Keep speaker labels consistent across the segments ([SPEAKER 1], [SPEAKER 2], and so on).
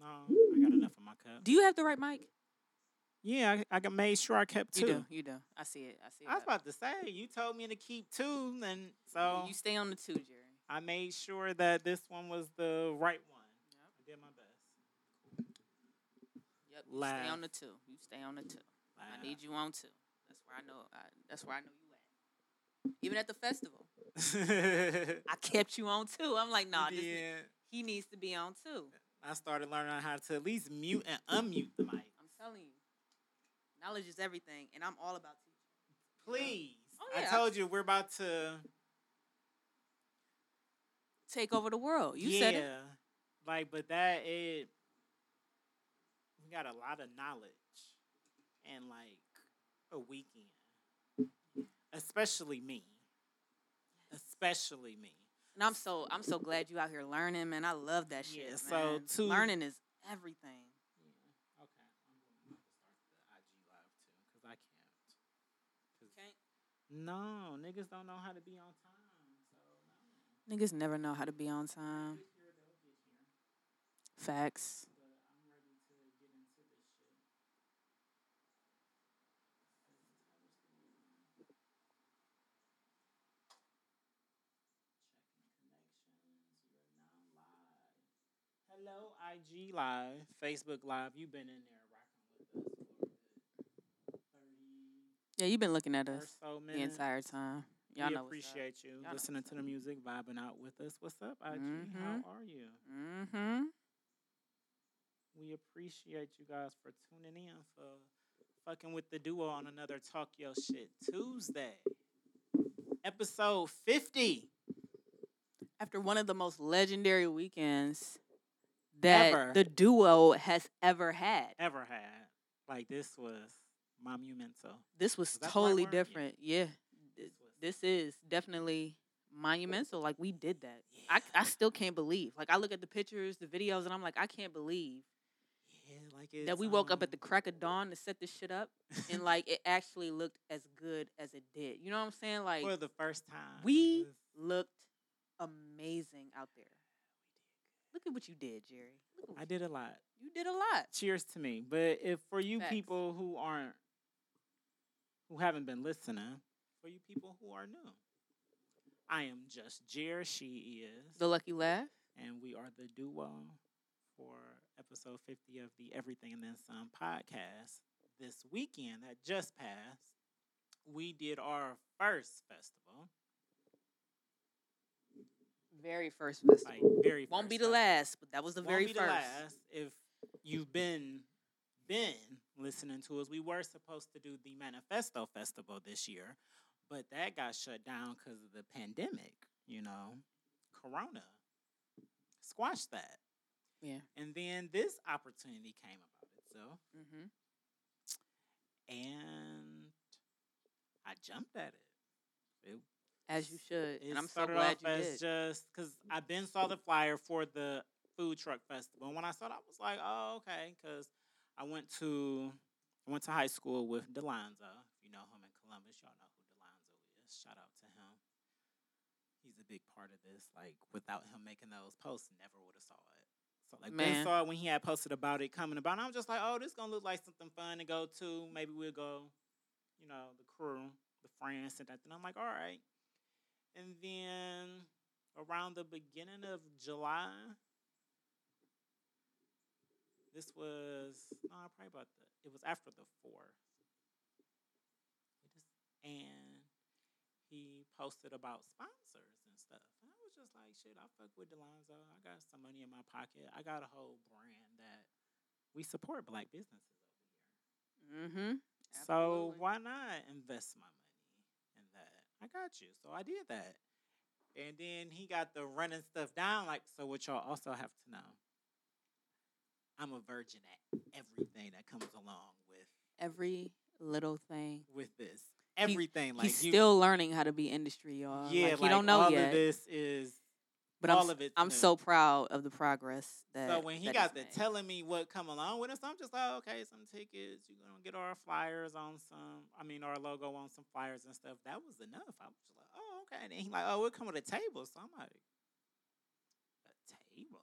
[SPEAKER 1] No, I got enough in my cup.
[SPEAKER 2] Do you have the right mic?
[SPEAKER 1] Yeah, I, I got- made sure I kept two.
[SPEAKER 2] You do. You do. I see it. I see it.
[SPEAKER 1] I was about to say you told me to keep two, and so
[SPEAKER 2] You stay on the two, Jerry.
[SPEAKER 1] I made sure that this one was the right one. I did my best.
[SPEAKER 2] Yep. You stay on the two. You stay on the two. I need you on two. That's where I know. I, that's where I know you at. Even at the festival,
[SPEAKER 1] you.
[SPEAKER 2] I kept you on two. I'm like, nah, this,
[SPEAKER 1] yeah,
[SPEAKER 2] he needs to be on two.
[SPEAKER 1] I started learning how to at least mute and unmute the mic.
[SPEAKER 2] I'm telling you, knowledge is everything, and I'm all about teaching.
[SPEAKER 1] Please,
[SPEAKER 2] Oh,
[SPEAKER 1] I
[SPEAKER 2] yeah.
[SPEAKER 1] told you we're about to.
[SPEAKER 2] Take over the world. You
[SPEAKER 1] yeah,
[SPEAKER 2] said it.
[SPEAKER 1] like, but that it. We got a lot of knowledge, in like a weekend, especially me, especially me.
[SPEAKER 2] And I'm so I'm so glad you out here learning, man. I love that shit.
[SPEAKER 1] Yeah,
[SPEAKER 2] man.
[SPEAKER 1] so to-
[SPEAKER 2] learning is everything.
[SPEAKER 1] Yeah. Okay. I'm going to start the IG live too, cause I can't. 'Cause- No, niggas don't know how to be on time. So no.
[SPEAKER 2] Niggas never know how to be on time.
[SPEAKER 1] Get here, they'll get here.
[SPEAKER 2] Facts.
[SPEAKER 1] But I'm ready to get into this shit. Checking connections. You're now live. Hello, IG Live, Facebook Live. You've been in there rocking with us for a good 30
[SPEAKER 2] Yeah, you've been looking at
[SPEAKER 1] or
[SPEAKER 2] us
[SPEAKER 1] so
[SPEAKER 2] the
[SPEAKER 1] minutes.
[SPEAKER 2] entire time. Y'all
[SPEAKER 1] we
[SPEAKER 2] know
[SPEAKER 1] appreciate you
[SPEAKER 2] Y'all know
[SPEAKER 1] listening
[SPEAKER 2] what's
[SPEAKER 1] to the music, vibing out with us. What's up, IG? How
[SPEAKER 2] Mhm.
[SPEAKER 1] are you?
[SPEAKER 2] What's up. Mm-hmm.
[SPEAKER 1] We appreciate you guys for tuning in for fucking with the duo on another Talk Yo Shit Tuesday, episode fifty
[SPEAKER 2] After one of the most legendary weekends that
[SPEAKER 1] Ever.
[SPEAKER 2] the duo has ever had.
[SPEAKER 1] ever had. Like this was monumental.
[SPEAKER 2] This was
[SPEAKER 1] Is that the right
[SPEAKER 2] totally
[SPEAKER 1] word? Yeah.
[SPEAKER 2] different. Yeah. Th-
[SPEAKER 1] was-
[SPEAKER 2] This is definitely monumental. Like we did that. I,
[SPEAKER 1] Yeah.
[SPEAKER 2] I still can't believe. Like I look at the pictures, the videos, and I'm like, I can't believe
[SPEAKER 1] Yeah, like it's,
[SPEAKER 2] that we woke up at the
[SPEAKER 1] um,
[SPEAKER 2] crack of dawn to set this shit up and like it actually looked as good as it did. You know what I'm saying? Like
[SPEAKER 1] for the first time.
[SPEAKER 2] we-
[SPEAKER 1] It was-
[SPEAKER 2] looked amazing out there. Look at what you did, Jerry. Look at what
[SPEAKER 1] I did a lot.
[SPEAKER 2] you you did a lot.
[SPEAKER 1] Cheers to me. But if for you
[SPEAKER 2] Facts.
[SPEAKER 1] people who aren't who haven't been listening, for you people who are new, I am just Jer. She is,
[SPEAKER 2] The lucky laugh.
[SPEAKER 1] and we are the duo for episode fifty of the Everything and Then Some podcast. This weekend that just passed, we did our first festival.
[SPEAKER 2] Very first festival.
[SPEAKER 1] Like very
[SPEAKER 2] Won't
[SPEAKER 1] first
[SPEAKER 2] be the
[SPEAKER 1] festival.
[SPEAKER 2] last, but that was the
[SPEAKER 1] won't
[SPEAKER 2] very
[SPEAKER 1] be The
[SPEAKER 2] first.
[SPEAKER 1] last if you've been been listening to us, we were supposed to do the Manifesto Festival this year, but that got shut down because of the pandemic. You know, Corona squashed that,
[SPEAKER 2] Yeah.
[SPEAKER 1] and then this opportunity came about itself,
[SPEAKER 2] Mm-hmm.
[SPEAKER 1] and I jumped at it. It
[SPEAKER 2] As you
[SPEAKER 1] it
[SPEAKER 2] should. And I'm so
[SPEAKER 1] started
[SPEAKER 2] glad
[SPEAKER 1] off
[SPEAKER 2] you
[SPEAKER 1] as
[SPEAKER 2] did.
[SPEAKER 1] just because I been saw the flyer for the food truck festival. And when I saw it, I was like, oh, okay, because I went to I went to high school with Delonzo. If you know him in Columbus, y'all know who Delonzo is. Shout out to him. He's a big part of this. Like without him making those posts, never would have saw it. So like they
[SPEAKER 2] Man.
[SPEAKER 1] saw it when he had posted about it coming about. And I was just like, oh, this gonna look like something fun to go to. Maybe we'll go, you know, the crew, the friends, and that. And I'm like, all right. And then around the beginning of July, this was no, probably about the. It was after the fourth, and he posted about sponsors and stuff. And I was just like, shit, I fuck with Delonzo. I got some money in my pocket. I got a whole brand that we support black businesses over here.
[SPEAKER 2] Mm-hmm.
[SPEAKER 1] So why not invest my money in that? I got you. So I did that. And then he got the running stuff down. Like, so what y'all also have to know. I'm a virgin at everything that comes along with
[SPEAKER 2] Every little thing.
[SPEAKER 1] with this. Everything like
[SPEAKER 2] He's
[SPEAKER 1] you
[SPEAKER 2] still learning how to be industry, y'all.
[SPEAKER 1] Yeah,
[SPEAKER 2] like, he don't know
[SPEAKER 1] all
[SPEAKER 2] yet.
[SPEAKER 1] of this is
[SPEAKER 2] but
[SPEAKER 1] all
[SPEAKER 2] I'm, s-
[SPEAKER 1] of it's
[SPEAKER 2] I'm
[SPEAKER 1] new.
[SPEAKER 2] so proud of the progress that.
[SPEAKER 1] So when he
[SPEAKER 2] that
[SPEAKER 1] got
[SPEAKER 2] he's
[SPEAKER 1] to
[SPEAKER 2] made.
[SPEAKER 1] telling me what come along with us, I'm just like, okay, some tickets. You're gonna get our flyers on some. I mean, our logo on some flyers and stuff. That was enough. I was just like, oh, okay. And then he like, oh, we'll come with a table. So I'm like, a table.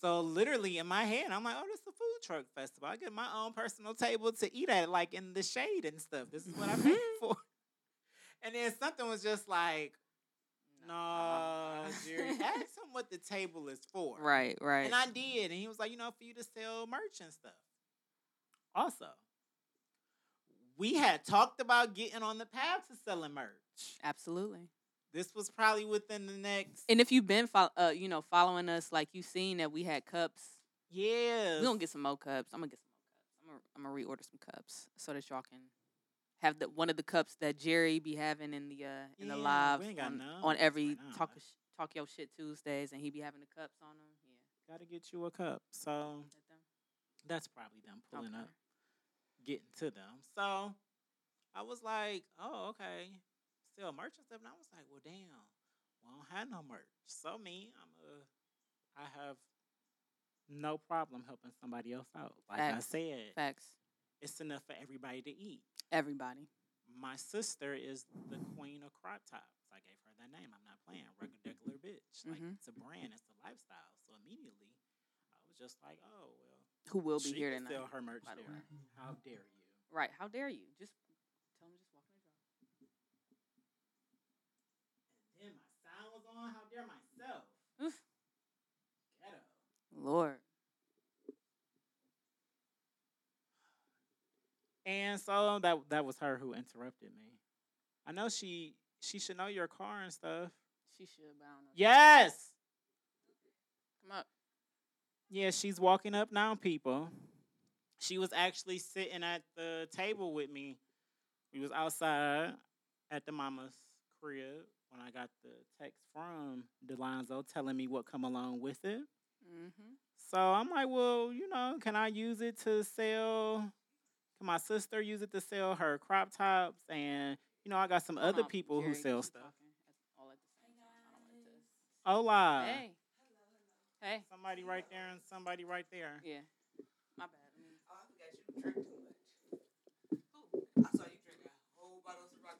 [SPEAKER 1] So literally in my head, I'm like, oh, this is a food truck festival. I get my own personal table to eat at, like in the shade and stuff. This is what I paid for. And then something was just like, no, nah, Jerry, ask him what the table is for.
[SPEAKER 2] Right, right.
[SPEAKER 1] And I did. And he was like, you know, for you to sell merch and stuff. Also, we had talked about getting on the path to selling merch.
[SPEAKER 2] Absolutely.
[SPEAKER 1] This was probably within the next.
[SPEAKER 2] And if you've been, fo- uh, you know, following us, like you've seen that we had cups.
[SPEAKER 1] Yeah.
[SPEAKER 2] We gonna get some more cups. I'm gonna get some more cups. I'm gonna, I'm gonna reorder some cups so that y'all can have the one of the cups that Jerry be having in the uh in the
[SPEAKER 1] Yeah,
[SPEAKER 2] live
[SPEAKER 1] we ain't got
[SPEAKER 2] on,
[SPEAKER 1] none
[SPEAKER 2] on every
[SPEAKER 1] right now.
[SPEAKER 2] talk of sh- talk your shit Tuesdays, and he be having the cups on them. Yeah.
[SPEAKER 1] Gotta get you a cup. So
[SPEAKER 2] Is that them?
[SPEAKER 1] that's Uh, probably them pulling
[SPEAKER 2] Okay.
[SPEAKER 1] up, getting to them. So I was like, oh, okay. Still merch and stuff. And I was like, well, damn, we don't have no merch. So me, I'm a, I have no problem helping somebody else out. Like
[SPEAKER 2] Facts.
[SPEAKER 1] I said,
[SPEAKER 2] Facts.
[SPEAKER 1] it's enough for everybody to eat.
[SPEAKER 2] Everybody.
[SPEAKER 1] My sister is the queen of crop tops. I gave her that name. I'm not playing. Regular bitch. Like
[SPEAKER 2] Mhm.
[SPEAKER 1] it's a brand. It's a lifestyle. So immediately, I was just like, oh well.
[SPEAKER 2] Who will be
[SPEAKER 1] she
[SPEAKER 2] here
[SPEAKER 1] can
[SPEAKER 2] tonight?
[SPEAKER 1] sell her merch
[SPEAKER 2] by the
[SPEAKER 1] there.
[SPEAKER 2] way.
[SPEAKER 1] How dare you?
[SPEAKER 2] Right. How dare you? Just tell him just walk in the door.
[SPEAKER 1] And then my sound was on. How dare myself?
[SPEAKER 2] Oof.
[SPEAKER 1] Ghetto.
[SPEAKER 2] Lord.
[SPEAKER 1] And so that that was her who interrupted me. I know she she should know your car and stuff.
[SPEAKER 2] She should, but I don't know.
[SPEAKER 1] Yes.
[SPEAKER 2] Come up.
[SPEAKER 1] Yeah, she's walking up now, people. She was actually sitting at the table with me. We was outside at the mama's crib when I got the text from Delonzo telling me what come along with it.
[SPEAKER 2] Mm-hmm.
[SPEAKER 1] So I'm like, well, you know, can I use it to sell? Can my sister use it to sell her crop tops? And you know, I got some other people who sell stuff.
[SPEAKER 2] All at the same time. I don't like this.
[SPEAKER 1] Hola,
[SPEAKER 2] Hey. Hey.
[SPEAKER 1] somebody right there and somebody right there.
[SPEAKER 2] Yeah. My bad. I mean,
[SPEAKER 3] Oh, I forgot you drink too much. I saw you drink a whole bottle of Ciroc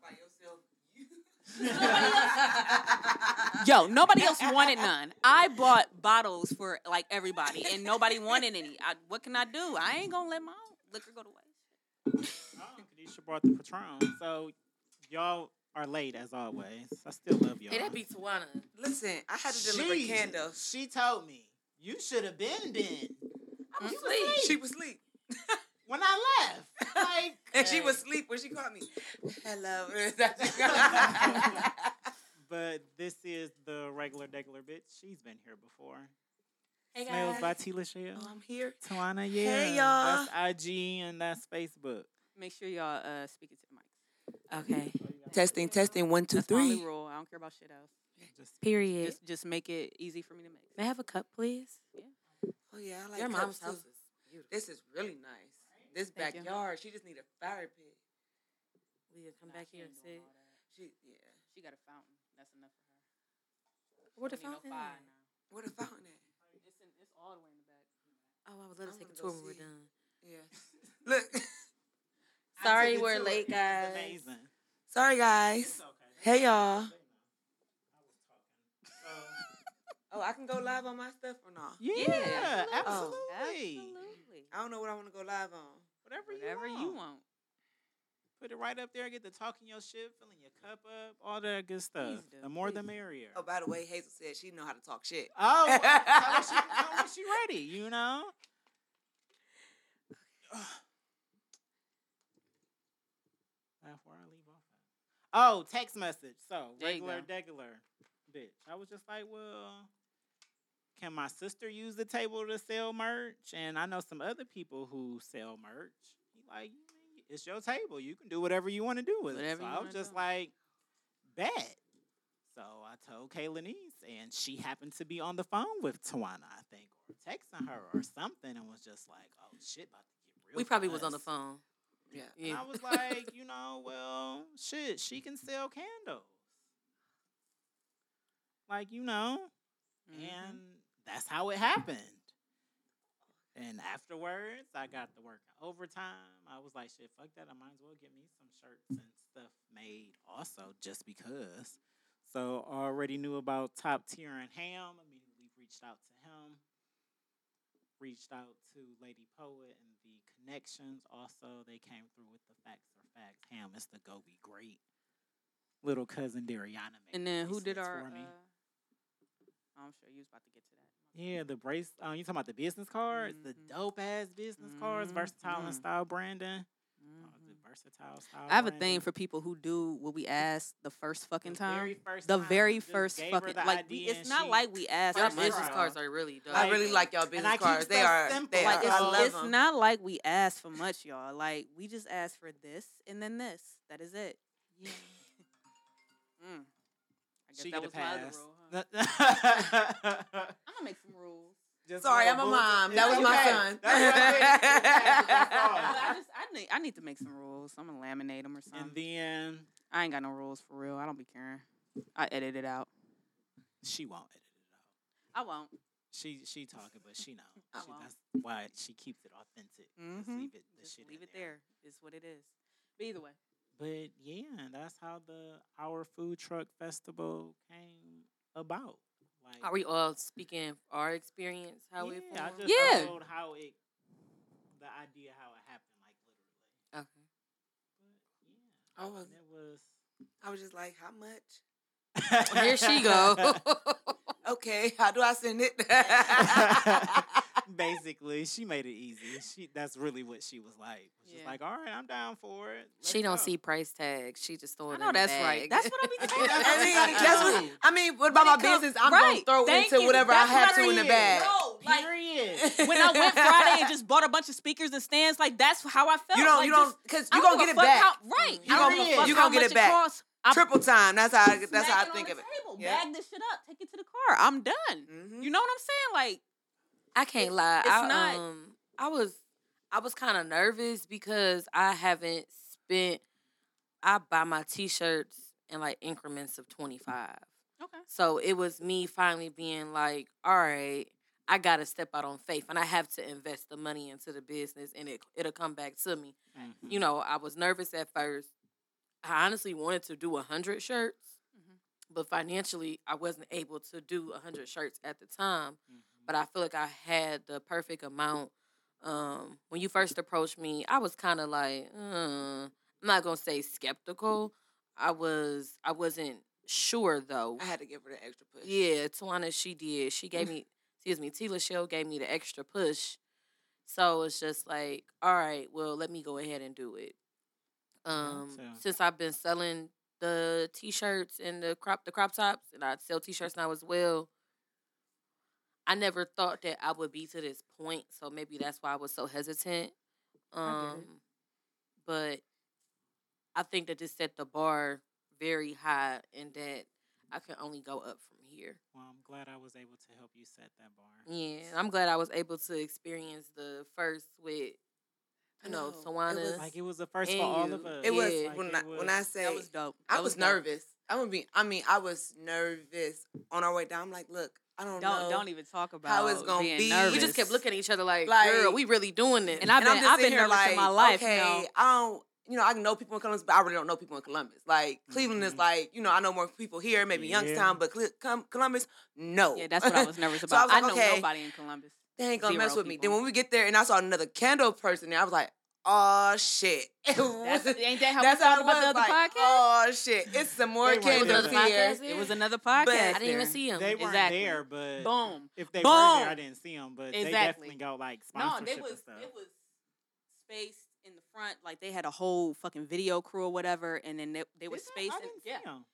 [SPEAKER 3] by yourself. You.
[SPEAKER 2] Yo, nobody else wanted none. I bought bottles for like everybody, and nobody wanted any. I, what can I do? I ain't gonna let my own liquor go to waste.
[SPEAKER 1] Oh, Kadisha brought the Patron. So y'all are late as always. I still love y'all.
[SPEAKER 4] Hey, that be Tawana.
[SPEAKER 3] Listen, I had to deliver
[SPEAKER 1] She-
[SPEAKER 3] candles.
[SPEAKER 1] She told me you should have been been
[SPEAKER 4] I'm
[SPEAKER 2] Mm.
[SPEAKER 4] asleep.
[SPEAKER 3] She was asleep.
[SPEAKER 1] when I left. Like
[SPEAKER 3] And she was asleep when she called me. Hello. Hey
[SPEAKER 1] But this is the regular degular bitch. She's been here before. Smells by T. Lachelle.
[SPEAKER 3] Oh, I'm here.
[SPEAKER 1] Tawana, yeah.
[SPEAKER 3] Hey,
[SPEAKER 1] That's IG and that's Facebook.
[SPEAKER 2] Make sure y'all uh, speak it to the mic.
[SPEAKER 4] Okay.
[SPEAKER 3] Testing, testing. One, two,
[SPEAKER 2] That's my only
[SPEAKER 3] three.
[SPEAKER 2] rule. I don't care about shit else.
[SPEAKER 1] Just
[SPEAKER 4] Period.
[SPEAKER 2] Just just make it easy for me to mix.
[SPEAKER 4] May I have a cup, please?
[SPEAKER 3] Oh yeah, I like
[SPEAKER 4] Your
[SPEAKER 3] cups,
[SPEAKER 4] mom's
[SPEAKER 3] too.
[SPEAKER 4] house is beautiful.
[SPEAKER 3] This is really nice. This
[SPEAKER 2] Thank you.
[SPEAKER 3] backyard, she just need a fire pit.
[SPEAKER 4] We can come
[SPEAKER 2] Nah,
[SPEAKER 4] back
[SPEAKER 2] she
[SPEAKER 4] here and
[SPEAKER 2] ain't doing
[SPEAKER 4] sit.
[SPEAKER 2] all that.
[SPEAKER 3] She yeah.
[SPEAKER 2] She got a fountain. That's enough for her.
[SPEAKER 4] Where the
[SPEAKER 2] She don't
[SPEAKER 4] fountain?
[SPEAKER 2] need No
[SPEAKER 4] at?
[SPEAKER 2] fire now.
[SPEAKER 3] Where the fountain at?
[SPEAKER 2] It's, in, it's all the way in the back.
[SPEAKER 4] Oh, I would love
[SPEAKER 3] I
[SPEAKER 4] to take a
[SPEAKER 3] wanna go
[SPEAKER 4] tour when we're
[SPEAKER 3] see.
[SPEAKER 4] done.
[SPEAKER 3] Yeah. Look.
[SPEAKER 1] I
[SPEAKER 4] Sorry,
[SPEAKER 1] took it
[SPEAKER 4] we're
[SPEAKER 1] to
[SPEAKER 4] late,
[SPEAKER 1] her.
[SPEAKER 4] guys.
[SPEAKER 1] It's amazing.
[SPEAKER 3] Sorry guys.
[SPEAKER 1] It's okay.
[SPEAKER 3] Hey, y'all.
[SPEAKER 1] Uh,
[SPEAKER 3] Oh, I can go live on my stuff or not?
[SPEAKER 1] yeah, absolutely.
[SPEAKER 3] Oh.
[SPEAKER 2] Absolutely.
[SPEAKER 3] I don't know what I want to go live on.
[SPEAKER 1] Whatever,
[SPEAKER 2] Whatever
[SPEAKER 1] you, want.
[SPEAKER 2] you want.
[SPEAKER 1] Put it right up there. Get the talking your shit, filling your cup up, all that good stuff.
[SPEAKER 2] do,
[SPEAKER 1] the more,
[SPEAKER 2] please
[SPEAKER 1] the
[SPEAKER 2] do.
[SPEAKER 1] merrier.
[SPEAKER 3] Oh, by the way, Hazel said she know how to talk shit.
[SPEAKER 1] Oh, well, tell her she, tell her she ready, you know? That's where I leave off at. Oh, text message. So,
[SPEAKER 2] There you
[SPEAKER 1] regular,
[SPEAKER 2] go.
[SPEAKER 1] degular bitch. I was just like, well, can my sister use the table to sell merch? And I know some other people who sell merch. He like, "You- it's your table. You can do whatever you want to do with
[SPEAKER 2] Whatever
[SPEAKER 1] it. So
[SPEAKER 2] you
[SPEAKER 1] I was
[SPEAKER 2] wanna
[SPEAKER 1] just
[SPEAKER 2] do.
[SPEAKER 1] like, bet. So I told Kayla Niece, and she happened to be on the phone with Tawana, I think, or texting her or something, and was just like, "Oh shit, about to get real."
[SPEAKER 4] We
[SPEAKER 1] for
[SPEAKER 4] probably was on the
[SPEAKER 1] us."
[SPEAKER 4] phone.
[SPEAKER 3] Yeah.
[SPEAKER 1] And I was like, you know, well, shit, she can sell candles, like you know,
[SPEAKER 2] Mm-hmm.
[SPEAKER 1] and that's how it happened. And afterwards, I got to work overtime. I was like, shit, fuck that. I might as well get me some shirts and stuff made also just because. So already knew about top tier and ham. Immediately reached out to him. reached out to Lady Poet and the connections. Also, they came through with the facts are facts. Ham is the go be great. Little cousin Dariana. made
[SPEAKER 2] And
[SPEAKER 1] the
[SPEAKER 2] then who did
[SPEAKER 1] bracelets
[SPEAKER 2] our?
[SPEAKER 1] for me.
[SPEAKER 2] Uh, I'm sure you was about to get to that.
[SPEAKER 1] yeah, the brace. Uh, you talking about the business cards, the
[SPEAKER 2] Mhm.
[SPEAKER 1] dope ass business cards,
[SPEAKER 2] Mhm,
[SPEAKER 1] versatile and
[SPEAKER 2] mhm.
[SPEAKER 1] style branding. Oh,
[SPEAKER 2] Mhm.
[SPEAKER 1] the versatile style.
[SPEAKER 2] I have a
[SPEAKER 1] branding.
[SPEAKER 2] thing for people who do what we ask the first fucking
[SPEAKER 1] The
[SPEAKER 2] time.
[SPEAKER 1] very first
[SPEAKER 2] The
[SPEAKER 1] time,
[SPEAKER 2] very
[SPEAKER 1] just
[SPEAKER 2] first
[SPEAKER 1] gave her
[SPEAKER 2] fucking
[SPEAKER 1] the
[SPEAKER 2] like we,
[SPEAKER 1] idea
[SPEAKER 2] it's
[SPEAKER 1] and
[SPEAKER 2] not
[SPEAKER 1] she-
[SPEAKER 2] like we asked.
[SPEAKER 1] Y'all
[SPEAKER 2] our
[SPEAKER 1] First
[SPEAKER 2] business
[SPEAKER 1] trial.
[SPEAKER 2] cards
[SPEAKER 1] are
[SPEAKER 2] really dope.
[SPEAKER 1] Like-
[SPEAKER 3] I really like y'all
[SPEAKER 1] and I
[SPEAKER 3] business
[SPEAKER 1] keep
[SPEAKER 3] cards. They
[SPEAKER 1] stuff
[SPEAKER 3] are.
[SPEAKER 1] simple,
[SPEAKER 3] They
[SPEAKER 1] like
[SPEAKER 3] are.
[SPEAKER 2] Like
[SPEAKER 1] I love
[SPEAKER 2] it's, it's
[SPEAKER 3] 'em.
[SPEAKER 2] not like we asked for much, y'all. Like we just asked for this and then this. That is it.
[SPEAKER 1] Yeah.
[SPEAKER 2] Mm. I guess
[SPEAKER 1] She
[SPEAKER 2] that
[SPEAKER 1] get a
[SPEAKER 2] was my other
[SPEAKER 1] pass.
[SPEAKER 2] rule. huh? I'm gonna make some rules.
[SPEAKER 1] Just
[SPEAKER 3] Sorry,
[SPEAKER 1] little
[SPEAKER 3] I'm a
[SPEAKER 1] boo-
[SPEAKER 3] mom.
[SPEAKER 1] It's
[SPEAKER 3] That was my
[SPEAKER 1] okay.
[SPEAKER 3] son.
[SPEAKER 1] That's
[SPEAKER 2] But
[SPEAKER 1] what I
[SPEAKER 2] I
[SPEAKER 1] think.
[SPEAKER 2] just I need I need to make some rules. I'm gonna laminate them or something.
[SPEAKER 1] And then
[SPEAKER 2] I ain't got no rules for real. I don't be caring. I edit it out.
[SPEAKER 1] she won't edit it out.
[SPEAKER 2] I won't.
[SPEAKER 1] She she talking, but she know.
[SPEAKER 2] I
[SPEAKER 1] She,
[SPEAKER 2] won't.
[SPEAKER 1] that's why she keeps it authentic. Just
[SPEAKER 2] Mhm.
[SPEAKER 1] leave it the
[SPEAKER 2] Just
[SPEAKER 1] shit
[SPEAKER 2] leave
[SPEAKER 1] in
[SPEAKER 2] it there. It's what it is. But either way,
[SPEAKER 1] But yeah, that's how the our food truck festival came about. Like
[SPEAKER 5] Are we all speaking our experience? How
[SPEAKER 1] yeah,
[SPEAKER 5] we
[SPEAKER 1] I
[SPEAKER 5] formed?
[SPEAKER 1] just
[SPEAKER 2] Yeah.
[SPEAKER 1] told how it the idea how it happened, like literally.
[SPEAKER 5] Okay.
[SPEAKER 1] But yeah.
[SPEAKER 3] I
[SPEAKER 5] Oh,
[SPEAKER 3] was-
[SPEAKER 1] and it was
[SPEAKER 3] I was just like, how much?
[SPEAKER 5] Well, here she go.
[SPEAKER 3] Okay, how do I send it?
[SPEAKER 1] Basically, she made it easy. She that's really what she was like. She's
[SPEAKER 2] Yeah.
[SPEAKER 1] like, all right, I'm down for it. Let's
[SPEAKER 5] she don't
[SPEAKER 1] go."
[SPEAKER 5] see price tags. She just throw it.
[SPEAKER 2] I
[SPEAKER 5] in
[SPEAKER 2] know
[SPEAKER 5] the
[SPEAKER 2] that's
[SPEAKER 5] bag.
[SPEAKER 2] right. That's what I be telling.
[SPEAKER 3] I mean,
[SPEAKER 2] everybody.
[SPEAKER 3] that's what-
[SPEAKER 1] No.
[SPEAKER 3] I mean, what about
[SPEAKER 2] When
[SPEAKER 3] my
[SPEAKER 2] it comes-
[SPEAKER 3] business? I'm
[SPEAKER 2] right,
[SPEAKER 3] gonna throw
[SPEAKER 2] thank
[SPEAKER 3] into
[SPEAKER 2] you,
[SPEAKER 3] whatever I
[SPEAKER 2] that's
[SPEAKER 3] have
[SPEAKER 2] what
[SPEAKER 3] to in the
[SPEAKER 1] it is.
[SPEAKER 3] bag.
[SPEAKER 2] No, like
[SPEAKER 1] Period.
[SPEAKER 2] when I went Friday and just bought a bunch of speakers and stands, like that's how I felt.
[SPEAKER 3] you don't,
[SPEAKER 2] Like,
[SPEAKER 3] you
[SPEAKER 2] just-
[SPEAKER 3] don't, because
[SPEAKER 2] I
[SPEAKER 3] you
[SPEAKER 2] don't
[SPEAKER 3] gonna
[SPEAKER 2] give
[SPEAKER 3] get
[SPEAKER 2] a
[SPEAKER 3] it
[SPEAKER 2] fuck
[SPEAKER 3] back
[SPEAKER 2] how- right?
[SPEAKER 1] You
[SPEAKER 2] I don't
[SPEAKER 1] gonna-
[SPEAKER 2] give a fuck
[SPEAKER 1] you
[SPEAKER 2] how
[SPEAKER 3] gonna get
[SPEAKER 2] much
[SPEAKER 3] it back.
[SPEAKER 2] costs. I'm
[SPEAKER 3] triple time. That's how. I, that's
[SPEAKER 2] smack
[SPEAKER 3] how I
[SPEAKER 2] on
[SPEAKER 3] think
[SPEAKER 2] the
[SPEAKER 3] of it.
[SPEAKER 2] Table,
[SPEAKER 3] Yeah.
[SPEAKER 2] bag this shit up, take it to the car. I'm done.
[SPEAKER 3] Mhm.
[SPEAKER 2] You know what I'm saying? Like
[SPEAKER 5] I can't lie.
[SPEAKER 2] it's
[SPEAKER 5] I,
[SPEAKER 2] not-
[SPEAKER 5] Um, I was, I was kind of nervous because I haven't spent. I buy my t-shirts in like increments of twenty five.
[SPEAKER 2] okay,
[SPEAKER 5] So it was me finally being like, all right, I gotta step out on faith, and I have to invest the money into the business, and it it'll come back to me.
[SPEAKER 1] Mhm.
[SPEAKER 5] you know, I was nervous at first. I honestly wanted to do a hundred shirts,
[SPEAKER 2] Mhm.
[SPEAKER 5] but financially, I wasn't able to do a hundred shirts at the time.
[SPEAKER 1] Mhm.
[SPEAKER 5] But I feel like I had the perfect amount. Um, when you first approached me, I was kind of like, uh, I'm not gonna say skeptical. I was, I wasn't sure though.
[SPEAKER 3] I had to give her the extra push.
[SPEAKER 5] Yeah, Tawana, she did. She
[SPEAKER 2] Mm.
[SPEAKER 5] gave me, excuse me, T. Lachelle gave me the extra push. So it's just like, all right, well, let me go ahead and do it. Um,
[SPEAKER 1] so-
[SPEAKER 5] since I've been selling the t-shirts and the crop the crop tops, and I sell t-shirts now as well. I never thought that I would be to this point, so maybe that's why I was so hesitant.
[SPEAKER 2] I get
[SPEAKER 5] Um, but I think that this set the bar very high, and that I can only go up from here.
[SPEAKER 1] Well, I'm glad I was able to help you set that bar.
[SPEAKER 5] Yeah, and I'm glad I was able to experience the first with,
[SPEAKER 3] I
[SPEAKER 5] you know,
[SPEAKER 3] know. It
[SPEAKER 5] Tawana.
[SPEAKER 3] was-
[SPEAKER 1] Like it was the first for
[SPEAKER 5] And
[SPEAKER 1] all
[SPEAKER 5] you.
[SPEAKER 1] of us.
[SPEAKER 3] It was
[SPEAKER 5] Yeah.
[SPEAKER 1] Like,
[SPEAKER 3] when
[SPEAKER 1] it
[SPEAKER 3] I, when I say
[SPEAKER 2] that was dope.
[SPEAKER 3] I
[SPEAKER 2] That
[SPEAKER 3] was,
[SPEAKER 2] dope.
[SPEAKER 3] nervous. I'm gonna be. I mean, I was nervous on our way down. I'm like, look, I don't,
[SPEAKER 2] Don't
[SPEAKER 3] know.
[SPEAKER 2] don't e-" even talk about
[SPEAKER 3] how it's gonna
[SPEAKER 2] being
[SPEAKER 3] be.
[SPEAKER 2] Nervous.
[SPEAKER 5] we just kept looking at each other like,
[SPEAKER 3] Like-
[SPEAKER 5] girl, we really doing this.
[SPEAKER 2] And I've
[SPEAKER 3] and
[SPEAKER 2] been-
[SPEAKER 3] I'm just
[SPEAKER 2] I've
[SPEAKER 3] sitting
[SPEAKER 2] been
[SPEAKER 3] here
[SPEAKER 2] nervous
[SPEAKER 3] like,
[SPEAKER 2] in my life,
[SPEAKER 3] okay,
[SPEAKER 2] no.
[SPEAKER 3] I don't. You know, I know people in Columbus, but I really don't know people in Columbus. Like Cleveland is
[SPEAKER 2] Mm-hmm.
[SPEAKER 1] Mhm.
[SPEAKER 3] like, you know, I know more people here, maybe
[SPEAKER 1] Yeah.
[SPEAKER 3] Youngstown, but Cle- Cum- Columbus, no.
[SPEAKER 2] Yeah, that's what I was nervous
[SPEAKER 3] So
[SPEAKER 2] about.
[SPEAKER 3] I was
[SPEAKER 2] I,
[SPEAKER 3] like,
[SPEAKER 2] know
[SPEAKER 3] okay.
[SPEAKER 2] nobody in Columbus.
[SPEAKER 3] they ain't gonna
[SPEAKER 2] Zero
[SPEAKER 3] mess with me. Then
[SPEAKER 2] people.
[SPEAKER 3] when we get there, and I saw another candle person there, I was like, oh shit.
[SPEAKER 2] That's, ain't that how
[SPEAKER 3] That's
[SPEAKER 2] we
[SPEAKER 3] how
[SPEAKER 2] talked about the
[SPEAKER 3] it was.
[SPEAKER 2] other
[SPEAKER 3] Like,
[SPEAKER 2] podcast?
[SPEAKER 3] oh shit, it's some more
[SPEAKER 1] They weren't
[SPEAKER 3] candles
[SPEAKER 1] there.
[SPEAKER 3] here.
[SPEAKER 5] Podcast?
[SPEAKER 2] it was another podcast.
[SPEAKER 5] I didn't
[SPEAKER 2] there.
[SPEAKER 5] even see him.
[SPEAKER 1] they weren't
[SPEAKER 2] Exactly.
[SPEAKER 1] there, but
[SPEAKER 2] Boom.
[SPEAKER 1] if they were there, I
[SPEAKER 2] Boom.
[SPEAKER 1] didn't see them. But they
[SPEAKER 2] Exactly.
[SPEAKER 1] definitely got like
[SPEAKER 2] No,
[SPEAKER 1] sponsorship
[SPEAKER 2] they
[SPEAKER 1] and
[SPEAKER 2] was
[SPEAKER 1] stuff.
[SPEAKER 2] it was spaced in the front, like they had a whole fucking video crew or whatever, and then they, they were
[SPEAKER 1] Did they? I
[SPEAKER 2] spaced. in-
[SPEAKER 1] didn't see
[SPEAKER 2] yeah,
[SPEAKER 1] 'em.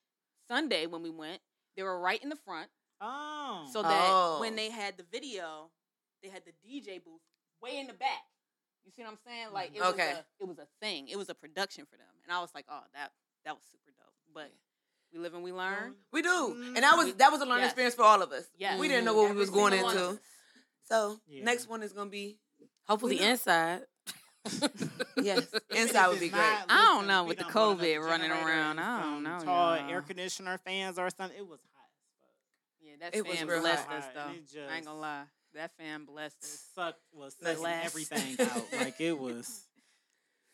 [SPEAKER 2] Sunday when we went, they were right in the front,
[SPEAKER 1] Oh,
[SPEAKER 2] so that
[SPEAKER 3] Oh.
[SPEAKER 2] when they had the video, they had the DJ booth way in the back. You see what I'm saying? Like it
[SPEAKER 3] Okay.
[SPEAKER 2] was a, it was a thing. It was a production for them, and I was like, oh, that that was super dope. But we live and we
[SPEAKER 1] Oh.
[SPEAKER 2] learn.
[SPEAKER 3] We do,
[SPEAKER 1] Mm.
[SPEAKER 3] and that was that was a learning
[SPEAKER 2] Yes.
[SPEAKER 3] experience for all of us.
[SPEAKER 2] Yes. Mm-hmm.
[SPEAKER 3] we didn't know what we
[SPEAKER 2] Every
[SPEAKER 3] was going
[SPEAKER 2] single one of
[SPEAKER 3] into.
[SPEAKER 2] us.
[SPEAKER 3] So
[SPEAKER 1] Yeah.
[SPEAKER 3] next one is gonna be
[SPEAKER 5] Hopefully
[SPEAKER 3] We know.
[SPEAKER 5] inside.
[SPEAKER 3] yes,
[SPEAKER 1] Even
[SPEAKER 3] inside
[SPEAKER 1] if
[SPEAKER 3] would be
[SPEAKER 1] it's
[SPEAKER 3] great.
[SPEAKER 1] not,
[SPEAKER 2] I don't
[SPEAKER 1] listen,
[SPEAKER 2] know
[SPEAKER 1] we
[SPEAKER 2] with the
[SPEAKER 1] done bought another
[SPEAKER 2] COVID running
[SPEAKER 1] generator
[SPEAKER 2] around.
[SPEAKER 1] and
[SPEAKER 2] I don't
[SPEAKER 1] some
[SPEAKER 2] know,
[SPEAKER 1] Tall
[SPEAKER 2] y'all.
[SPEAKER 1] air conditioner fans or something. It was hot.
[SPEAKER 2] Yeah, that
[SPEAKER 3] It was
[SPEAKER 2] fam
[SPEAKER 3] real
[SPEAKER 2] blessed
[SPEAKER 1] hot.
[SPEAKER 2] us though.
[SPEAKER 1] And it just-
[SPEAKER 2] I ain't gonna lie, that fam blessed us.
[SPEAKER 1] Sucked was
[SPEAKER 3] Bless.
[SPEAKER 1] sucking everything out. Like it was.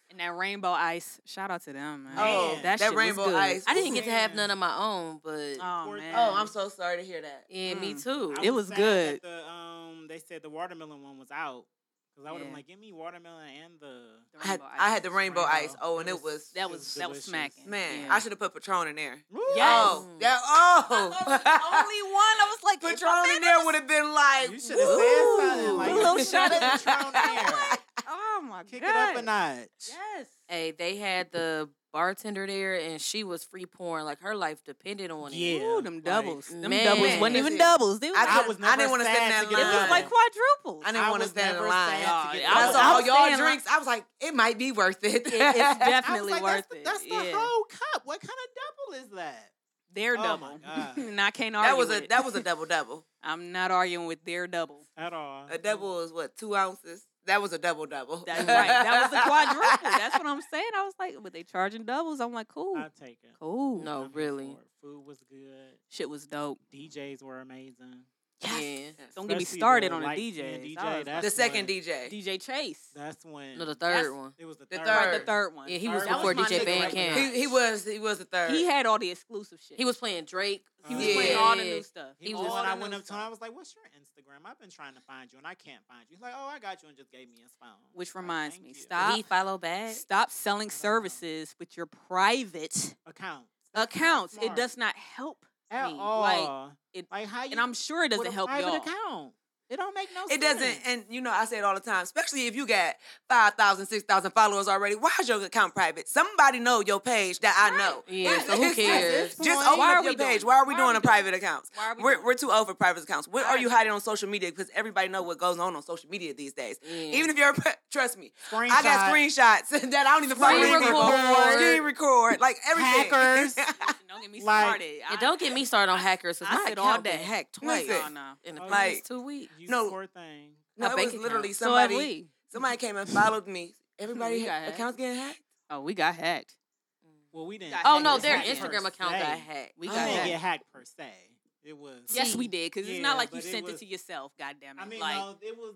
[SPEAKER 2] And that rainbow ice, shout out to them, man.
[SPEAKER 3] Oh,
[SPEAKER 1] that
[SPEAKER 2] shit was
[SPEAKER 3] rainbow
[SPEAKER 2] good.
[SPEAKER 3] ice.
[SPEAKER 5] I didn't get to have
[SPEAKER 1] Man.
[SPEAKER 5] none of my own, but
[SPEAKER 2] Oh
[SPEAKER 1] Fourth-
[SPEAKER 2] man.
[SPEAKER 3] Oh, I'm so sorry to hear that.
[SPEAKER 5] yeah, me
[SPEAKER 2] Mm.
[SPEAKER 5] too.
[SPEAKER 1] I
[SPEAKER 2] It
[SPEAKER 1] was
[SPEAKER 2] was
[SPEAKER 1] sad
[SPEAKER 2] good.
[SPEAKER 1] That the, um, they said the watermelon one was out because I would have
[SPEAKER 5] Yeah.
[SPEAKER 1] been like, give me watermelon and the.
[SPEAKER 2] The
[SPEAKER 3] I had,
[SPEAKER 2] rainbow
[SPEAKER 3] I had the
[SPEAKER 2] ice.
[SPEAKER 3] rainbow
[SPEAKER 1] Rainbow.
[SPEAKER 3] ice. Oh, and
[SPEAKER 1] It
[SPEAKER 3] it was
[SPEAKER 2] That
[SPEAKER 1] It
[SPEAKER 2] was
[SPEAKER 1] was
[SPEAKER 2] that was
[SPEAKER 1] delicious.
[SPEAKER 2] smacking.
[SPEAKER 3] man.
[SPEAKER 2] yeah.
[SPEAKER 3] I should have put Patron in there.
[SPEAKER 1] Ooh,
[SPEAKER 2] Yes.
[SPEAKER 3] Oh, that oh.
[SPEAKER 2] I thought it was
[SPEAKER 3] only one. I was like, Patron in there would have been like,
[SPEAKER 1] You should have said something
[SPEAKER 3] "Woo."
[SPEAKER 1] like
[SPEAKER 5] A little shot
[SPEAKER 1] of
[SPEAKER 5] of-
[SPEAKER 1] Patron there.
[SPEAKER 2] Oh my
[SPEAKER 1] Kick
[SPEAKER 2] god.
[SPEAKER 1] it up a notch.
[SPEAKER 2] Yes.
[SPEAKER 5] Hey, they had the bartender there, and she was free pouring like her life depended on it.
[SPEAKER 1] Yeah.
[SPEAKER 2] Ooh, them
[SPEAKER 1] like,
[SPEAKER 2] doubles. them
[SPEAKER 5] man.
[SPEAKER 2] doubles wasn't even
[SPEAKER 3] Listen,
[SPEAKER 2] doubles. They was,
[SPEAKER 3] I,
[SPEAKER 1] I
[SPEAKER 3] couldn't-
[SPEAKER 1] was
[SPEAKER 3] I
[SPEAKER 1] never
[SPEAKER 3] didn't want to
[SPEAKER 1] sad
[SPEAKER 3] stand
[SPEAKER 1] to
[SPEAKER 3] in
[SPEAKER 1] get
[SPEAKER 2] it
[SPEAKER 1] a
[SPEAKER 2] was
[SPEAKER 1] double.
[SPEAKER 2] like
[SPEAKER 3] line.
[SPEAKER 2] quadruples.
[SPEAKER 3] I didn't
[SPEAKER 1] I
[SPEAKER 3] want to
[SPEAKER 1] was
[SPEAKER 3] stand in
[SPEAKER 1] never
[SPEAKER 3] line.
[SPEAKER 1] sad
[SPEAKER 2] Y'all,
[SPEAKER 1] to get the
[SPEAKER 2] I
[SPEAKER 3] When I
[SPEAKER 1] double.
[SPEAKER 2] was- I
[SPEAKER 3] saw all
[SPEAKER 2] was
[SPEAKER 3] Oh, y'all
[SPEAKER 2] saying, like,
[SPEAKER 3] drinks. I was like, it might be worth it.
[SPEAKER 2] It- it's
[SPEAKER 1] I was
[SPEAKER 2] definitely
[SPEAKER 1] like,
[SPEAKER 2] worth
[SPEAKER 1] that's,
[SPEAKER 2] it.
[SPEAKER 1] The, that's the
[SPEAKER 2] yeah.
[SPEAKER 1] whole cup. What kind of double is that?
[SPEAKER 2] Their
[SPEAKER 1] Oh my
[SPEAKER 2] double.
[SPEAKER 1] God.
[SPEAKER 2] and I can't argue.
[SPEAKER 3] that was a
[SPEAKER 2] with it.
[SPEAKER 3] that was a double double.
[SPEAKER 2] I'm not arguing with their double.
[SPEAKER 1] At all.
[SPEAKER 3] A double is what two ounces. That was a double double.
[SPEAKER 2] That's right. Uh-huh. That was a quadruple. That's what I'm saying. I was like, but they charging doubles. I'm like, cool,
[SPEAKER 1] I'll take it.
[SPEAKER 2] cool.
[SPEAKER 5] No,
[SPEAKER 1] I'm here
[SPEAKER 5] really.
[SPEAKER 1] for it. Food was good.
[SPEAKER 2] Shit was dope.
[SPEAKER 1] DJs were amazing.
[SPEAKER 5] Yeah.
[SPEAKER 2] Don't get me
[SPEAKER 1] Especially
[SPEAKER 2] started
[SPEAKER 1] the
[SPEAKER 2] on the
[SPEAKER 1] light
[SPEAKER 2] DJ.
[SPEAKER 1] skin DJ, that's
[SPEAKER 3] the second
[SPEAKER 1] what-
[SPEAKER 3] DJ.
[SPEAKER 2] DJ Chase.
[SPEAKER 1] That's when.
[SPEAKER 5] No, the
[SPEAKER 2] That's-
[SPEAKER 5] third one.
[SPEAKER 1] It was the,
[SPEAKER 3] the
[SPEAKER 1] third.
[SPEAKER 2] Right, the
[SPEAKER 3] third.
[SPEAKER 2] third one.
[SPEAKER 5] Yeah, he was
[SPEAKER 1] Third
[SPEAKER 5] before
[SPEAKER 1] was my
[SPEAKER 5] DJ
[SPEAKER 1] nigga right
[SPEAKER 5] Bandcamp.
[SPEAKER 1] there.
[SPEAKER 3] He, he was he was the third.
[SPEAKER 2] He had all the exclusive shit.
[SPEAKER 5] He was playing Drake.
[SPEAKER 1] He
[SPEAKER 2] was
[SPEAKER 1] Yeah.
[SPEAKER 2] playing all the new stuff.
[SPEAKER 1] He
[SPEAKER 5] He
[SPEAKER 1] was,
[SPEAKER 5] was-
[SPEAKER 1] and I
[SPEAKER 5] all
[SPEAKER 1] went
[SPEAKER 5] the
[SPEAKER 1] up to him. I was like, "What's your Instagram? I've been trying to find you, and I can't find you." He's like, "Oh, I got you," and just gave me his phone. I
[SPEAKER 2] Which
[SPEAKER 1] was like,
[SPEAKER 2] reminds
[SPEAKER 1] "Thank
[SPEAKER 2] me,
[SPEAKER 1] you."
[SPEAKER 2] stop.
[SPEAKER 5] He follow back.
[SPEAKER 2] Stop
[SPEAKER 1] don't
[SPEAKER 2] selling
[SPEAKER 1] know.
[SPEAKER 2] services with your private
[SPEAKER 1] Account
[SPEAKER 2] accounts. It
[SPEAKER 1] smart.
[SPEAKER 2] does not help
[SPEAKER 1] at
[SPEAKER 2] me. Like,
[SPEAKER 1] all.
[SPEAKER 2] it-
[SPEAKER 1] like how you?
[SPEAKER 2] and I'm sure it
[SPEAKER 1] with
[SPEAKER 2] doesn't
[SPEAKER 1] a
[SPEAKER 2] help
[SPEAKER 1] private
[SPEAKER 2] y'all.
[SPEAKER 1] account. It don't make no. sense.
[SPEAKER 3] It doesn't, and you know, I say it all the time, especially if you got 5,000, 6,000 followers already. Why is your account private? Somebody know your page that I know.
[SPEAKER 5] Yeah, so who
[SPEAKER 3] It's- it's-
[SPEAKER 5] cares?
[SPEAKER 3] Just
[SPEAKER 1] Why
[SPEAKER 3] open
[SPEAKER 1] are
[SPEAKER 3] up
[SPEAKER 2] we
[SPEAKER 3] your
[SPEAKER 2] doing
[SPEAKER 3] page.
[SPEAKER 2] it?
[SPEAKER 3] Why are we
[SPEAKER 2] Why are
[SPEAKER 3] doing
[SPEAKER 2] we
[SPEAKER 3] a private account?
[SPEAKER 2] Why are we
[SPEAKER 3] We're,
[SPEAKER 2] doing
[SPEAKER 3] we're too old for private accounts. What are
[SPEAKER 2] Right.
[SPEAKER 3] you hiding on social media? Because everybody know what goes on on social media these days.
[SPEAKER 5] Yeah.
[SPEAKER 3] Even if you're, a pre- trust me,
[SPEAKER 1] Screenshot.
[SPEAKER 3] I got screenshots that I don't even follow
[SPEAKER 5] Screen
[SPEAKER 3] these people.
[SPEAKER 5] record.
[SPEAKER 3] Screen record, like everything.
[SPEAKER 1] Hackers.
[SPEAKER 2] Listen, don't get me
[SPEAKER 1] Like-
[SPEAKER 2] started.
[SPEAKER 5] And don't get me started on hackers because
[SPEAKER 2] I
[SPEAKER 5] my
[SPEAKER 2] said all
[SPEAKER 5] account been
[SPEAKER 2] day.
[SPEAKER 5] hacked twice
[SPEAKER 3] Listen.
[SPEAKER 2] No, no.
[SPEAKER 5] in the
[SPEAKER 1] Oh,
[SPEAKER 5] past
[SPEAKER 3] yeah.
[SPEAKER 5] two weeks.
[SPEAKER 1] You
[SPEAKER 3] No.
[SPEAKER 1] poor thing.
[SPEAKER 3] no,
[SPEAKER 5] My
[SPEAKER 3] it was
[SPEAKER 5] bank
[SPEAKER 3] literally
[SPEAKER 5] account.
[SPEAKER 2] So have
[SPEAKER 3] somebody.
[SPEAKER 2] we.
[SPEAKER 3] Somebody came and followed me. Everybody
[SPEAKER 2] We got hacked.
[SPEAKER 3] accounts getting hacked.
[SPEAKER 2] Oh, we got hacked.
[SPEAKER 1] Well, we didn't.
[SPEAKER 2] got
[SPEAKER 5] Oh
[SPEAKER 2] hacked
[SPEAKER 5] no,
[SPEAKER 2] was
[SPEAKER 5] their
[SPEAKER 2] hacked per
[SPEAKER 5] Instagram account got
[SPEAKER 1] se.
[SPEAKER 5] hacked.
[SPEAKER 2] We
[SPEAKER 1] We
[SPEAKER 2] got
[SPEAKER 1] didn't
[SPEAKER 2] hacked.
[SPEAKER 1] get hacked per se. It was.
[SPEAKER 2] Yes,
[SPEAKER 5] See.
[SPEAKER 2] we did because it's
[SPEAKER 1] Yeah,
[SPEAKER 2] not like you
[SPEAKER 1] but it
[SPEAKER 2] sent it
[SPEAKER 1] was-
[SPEAKER 2] to yourself. Goddamn it!
[SPEAKER 1] I mean,
[SPEAKER 2] like
[SPEAKER 1] no, it was.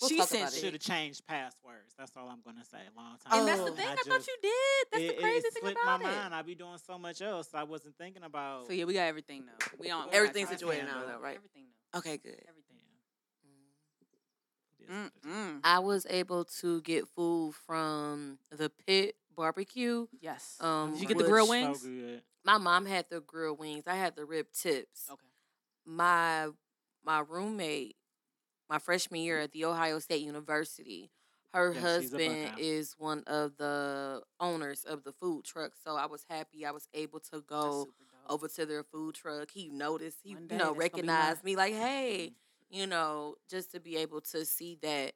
[SPEAKER 5] We'll
[SPEAKER 2] she
[SPEAKER 5] talk
[SPEAKER 2] sent
[SPEAKER 5] about it.
[SPEAKER 1] Should have
[SPEAKER 2] it.
[SPEAKER 1] changed passwords. That's all I'm gonna say. Long time.
[SPEAKER 2] And that's the
[SPEAKER 1] ago.
[SPEAKER 3] Oh.
[SPEAKER 2] thing. I,
[SPEAKER 1] just-
[SPEAKER 2] thought you did. That's
[SPEAKER 1] it,
[SPEAKER 2] the crazy
[SPEAKER 1] it
[SPEAKER 2] thing
[SPEAKER 1] slipped
[SPEAKER 2] about
[SPEAKER 1] my
[SPEAKER 2] it.
[SPEAKER 1] mind. I be doing so much else. I wasn't thinking about.
[SPEAKER 2] So yeah, we got everything now. We don't. we
[SPEAKER 3] Everything's
[SPEAKER 2] got time.
[SPEAKER 3] situated
[SPEAKER 1] now,
[SPEAKER 3] though, right?
[SPEAKER 2] Everything now.
[SPEAKER 3] Okay, good.
[SPEAKER 2] Everything.
[SPEAKER 1] It is
[SPEAKER 2] Mm,
[SPEAKER 1] what it is.
[SPEAKER 2] Mm-mm.
[SPEAKER 5] I was able to get food from the Pit Barbecue.
[SPEAKER 2] Yes.
[SPEAKER 5] Um,
[SPEAKER 1] Did
[SPEAKER 2] you get the
[SPEAKER 5] which-
[SPEAKER 2] grill
[SPEAKER 1] so
[SPEAKER 2] wings?
[SPEAKER 1] good.
[SPEAKER 5] My mom had the grilled wings. I had the rib tips.
[SPEAKER 2] Okay.
[SPEAKER 5] My my roommate, my freshman year at the Ohio State University,
[SPEAKER 1] Yeah,
[SPEAKER 5] her
[SPEAKER 1] she's a
[SPEAKER 5] husband
[SPEAKER 1] Buckeye.
[SPEAKER 5] is one of the owners of the food truck. So I was happy I was able to
[SPEAKER 2] That's
[SPEAKER 5] go
[SPEAKER 2] super dope.
[SPEAKER 5] over to their food truck. He noticed, he
[SPEAKER 2] One
[SPEAKER 5] you
[SPEAKER 2] day
[SPEAKER 5] know,
[SPEAKER 2] that's gonna be mine. Mm-hmm.
[SPEAKER 5] recognized me like, hey, you know, just to be able to see that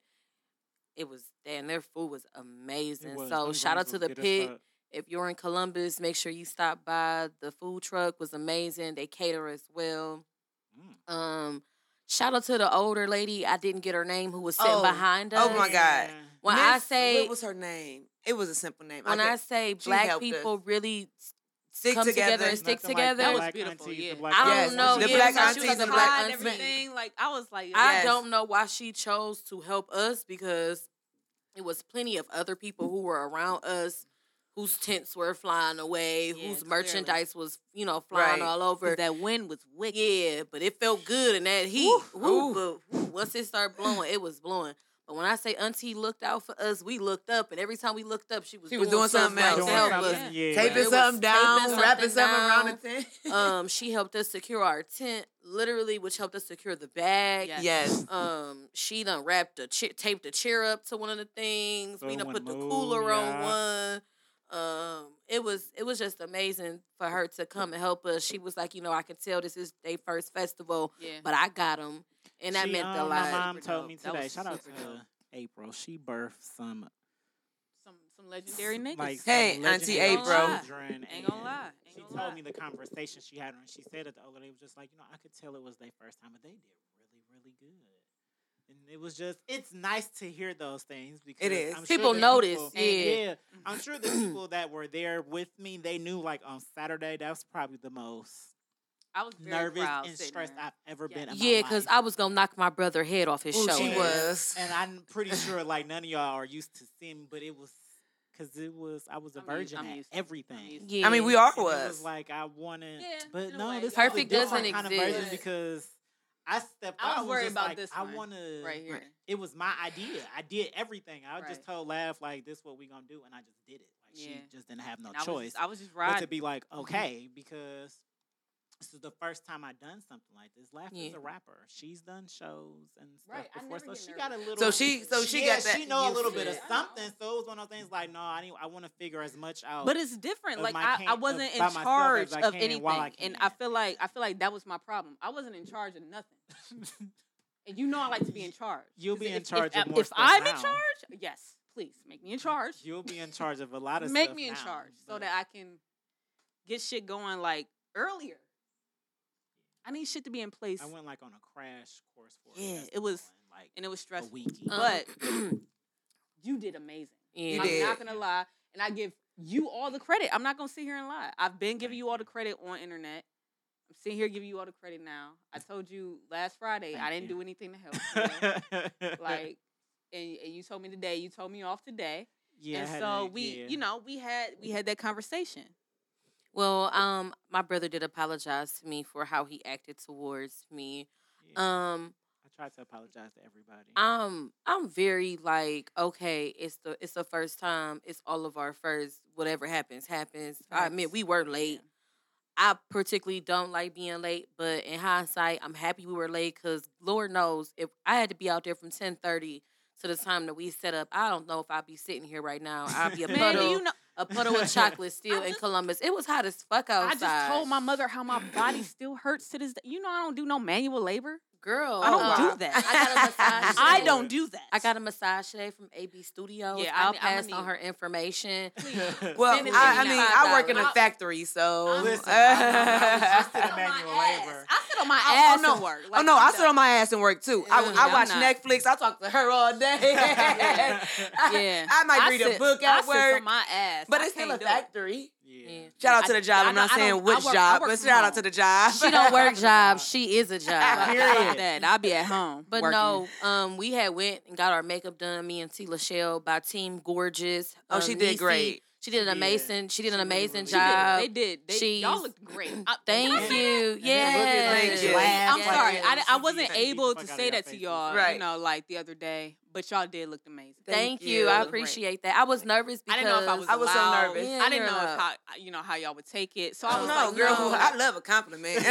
[SPEAKER 5] it was and their food was
[SPEAKER 1] It
[SPEAKER 5] amazing.
[SPEAKER 1] was.
[SPEAKER 5] So
[SPEAKER 1] Them
[SPEAKER 5] shout out
[SPEAKER 1] wings
[SPEAKER 5] to
[SPEAKER 1] was
[SPEAKER 5] the
[SPEAKER 1] good as
[SPEAKER 5] pit.
[SPEAKER 1] fuck.
[SPEAKER 5] If you're in Columbus, make sure you stop by. The food truck was amazing. They cater as well.
[SPEAKER 1] Mm.
[SPEAKER 5] Um, shout out to the older lady. I didn't get her name who was sitting
[SPEAKER 3] Oh,
[SPEAKER 5] behind us.
[SPEAKER 3] oh my God.
[SPEAKER 1] Yeah.
[SPEAKER 5] When I
[SPEAKER 3] Miss-
[SPEAKER 5] say
[SPEAKER 3] what was her name? It was a simple name.
[SPEAKER 5] when I
[SPEAKER 3] can't-
[SPEAKER 5] say
[SPEAKER 3] She
[SPEAKER 5] black
[SPEAKER 3] helped
[SPEAKER 5] people
[SPEAKER 3] us.
[SPEAKER 5] really
[SPEAKER 3] stick
[SPEAKER 5] come together,
[SPEAKER 3] together.
[SPEAKER 5] and stick
[SPEAKER 1] Nothing like
[SPEAKER 5] together.
[SPEAKER 1] the
[SPEAKER 2] That was
[SPEAKER 1] black
[SPEAKER 2] beautiful,
[SPEAKER 1] aunties, the
[SPEAKER 2] yeah.
[SPEAKER 1] black
[SPEAKER 5] I don't
[SPEAKER 1] aunties.
[SPEAKER 5] know,
[SPEAKER 3] The
[SPEAKER 5] yeah,
[SPEAKER 3] black
[SPEAKER 5] it's like she
[SPEAKER 3] aunties
[SPEAKER 5] was
[SPEAKER 3] and
[SPEAKER 5] a
[SPEAKER 3] black
[SPEAKER 5] pod
[SPEAKER 2] and
[SPEAKER 5] and
[SPEAKER 3] aunties.
[SPEAKER 5] everything.
[SPEAKER 2] everything. Like I was like,
[SPEAKER 5] I
[SPEAKER 3] Yes.
[SPEAKER 5] don't know why she chose to help us because it was plenty of other people who were around us whose tents were flying away,
[SPEAKER 2] Yeah,
[SPEAKER 5] whose
[SPEAKER 2] clearly.
[SPEAKER 5] merchandise was, you know, flying
[SPEAKER 3] Right.
[SPEAKER 5] all over.
[SPEAKER 2] 'Cause that wind was wicked.
[SPEAKER 5] yeah, but it felt good in that heat.
[SPEAKER 2] Oof,
[SPEAKER 5] Woo,
[SPEAKER 3] oof.
[SPEAKER 5] but woo, once it started blowing, it was blowing. But when I say Auntie looked out for us, we looked up, and every time we looked up, she was,
[SPEAKER 3] She
[SPEAKER 5] doing, something,
[SPEAKER 1] Doing
[SPEAKER 5] else
[SPEAKER 3] else.
[SPEAKER 5] to help us.
[SPEAKER 1] something,
[SPEAKER 2] us.
[SPEAKER 1] yeah.
[SPEAKER 5] Tape
[SPEAKER 3] taping
[SPEAKER 5] It was
[SPEAKER 3] something down,
[SPEAKER 5] taping
[SPEAKER 3] wrapping
[SPEAKER 5] something
[SPEAKER 3] something around
[SPEAKER 5] down.
[SPEAKER 3] the tent.
[SPEAKER 5] um, she helped us secure our tent, literally, which helped us secure the bag.
[SPEAKER 2] Yes.
[SPEAKER 3] yes.
[SPEAKER 5] Um, she done wrapped a che- taped a chair up to one of the things.
[SPEAKER 1] So
[SPEAKER 5] we
[SPEAKER 1] it
[SPEAKER 5] done put
[SPEAKER 1] wouldn't
[SPEAKER 5] the
[SPEAKER 1] move,
[SPEAKER 5] cooler
[SPEAKER 1] yeah.
[SPEAKER 5] on one. Um, it was it was just amazing for her to come and help us. She was like, you know, I can tell this is their first festival,
[SPEAKER 2] Yeah.
[SPEAKER 5] but I got them, and that
[SPEAKER 1] She,
[SPEAKER 5] meant a
[SPEAKER 1] um,
[SPEAKER 5] lot.
[SPEAKER 1] My mom
[SPEAKER 2] Super
[SPEAKER 1] told me
[SPEAKER 2] dope. That
[SPEAKER 1] today.
[SPEAKER 2] was
[SPEAKER 1] Shout out to
[SPEAKER 2] super dope.
[SPEAKER 1] April. She birthed some
[SPEAKER 2] Some some legendary niggas.
[SPEAKER 1] Like
[SPEAKER 3] Hey,
[SPEAKER 1] some
[SPEAKER 3] Auntie
[SPEAKER 1] legendary
[SPEAKER 2] April. Ain't gonna
[SPEAKER 1] Children
[SPEAKER 2] Ain't gonna
[SPEAKER 1] and
[SPEAKER 2] lie. Ain't
[SPEAKER 1] she
[SPEAKER 2] gonna
[SPEAKER 1] told
[SPEAKER 2] lie.
[SPEAKER 1] me the conversation she had, and she said that the other day was just like, you know, I could tell it was their first time, but they did really, really good. And it was just, it's nice to hear those things because
[SPEAKER 3] is.
[SPEAKER 1] I'm
[SPEAKER 5] People
[SPEAKER 1] sure the people-
[SPEAKER 5] notice, yeah.
[SPEAKER 1] yeah,
[SPEAKER 2] mm-hmm.
[SPEAKER 1] I'm sure the people that were there with me, they knew like on Saturday that was probably the most
[SPEAKER 2] I was very
[SPEAKER 1] nervous
[SPEAKER 2] proud
[SPEAKER 1] and
[SPEAKER 2] sitting
[SPEAKER 1] stressed
[SPEAKER 2] there.
[SPEAKER 1] I've ever been.
[SPEAKER 2] Yeah.
[SPEAKER 1] In
[SPEAKER 5] Yeah,
[SPEAKER 1] because
[SPEAKER 5] because I was gonna knock my brother head off his
[SPEAKER 3] Ooh,
[SPEAKER 5] shoulder.
[SPEAKER 3] Oh, she
[SPEAKER 1] Yeah.
[SPEAKER 3] was.
[SPEAKER 1] and I'm pretty sure like none of y'all are used to seeing, me, but it was because it was I was a
[SPEAKER 2] I'm used-
[SPEAKER 1] virgin
[SPEAKER 2] I'm
[SPEAKER 1] at
[SPEAKER 2] used to it. I'm
[SPEAKER 1] everything.
[SPEAKER 2] used to
[SPEAKER 5] Yeah,
[SPEAKER 3] I mean, we all
[SPEAKER 1] And
[SPEAKER 3] was.
[SPEAKER 1] It was like I wanted,
[SPEAKER 2] Yeah,
[SPEAKER 1] but
[SPEAKER 2] in a
[SPEAKER 1] no,
[SPEAKER 2] way,
[SPEAKER 1] this
[SPEAKER 2] y'all
[SPEAKER 1] is a
[SPEAKER 5] Perfect
[SPEAKER 1] different
[SPEAKER 5] doesn't
[SPEAKER 1] kind of
[SPEAKER 5] exist.
[SPEAKER 1] version because I stepped
[SPEAKER 2] I was
[SPEAKER 1] out.
[SPEAKER 2] worried
[SPEAKER 1] just
[SPEAKER 2] about
[SPEAKER 1] like,
[SPEAKER 2] this
[SPEAKER 1] I
[SPEAKER 2] one
[SPEAKER 1] want to.
[SPEAKER 2] right here.
[SPEAKER 1] It was my idea. I did everything. I
[SPEAKER 2] Right.
[SPEAKER 1] just told Laugh like this what we gonna do, and I just did it. Like she
[SPEAKER 2] Yeah.
[SPEAKER 1] just didn't have no
[SPEAKER 2] And I was
[SPEAKER 1] choice
[SPEAKER 2] just, I was just
[SPEAKER 1] but to
[SPEAKER 2] riding.
[SPEAKER 1] be like okay because this is the first time I've done something like this. Laugh is
[SPEAKER 5] Yeah.
[SPEAKER 1] a rapper. She's done shows and stuff
[SPEAKER 5] Right, I
[SPEAKER 1] before,
[SPEAKER 5] never
[SPEAKER 1] so
[SPEAKER 5] get
[SPEAKER 1] she got a
[SPEAKER 5] nervous.
[SPEAKER 1] little.
[SPEAKER 3] So she, so she
[SPEAKER 1] yeah,
[SPEAKER 3] got that.
[SPEAKER 1] She know a
[SPEAKER 5] used
[SPEAKER 1] little
[SPEAKER 5] to
[SPEAKER 1] bit of
[SPEAKER 5] it. I know.
[SPEAKER 1] something. So it was one of those things like, no, I need, I want to figure as much out.
[SPEAKER 2] But it's different.
[SPEAKER 1] of
[SPEAKER 2] Like
[SPEAKER 1] my
[SPEAKER 2] I,
[SPEAKER 1] can-
[SPEAKER 2] I
[SPEAKER 1] of
[SPEAKER 2] wasn't
[SPEAKER 1] by
[SPEAKER 2] in
[SPEAKER 1] myself as
[SPEAKER 2] charge
[SPEAKER 1] I
[SPEAKER 2] of
[SPEAKER 1] can while I
[SPEAKER 2] anything, and I
[SPEAKER 1] can.
[SPEAKER 2] feel like I feel like that was my problem. I wasn't in charge of nothing, and you know I like to be in charge.
[SPEAKER 1] You'll
[SPEAKER 2] 'Cause
[SPEAKER 1] be in
[SPEAKER 2] if- if-
[SPEAKER 1] charge of
[SPEAKER 2] If,
[SPEAKER 1] more stuff
[SPEAKER 2] I'm in
[SPEAKER 1] now.
[SPEAKER 2] charge, yes, please make me in charge.
[SPEAKER 1] you'll be in charge of a lot of
[SPEAKER 2] make
[SPEAKER 1] stuff
[SPEAKER 2] me in
[SPEAKER 1] now,
[SPEAKER 2] charge so
[SPEAKER 1] but-
[SPEAKER 2] that I can get shit going like earlier. I need shit to be in place,
[SPEAKER 1] I went like on a crash course for
[SPEAKER 2] Yeah,
[SPEAKER 1] that's
[SPEAKER 2] it was-
[SPEAKER 1] going, like
[SPEAKER 2] and it was
[SPEAKER 1] a
[SPEAKER 2] stressful.
[SPEAKER 1] week.
[SPEAKER 2] Um, But- You did amazing.
[SPEAKER 5] yeah.
[SPEAKER 3] did.
[SPEAKER 2] I'm not gonna lie, and I give you all the credit. I'm not gonna sit here and lie. I've been giving
[SPEAKER 1] Thank
[SPEAKER 2] you all
[SPEAKER 1] you.
[SPEAKER 2] the credit on internet. I'm sitting here giving you all the credit now. I told you last Friday I
[SPEAKER 1] Thank
[SPEAKER 2] didn't
[SPEAKER 1] you.
[SPEAKER 2] do anything to help. you. like, and, and you told me today. You told me off today,
[SPEAKER 1] yeah, I
[SPEAKER 2] and
[SPEAKER 1] had
[SPEAKER 2] so
[SPEAKER 1] to-
[SPEAKER 2] we,
[SPEAKER 1] yeah.
[SPEAKER 2] you know, we had we had that conversation.
[SPEAKER 5] Well, um, my brother did apologize to me for how he acted towards me.
[SPEAKER 1] Yeah.
[SPEAKER 5] Um,
[SPEAKER 1] I tried to apologize to everybody.
[SPEAKER 5] I'm I'm very like okay, it's the it's the first time, it's all of our first. Whatever happens, happens. I admit
[SPEAKER 2] Facts.
[SPEAKER 5] we were late. I particularly don't like being late, but in hindsight, I'm happy we were late because Lord knows if I had to be out there from ten thirty to the time that we set up, I don't know if I'd be sitting here right now. I'd be a
[SPEAKER 2] Man,
[SPEAKER 5] puddle,
[SPEAKER 2] do you know?
[SPEAKER 5] a puddle of chocolate still in
[SPEAKER 2] just-
[SPEAKER 5] Columbus. It was hot as fuck
[SPEAKER 2] I
[SPEAKER 5] outside.
[SPEAKER 2] just told my mother how my body still hurts to this day. You know, I don't do no manual labor.
[SPEAKER 5] girl.
[SPEAKER 2] I don't
[SPEAKER 5] uh,
[SPEAKER 2] do that.
[SPEAKER 5] I got a massage.
[SPEAKER 2] I
[SPEAKER 5] today.
[SPEAKER 2] don't do that.
[SPEAKER 5] I got a massage today from AB Studios.
[SPEAKER 2] Yeah, I
[SPEAKER 5] I'll
[SPEAKER 2] ne- I'ma
[SPEAKER 5] pass on
[SPEAKER 2] need-
[SPEAKER 5] her information.
[SPEAKER 3] Well,
[SPEAKER 5] Send it to
[SPEAKER 3] I, I
[SPEAKER 5] me
[SPEAKER 3] mean,
[SPEAKER 5] now.
[SPEAKER 3] I work in a
[SPEAKER 5] $5.
[SPEAKER 3] factory, so.
[SPEAKER 1] Listen, I- I was just in a manual labor.
[SPEAKER 2] I sit on my
[SPEAKER 3] Oh,
[SPEAKER 2] ass
[SPEAKER 3] no.
[SPEAKER 2] and work.
[SPEAKER 3] oh no, I sit on my ass and work too. I,
[SPEAKER 5] Mm,
[SPEAKER 3] I
[SPEAKER 2] I'm
[SPEAKER 3] watch
[SPEAKER 2] not.
[SPEAKER 3] Netflix. I talk to her all day.
[SPEAKER 1] yeah.
[SPEAKER 5] Yeah.
[SPEAKER 3] I might
[SPEAKER 2] I
[SPEAKER 3] read a
[SPEAKER 2] sit-
[SPEAKER 3] book
[SPEAKER 2] I
[SPEAKER 3] at
[SPEAKER 2] sit
[SPEAKER 3] work,
[SPEAKER 2] on my ass,
[SPEAKER 3] but
[SPEAKER 2] I
[SPEAKER 3] it's still a
[SPEAKER 2] can't do it.
[SPEAKER 3] factory.
[SPEAKER 5] Yeah.
[SPEAKER 3] Shout out to
[SPEAKER 2] I-
[SPEAKER 3] the job.
[SPEAKER 2] I
[SPEAKER 3] I'm not
[SPEAKER 2] don't- I
[SPEAKER 3] saying
[SPEAKER 2] don't-
[SPEAKER 3] which
[SPEAKER 2] I work- I
[SPEAKER 3] job,
[SPEAKER 2] work
[SPEAKER 3] but
[SPEAKER 2] from
[SPEAKER 3] shout
[SPEAKER 2] home.
[SPEAKER 3] out to the job.
[SPEAKER 5] She don't work jobs. She is a job.
[SPEAKER 2] But
[SPEAKER 1] Period.
[SPEAKER 2] I that. I'll be at home.
[SPEAKER 5] But
[SPEAKER 2] working.
[SPEAKER 5] no, um, we had went and got our makeup done. Me and T. Lachelle by Team Gorgeous.
[SPEAKER 3] Oh,
[SPEAKER 5] Um,
[SPEAKER 3] she did
[SPEAKER 5] Niecy,
[SPEAKER 3] great.
[SPEAKER 5] She did an
[SPEAKER 1] Yeah.
[SPEAKER 5] amazing. She did an
[SPEAKER 1] She really,
[SPEAKER 5] amazing
[SPEAKER 1] really
[SPEAKER 2] She did.
[SPEAKER 5] job.
[SPEAKER 2] They did. They,
[SPEAKER 5] She's-
[SPEAKER 2] y'all looked great. I-
[SPEAKER 5] Thank
[SPEAKER 2] can I say that?
[SPEAKER 5] you.
[SPEAKER 1] Yeah.
[SPEAKER 5] Yeah.
[SPEAKER 3] Thank you.
[SPEAKER 2] I'm
[SPEAKER 5] Yeah.
[SPEAKER 2] sorry. I,
[SPEAKER 1] Yeah.
[SPEAKER 2] I wasn't
[SPEAKER 1] Thank you.
[SPEAKER 2] able
[SPEAKER 1] Fuck
[SPEAKER 2] to
[SPEAKER 1] outta
[SPEAKER 2] say
[SPEAKER 1] your
[SPEAKER 2] that to
[SPEAKER 1] faces.
[SPEAKER 2] y'all,
[SPEAKER 3] Right.
[SPEAKER 2] you know, like the other day, but y'all did look amazing.
[SPEAKER 5] Thank
[SPEAKER 3] Thank
[SPEAKER 5] you.
[SPEAKER 3] you.
[SPEAKER 5] I
[SPEAKER 2] Great.
[SPEAKER 5] appreciate that. I was nervous
[SPEAKER 2] I
[SPEAKER 5] because
[SPEAKER 2] didn't know if I was
[SPEAKER 3] I was so
[SPEAKER 2] allowed.
[SPEAKER 3] nervous.
[SPEAKER 2] I didn't know
[SPEAKER 5] Yeah.
[SPEAKER 2] if how, you know, how y'all would take it. So
[SPEAKER 3] I
[SPEAKER 2] I
[SPEAKER 3] don't
[SPEAKER 2] was
[SPEAKER 3] know,
[SPEAKER 2] like,
[SPEAKER 3] Oh, girl.
[SPEAKER 2] no.
[SPEAKER 3] I love a compliment.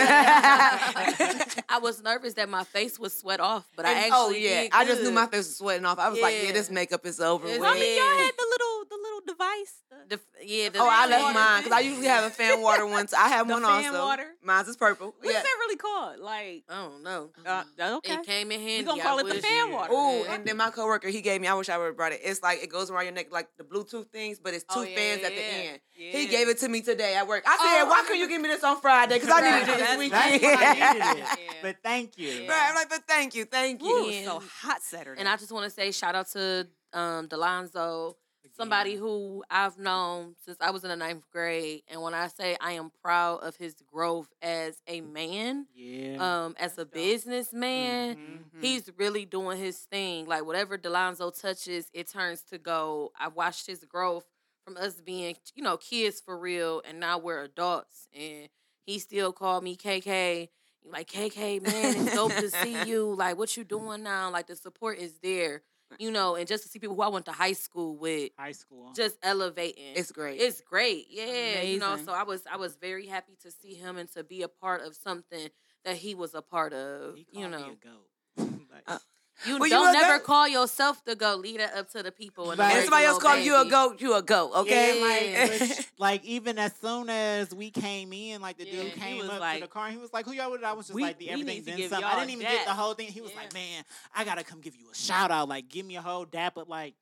[SPEAKER 5] I was nervous that my face would sweat off, but I
[SPEAKER 3] And-
[SPEAKER 5] actually
[SPEAKER 3] oh yeah,
[SPEAKER 5] did
[SPEAKER 3] I just knew
[SPEAKER 5] good.
[SPEAKER 3] my face was sweating off. I was like, yeah,
[SPEAKER 5] Yeah.
[SPEAKER 3] this makeup is over
[SPEAKER 5] It's-
[SPEAKER 3] with.
[SPEAKER 5] I
[SPEAKER 2] I mean, y'all
[SPEAKER 5] Yeah.
[SPEAKER 2] had the little, the little device. the-
[SPEAKER 5] The, yeah. The,
[SPEAKER 3] oh, I
[SPEAKER 2] fan
[SPEAKER 3] left
[SPEAKER 2] water.
[SPEAKER 3] mine because I usually have a fan water once. I have
[SPEAKER 2] The
[SPEAKER 3] one
[SPEAKER 2] fan
[SPEAKER 3] also.
[SPEAKER 2] water?
[SPEAKER 3] Mine's is purple.
[SPEAKER 2] What is
[SPEAKER 3] Yeah.
[SPEAKER 2] that really called? Like,
[SPEAKER 5] I don't know.
[SPEAKER 2] uh, okay.
[SPEAKER 5] It came in handy.
[SPEAKER 2] We gonna
[SPEAKER 5] I
[SPEAKER 2] call it the
[SPEAKER 5] wish-
[SPEAKER 2] fan
[SPEAKER 1] yeah.
[SPEAKER 2] water.
[SPEAKER 3] Ooh,
[SPEAKER 5] Yeah.
[SPEAKER 3] and then my coworker he gave me. I wish I would have brought it. It's like it goes around your neck like the Bluetooth things, but it's
[SPEAKER 2] Oh,
[SPEAKER 3] two
[SPEAKER 2] yeah,
[SPEAKER 3] fans
[SPEAKER 2] yeah,
[SPEAKER 3] at the
[SPEAKER 2] yeah.
[SPEAKER 3] end. He
[SPEAKER 2] Yeah.
[SPEAKER 3] gave it to me today at work. I said,
[SPEAKER 5] Oh,
[SPEAKER 3] "Why couldn't you give me this on Friday? Because I needed it this
[SPEAKER 2] That's-
[SPEAKER 1] That's
[SPEAKER 3] weekend."
[SPEAKER 1] what I needed it.
[SPEAKER 2] Yeah.
[SPEAKER 1] But thank you.
[SPEAKER 2] Yeah.
[SPEAKER 3] Right, I'm like, but thank you, thank you.
[SPEAKER 2] Ooh,
[SPEAKER 5] Yeah.
[SPEAKER 2] so hot Saturday.
[SPEAKER 5] And I just want to say shout out to um, Delonzo. somebody who I've known since I was in the ninth grade. And when I say I am proud of his growth as a man,
[SPEAKER 2] uh,
[SPEAKER 1] Yeah. Mm-hmm.
[SPEAKER 5] um, as
[SPEAKER 2] That's
[SPEAKER 5] a
[SPEAKER 2] dope.
[SPEAKER 5] businessman,
[SPEAKER 3] Mm-hmm.
[SPEAKER 2] Mhm.
[SPEAKER 5] he's really doing his thing. Like whatever Delonzo touches, it turns to gold. I've watched his growth from us being, you know, kids for real, and now we're adults. And he still called me KK. Like KK, man, it's dope to see you. Like what you doing now? Like the support is there, you know. And just to see people who I went to high school with,
[SPEAKER 1] High school.
[SPEAKER 5] just elevating.
[SPEAKER 3] It's great.
[SPEAKER 5] It's great. Yeah, you know.
[SPEAKER 2] Amazing.
[SPEAKER 5] So I was I was very happy to see him and to be a part of something that he was a part of.
[SPEAKER 1] He called
[SPEAKER 5] You
[SPEAKER 1] me
[SPEAKER 5] know,
[SPEAKER 1] a goat. Like,
[SPEAKER 3] Uh,
[SPEAKER 5] you
[SPEAKER 3] Well, you
[SPEAKER 5] don't
[SPEAKER 3] a
[SPEAKER 5] never
[SPEAKER 3] goat.
[SPEAKER 5] call yourself the goat. Lead it up to the people. And, the
[SPEAKER 1] Right.
[SPEAKER 3] and
[SPEAKER 1] Like,
[SPEAKER 3] somebody else
[SPEAKER 5] little
[SPEAKER 3] called you a
[SPEAKER 5] baby.
[SPEAKER 3] goat, you a goat, okay?
[SPEAKER 1] yeah,
[SPEAKER 5] Yeah.
[SPEAKER 1] like, but sh- like, even as soon as we came in, like the
[SPEAKER 2] Yeah,
[SPEAKER 1] dude
[SPEAKER 2] he
[SPEAKER 1] came
[SPEAKER 2] was
[SPEAKER 1] up to
[SPEAKER 2] like,
[SPEAKER 1] the car, and he was like, "Who y'all with?" I was just
[SPEAKER 2] "We-
[SPEAKER 1] like, "The
[SPEAKER 2] we
[SPEAKER 1] everything
[SPEAKER 2] need to
[SPEAKER 1] then
[SPEAKER 2] give
[SPEAKER 1] some." I
[SPEAKER 2] y'all
[SPEAKER 1] didn't even get the
[SPEAKER 2] that.
[SPEAKER 1] whole thing. He was like,
[SPEAKER 2] Yeah.
[SPEAKER 1] "Man, I gotta come give you a shout out. Like, give me a whole dap up." Like,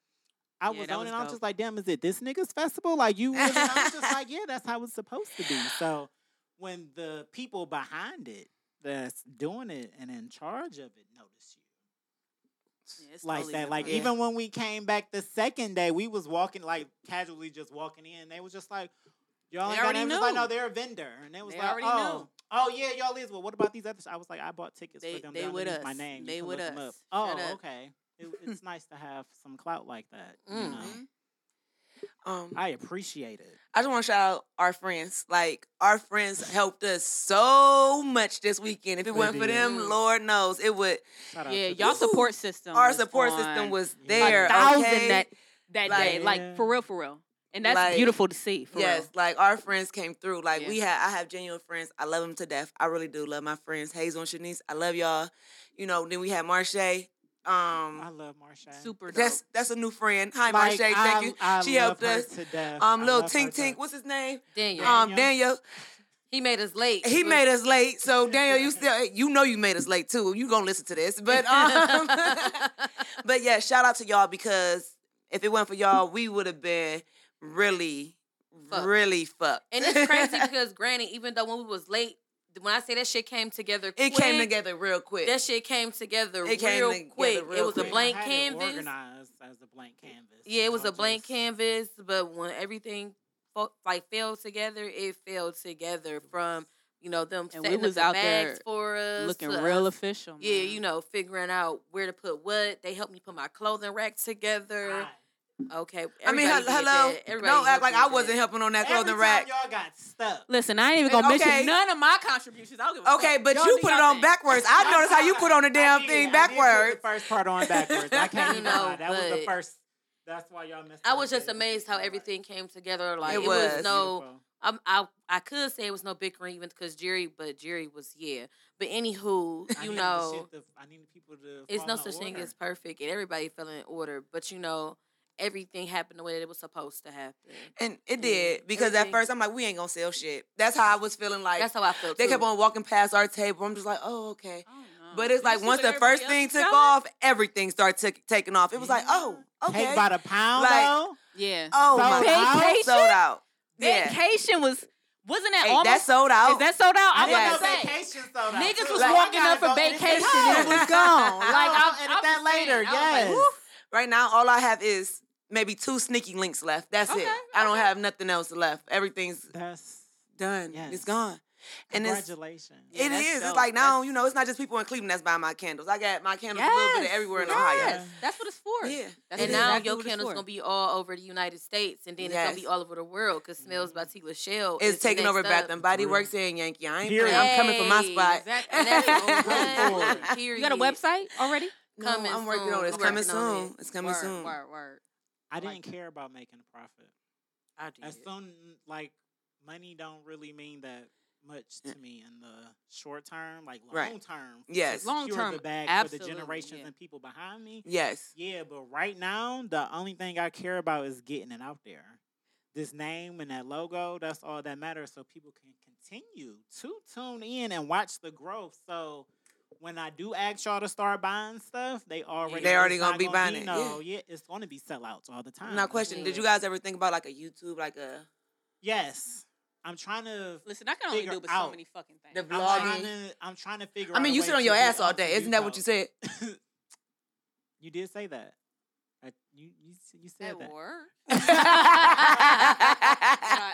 [SPEAKER 1] I
[SPEAKER 2] Yeah,
[SPEAKER 1] was
[SPEAKER 2] that
[SPEAKER 1] on
[SPEAKER 2] was
[SPEAKER 1] it. I was
[SPEAKER 2] dope.
[SPEAKER 1] just like, "Damn, is it this nigga's festival?" Like, you. Really? I was just like, "Yeah, that's how it's supposed to be." So, when the people behind it that's doing it and in charge of it notice you
[SPEAKER 2] Yeah, it's
[SPEAKER 1] like
[SPEAKER 2] totally
[SPEAKER 1] that. Like
[SPEAKER 2] different.
[SPEAKER 1] even when we came back the second day, we was walking like casually just walking in. They was just like, y'all
[SPEAKER 2] They
[SPEAKER 1] ain't got
[SPEAKER 2] already
[SPEAKER 1] names. It's Like
[SPEAKER 2] knew.
[SPEAKER 1] no, they're a vendor, and they was
[SPEAKER 2] They
[SPEAKER 1] like,
[SPEAKER 2] already
[SPEAKER 1] oh,
[SPEAKER 2] knew.
[SPEAKER 1] oh yeah, y'all is. Well, what about these others? I was like, I bought tickets
[SPEAKER 2] They-
[SPEAKER 1] for them.
[SPEAKER 2] they
[SPEAKER 1] They're
[SPEAKER 2] with
[SPEAKER 1] underneath My
[SPEAKER 2] us.
[SPEAKER 1] name. You
[SPEAKER 2] They
[SPEAKER 1] can
[SPEAKER 2] with
[SPEAKER 1] look 'em
[SPEAKER 2] us.
[SPEAKER 1] up.
[SPEAKER 2] Shut
[SPEAKER 1] Oh,
[SPEAKER 2] up.
[SPEAKER 1] okay. It- it's nice to have some clout like that. You know?
[SPEAKER 5] Mhm.
[SPEAKER 3] Um,
[SPEAKER 1] I appreciate it.
[SPEAKER 3] I just want to shout out our friends. Like our friends helped us so much this weekend. If it
[SPEAKER 1] They
[SPEAKER 3] wasn't for
[SPEAKER 1] did.
[SPEAKER 3] them, Lord knows it would.
[SPEAKER 1] Shout out
[SPEAKER 2] Yeah,
[SPEAKER 1] to
[SPEAKER 2] y'all
[SPEAKER 1] them.
[SPEAKER 2] support system.
[SPEAKER 3] Our
[SPEAKER 2] was
[SPEAKER 3] support
[SPEAKER 2] on
[SPEAKER 3] system was
[SPEAKER 1] Yeah.
[SPEAKER 3] there.
[SPEAKER 2] a thousand
[SPEAKER 3] okay?
[SPEAKER 2] that that
[SPEAKER 3] Like-
[SPEAKER 2] day, like for real, for real, and that's
[SPEAKER 3] Like,
[SPEAKER 2] beautiful to see. For
[SPEAKER 3] yes, like our friends came through. Like we
[SPEAKER 2] Yeah.
[SPEAKER 3] had, I have genuine friends. I love them to death. I really do love my friends, Hazel and Shanice. I love y'all. You know. Then we had Marche.
[SPEAKER 1] I
[SPEAKER 3] Um,
[SPEAKER 1] love Marsha.
[SPEAKER 2] real. super. Dope.
[SPEAKER 3] that's that's a new friend. Hi,
[SPEAKER 1] Like,
[SPEAKER 3] Marche. Thank you.
[SPEAKER 1] I- I
[SPEAKER 3] She
[SPEAKER 1] love
[SPEAKER 3] helped
[SPEAKER 1] her
[SPEAKER 3] us.
[SPEAKER 1] to death. I
[SPEAKER 3] Um, little
[SPEAKER 1] love her
[SPEAKER 3] Tink
[SPEAKER 1] to-
[SPEAKER 3] Tink. What's his name?
[SPEAKER 5] Daniel,
[SPEAKER 3] Um,
[SPEAKER 1] Daniel.
[SPEAKER 3] Daniel.
[SPEAKER 5] he made us late.
[SPEAKER 3] He
[SPEAKER 5] We're-
[SPEAKER 3] made us late, so Daniel, you still you know you made us late too. You gonna listen to this, but um, but yeah, shout out to y'all because if it wasn't for y'all, we would have been really,
[SPEAKER 5] Fucked.
[SPEAKER 3] really fucked.
[SPEAKER 5] And it's crazy because granted, even though when we was late, when I say that shit came together,
[SPEAKER 3] it
[SPEAKER 5] quick,
[SPEAKER 3] came together real quick.
[SPEAKER 5] That shit came together
[SPEAKER 3] It
[SPEAKER 5] real
[SPEAKER 3] came together
[SPEAKER 5] quick.
[SPEAKER 3] real
[SPEAKER 5] it
[SPEAKER 1] I
[SPEAKER 5] was
[SPEAKER 3] quick.
[SPEAKER 5] a
[SPEAKER 1] mean, I
[SPEAKER 5] blank
[SPEAKER 1] had it
[SPEAKER 5] canvas.
[SPEAKER 1] Organized as a blank canvas.
[SPEAKER 5] Yeah, it was
[SPEAKER 1] So
[SPEAKER 5] a blank
[SPEAKER 1] just-
[SPEAKER 5] canvas, but when everything fo- like fell together, it fell together from you know them
[SPEAKER 2] And we
[SPEAKER 5] setting
[SPEAKER 2] was
[SPEAKER 5] up the
[SPEAKER 2] out
[SPEAKER 5] bags
[SPEAKER 2] there
[SPEAKER 5] for us,
[SPEAKER 2] looking
[SPEAKER 5] to
[SPEAKER 2] real
[SPEAKER 5] us,
[SPEAKER 2] official.
[SPEAKER 5] yeah,
[SPEAKER 2] man.
[SPEAKER 5] you know, figuring out where to put what. They helped me put my clothing rack together.
[SPEAKER 1] I-
[SPEAKER 5] Okay,
[SPEAKER 3] I mean,
[SPEAKER 5] everybody
[SPEAKER 3] hel-
[SPEAKER 5] did
[SPEAKER 3] hello.
[SPEAKER 5] that. Everybody
[SPEAKER 3] Don't act
[SPEAKER 5] helped
[SPEAKER 3] like
[SPEAKER 5] me
[SPEAKER 3] I
[SPEAKER 5] with that.
[SPEAKER 3] wasn't helping on that
[SPEAKER 1] Every
[SPEAKER 3] clothing
[SPEAKER 1] time
[SPEAKER 3] rack.
[SPEAKER 1] y'all got stuck.
[SPEAKER 2] Listen, I ain't even gonna
[SPEAKER 3] Okay.
[SPEAKER 2] mention none of my contributions. I don't give a
[SPEAKER 3] Okay,
[SPEAKER 2] fuck.
[SPEAKER 3] but
[SPEAKER 2] Y'all
[SPEAKER 3] you
[SPEAKER 2] do
[SPEAKER 3] put it
[SPEAKER 2] y'all
[SPEAKER 3] on
[SPEAKER 2] thing.
[SPEAKER 3] backwards. I noticed how you put on the damn
[SPEAKER 1] I did.
[SPEAKER 3] thing
[SPEAKER 1] I did put
[SPEAKER 3] backwards.
[SPEAKER 1] the first part on backwards. I can't
[SPEAKER 5] You
[SPEAKER 1] even lie.
[SPEAKER 5] know,
[SPEAKER 1] That was the
[SPEAKER 5] but
[SPEAKER 1] first. That's why y'all missed.
[SPEAKER 5] I
[SPEAKER 1] out.
[SPEAKER 5] was just
[SPEAKER 1] That was
[SPEAKER 5] amazed how
[SPEAKER 1] beautiful.
[SPEAKER 5] everything came together. Like
[SPEAKER 3] It
[SPEAKER 5] it,
[SPEAKER 3] was.
[SPEAKER 5] was no,
[SPEAKER 1] Beautiful.
[SPEAKER 5] um, I I could say it was no bickering even because Jerry, but Jerry was yeah. But anywho,
[SPEAKER 1] I
[SPEAKER 5] you
[SPEAKER 1] needed the
[SPEAKER 5] know,
[SPEAKER 1] shit to- I needed people to.
[SPEAKER 5] it's
[SPEAKER 1] fall
[SPEAKER 5] no
[SPEAKER 1] in
[SPEAKER 5] such thing
[SPEAKER 1] order.
[SPEAKER 5] as perfect, and everybody fell in order. But you know, everything happened the way that it was supposed to happen.
[SPEAKER 3] And it
[SPEAKER 5] Mm.
[SPEAKER 3] did because at
[SPEAKER 5] Everything-
[SPEAKER 3] first I'm like, we ain't gonna sell shit. That's how I was feeling. Like
[SPEAKER 5] That's how I felt.
[SPEAKER 3] they
[SPEAKER 5] too.
[SPEAKER 3] kept on walking past our table. I'm just like, oh okay.
[SPEAKER 2] I don't know.
[SPEAKER 3] But it's
[SPEAKER 2] Uh-huh. You
[SPEAKER 3] like
[SPEAKER 2] see
[SPEAKER 3] once
[SPEAKER 2] what
[SPEAKER 3] the first
[SPEAKER 2] everybody
[SPEAKER 3] thing
[SPEAKER 2] else
[SPEAKER 3] took
[SPEAKER 2] is selling?
[SPEAKER 3] off, everything started t- taking off. It was like, oh okay,
[SPEAKER 1] Cake by the pound.
[SPEAKER 3] Like-
[SPEAKER 1] though.
[SPEAKER 2] Yeah.
[SPEAKER 3] oh
[SPEAKER 1] sold
[SPEAKER 3] my god,
[SPEAKER 2] out?
[SPEAKER 3] sold out. Yeah,
[SPEAKER 2] Vacation was wasn't that
[SPEAKER 3] hey,
[SPEAKER 2] almost
[SPEAKER 3] that sold out.
[SPEAKER 2] Is that sold out? I
[SPEAKER 1] I
[SPEAKER 2] was
[SPEAKER 3] Oh, Yes.
[SPEAKER 1] yes.
[SPEAKER 2] gonna say.
[SPEAKER 1] vacation though.
[SPEAKER 2] Niggas was
[SPEAKER 3] Like,
[SPEAKER 2] walking up for vacation and it was gone. Like
[SPEAKER 1] I'll
[SPEAKER 2] I,
[SPEAKER 1] edit
[SPEAKER 2] I
[SPEAKER 1] that
[SPEAKER 2] was saying,
[SPEAKER 1] later,
[SPEAKER 2] I was
[SPEAKER 1] yes.
[SPEAKER 2] Like, woo.
[SPEAKER 3] right now, all I have is maybe two sneaky links left. That's it.
[SPEAKER 2] Okay,
[SPEAKER 3] I don't
[SPEAKER 2] okay.
[SPEAKER 3] have nothing else left. Everything's
[SPEAKER 1] That's
[SPEAKER 3] done. It's
[SPEAKER 1] Yes.
[SPEAKER 3] gone. And it's
[SPEAKER 1] congratulations.
[SPEAKER 2] Yeah,
[SPEAKER 3] it
[SPEAKER 2] that's
[SPEAKER 3] is. It's
[SPEAKER 2] dope.
[SPEAKER 3] like now,
[SPEAKER 2] That's-
[SPEAKER 3] you know, it's not just people in Cleveland that's buying my candles. I got my candles a little bit of
[SPEAKER 2] Yes,
[SPEAKER 3] everywhere in
[SPEAKER 2] yes.
[SPEAKER 3] Ohio.
[SPEAKER 2] That's what it's for.
[SPEAKER 3] Yeah.
[SPEAKER 2] That's
[SPEAKER 5] And
[SPEAKER 2] it is.
[SPEAKER 5] now
[SPEAKER 2] Exactly
[SPEAKER 5] your
[SPEAKER 2] what it's
[SPEAKER 5] candle's
[SPEAKER 2] for.
[SPEAKER 5] gonna be all over the United States, and then it's
[SPEAKER 3] Yes.
[SPEAKER 5] gonna be all over the world because Smells by Tila Shell
[SPEAKER 3] It's
[SPEAKER 5] the
[SPEAKER 3] taking
[SPEAKER 5] next
[SPEAKER 3] over
[SPEAKER 5] up.
[SPEAKER 3] Bath and Body
[SPEAKER 1] Real.
[SPEAKER 3] Works here in Yankee. I ain't
[SPEAKER 1] Period.
[SPEAKER 3] playing. I'm coming for my
[SPEAKER 5] Hey,
[SPEAKER 3] spot.
[SPEAKER 2] exactly.
[SPEAKER 5] And that's
[SPEAKER 1] Go
[SPEAKER 5] on
[SPEAKER 1] for
[SPEAKER 5] one,
[SPEAKER 1] it.
[SPEAKER 5] period.
[SPEAKER 2] You got a website already?
[SPEAKER 3] No,
[SPEAKER 5] Coming
[SPEAKER 3] I'm working
[SPEAKER 5] soon.
[SPEAKER 3] on it. It's
[SPEAKER 5] I'm
[SPEAKER 3] coming
[SPEAKER 5] working on
[SPEAKER 3] soon. It's coming
[SPEAKER 2] word,
[SPEAKER 3] soon.
[SPEAKER 2] Word, word.
[SPEAKER 1] I didn't
[SPEAKER 2] Like-
[SPEAKER 1] care about making a profit.
[SPEAKER 3] I did.
[SPEAKER 1] As soon like money don't really mean that much to me in the short term, like long
[SPEAKER 3] Uh. Right.
[SPEAKER 1] term.
[SPEAKER 3] Yes.
[SPEAKER 2] Long
[SPEAKER 1] secure
[SPEAKER 2] term,
[SPEAKER 1] the bag for
[SPEAKER 2] absolutely,
[SPEAKER 1] the generations
[SPEAKER 2] yeah.
[SPEAKER 1] and people behind me.
[SPEAKER 3] Yes.
[SPEAKER 1] Yeah, but right now the only thing I care about is getting it out there. This name and that logo, that's all that matters so people can continue to tune in and watch the growth. So when I do ask y'all to start buying stuff, they already
[SPEAKER 2] They
[SPEAKER 1] know
[SPEAKER 3] already
[SPEAKER 1] it's
[SPEAKER 3] gonna
[SPEAKER 1] not
[SPEAKER 3] be buying it,
[SPEAKER 1] No, yeah. it's gonna be sellouts all the time.
[SPEAKER 3] Now, question: Did you guys ever think about like a YouTube, like a
[SPEAKER 1] Yes. I'm trying to
[SPEAKER 2] Listen, I can only
[SPEAKER 1] Figure
[SPEAKER 2] do but so
[SPEAKER 1] out
[SPEAKER 2] many fucking things.
[SPEAKER 3] the
[SPEAKER 1] I'm
[SPEAKER 3] vlogging?
[SPEAKER 1] trying to, I'm trying to figure
[SPEAKER 3] I mean,
[SPEAKER 1] out
[SPEAKER 3] you
[SPEAKER 1] a
[SPEAKER 3] sit
[SPEAKER 1] way
[SPEAKER 3] on
[SPEAKER 1] to
[SPEAKER 3] your
[SPEAKER 1] get
[SPEAKER 3] ass all
[SPEAKER 1] onto
[SPEAKER 3] day. Isn't that what you
[SPEAKER 1] YouTube.
[SPEAKER 3] said?
[SPEAKER 1] You did say that. I, you, you s- you said
[SPEAKER 2] At
[SPEAKER 1] that.
[SPEAKER 2] work.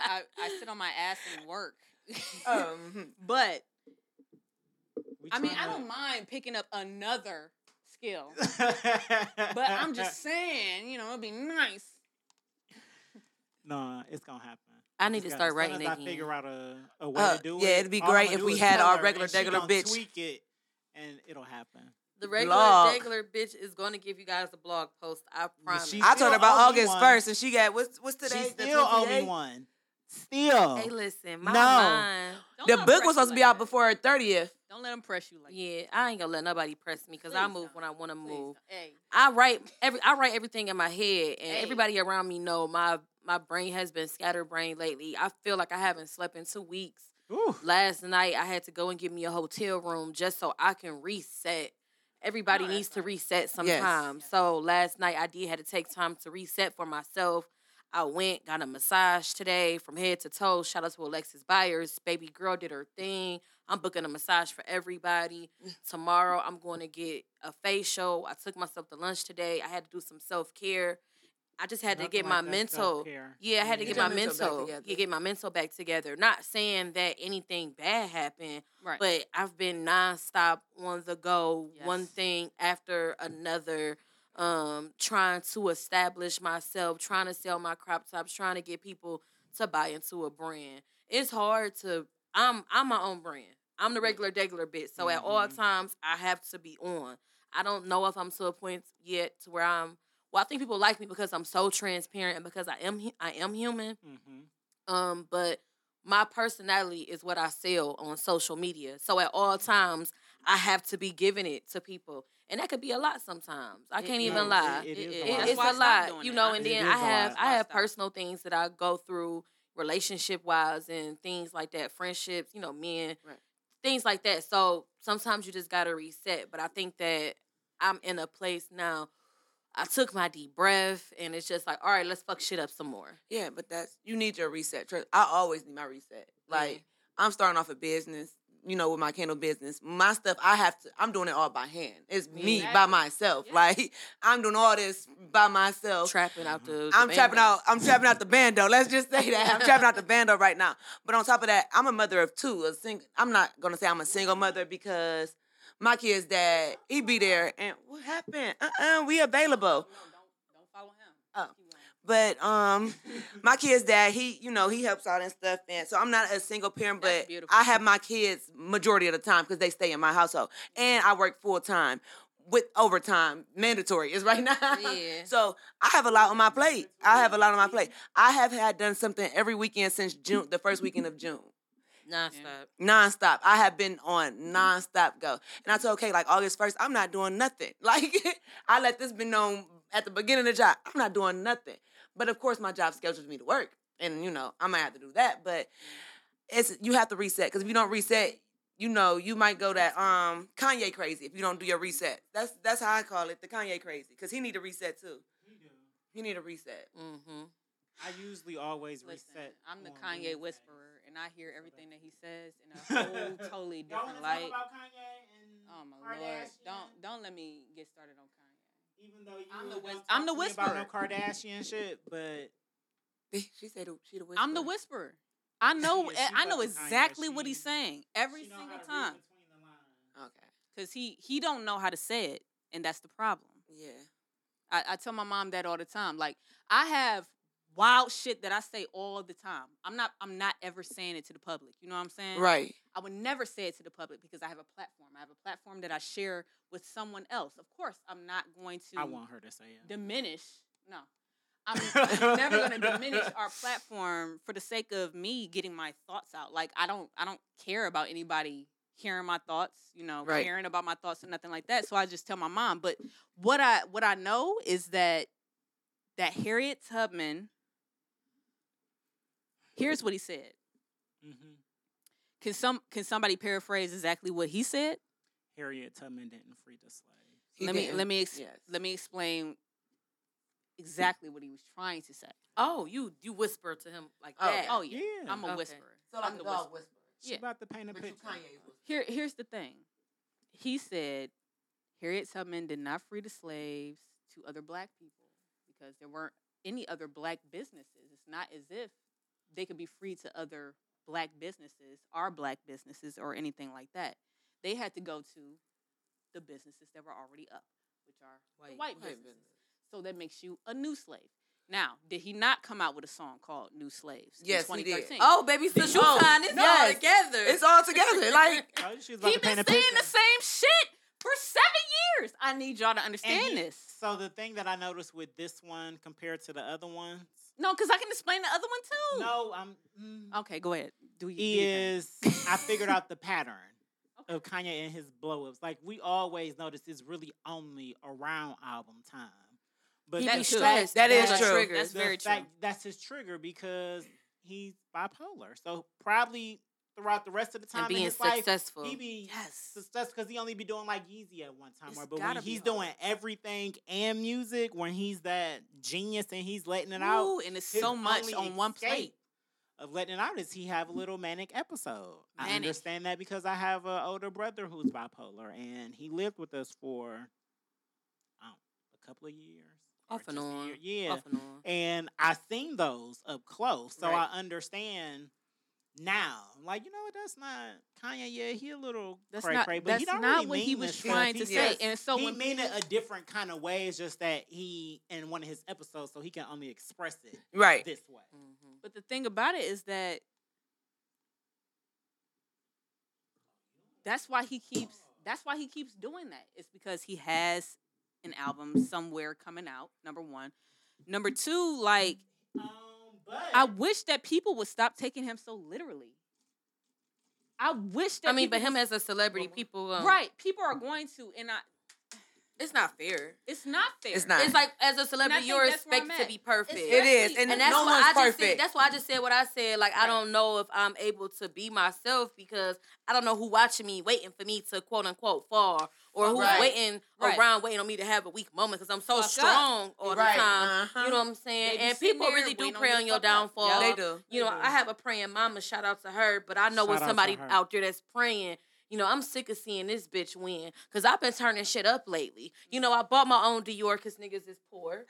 [SPEAKER 2] But I, I, I sit on my ass and work.
[SPEAKER 1] hmm.
[SPEAKER 3] um,
[SPEAKER 2] but
[SPEAKER 1] We
[SPEAKER 2] I mean, I
[SPEAKER 1] tryna-
[SPEAKER 2] don't mind picking up another skill. But I'm just saying, you know, it'd be nice.
[SPEAKER 1] No, it's gonna happen.
[SPEAKER 5] I need
[SPEAKER 1] It's gonna-
[SPEAKER 5] to
[SPEAKER 1] as
[SPEAKER 5] start
[SPEAKER 1] soon
[SPEAKER 5] writing
[SPEAKER 1] as I
[SPEAKER 5] again.
[SPEAKER 1] figure out a, a way
[SPEAKER 3] Uh,
[SPEAKER 1] to do
[SPEAKER 3] yeah,
[SPEAKER 1] it.
[SPEAKER 3] it'd be
[SPEAKER 1] all I'ma
[SPEAKER 3] great if
[SPEAKER 1] do
[SPEAKER 3] we
[SPEAKER 1] is
[SPEAKER 3] had
[SPEAKER 1] tell
[SPEAKER 3] our
[SPEAKER 1] her,
[SPEAKER 3] regular,
[SPEAKER 1] and she
[SPEAKER 3] degular
[SPEAKER 1] gonna
[SPEAKER 3] bitch.
[SPEAKER 1] Tweak it, and it'll happen.
[SPEAKER 5] The regular,
[SPEAKER 3] Blog.
[SPEAKER 5] regular bitch is going to give you guys a blog post. I promise.
[SPEAKER 1] she-
[SPEAKER 3] I told her
[SPEAKER 1] still
[SPEAKER 3] about
[SPEAKER 1] owe me
[SPEAKER 3] August
[SPEAKER 1] one.
[SPEAKER 3] first, and she got what's what's today?
[SPEAKER 1] She
[SPEAKER 3] The
[SPEAKER 1] still owe me
[SPEAKER 3] 28th?
[SPEAKER 1] one. Still.
[SPEAKER 5] hey, listen, my
[SPEAKER 1] No.
[SPEAKER 5] mind.
[SPEAKER 2] Don't
[SPEAKER 3] The
[SPEAKER 2] let 'em
[SPEAKER 3] book
[SPEAKER 2] press
[SPEAKER 3] was
[SPEAKER 2] you
[SPEAKER 3] supposed to
[SPEAKER 2] like
[SPEAKER 3] be out
[SPEAKER 2] that.
[SPEAKER 3] before her thirtieth.
[SPEAKER 2] Don't let them press you like that.
[SPEAKER 5] Yeah, I ain't gonna let nobody press me because I
[SPEAKER 2] Please
[SPEAKER 5] move
[SPEAKER 2] don't.
[SPEAKER 5] when I want to
[SPEAKER 2] Please don't.
[SPEAKER 5] move.
[SPEAKER 2] Hey,
[SPEAKER 5] I write every. I write everything in my head, and
[SPEAKER 2] Hey.
[SPEAKER 5] everybody around me know my my brain has been scatterbrained lately. I feel like I haven't slept in two weeks.
[SPEAKER 1] Ooh.
[SPEAKER 5] last night I had to go and get me a hotel room just so I can reset. Everybody
[SPEAKER 2] No,
[SPEAKER 5] needs
[SPEAKER 2] that's
[SPEAKER 5] to
[SPEAKER 2] fine.
[SPEAKER 5] reset sometime.
[SPEAKER 2] Yes.
[SPEAKER 5] So last night I did had to take time to reset for myself. I went, got a massage today from head to toe. Shout out to Alexis Byers. Baby girl did her thing. I'm booking a massage for everybody. Tomorrow I'm going to get a facial. I took myself to lunch today. I had to do some self care. I just had to
[SPEAKER 1] Nothing
[SPEAKER 5] get
[SPEAKER 1] like
[SPEAKER 5] my
[SPEAKER 1] that
[SPEAKER 5] mental.
[SPEAKER 1] self-care.
[SPEAKER 5] Yeah, I had to
[SPEAKER 1] Yeah.
[SPEAKER 5] get my
[SPEAKER 3] Get your mental back
[SPEAKER 5] mental.
[SPEAKER 3] together.
[SPEAKER 5] Yeah, get my mental back together. Not saying that anything bad happened,
[SPEAKER 2] right.
[SPEAKER 5] but I've been nonstop on the go, one
[SPEAKER 2] Yes.
[SPEAKER 5] thing after another. um, trying to establish myself, trying to sell my crop tops, trying to get people to buy into a brand. It's hard to. I'm I'm my own brand. I'm the regular degular bitch. So at all
[SPEAKER 2] Mm-hmm.
[SPEAKER 1] Mhm.
[SPEAKER 5] times, I have to be on. I don't know if I'm to a point yet to where I'm. Well, I think people like me because I'm so transparent and because I am hu- I am human.
[SPEAKER 1] Mm-hmm.
[SPEAKER 5] Um, but my personality is what I sell on social media. So at all
[SPEAKER 2] Mm.
[SPEAKER 5] times, I have to be giving it to people, and that could be a lot sometimes. I
[SPEAKER 2] It
[SPEAKER 5] can't
[SPEAKER 2] is.
[SPEAKER 5] even lie.
[SPEAKER 1] It- it is a
[SPEAKER 5] It-
[SPEAKER 1] lot.
[SPEAKER 5] it's
[SPEAKER 1] That's why
[SPEAKER 5] a
[SPEAKER 2] I stopped
[SPEAKER 5] lot,
[SPEAKER 2] doing
[SPEAKER 5] you
[SPEAKER 2] it.
[SPEAKER 5] know.
[SPEAKER 2] I-
[SPEAKER 5] And
[SPEAKER 1] It
[SPEAKER 5] then
[SPEAKER 1] is
[SPEAKER 5] I
[SPEAKER 1] a
[SPEAKER 5] have
[SPEAKER 1] lot.
[SPEAKER 5] I have
[SPEAKER 2] That's why I
[SPEAKER 5] personal things that I go through, relationship wise, and things like that, friendships, you know, men,
[SPEAKER 2] Right.
[SPEAKER 5] things like that. So sometimes you just gotta reset. But I think that I'm in a place now. I took my deep breath, and it's just like, all right, let's fuck shit up some more.
[SPEAKER 3] Yeah, but that's you need your reset. Trust- I always need my reset. Like I'm starting off a business, you know, with my candle business. My stuff I have to I'm doing it all by hand. It's me by
[SPEAKER 2] Exactly.
[SPEAKER 3] myself.
[SPEAKER 2] Yeah.
[SPEAKER 3] Like I'm doing all this by myself.
[SPEAKER 5] trapping out the.
[SPEAKER 3] I'm
[SPEAKER 5] the
[SPEAKER 3] trapping
[SPEAKER 5] band.
[SPEAKER 3] out. I'm trapping out the bando. Let's just say that I'm trapping out the bando right now. But on top of that, I'm a mother of two. A single. I'm not gonna say I'm a single mother because my kid's dad he be there. And what happened? Uh uh we
[SPEAKER 2] No,
[SPEAKER 3] available.
[SPEAKER 2] don't don't follow him.
[SPEAKER 3] Oh.
[SPEAKER 2] Keep going.
[SPEAKER 3] But um, my kid's dad he you know he helps out and stuff. And so I'm not a single parent,
[SPEAKER 2] That's
[SPEAKER 3] but
[SPEAKER 2] beautiful.
[SPEAKER 3] I have my kids majority of the time because they stay in my household, and I work full time with overtime mandatory is right now.
[SPEAKER 5] Yeah.
[SPEAKER 3] So I have a lot on my plate. I have a lot on my plate. I have had done something every weekend since June, the first weekend of June.
[SPEAKER 5] nonstop.
[SPEAKER 3] Nonstop. I have been on nonstop go. And I told Kate, like August 1st, I'm not doing nothing. Like I let this be known at the beginning of the job. I'm not doing nothing. But of course my job schedules me to work. And you know, I might have to do that. But it's you have to reset. Because if you don't reset, you know, you might go that um Kanye crazy if you don't do your reset. That's that's how I call it, the Kanye crazy. Because he need to reset too. He need a reset.
[SPEAKER 5] Mm-hmm.
[SPEAKER 1] I usually always
[SPEAKER 2] Listen,
[SPEAKER 1] reset.
[SPEAKER 2] I'm the
[SPEAKER 1] on
[SPEAKER 2] Kanye
[SPEAKER 1] Wednesdays.
[SPEAKER 2] whisperer, and I hear everything that he says in a whole totally
[SPEAKER 1] Y'all want
[SPEAKER 2] different
[SPEAKER 1] to
[SPEAKER 2] light.
[SPEAKER 1] talk about Kanye
[SPEAKER 2] Oh
[SPEAKER 1] and
[SPEAKER 2] my lord!
[SPEAKER 1] Kardashian?
[SPEAKER 2] Don't don't let me get started on Kanye.
[SPEAKER 1] Even though you
[SPEAKER 2] I'm the
[SPEAKER 1] don't
[SPEAKER 2] whis-
[SPEAKER 1] talk
[SPEAKER 2] I'm the
[SPEAKER 1] to me about no
[SPEAKER 2] whisperer.
[SPEAKER 1] Kardashian shit, but
[SPEAKER 3] She said she the
[SPEAKER 2] I'm the whisperer. I know e,
[SPEAKER 1] Yeah, she
[SPEAKER 2] I know
[SPEAKER 1] fucking Kanye.
[SPEAKER 2] exactly what
[SPEAKER 1] She-
[SPEAKER 2] he's saying every
[SPEAKER 1] she know
[SPEAKER 2] single
[SPEAKER 1] how to read
[SPEAKER 2] time
[SPEAKER 1] between the lines.
[SPEAKER 3] Okay.
[SPEAKER 2] because he he don't know how to say it, and that's the problem.
[SPEAKER 3] Yeah.
[SPEAKER 2] I, I tell my mom that all the time. Like I have wild shit that I say all the time. I'm not I'm not ever saying it to the public. You know what I'm saying?
[SPEAKER 3] Right.
[SPEAKER 2] I would never say it to the public because I have a platform. I have a platform that I share with someone else. Of course, I'm not going to
[SPEAKER 1] I want her to say it.
[SPEAKER 2] diminish. No, I'm, I'm never going to diminish our platform for the sake of me getting my thoughts out. Like I don't, I don't care about anybody hearing my thoughts. You know,
[SPEAKER 3] Right.
[SPEAKER 2] caring about my thoughts or nothing like that. So I just tell my mom. But what I what I know is that that Harriet Tubman. Here's what he said.
[SPEAKER 1] hmm
[SPEAKER 2] Can some can somebody paraphrase exactly what he said?
[SPEAKER 1] Harriet Tubman didn't free the slaves.
[SPEAKER 3] He
[SPEAKER 2] let me
[SPEAKER 3] didn't.
[SPEAKER 2] let me ex-
[SPEAKER 3] Yes.
[SPEAKER 2] let me explain exactly what he was trying to say.
[SPEAKER 5] Oh, you you whisper to him like
[SPEAKER 3] Oh,
[SPEAKER 5] that.
[SPEAKER 2] Oh
[SPEAKER 5] Oh,
[SPEAKER 2] yeah,
[SPEAKER 1] Yeah.
[SPEAKER 2] I'm a
[SPEAKER 5] Okay.
[SPEAKER 2] whisperer.
[SPEAKER 3] So like
[SPEAKER 2] I'm the
[SPEAKER 3] the dog
[SPEAKER 2] whisperer.
[SPEAKER 3] whisperer.
[SPEAKER 1] She
[SPEAKER 2] yeah.
[SPEAKER 1] about to paint a
[SPEAKER 3] But you
[SPEAKER 1] picture.
[SPEAKER 3] Kanye's whisperer.
[SPEAKER 2] Here, here's the thing. He said Harriet Tubman did not free the slaves to other black people because there weren't any other black businesses. It's not as if they could be free to other black businesses, our black businesses, or anything like that. They had to go to the businesses that were already up, which are the
[SPEAKER 5] White-
[SPEAKER 2] white
[SPEAKER 3] white
[SPEAKER 2] businesses.
[SPEAKER 3] business.
[SPEAKER 2] So that makes you a new slave. Now, did he not come out with a song called "New Slaves"?
[SPEAKER 3] Yes,
[SPEAKER 2] in
[SPEAKER 3] he did.
[SPEAKER 2] 2013?
[SPEAKER 5] oh baby, so you
[SPEAKER 3] Oh,
[SPEAKER 5] time it's all
[SPEAKER 3] yes.
[SPEAKER 5] together.
[SPEAKER 3] It's all together. Like
[SPEAKER 1] Oh, she was about
[SPEAKER 2] He
[SPEAKER 1] to
[SPEAKER 2] been
[SPEAKER 1] paint
[SPEAKER 2] saying
[SPEAKER 1] a picture.
[SPEAKER 2] the same shit for seven years. I need y'all to
[SPEAKER 1] And
[SPEAKER 2] understand
[SPEAKER 1] he-
[SPEAKER 2] this.
[SPEAKER 1] So the thing that I noticed with this one compared to the other ones,
[SPEAKER 2] No, because I can explain the other one too.
[SPEAKER 1] no, I'm. mm,
[SPEAKER 2] Okay, go ahead. Do you?
[SPEAKER 1] He is. I figured out the pattern
[SPEAKER 2] Okay.
[SPEAKER 1] of Kanye and his blow-ups. Like we always notice, it's really only around album time. But
[SPEAKER 5] He
[SPEAKER 1] the
[SPEAKER 5] be
[SPEAKER 2] That's true.
[SPEAKER 5] stressed.
[SPEAKER 3] That is
[SPEAKER 5] That's
[SPEAKER 3] true.
[SPEAKER 5] triggered.
[SPEAKER 2] That's
[SPEAKER 1] the
[SPEAKER 2] very
[SPEAKER 1] fact-
[SPEAKER 2] true.
[SPEAKER 1] That's his trigger because he's bipolar. So probably throughout the rest of the time
[SPEAKER 5] and
[SPEAKER 1] in
[SPEAKER 5] being
[SPEAKER 1] his life,
[SPEAKER 5] successful.
[SPEAKER 1] he be
[SPEAKER 2] Yes.
[SPEAKER 1] successful because he only be doing like Yeezy at one time.
[SPEAKER 2] It's
[SPEAKER 1] Or, but when
[SPEAKER 2] gotta be
[SPEAKER 1] he's
[SPEAKER 2] hard.
[SPEAKER 1] doing everything and music, when he's that genius and he's letting it out,
[SPEAKER 2] Ooh, and it's
[SPEAKER 1] his
[SPEAKER 2] so much
[SPEAKER 1] only
[SPEAKER 2] on one plate.
[SPEAKER 1] escape Of letting it out is he have a little manic episode. I
[SPEAKER 2] Manic.
[SPEAKER 1] understand that because I have an older brother who's bipolar and he lived with us for I don't, a couple of years. or
[SPEAKER 5] Off and
[SPEAKER 1] just a
[SPEAKER 5] on.
[SPEAKER 1] year. Yeah
[SPEAKER 5] Off and on.
[SPEAKER 1] and I seen those up close, so
[SPEAKER 3] Right.
[SPEAKER 1] I understand now. I'm like, you know what? That's not Kanye. Yeah, he a little
[SPEAKER 2] That's
[SPEAKER 1] cray
[SPEAKER 2] not.
[SPEAKER 1] cray, but
[SPEAKER 2] that's
[SPEAKER 1] he don't
[SPEAKER 2] not
[SPEAKER 1] really
[SPEAKER 2] what
[SPEAKER 1] mean
[SPEAKER 2] he was
[SPEAKER 1] this stuff.
[SPEAKER 2] trying
[SPEAKER 1] He
[SPEAKER 2] to
[SPEAKER 1] just-
[SPEAKER 2] say.
[SPEAKER 3] just-
[SPEAKER 2] And so
[SPEAKER 1] he
[SPEAKER 2] when
[SPEAKER 1] mean it
[SPEAKER 2] people-
[SPEAKER 1] a different kind of way. It's just that he in one of his episodes, so he can only express it
[SPEAKER 3] Right.
[SPEAKER 1] this way.
[SPEAKER 5] Mm-hmm.
[SPEAKER 2] but the thing about it is that that's why he keeps. That's why he keeps doing that. It's because he has an album somewhere coming out. Number one. Number two, like
[SPEAKER 1] Um, but
[SPEAKER 2] I wish that people would stop taking him so literally. I wish that
[SPEAKER 5] I mean, but
[SPEAKER 2] people
[SPEAKER 5] him
[SPEAKER 2] would-
[SPEAKER 5] as a celebrity, people um,
[SPEAKER 2] right people are going to, and I,
[SPEAKER 5] It's not fair.
[SPEAKER 2] it's not fair.
[SPEAKER 3] It's not.
[SPEAKER 5] It's like as a
[SPEAKER 2] And
[SPEAKER 5] celebrity,
[SPEAKER 2] I
[SPEAKER 5] you're
[SPEAKER 2] think that's where I'm
[SPEAKER 5] expected to
[SPEAKER 2] at.
[SPEAKER 5] be perfect.
[SPEAKER 2] It's
[SPEAKER 3] It is,
[SPEAKER 2] Especially-
[SPEAKER 3] and,
[SPEAKER 5] and that's
[SPEAKER 3] no
[SPEAKER 5] why
[SPEAKER 3] one's
[SPEAKER 5] I just
[SPEAKER 3] perfect.
[SPEAKER 5] said, that's why I just said what I said. Like I don't know if I'm able to be myself because I don't know who watching me waiting for me to quote unquote fall or who's
[SPEAKER 3] Right.
[SPEAKER 5] waiting
[SPEAKER 2] Right.
[SPEAKER 5] around waiting on me to have a weak moment because I'm so
[SPEAKER 2] Fuck up.
[SPEAKER 5] strong all the
[SPEAKER 3] Right,
[SPEAKER 5] time.
[SPEAKER 3] uh-huh.
[SPEAKER 5] You know what I'm saying?
[SPEAKER 2] They be
[SPEAKER 5] and
[SPEAKER 2] sitting
[SPEAKER 5] people
[SPEAKER 2] there
[SPEAKER 5] really do
[SPEAKER 2] waiting on
[SPEAKER 5] pray
[SPEAKER 2] you
[SPEAKER 5] on
[SPEAKER 2] to
[SPEAKER 5] your
[SPEAKER 2] fuck up.
[SPEAKER 5] downfall.
[SPEAKER 2] Yeah,
[SPEAKER 3] they do.
[SPEAKER 5] You know,
[SPEAKER 1] They do.
[SPEAKER 5] I have a praying mama. Shout out to her, but I know when
[SPEAKER 1] Shout out to
[SPEAKER 5] somebody
[SPEAKER 1] her.
[SPEAKER 5] out there that's praying. You know, I'm sick of seeing this bitch win because I've been turning shit up lately. You know, I bought my own Dior because niggas is poor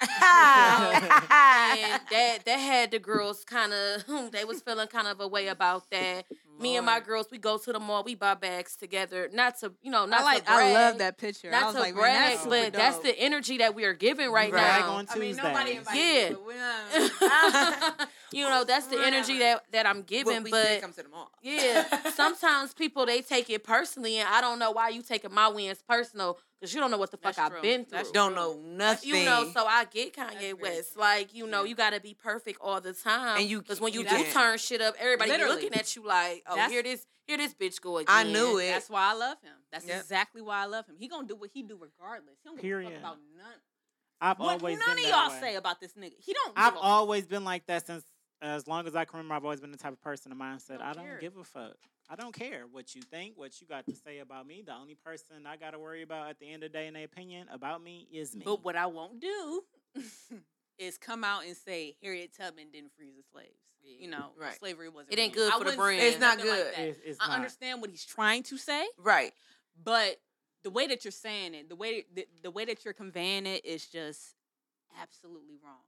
[SPEAKER 5] and that that had the girls kind of they was feeling kind of a way about that. Me and my girls, we go to the mall, we buy bags together. Not to you know, not
[SPEAKER 2] I like.
[SPEAKER 5] to brag,
[SPEAKER 2] I love that picture. I
[SPEAKER 5] Not
[SPEAKER 2] was
[SPEAKER 5] to
[SPEAKER 2] like, man,
[SPEAKER 5] brag,
[SPEAKER 2] that's
[SPEAKER 5] but
[SPEAKER 2] super
[SPEAKER 5] that's
[SPEAKER 2] dope.
[SPEAKER 5] the energy that we are giving right
[SPEAKER 1] brag
[SPEAKER 5] now.
[SPEAKER 1] on
[SPEAKER 2] I
[SPEAKER 1] Tuesday.
[SPEAKER 2] mean, nobody invited
[SPEAKER 5] Yeah.
[SPEAKER 2] me, but we're not-
[SPEAKER 5] you know, that's the energy that that I'm giving.
[SPEAKER 3] we
[SPEAKER 5] But
[SPEAKER 3] did come to the mall.
[SPEAKER 5] yeah, sometimes people they take it personally, and I don't know why you taking my wins personal because you don't know what the fuck
[SPEAKER 2] That's
[SPEAKER 5] I've
[SPEAKER 2] true.
[SPEAKER 5] been through.
[SPEAKER 2] That's
[SPEAKER 3] don't know nothing.
[SPEAKER 5] You know, so I get
[SPEAKER 2] very
[SPEAKER 5] Kanye West.
[SPEAKER 2] true.
[SPEAKER 5] Like, you know,
[SPEAKER 2] Yeah.
[SPEAKER 5] you gotta be perfect all the time.
[SPEAKER 3] And you-
[SPEAKER 5] because when you
[SPEAKER 3] you
[SPEAKER 5] do
[SPEAKER 3] can't.
[SPEAKER 5] turn shit up, everybody be
[SPEAKER 2] Literally.
[SPEAKER 5] looking at you like, oh,
[SPEAKER 2] That's-
[SPEAKER 5] here this here this bitch go again.
[SPEAKER 3] I knew it.
[SPEAKER 2] That's why I love him. That's
[SPEAKER 3] Yep.
[SPEAKER 2] exactly why I love him. He gonna do what he do regardless. He don't give a
[SPEAKER 1] Period.
[SPEAKER 2] fuck about none.
[SPEAKER 1] I've
[SPEAKER 2] What
[SPEAKER 1] always
[SPEAKER 2] none
[SPEAKER 1] been
[SPEAKER 2] of
[SPEAKER 1] that
[SPEAKER 2] y'all
[SPEAKER 1] way.
[SPEAKER 2] say about this nigga. He don't.
[SPEAKER 1] I've
[SPEAKER 2] give a
[SPEAKER 1] always been like that since as long as I can remember. I've always been the type of person. The mindset.
[SPEAKER 2] Don't
[SPEAKER 1] I don't
[SPEAKER 2] care.
[SPEAKER 1] give a fuck. I don't care what you think, what you got to say about me. The only person I got to worry about at the end of the day, in their opinion about me, is me.
[SPEAKER 2] But what I won't do is come out and say Harriet Tubman didn't free the slaves. You know,
[SPEAKER 3] Right.
[SPEAKER 2] slavery wasn't.
[SPEAKER 5] It ain't
[SPEAKER 2] real.
[SPEAKER 5] good
[SPEAKER 2] I
[SPEAKER 5] for the
[SPEAKER 2] wouldn't say
[SPEAKER 5] brand. It's
[SPEAKER 3] not
[SPEAKER 2] nothing like
[SPEAKER 3] good.
[SPEAKER 2] that.
[SPEAKER 1] It's- it's
[SPEAKER 2] I
[SPEAKER 1] not.
[SPEAKER 2] understand what he's trying to say,
[SPEAKER 3] right.
[SPEAKER 2] but the way that you're saying it, the way the, the way that you're conveying it is just absolutely wrong.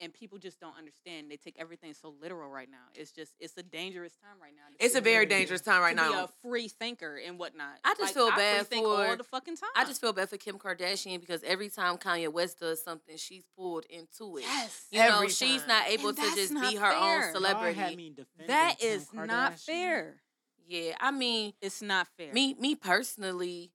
[SPEAKER 2] And people just don't understand. They take everything so literal right now. It's just it's a dangerous time right now. to
[SPEAKER 3] It's a
[SPEAKER 2] be-
[SPEAKER 3] very dangerous time right
[SPEAKER 2] to be
[SPEAKER 3] now.
[SPEAKER 2] a free thinker and whatnot.
[SPEAKER 5] I just feel bad
[SPEAKER 2] free think all
[SPEAKER 5] for-
[SPEAKER 2] the fucking time.
[SPEAKER 5] I just feel bad for Kim Kardashian because every time Kanye West does something, she's pulled into it.
[SPEAKER 2] yes.
[SPEAKER 5] You know,
[SPEAKER 3] Every
[SPEAKER 5] she's
[SPEAKER 3] time.
[SPEAKER 5] not able
[SPEAKER 2] And
[SPEAKER 5] to
[SPEAKER 2] that's
[SPEAKER 5] just
[SPEAKER 2] not
[SPEAKER 5] be her
[SPEAKER 2] fair.
[SPEAKER 5] own
[SPEAKER 2] Y'all
[SPEAKER 1] Y'all had
[SPEAKER 5] celebrity.
[SPEAKER 1] me defending
[SPEAKER 2] That
[SPEAKER 1] Kim
[SPEAKER 2] is not
[SPEAKER 1] Kardashian.
[SPEAKER 2] fair.
[SPEAKER 5] Yeah, I mean,
[SPEAKER 2] It's not fair.
[SPEAKER 5] me me personally,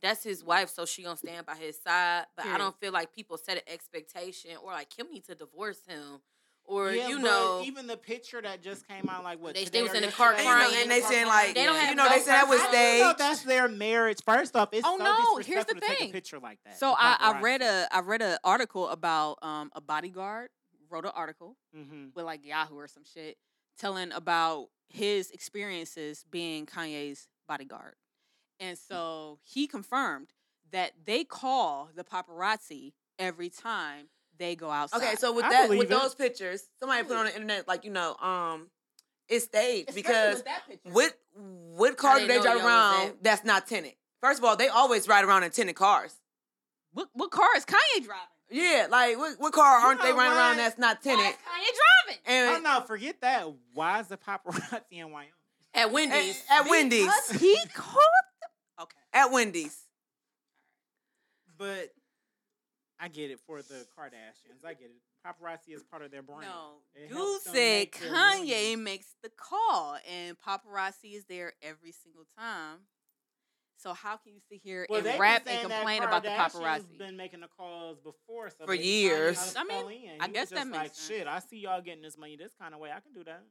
[SPEAKER 5] that's his wife, so she gonna stand by his side. But I
[SPEAKER 2] Period.
[SPEAKER 5] don't feel like people set an expectation or like Kim need to divorce him. Or
[SPEAKER 1] Yeah,
[SPEAKER 5] you
[SPEAKER 1] but
[SPEAKER 5] know,
[SPEAKER 1] even the picture that just came out, like what
[SPEAKER 5] They-
[SPEAKER 1] today
[SPEAKER 5] they was
[SPEAKER 1] or
[SPEAKER 5] in the car
[SPEAKER 1] yesterday?
[SPEAKER 3] And, you know,
[SPEAKER 5] crying.
[SPEAKER 3] and they saying like,
[SPEAKER 5] They don't have
[SPEAKER 3] you know, they
[SPEAKER 5] no
[SPEAKER 3] said that was
[SPEAKER 5] personal-
[SPEAKER 1] I don't know if
[SPEAKER 3] staged.
[SPEAKER 1] that's their marriage. First off, it's
[SPEAKER 2] Oh,
[SPEAKER 1] so
[SPEAKER 2] no, here's
[SPEAKER 1] disrespectful
[SPEAKER 2] the
[SPEAKER 1] to take
[SPEAKER 2] thing.
[SPEAKER 1] a picture like that.
[SPEAKER 2] so I, I read a I read a article about um a bodyguard wrote an article
[SPEAKER 1] hmm
[SPEAKER 2] with like Yahoo or some shit telling about his experiences being Kanye's bodyguard. And so he confirmed that they call the paparazzi every time they go outside.
[SPEAKER 3] Okay, so with
[SPEAKER 1] I
[SPEAKER 3] that,
[SPEAKER 1] believe it.
[SPEAKER 3] with those pictures, somebody put on the internet like, you know, um, it's staged because what what
[SPEAKER 5] I
[SPEAKER 3] car do
[SPEAKER 5] didn't
[SPEAKER 3] they
[SPEAKER 5] know
[SPEAKER 3] drive
[SPEAKER 5] y'all was
[SPEAKER 3] around that's not tenant? First of all, they always ride around in tenant cars.
[SPEAKER 2] what what car is Kanye driving?
[SPEAKER 3] Yeah, like what, what car aren't they
[SPEAKER 1] know
[SPEAKER 3] running around
[SPEAKER 1] what?
[SPEAKER 3] that's not
[SPEAKER 2] Why
[SPEAKER 3] tenant?
[SPEAKER 2] is Kanye driving?
[SPEAKER 1] Oh
[SPEAKER 3] And
[SPEAKER 1] no, forget that. Why is the paparazzi in Wyoming?
[SPEAKER 5] at
[SPEAKER 3] at,
[SPEAKER 5] Wendy's,
[SPEAKER 3] at Wendy's,
[SPEAKER 2] Because he called them. Okay.
[SPEAKER 3] at Wendy's,
[SPEAKER 1] But I get it for the Kardashians. I get it. Paparazzi is part of their brand. It
[SPEAKER 2] No, dude
[SPEAKER 1] helps them
[SPEAKER 2] said
[SPEAKER 1] make their
[SPEAKER 2] Kanye
[SPEAKER 1] millions.
[SPEAKER 2] makes the call, and paparazzi is there every single time. So how can you sit here
[SPEAKER 1] Well, they've
[SPEAKER 2] and
[SPEAKER 1] been
[SPEAKER 2] rap and
[SPEAKER 1] saying that
[SPEAKER 2] complain about the
[SPEAKER 1] Kardashians
[SPEAKER 2] paparazzi?
[SPEAKER 1] Been making the calls before so
[SPEAKER 3] For
[SPEAKER 1] they-
[SPEAKER 3] years.
[SPEAKER 1] I
[SPEAKER 2] I mean,
[SPEAKER 1] mean,
[SPEAKER 2] I guess that makes
[SPEAKER 1] like,
[SPEAKER 2] sense.
[SPEAKER 1] Shit, I see y'all getting this money this kind of way. I can do that.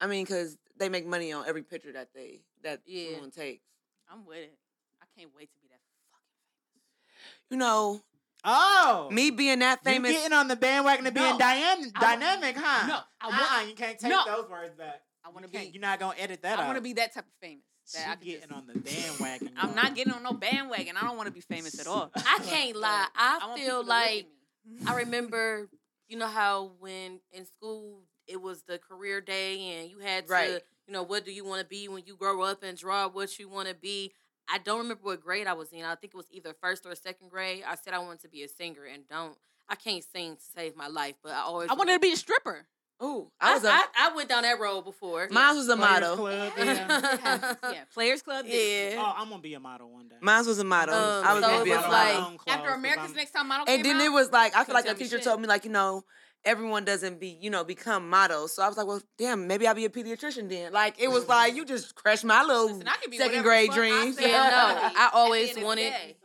[SPEAKER 3] I mean, because they make money on every picture that they that
[SPEAKER 5] Yeah.
[SPEAKER 3] someone takes.
[SPEAKER 2] I'm with it. I can't wait to be that fucking
[SPEAKER 3] You know,
[SPEAKER 1] Oh,
[SPEAKER 3] me being that
[SPEAKER 1] You
[SPEAKER 3] famous,
[SPEAKER 1] getting on the bandwagon and being
[SPEAKER 2] No.
[SPEAKER 1] dyam-
[SPEAKER 2] I-
[SPEAKER 1] dynamic, huh?
[SPEAKER 2] no, I
[SPEAKER 1] uh-uh,
[SPEAKER 2] want-
[SPEAKER 1] you can't take
[SPEAKER 2] no.
[SPEAKER 1] those words back.
[SPEAKER 2] I wanna
[SPEAKER 1] You can't-
[SPEAKER 2] be-
[SPEAKER 1] You're not gonna edit that.
[SPEAKER 2] famous. I want to
[SPEAKER 1] out.
[SPEAKER 2] be that type of famous. That I
[SPEAKER 1] She
[SPEAKER 2] could
[SPEAKER 1] getting
[SPEAKER 2] just-
[SPEAKER 1] on the bandwagon.
[SPEAKER 2] I'm
[SPEAKER 1] y'all.
[SPEAKER 2] not getting on no bandwagon. I don't want to be famous at all.
[SPEAKER 5] I can't lie.
[SPEAKER 2] I
[SPEAKER 5] I
[SPEAKER 2] want people
[SPEAKER 5] feel
[SPEAKER 2] to look at
[SPEAKER 5] like
[SPEAKER 2] me.
[SPEAKER 5] I remember, you know how when in school it was the career day and you had to,
[SPEAKER 3] Right.
[SPEAKER 5] you know, what do you want to be when you grow up and draw what you want to be. I don't remember what grade I was in. I think it was either first or second grade. I said I wanted to be a singer and don't. I can't sing to save my life, but I always
[SPEAKER 2] I wanted to be a stripper.
[SPEAKER 3] Oh,
[SPEAKER 5] I
[SPEAKER 3] I was a
[SPEAKER 5] I- I went down that road before.
[SPEAKER 3] mine was a
[SPEAKER 1] Players
[SPEAKER 3] motto.
[SPEAKER 1] Club, yeah.
[SPEAKER 2] yeah, yeah, Players Club. did.
[SPEAKER 5] Yeah.
[SPEAKER 1] Oh, I'm gonna be a model one day.
[SPEAKER 3] Mine was a motto.
[SPEAKER 5] Um,
[SPEAKER 3] I was
[SPEAKER 5] so
[SPEAKER 3] gonna
[SPEAKER 5] it
[SPEAKER 3] be a
[SPEAKER 5] was
[SPEAKER 3] model.
[SPEAKER 5] like-
[SPEAKER 2] After America's Next Top Model
[SPEAKER 3] and
[SPEAKER 2] came
[SPEAKER 3] then
[SPEAKER 2] out,
[SPEAKER 3] it was like I feel
[SPEAKER 2] couldn't
[SPEAKER 3] like
[SPEAKER 2] tell
[SPEAKER 3] a
[SPEAKER 2] me
[SPEAKER 3] teacher
[SPEAKER 2] shit.
[SPEAKER 3] told me like you know everyone doesn't be you know become models. So I was like, well, damn, maybe I'll be a pediatrician then. Like it was
[SPEAKER 5] Mm-hmm.
[SPEAKER 3] like you just crushed my little
[SPEAKER 2] Listen, I could be
[SPEAKER 3] second
[SPEAKER 2] whatever
[SPEAKER 3] grade
[SPEAKER 2] the fuck I
[SPEAKER 3] dreams.
[SPEAKER 2] say.
[SPEAKER 5] Yeah, no,
[SPEAKER 2] At the
[SPEAKER 5] I
[SPEAKER 2] end
[SPEAKER 5] always
[SPEAKER 2] of the
[SPEAKER 5] wanted-
[SPEAKER 2] day.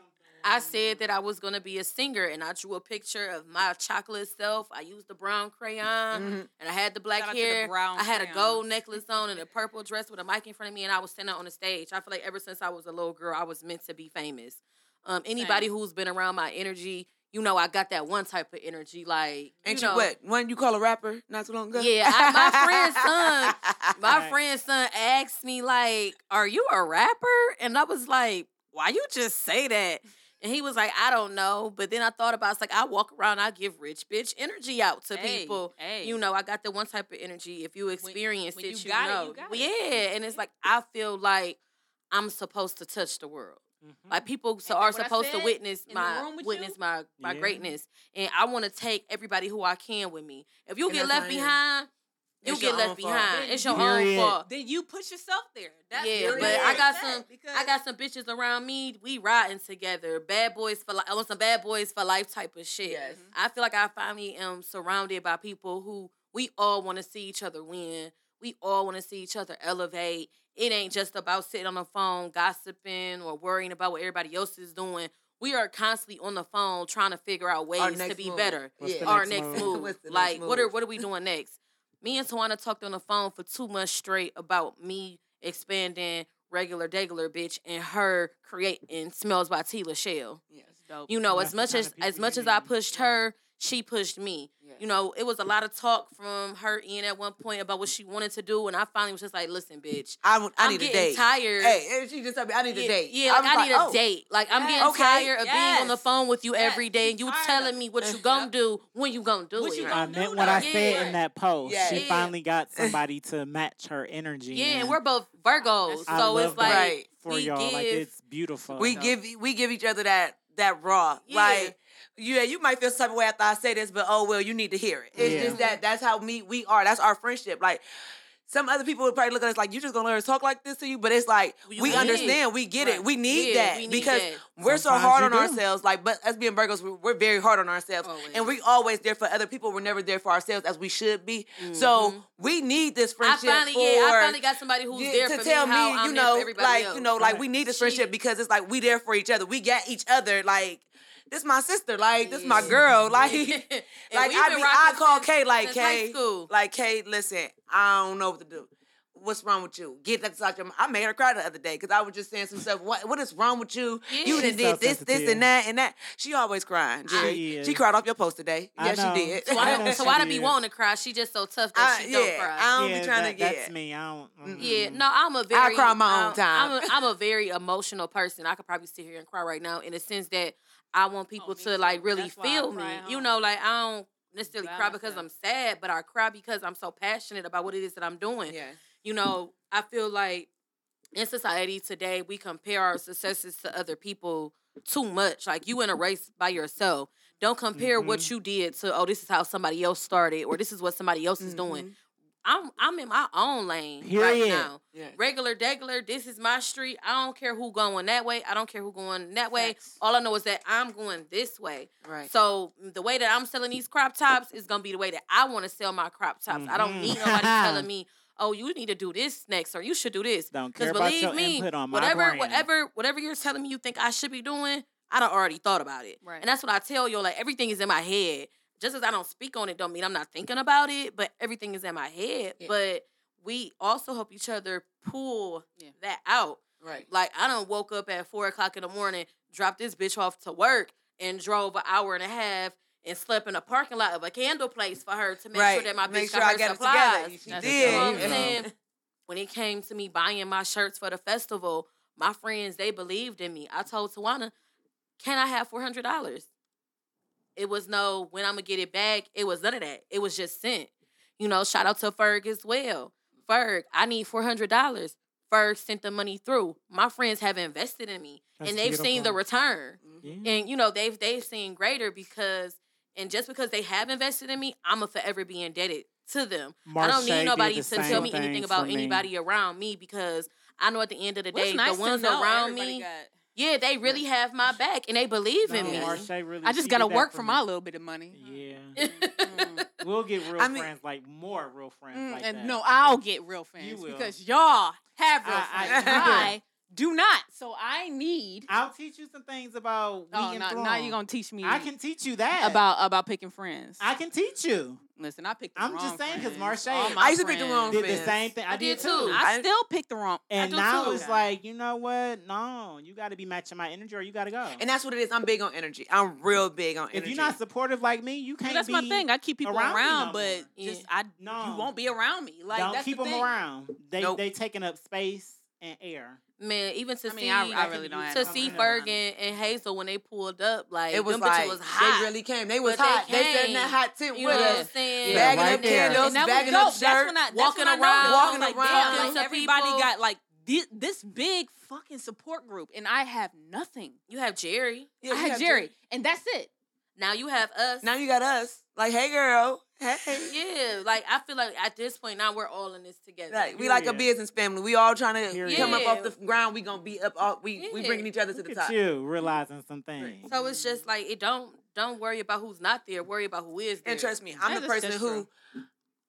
[SPEAKER 5] I said that I was gonna be a singer, and I drew a picture of my chocolate self. I used the brown crayon,
[SPEAKER 3] Mhm.
[SPEAKER 5] and I had the black
[SPEAKER 2] Mm-hmm. Shout out to the
[SPEAKER 5] hair.
[SPEAKER 2] brown
[SPEAKER 5] I had a
[SPEAKER 2] crayon.
[SPEAKER 5] gold necklace on and a purple dress with a mic in front of me, and I was standing on the stage. I feel like ever since I was a little girl, I was meant to be famous. Um, anybody who's been around my energy, you know, I got that one type of energy. Like,
[SPEAKER 3] And
[SPEAKER 5] you
[SPEAKER 3] you
[SPEAKER 5] know,
[SPEAKER 3] what? One you call a rapper not too long ago.
[SPEAKER 5] Yeah, I- my friend's
[SPEAKER 3] son.
[SPEAKER 5] My
[SPEAKER 1] Right.
[SPEAKER 5] friend's son asked me, like, are you a rapper? And I was like, why you just say that? And he was like, I don't know. But then I thought about it's like I walk around, I give rich bitch energy out to
[SPEAKER 2] Hey,
[SPEAKER 5] people.
[SPEAKER 2] hey.
[SPEAKER 5] You know, I got the one type of energy. If you experience
[SPEAKER 2] when
[SPEAKER 5] it,
[SPEAKER 2] you
[SPEAKER 5] you,
[SPEAKER 2] got it,
[SPEAKER 5] know.
[SPEAKER 2] you got it.
[SPEAKER 5] yeah. And it's like I feel like I'm supposed to touch the world.
[SPEAKER 1] Mhm.
[SPEAKER 5] Like people so
[SPEAKER 2] Ain't that
[SPEAKER 5] are
[SPEAKER 2] Mm-hmm. what I
[SPEAKER 5] supposed to
[SPEAKER 2] said?
[SPEAKER 5] witness
[SPEAKER 2] In the
[SPEAKER 5] my
[SPEAKER 2] room with
[SPEAKER 5] witness
[SPEAKER 2] you?
[SPEAKER 5] my my
[SPEAKER 1] Yeah.
[SPEAKER 5] greatness, and I want to take everybody who I can with me. If you
[SPEAKER 3] And
[SPEAKER 5] get
[SPEAKER 3] that's
[SPEAKER 5] left
[SPEAKER 3] how I am.
[SPEAKER 5] behind, you
[SPEAKER 3] It's
[SPEAKER 5] get
[SPEAKER 3] your own
[SPEAKER 5] left
[SPEAKER 3] fault.
[SPEAKER 5] behind. It's your
[SPEAKER 1] Period.
[SPEAKER 5] own fault.
[SPEAKER 2] Then you put yourself there. That's
[SPEAKER 5] Yeah,
[SPEAKER 2] where it
[SPEAKER 5] but
[SPEAKER 2] is.
[SPEAKER 5] I got
[SPEAKER 2] That's
[SPEAKER 5] some-
[SPEAKER 2] because-
[SPEAKER 5] I got some bitches around me. We riding together. Bad boys for life. I want some bad boys for life type of shit.
[SPEAKER 3] Yes.
[SPEAKER 5] I feel like I finally am surrounded by people who we all want to see each other win. We all want to see each other elevate. It ain't just about sitting on the phone gossiping or worrying about what everybody else is doing. We are constantly on the phone trying to figure out ways to
[SPEAKER 3] next
[SPEAKER 5] be
[SPEAKER 3] move.
[SPEAKER 5] better.
[SPEAKER 1] What's
[SPEAKER 3] Yeah.
[SPEAKER 1] the
[SPEAKER 5] Our
[SPEAKER 1] next move?
[SPEAKER 5] next move.
[SPEAKER 3] What's the next
[SPEAKER 5] like what are
[SPEAKER 3] move?
[SPEAKER 5] what are we doing next? Me and Tawana talked on the phone for two months straight about me expanding regular degular bitch and her creating smells by T Lachelle.
[SPEAKER 3] Yes.
[SPEAKER 2] Dope.
[SPEAKER 5] You know,
[SPEAKER 1] That's
[SPEAKER 5] as
[SPEAKER 1] the
[SPEAKER 5] much
[SPEAKER 1] kind
[SPEAKER 5] as
[SPEAKER 1] of people
[SPEAKER 5] as
[SPEAKER 1] you
[SPEAKER 5] much as I
[SPEAKER 1] need.
[SPEAKER 5] pushed her, she pushed me.
[SPEAKER 3] Yes.
[SPEAKER 5] You know, it was a lot of talk from her end at one point about what she wanted to do, and I finally was just like, "Listen, bitch,
[SPEAKER 3] I, w- I
[SPEAKER 5] am
[SPEAKER 3] need a
[SPEAKER 5] getting
[SPEAKER 3] date.
[SPEAKER 5] tired."
[SPEAKER 3] Hey, and she just told me I need
[SPEAKER 5] Yeah,
[SPEAKER 3] a date.
[SPEAKER 5] Yeah, like
[SPEAKER 3] was
[SPEAKER 5] I, need
[SPEAKER 3] oh,
[SPEAKER 5] a date. Like I'm
[SPEAKER 2] Yes.
[SPEAKER 5] getting
[SPEAKER 3] Okay.
[SPEAKER 5] tired of being on the
[SPEAKER 2] Yes.
[SPEAKER 5] phone with you
[SPEAKER 2] Yes.
[SPEAKER 5] every day, and you
[SPEAKER 2] Tired
[SPEAKER 5] telling
[SPEAKER 2] of
[SPEAKER 5] me what you
[SPEAKER 3] Yep.
[SPEAKER 5] gonna do, when you gonna do
[SPEAKER 2] What
[SPEAKER 5] it.
[SPEAKER 2] you
[SPEAKER 1] I
[SPEAKER 2] gonna
[SPEAKER 1] meant
[SPEAKER 2] do
[SPEAKER 1] what I
[SPEAKER 5] that.
[SPEAKER 1] said
[SPEAKER 5] Yeah.
[SPEAKER 1] in that post. She
[SPEAKER 5] Yeah.
[SPEAKER 1] finally got somebody to match her energy.
[SPEAKER 5] Yeah, and we're both Virgos,
[SPEAKER 1] I
[SPEAKER 5] so
[SPEAKER 1] love
[SPEAKER 5] it's like
[SPEAKER 1] that
[SPEAKER 3] Right.
[SPEAKER 1] for
[SPEAKER 5] we
[SPEAKER 1] y'all. like
[SPEAKER 5] give-
[SPEAKER 1] it's beautiful.
[SPEAKER 3] we
[SPEAKER 5] So-
[SPEAKER 3] give we give each other that that raw
[SPEAKER 5] Yeah.
[SPEAKER 3] like yeah you might feel some type of way after i say this but oh well you need to hear it it's
[SPEAKER 1] Yeah.
[SPEAKER 3] just that that's how me we are that's our friendship like some other people would probably look at us like you just gonna let us talk like this to you but it's like
[SPEAKER 5] You
[SPEAKER 3] we
[SPEAKER 5] need it.
[SPEAKER 3] understand we get
[SPEAKER 5] Right.
[SPEAKER 3] it we need
[SPEAKER 5] Yeah,
[SPEAKER 3] that
[SPEAKER 5] we need
[SPEAKER 3] because
[SPEAKER 5] that.
[SPEAKER 3] we're so
[SPEAKER 1] Sometimes
[SPEAKER 3] hard
[SPEAKER 1] you
[SPEAKER 3] on
[SPEAKER 1] do.
[SPEAKER 3] ourselves like but us being virgos we're, we're very hard on ourselves and we always there for other people we're never there for ourselves as we should be so we need this
[SPEAKER 5] Mm-hmm. I
[SPEAKER 3] friendship
[SPEAKER 5] finally,
[SPEAKER 3] for
[SPEAKER 5] yeah, I finally got somebody who's
[SPEAKER 3] yeah,
[SPEAKER 5] there
[SPEAKER 3] to
[SPEAKER 5] for
[SPEAKER 3] tell
[SPEAKER 5] me, how I'm
[SPEAKER 3] you
[SPEAKER 5] there
[SPEAKER 3] know,
[SPEAKER 5] for everybody
[SPEAKER 3] like
[SPEAKER 5] else.
[SPEAKER 3] you know, like
[SPEAKER 1] Right.
[SPEAKER 3] we need this
[SPEAKER 5] She-
[SPEAKER 3] friendship because it's like we there for each other. We got each other. Like this, my sister. Like this, my
[SPEAKER 5] Yeah.
[SPEAKER 3] girl. Like,
[SPEAKER 5] And
[SPEAKER 3] like
[SPEAKER 5] we've
[SPEAKER 3] I
[SPEAKER 5] been
[SPEAKER 3] be,
[SPEAKER 5] rocking
[SPEAKER 3] I call
[SPEAKER 5] since-
[SPEAKER 3] Kay. Like
[SPEAKER 5] since high
[SPEAKER 3] Kay,
[SPEAKER 5] school.
[SPEAKER 3] like Kay. Listen, I don't know what to do. What's wrong with you? Get that out your. mouth. I made her cry the other day because I was just saying some stuff. What What is wrong with you?
[SPEAKER 5] Yeah.
[SPEAKER 3] You done
[SPEAKER 1] She's
[SPEAKER 3] did this, this,
[SPEAKER 1] self-sensitive.
[SPEAKER 3] and that, and that. She always crying. Jerry.
[SPEAKER 1] She
[SPEAKER 3] She,
[SPEAKER 1] is.
[SPEAKER 3] cried off your post today.
[SPEAKER 1] I
[SPEAKER 3] yeah,
[SPEAKER 1] know.
[SPEAKER 3] she did.
[SPEAKER 5] So
[SPEAKER 1] I
[SPEAKER 5] I
[SPEAKER 1] know
[SPEAKER 5] don't, so
[SPEAKER 1] she
[SPEAKER 5] I don't be
[SPEAKER 1] did.
[SPEAKER 5] wanting to cry. She just so tough that
[SPEAKER 3] I-
[SPEAKER 5] she don't
[SPEAKER 3] yeah,
[SPEAKER 5] cry.
[SPEAKER 3] I don't
[SPEAKER 1] yeah,
[SPEAKER 3] be trying
[SPEAKER 1] that,
[SPEAKER 3] to get.
[SPEAKER 1] That's me. I don't.
[SPEAKER 3] Mm-mm.
[SPEAKER 5] Yeah,
[SPEAKER 1] mm-mm.
[SPEAKER 5] no, I'm a very.
[SPEAKER 3] Mm.
[SPEAKER 5] um,
[SPEAKER 3] cry my own
[SPEAKER 5] I'm-
[SPEAKER 3] time.
[SPEAKER 5] I'm a, I'm a very emotional person. I could probably sit here and cry right now in the sense that I want people
[SPEAKER 2] Oh, me
[SPEAKER 5] to
[SPEAKER 2] too.
[SPEAKER 5] like really
[SPEAKER 2] That's why I
[SPEAKER 5] feel me.
[SPEAKER 2] cry at
[SPEAKER 5] You
[SPEAKER 2] home.
[SPEAKER 5] know, like I don't necessarily
[SPEAKER 2] By
[SPEAKER 5] cry because I'm
[SPEAKER 2] myself.
[SPEAKER 5] sad, but I cry because I'm so passionate about what it is that I'm doing.
[SPEAKER 3] Yeah.
[SPEAKER 5] You know, I feel like in society today we compare our successes to other people too much. Like you in a race by yourself. Don't compare
[SPEAKER 2] Mm-hmm.
[SPEAKER 5] what you did to oh this is how somebody else started or this is what somebody else is
[SPEAKER 2] Mm-hmm.
[SPEAKER 3] Mm-hmm.
[SPEAKER 5] doing. I'm I'm in my own lane right
[SPEAKER 1] Period.
[SPEAKER 5] now
[SPEAKER 3] Yeah.
[SPEAKER 5] regular degular this is my street i don't care who going that way i don't care who going that way
[SPEAKER 2] Facts.
[SPEAKER 5] all i know is that i'm going this way
[SPEAKER 3] Right.
[SPEAKER 5] so mm, the way that i'm selling these crop tops is going to be the way that i want to sell my crop tops i don't
[SPEAKER 1] Mhm.
[SPEAKER 5] need nobody telling me oh you need to do this next or you should do this
[SPEAKER 1] Don't care
[SPEAKER 5] because
[SPEAKER 1] about
[SPEAKER 5] believe
[SPEAKER 1] your
[SPEAKER 5] me
[SPEAKER 1] input on my
[SPEAKER 5] whatever
[SPEAKER 1] brand.
[SPEAKER 5] whatever whatever you're telling me you think i should be doing i don't already thought about it
[SPEAKER 2] Right.
[SPEAKER 5] and that's what i tell you like everything is in my head just as i don't speak on it don't mean i'm not thinking about it but everything is in my head
[SPEAKER 3] Yeah.
[SPEAKER 5] but we also help each other pull
[SPEAKER 2] Yeah.
[SPEAKER 5] that out.
[SPEAKER 3] Right.
[SPEAKER 5] Like I done woke up at four o'clock in the morning, dropped this bitch off to work, and drove an hour and a half and slept in the parking lot of a candle place for her to make sure that my bitch
[SPEAKER 3] Make sure
[SPEAKER 5] got
[SPEAKER 3] I
[SPEAKER 5] her
[SPEAKER 3] got
[SPEAKER 5] supplies.
[SPEAKER 3] it together. She
[SPEAKER 2] That's
[SPEAKER 5] You know what I'm
[SPEAKER 1] Yeah.
[SPEAKER 3] did.
[SPEAKER 5] saying? When it came to me buying my shirts for the festival, my friends they believed in me. I told Tawana, "Can I have four hundred dollars?" It was no when I'm gonna get it back. It was none of that. It was just sent. You know, shout out to Ferg as well. Ferg, I need four hundred dollars. Ferg sent the money through. My friends have invested in me,
[SPEAKER 1] That's
[SPEAKER 5] and they've seen the
[SPEAKER 1] beautiful.
[SPEAKER 5] return.
[SPEAKER 1] Yeah.
[SPEAKER 5] And you know, they've they've seen greater because, and just because they have invested in me, I'm gonna forever be indebted to them.
[SPEAKER 1] Mark
[SPEAKER 5] I don't
[SPEAKER 1] Shea
[SPEAKER 5] need
[SPEAKER 1] did
[SPEAKER 5] nobody
[SPEAKER 1] the
[SPEAKER 5] to
[SPEAKER 1] same
[SPEAKER 5] tell me
[SPEAKER 1] thing
[SPEAKER 5] anything
[SPEAKER 1] for
[SPEAKER 5] about
[SPEAKER 1] me.
[SPEAKER 5] anybody around me because I know at the end of the
[SPEAKER 2] Well,
[SPEAKER 5] day,
[SPEAKER 2] it's nice
[SPEAKER 5] the ones
[SPEAKER 2] to know
[SPEAKER 5] around
[SPEAKER 2] everybody
[SPEAKER 5] me,
[SPEAKER 2] got-
[SPEAKER 5] yeah, they really have my back and they believe in
[SPEAKER 1] No,
[SPEAKER 5] me.
[SPEAKER 1] Mark Shea really,
[SPEAKER 2] I just
[SPEAKER 1] she
[SPEAKER 2] gotta
[SPEAKER 1] did that
[SPEAKER 2] work for
[SPEAKER 1] me.
[SPEAKER 2] my little bit of money.
[SPEAKER 1] Yeah,
[SPEAKER 2] Mm,
[SPEAKER 1] we'll get real
[SPEAKER 3] I mean-
[SPEAKER 1] friends, like more real friends.
[SPEAKER 2] mm,
[SPEAKER 1] like
[SPEAKER 2] and
[SPEAKER 1] that.
[SPEAKER 2] no, I'll get real
[SPEAKER 1] You
[SPEAKER 2] friends
[SPEAKER 1] will.
[SPEAKER 2] because y'all have real
[SPEAKER 1] I- I-
[SPEAKER 2] friends.
[SPEAKER 3] you
[SPEAKER 2] I,
[SPEAKER 1] will.
[SPEAKER 2] do not. So I need.
[SPEAKER 1] I'll teach you some things about.
[SPEAKER 2] Oh,
[SPEAKER 1] we
[SPEAKER 2] now, now you're gonna teach me
[SPEAKER 1] I can teach you that
[SPEAKER 2] about about picking friends.
[SPEAKER 1] I can teach you.
[SPEAKER 2] Listen, I picked. The
[SPEAKER 1] I'm
[SPEAKER 2] wrong
[SPEAKER 1] just saying, 'cause
[SPEAKER 2] friends.
[SPEAKER 1] Marche-
[SPEAKER 2] All my
[SPEAKER 3] I used to pick the
[SPEAKER 2] friends-
[SPEAKER 3] wrong
[SPEAKER 1] Did the
[SPEAKER 3] Friends.
[SPEAKER 1] same thing. I,
[SPEAKER 5] I did too.
[SPEAKER 1] I-
[SPEAKER 2] I
[SPEAKER 3] I-
[SPEAKER 2] still picked the wrong.
[SPEAKER 1] and
[SPEAKER 5] do
[SPEAKER 1] now
[SPEAKER 5] too.
[SPEAKER 1] it's like, you know what? No, you got to be matching my energy, or you got to go.
[SPEAKER 3] And that's what it is. I'm big on energy. I'm real big on energy.
[SPEAKER 1] if you're not supportive like me, you can't.
[SPEAKER 2] Well, that's
[SPEAKER 1] be,
[SPEAKER 2] my thing. I keep people
[SPEAKER 1] around
[SPEAKER 2] around,
[SPEAKER 1] me no
[SPEAKER 2] but
[SPEAKER 1] more.
[SPEAKER 5] Yeah.
[SPEAKER 2] just I
[SPEAKER 1] No.
[SPEAKER 2] you won't be around me. Like
[SPEAKER 1] don't
[SPEAKER 2] that's
[SPEAKER 1] keep
[SPEAKER 2] the
[SPEAKER 1] them
[SPEAKER 2] thing.
[SPEAKER 1] around. They
[SPEAKER 3] Nope.
[SPEAKER 1] they taking up space and air.
[SPEAKER 5] Man, even to
[SPEAKER 2] I mean,
[SPEAKER 5] see
[SPEAKER 2] I, I
[SPEAKER 1] I
[SPEAKER 2] really
[SPEAKER 1] could
[SPEAKER 2] don't.
[SPEAKER 1] use
[SPEAKER 2] have
[SPEAKER 5] to
[SPEAKER 1] some
[SPEAKER 2] no
[SPEAKER 5] see
[SPEAKER 1] kind
[SPEAKER 2] friends.
[SPEAKER 1] of
[SPEAKER 5] Ferg and, and Hazel when they pulled up, like
[SPEAKER 3] it was
[SPEAKER 5] them bitches
[SPEAKER 3] like
[SPEAKER 5] was hot.
[SPEAKER 3] they really came. They was
[SPEAKER 5] But they
[SPEAKER 3] hot. They, sat in that
[SPEAKER 5] came.
[SPEAKER 3] hot tent
[SPEAKER 5] you know
[SPEAKER 3] with
[SPEAKER 5] what I'm
[SPEAKER 3] us,
[SPEAKER 5] saying?
[SPEAKER 1] Yeah,
[SPEAKER 3] bagging
[SPEAKER 1] right
[SPEAKER 3] up
[SPEAKER 1] there.
[SPEAKER 3] candles,
[SPEAKER 2] And that was
[SPEAKER 3] bagging
[SPEAKER 2] dope.
[SPEAKER 3] up
[SPEAKER 2] That's
[SPEAKER 3] shirts.
[SPEAKER 2] when I, that's
[SPEAKER 5] walking
[SPEAKER 2] when I
[SPEAKER 5] around,
[SPEAKER 2] noticed.
[SPEAKER 3] walking
[SPEAKER 2] I was like,
[SPEAKER 3] around.
[SPEAKER 2] damn,
[SPEAKER 5] Talking to
[SPEAKER 2] everybody
[SPEAKER 5] people.
[SPEAKER 2] got like this, this big fucking support group, and I have nothing.
[SPEAKER 5] You have Jerry.
[SPEAKER 3] Yeah,
[SPEAKER 2] I
[SPEAKER 3] you
[SPEAKER 2] had
[SPEAKER 3] got
[SPEAKER 2] Jerry, and that's it.
[SPEAKER 5] Now you have us.
[SPEAKER 3] Now you got us. Like, hey, girl. Hey.
[SPEAKER 5] yeah, like I feel like at this point now we're all in this together.
[SPEAKER 3] Like, we like a
[SPEAKER 1] Period.
[SPEAKER 3] business family. We all trying to
[SPEAKER 1] Period.
[SPEAKER 3] come up off the
[SPEAKER 5] Yeah.
[SPEAKER 3] ground. We gonna be up. All, we we
[SPEAKER 5] Yeah.
[SPEAKER 3] bringing each other to
[SPEAKER 1] Look
[SPEAKER 3] the
[SPEAKER 1] at
[SPEAKER 3] top.
[SPEAKER 1] you
[SPEAKER 2] Mm-hmm.
[SPEAKER 1] realizing some things.
[SPEAKER 5] so it's just like it don't don't worry about who's not there. Worry about who is there.
[SPEAKER 3] And trust me, I'm
[SPEAKER 2] That
[SPEAKER 3] the
[SPEAKER 2] is-
[SPEAKER 3] person
[SPEAKER 2] that's
[SPEAKER 3] who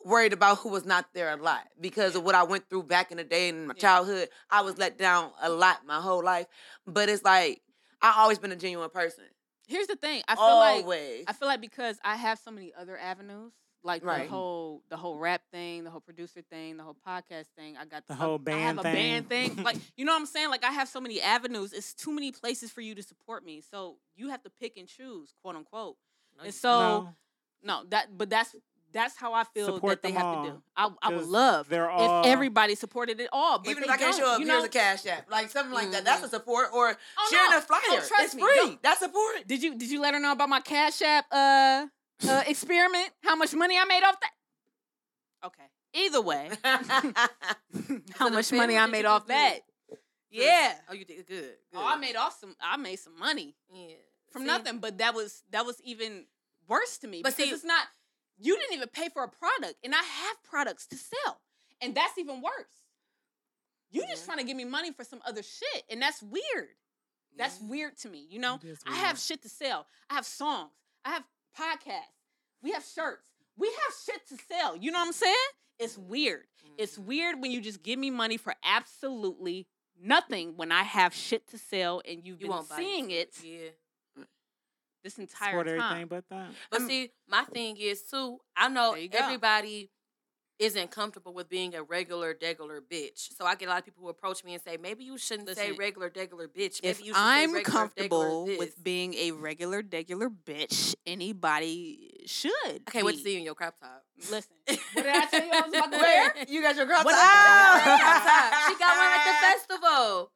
[SPEAKER 3] worried about who was not there a lot because of what I went through back in the day in my
[SPEAKER 2] Yeah.
[SPEAKER 3] childhood. I was let down a lot my whole life, but it's like I always been a genuine person.
[SPEAKER 2] Here's the thing. I feel
[SPEAKER 3] Oh,
[SPEAKER 2] like
[SPEAKER 3] always.
[SPEAKER 2] I feel like because I have so many other avenues, like
[SPEAKER 3] Right.
[SPEAKER 2] the whole the whole rap thing, the whole producer thing, the whole podcast thing. I got
[SPEAKER 1] The
[SPEAKER 2] I-
[SPEAKER 1] whole
[SPEAKER 2] I have
[SPEAKER 1] band
[SPEAKER 2] a band
[SPEAKER 1] thing.
[SPEAKER 2] thing. like you know what I'm saying? Like I have so many avenues. It's too many places for you to support me. So you have to pick and choose, quote unquote.
[SPEAKER 5] No, you
[SPEAKER 2] And so no, that but that's that's how I feel
[SPEAKER 1] Support
[SPEAKER 2] that they
[SPEAKER 1] them
[SPEAKER 2] have
[SPEAKER 1] all,
[SPEAKER 2] to do. I I would
[SPEAKER 1] 'cause
[SPEAKER 2] love
[SPEAKER 1] they're all
[SPEAKER 2] if everybody supported it all. But
[SPEAKER 3] Even if
[SPEAKER 2] they
[SPEAKER 3] I can't
[SPEAKER 2] don't,
[SPEAKER 3] show up,
[SPEAKER 2] you
[SPEAKER 3] here's
[SPEAKER 2] know?
[SPEAKER 3] a cash app, like something like that. That's a
[SPEAKER 5] Mhm.
[SPEAKER 3] support or
[SPEAKER 2] Oh,
[SPEAKER 3] sharing
[SPEAKER 2] no.
[SPEAKER 3] a flyer.
[SPEAKER 2] Oh, trust
[SPEAKER 3] it's
[SPEAKER 2] me.
[SPEAKER 3] free.
[SPEAKER 2] No.
[SPEAKER 3] That's support.
[SPEAKER 2] Did you did you let her know about my Cash App uh, uh experiment? How much money I made off that? Okay. Either way, how
[SPEAKER 5] the
[SPEAKER 2] much
[SPEAKER 5] family
[SPEAKER 2] money I
[SPEAKER 5] that
[SPEAKER 2] made
[SPEAKER 5] you
[SPEAKER 2] off
[SPEAKER 5] could do.
[SPEAKER 2] that?
[SPEAKER 5] good.
[SPEAKER 2] Yeah.
[SPEAKER 5] Oh, you did good. good.
[SPEAKER 2] Oh, I made off some. I made some money
[SPEAKER 5] yeah.
[SPEAKER 2] from
[SPEAKER 5] See?
[SPEAKER 2] nothing, but that was that was even worse to me.
[SPEAKER 5] But
[SPEAKER 2] because
[SPEAKER 5] see-
[SPEAKER 2] it's not. You didn't even pay for a product, and I have products to sell, and that's even worse. You just
[SPEAKER 5] Yeah.
[SPEAKER 2] trying to give me money for some other shit, and that's weird. That's weird to me. You know,
[SPEAKER 1] It is
[SPEAKER 2] I have
[SPEAKER 1] weird.
[SPEAKER 2] shit to sell. I have songs. I have podcasts. We have shirts. We have shit to sell. You know what I'm saying? It's weird. It's
[SPEAKER 5] Mm-hmm.
[SPEAKER 2] weird when you just give me money for absolutely nothing when I have shit to sell and you've
[SPEAKER 5] You
[SPEAKER 2] been
[SPEAKER 5] won't buy
[SPEAKER 2] seeing
[SPEAKER 5] into
[SPEAKER 2] it
[SPEAKER 5] Yeah.
[SPEAKER 2] this
[SPEAKER 1] Support
[SPEAKER 2] entire
[SPEAKER 1] everything
[SPEAKER 2] time.
[SPEAKER 1] but that.
[SPEAKER 5] But
[SPEAKER 3] I'm-
[SPEAKER 5] see, my thing is too. I know
[SPEAKER 2] There you go.
[SPEAKER 5] everybody isn't comfortable with being a regular degular bitch. So I get a lot of people who approach me and say, maybe you shouldn't say
[SPEAKER 2] Listen,
[SPEAKER 5] regular degular bitch. Maybe
[SPEAKER 2] If
[SPEAKER 5] you should say
[SPEAKER 2] I'm
[SPEAKER 5] regular,
[SPEAKER 2] comfortable
[SPEAKER 5] degular
[SPEAKER 2] with
[SPEAKER 5] this."
[SPEAKER 2] being a regular, regular bitch, anybody should.
[SPEAKER 5] okay, what's
[SPEAKER 2] be.
[SPEAKER 5] you in your crop top?
[SPEAKER 2] Listen, what did I tell you I was about to wear?
[SPEAKER 3] Where? You got your girl
[SPEAKER 2] What
[SPEAKER 3] top?
[SPEAKER 2] about
[SPEAKER 5] Crop top. She got one at the festival.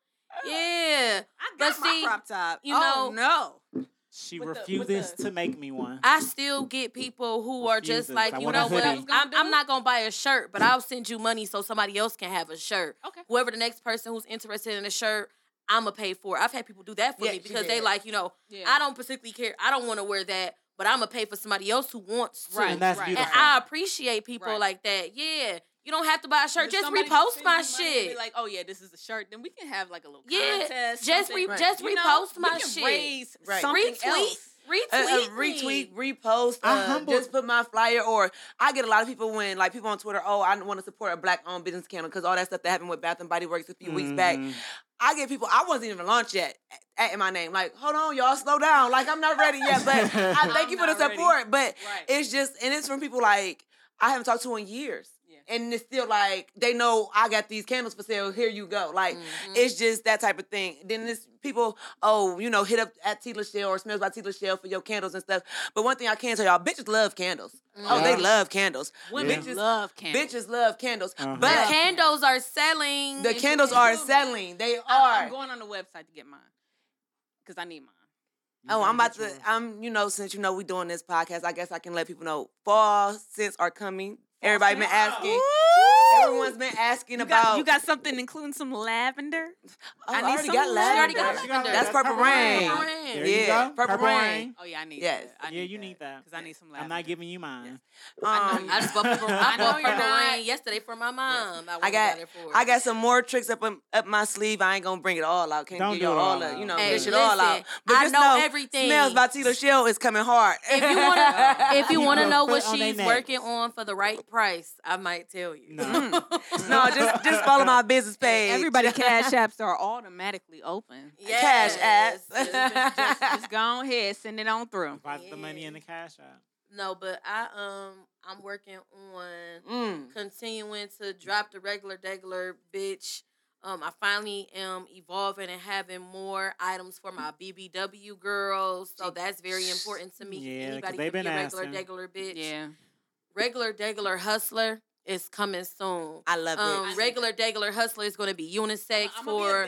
[SPEAKER 5] Yeah,
[SPEAKER 2] I
[SPEAKER 5] But
[SPEAKER 2] got my
[SPEAKER 5] see,
[SPEAKER 2] crop top.
[SPEAKER 5] you
[SPEAKER 2] oh, no.
[SPEAKER 1] She
[SPEAKER 2] With the- with
[SPEAKER 1] refuses
[SPEAKER 2] the-
[SPEAKER 1] to make me one.
[SPEAKER 5] I still get people who are just
[SPEAKER 1] Refuses.
[SPEAKER 5] like,
[SPEAKER 1] I
[SPEAKER 5] you
[SPEAKER 1] want
[SPEAKER 2] a
[SPEAKER 5] know what?
[SPEAKER 2] hoodie.
[SPEAKER 5] I'm, I'm not gonna buy a shirt, but I'll send you money so somebody else can have a shirt.
[SPEAKER 2] Okay.
[SPEAKER 5] Whoever the next person who's interested in a shirt, I'ma pay for. it. I've had people do that for
[SPEAKER 3] Yeah,
[SPEAKER 5] me
[SPEAKER 3] she
[SPEAKER 5] because they
[SPEAKER 3] did.
[SPEAKER 5] like, you know,
[SPEAKER 2] Yeah.
[SPEAKER 5] I don't particularly care. I don't want to wear that, but I'm gonna pay for somebody else who wants to.
[SPEAKER 2] Right,
[SPEAKER 1] and that's
[SPEAKER 2] right.
[SPEAKER 5] And
[SPEAKER 1] beautiful.
[SPEAKER 5] I appreciate people
[SPEAKER 2] Right.
[SPEAKER 5] like that. Yeah, you don't have to buy a shirt.
[SPEAKER 2] If
[SPEAKER 5] Just
[SPEAKER 2] somebody
[SPEAKER 5] repost
[SPEAKER 2] sends you
[SPEAKER 5] my
[SPEAKER 2] money and be
[SPEAKER 5] shit.
[SPEAKER 2] like, oh yeah, this is the shirt. Then we can have like a little
[SPEAKER 5] Yeah,
[SPEAKER 2] contest.
[SPEAKER 5] just
[SPEAKER 2] something.
[SPEAKER 5] re- just
[SPEAKER 2] You know,
[SPEAKER 5] repost my
[SPEAKER 2] we can
[SPEAKER 5] shit.
[SPEAKER 2] Raise
[SPEAKER 3] Right.
[SPEAKER 2] something
[SPEAKER 5] Retweet.
[SPEAKER 2] else.
[SPEAKER 5] retweet,
[SPEAKER 3] Uh, uh,
[SPEAKER 5] me.
[SPEAKER 3] retweet, repost,
[SPEAKER 1] I
[SPEAKER 3] uh,
[SPEAKER 1] humbled-
[SPEAKER 3] just put my flyer. Or I get a lot of people when like people on Twitter, oh, I want to support a black-owned business channel because all that stuff that happened with Bath and Body Works a few weeks back.
[SPEAKER 1] Mhm.
[SPEAKER 3] I get people I wasn't even launched yet at, in my name. Like, hold on, y'all, slow down. Like, I'm not ready yet, but I thank
[SPEAKER 2] I'm
[SPEAKER 3] you for the
[SPEAKER 2] not ready.
[SPEAKER 3] support. But
[SPEAKER 2] Right.
[SPEAKER 3] it's just, and it's from people like I haven't talked to in years,
[SPEAKER 2] Yeah.
[SPEAKER 3] and it's still like they know I got these candles for sale. Here you go. Like,
[SPEAKER 2] Mm-hmm.
[SPEAKER 5] Mhm.
[SPEAKER 3] it's just that type of thing. Then this people, oh, you know, hit up at Tea Shell or Smells by Tea Shell for your candles and stuff. But one thing I can tell y'all, bitches love candles. Oh,
[SPEAKER 1] Yeah.
[SPEAKER 5] Mm-hmm.
[SPEAKER 2] Mm-hmm.
[SPEAKER 3] they love candles.
[SPEAKER 2] Women
[SPEAKER 3] Bitches-
[SPEAKER 2] love candles.
[SPEAKER 3] Bitches love candles.
[SPEAKER 1] Uh-huh.
[SPEAKER 5] The
[SPEAKER 3] But
[SPEAKER 5] candles are selling.
[SPEAKER 3] the candles are selling. They are.
[SPEAKER 2] I, am going on the website to get mine because I need mine.
[SPEAKER 1] You
[SPEAKER 3] Oh,
[SPEAKER 1] gotta
[SPEAKER 3] I'm about
[SPEAKER 1] get
[SPEAKER 3] to.
[SPEAKER 1] yours.
[SPEAKER 3] I'm, you know, since you know we doing this podcast, I guess I can let people know fall scents are coming. Everybody been asking. everyone's been asking
[SPEAKER 6] You
[SPEAKER 3] about.
[SPEAKER 6] got, you got something including some lavender?
[SPEAKER 3] Oh,
[SPEAKER 6] I
[SPEAKER 3] I
[SPEAKER 6] need
[SPEAKER 3] already
[SPEAKER 6] some
[SPEAKER 3] got
[SPEAKER 6] lavender.
[SPEAKER 3] lavender.
[SPEAKER 5] got
[SPEAKER 1] She
[SPEAKER 5] lavender.
[SPEAKER 3] That's purple rain.
[SPEAKER 5] Purple
[SPEAKER 1] There
[SPEAKER 5] rain.
[SPEAKER 1] you
[SPEAKER 3] Yeah,
[SPEAKER 1] go.
[SPEAKER 3] purple rain.
[SPEAKER 2] Oh yeah, I need.
[SPEAKER 3] Yes.
[SPEAKER 2] That. I
[SPEAKER 1] Yeah, you need that.
[SPEAKER 2] because I need some lavender.
[SPEAKER 1] I'm not giving you mine.
[SPEAKER 3] Um,
[SPEAKER 5] I just bought purple, I
[SPEAKER 1] I know
[SPEAKER 5] bought
[SPEAKER 1] you're
[SPEAKER 5] purple
[SPEAKER 2] not.
[SPEAKER 5] rain yesterday for my mom. I, went and
[SPEAKER 3] got-
[SPEAKER 5] it for
[SPEAKER 3] I got some more tricks up in, up my sleeve. I ain't gonna bring it all out. Can't
[SPEAKER 1] Don't
[SPEAKER 3] give
[SPEAKER 1] do
[SPEAKER 3] y'all
[SPEAKER 1] it all
[SPEAKER 3] all,
[SPEAKER 1] out.
[SPEAKER 3] out. you know,
[SPEAKER 5] Hey,
[SPEAKER 3] push it all out.
[SPEAKER 5] listen,
[SPEAKER 3] But
[SPEAKER 5] I
[SPEAKER 3] just
[SPEAKER 5] know
[SPEAKER 3] know,
[SPEAKER 5] everything.
[SPEAKER 3] Smells by Tila Shell is coming hard.
[SPEAKER 5] if you want to, if you
[SPEAKER 1] You
[SPEAKER 5] want to
[SPEAKER 1] put
[SPEAKER 5] know
[SPEAKER 1] a
[SPEAKER 5] what
[SPEAKER 1] foot on they
[SPEAKER 5] she's
[SPEAKER 1] necks.
[SPEAKER 5] working on for the right price, I might tell you.
[SPEAKER 1] No.
[SPEAKER 3] no, just just follow my business page.
[SPEAKER 2] Everybody cash apps are automatically open.
[SPEAKER 3] Cash
[SPEAKER 5] Yes.
[SPEAKER 3] app.
[SPEAKER 2] Just, just go ahead, send it on through.
[SPEAKER 1] Deposit the money in the cash app.
[SPEAKER 5] no, but I um I'm working on
[SPEAKER 3] Mm.
[SPEAKER 5] continuing to drop the regular degular bitch. Um, I finally am evolving and having more items for my BBW girls, so that's very important to me.
[SPEAKER 1] Yeah, 'cause
[SPEAKER 5] Anybody
[SPEAKER 1] they've
[SPEAKER 5] can be
[SPEAKER 1] been
[SPEAKER 5] a regular
[SPEAKER 1] asking.
[SPEAKER 5] degular bitch.
[SPEAKER 2] Yeah.
[SPEAKER 5] Regular degular hustler is coming soon.
[SPEAKER 3] I love
[SPEAKER 5] Um,
[SPEAKER 3] it.
[SPEAKER 5] regular degular hustler is going to be unisex for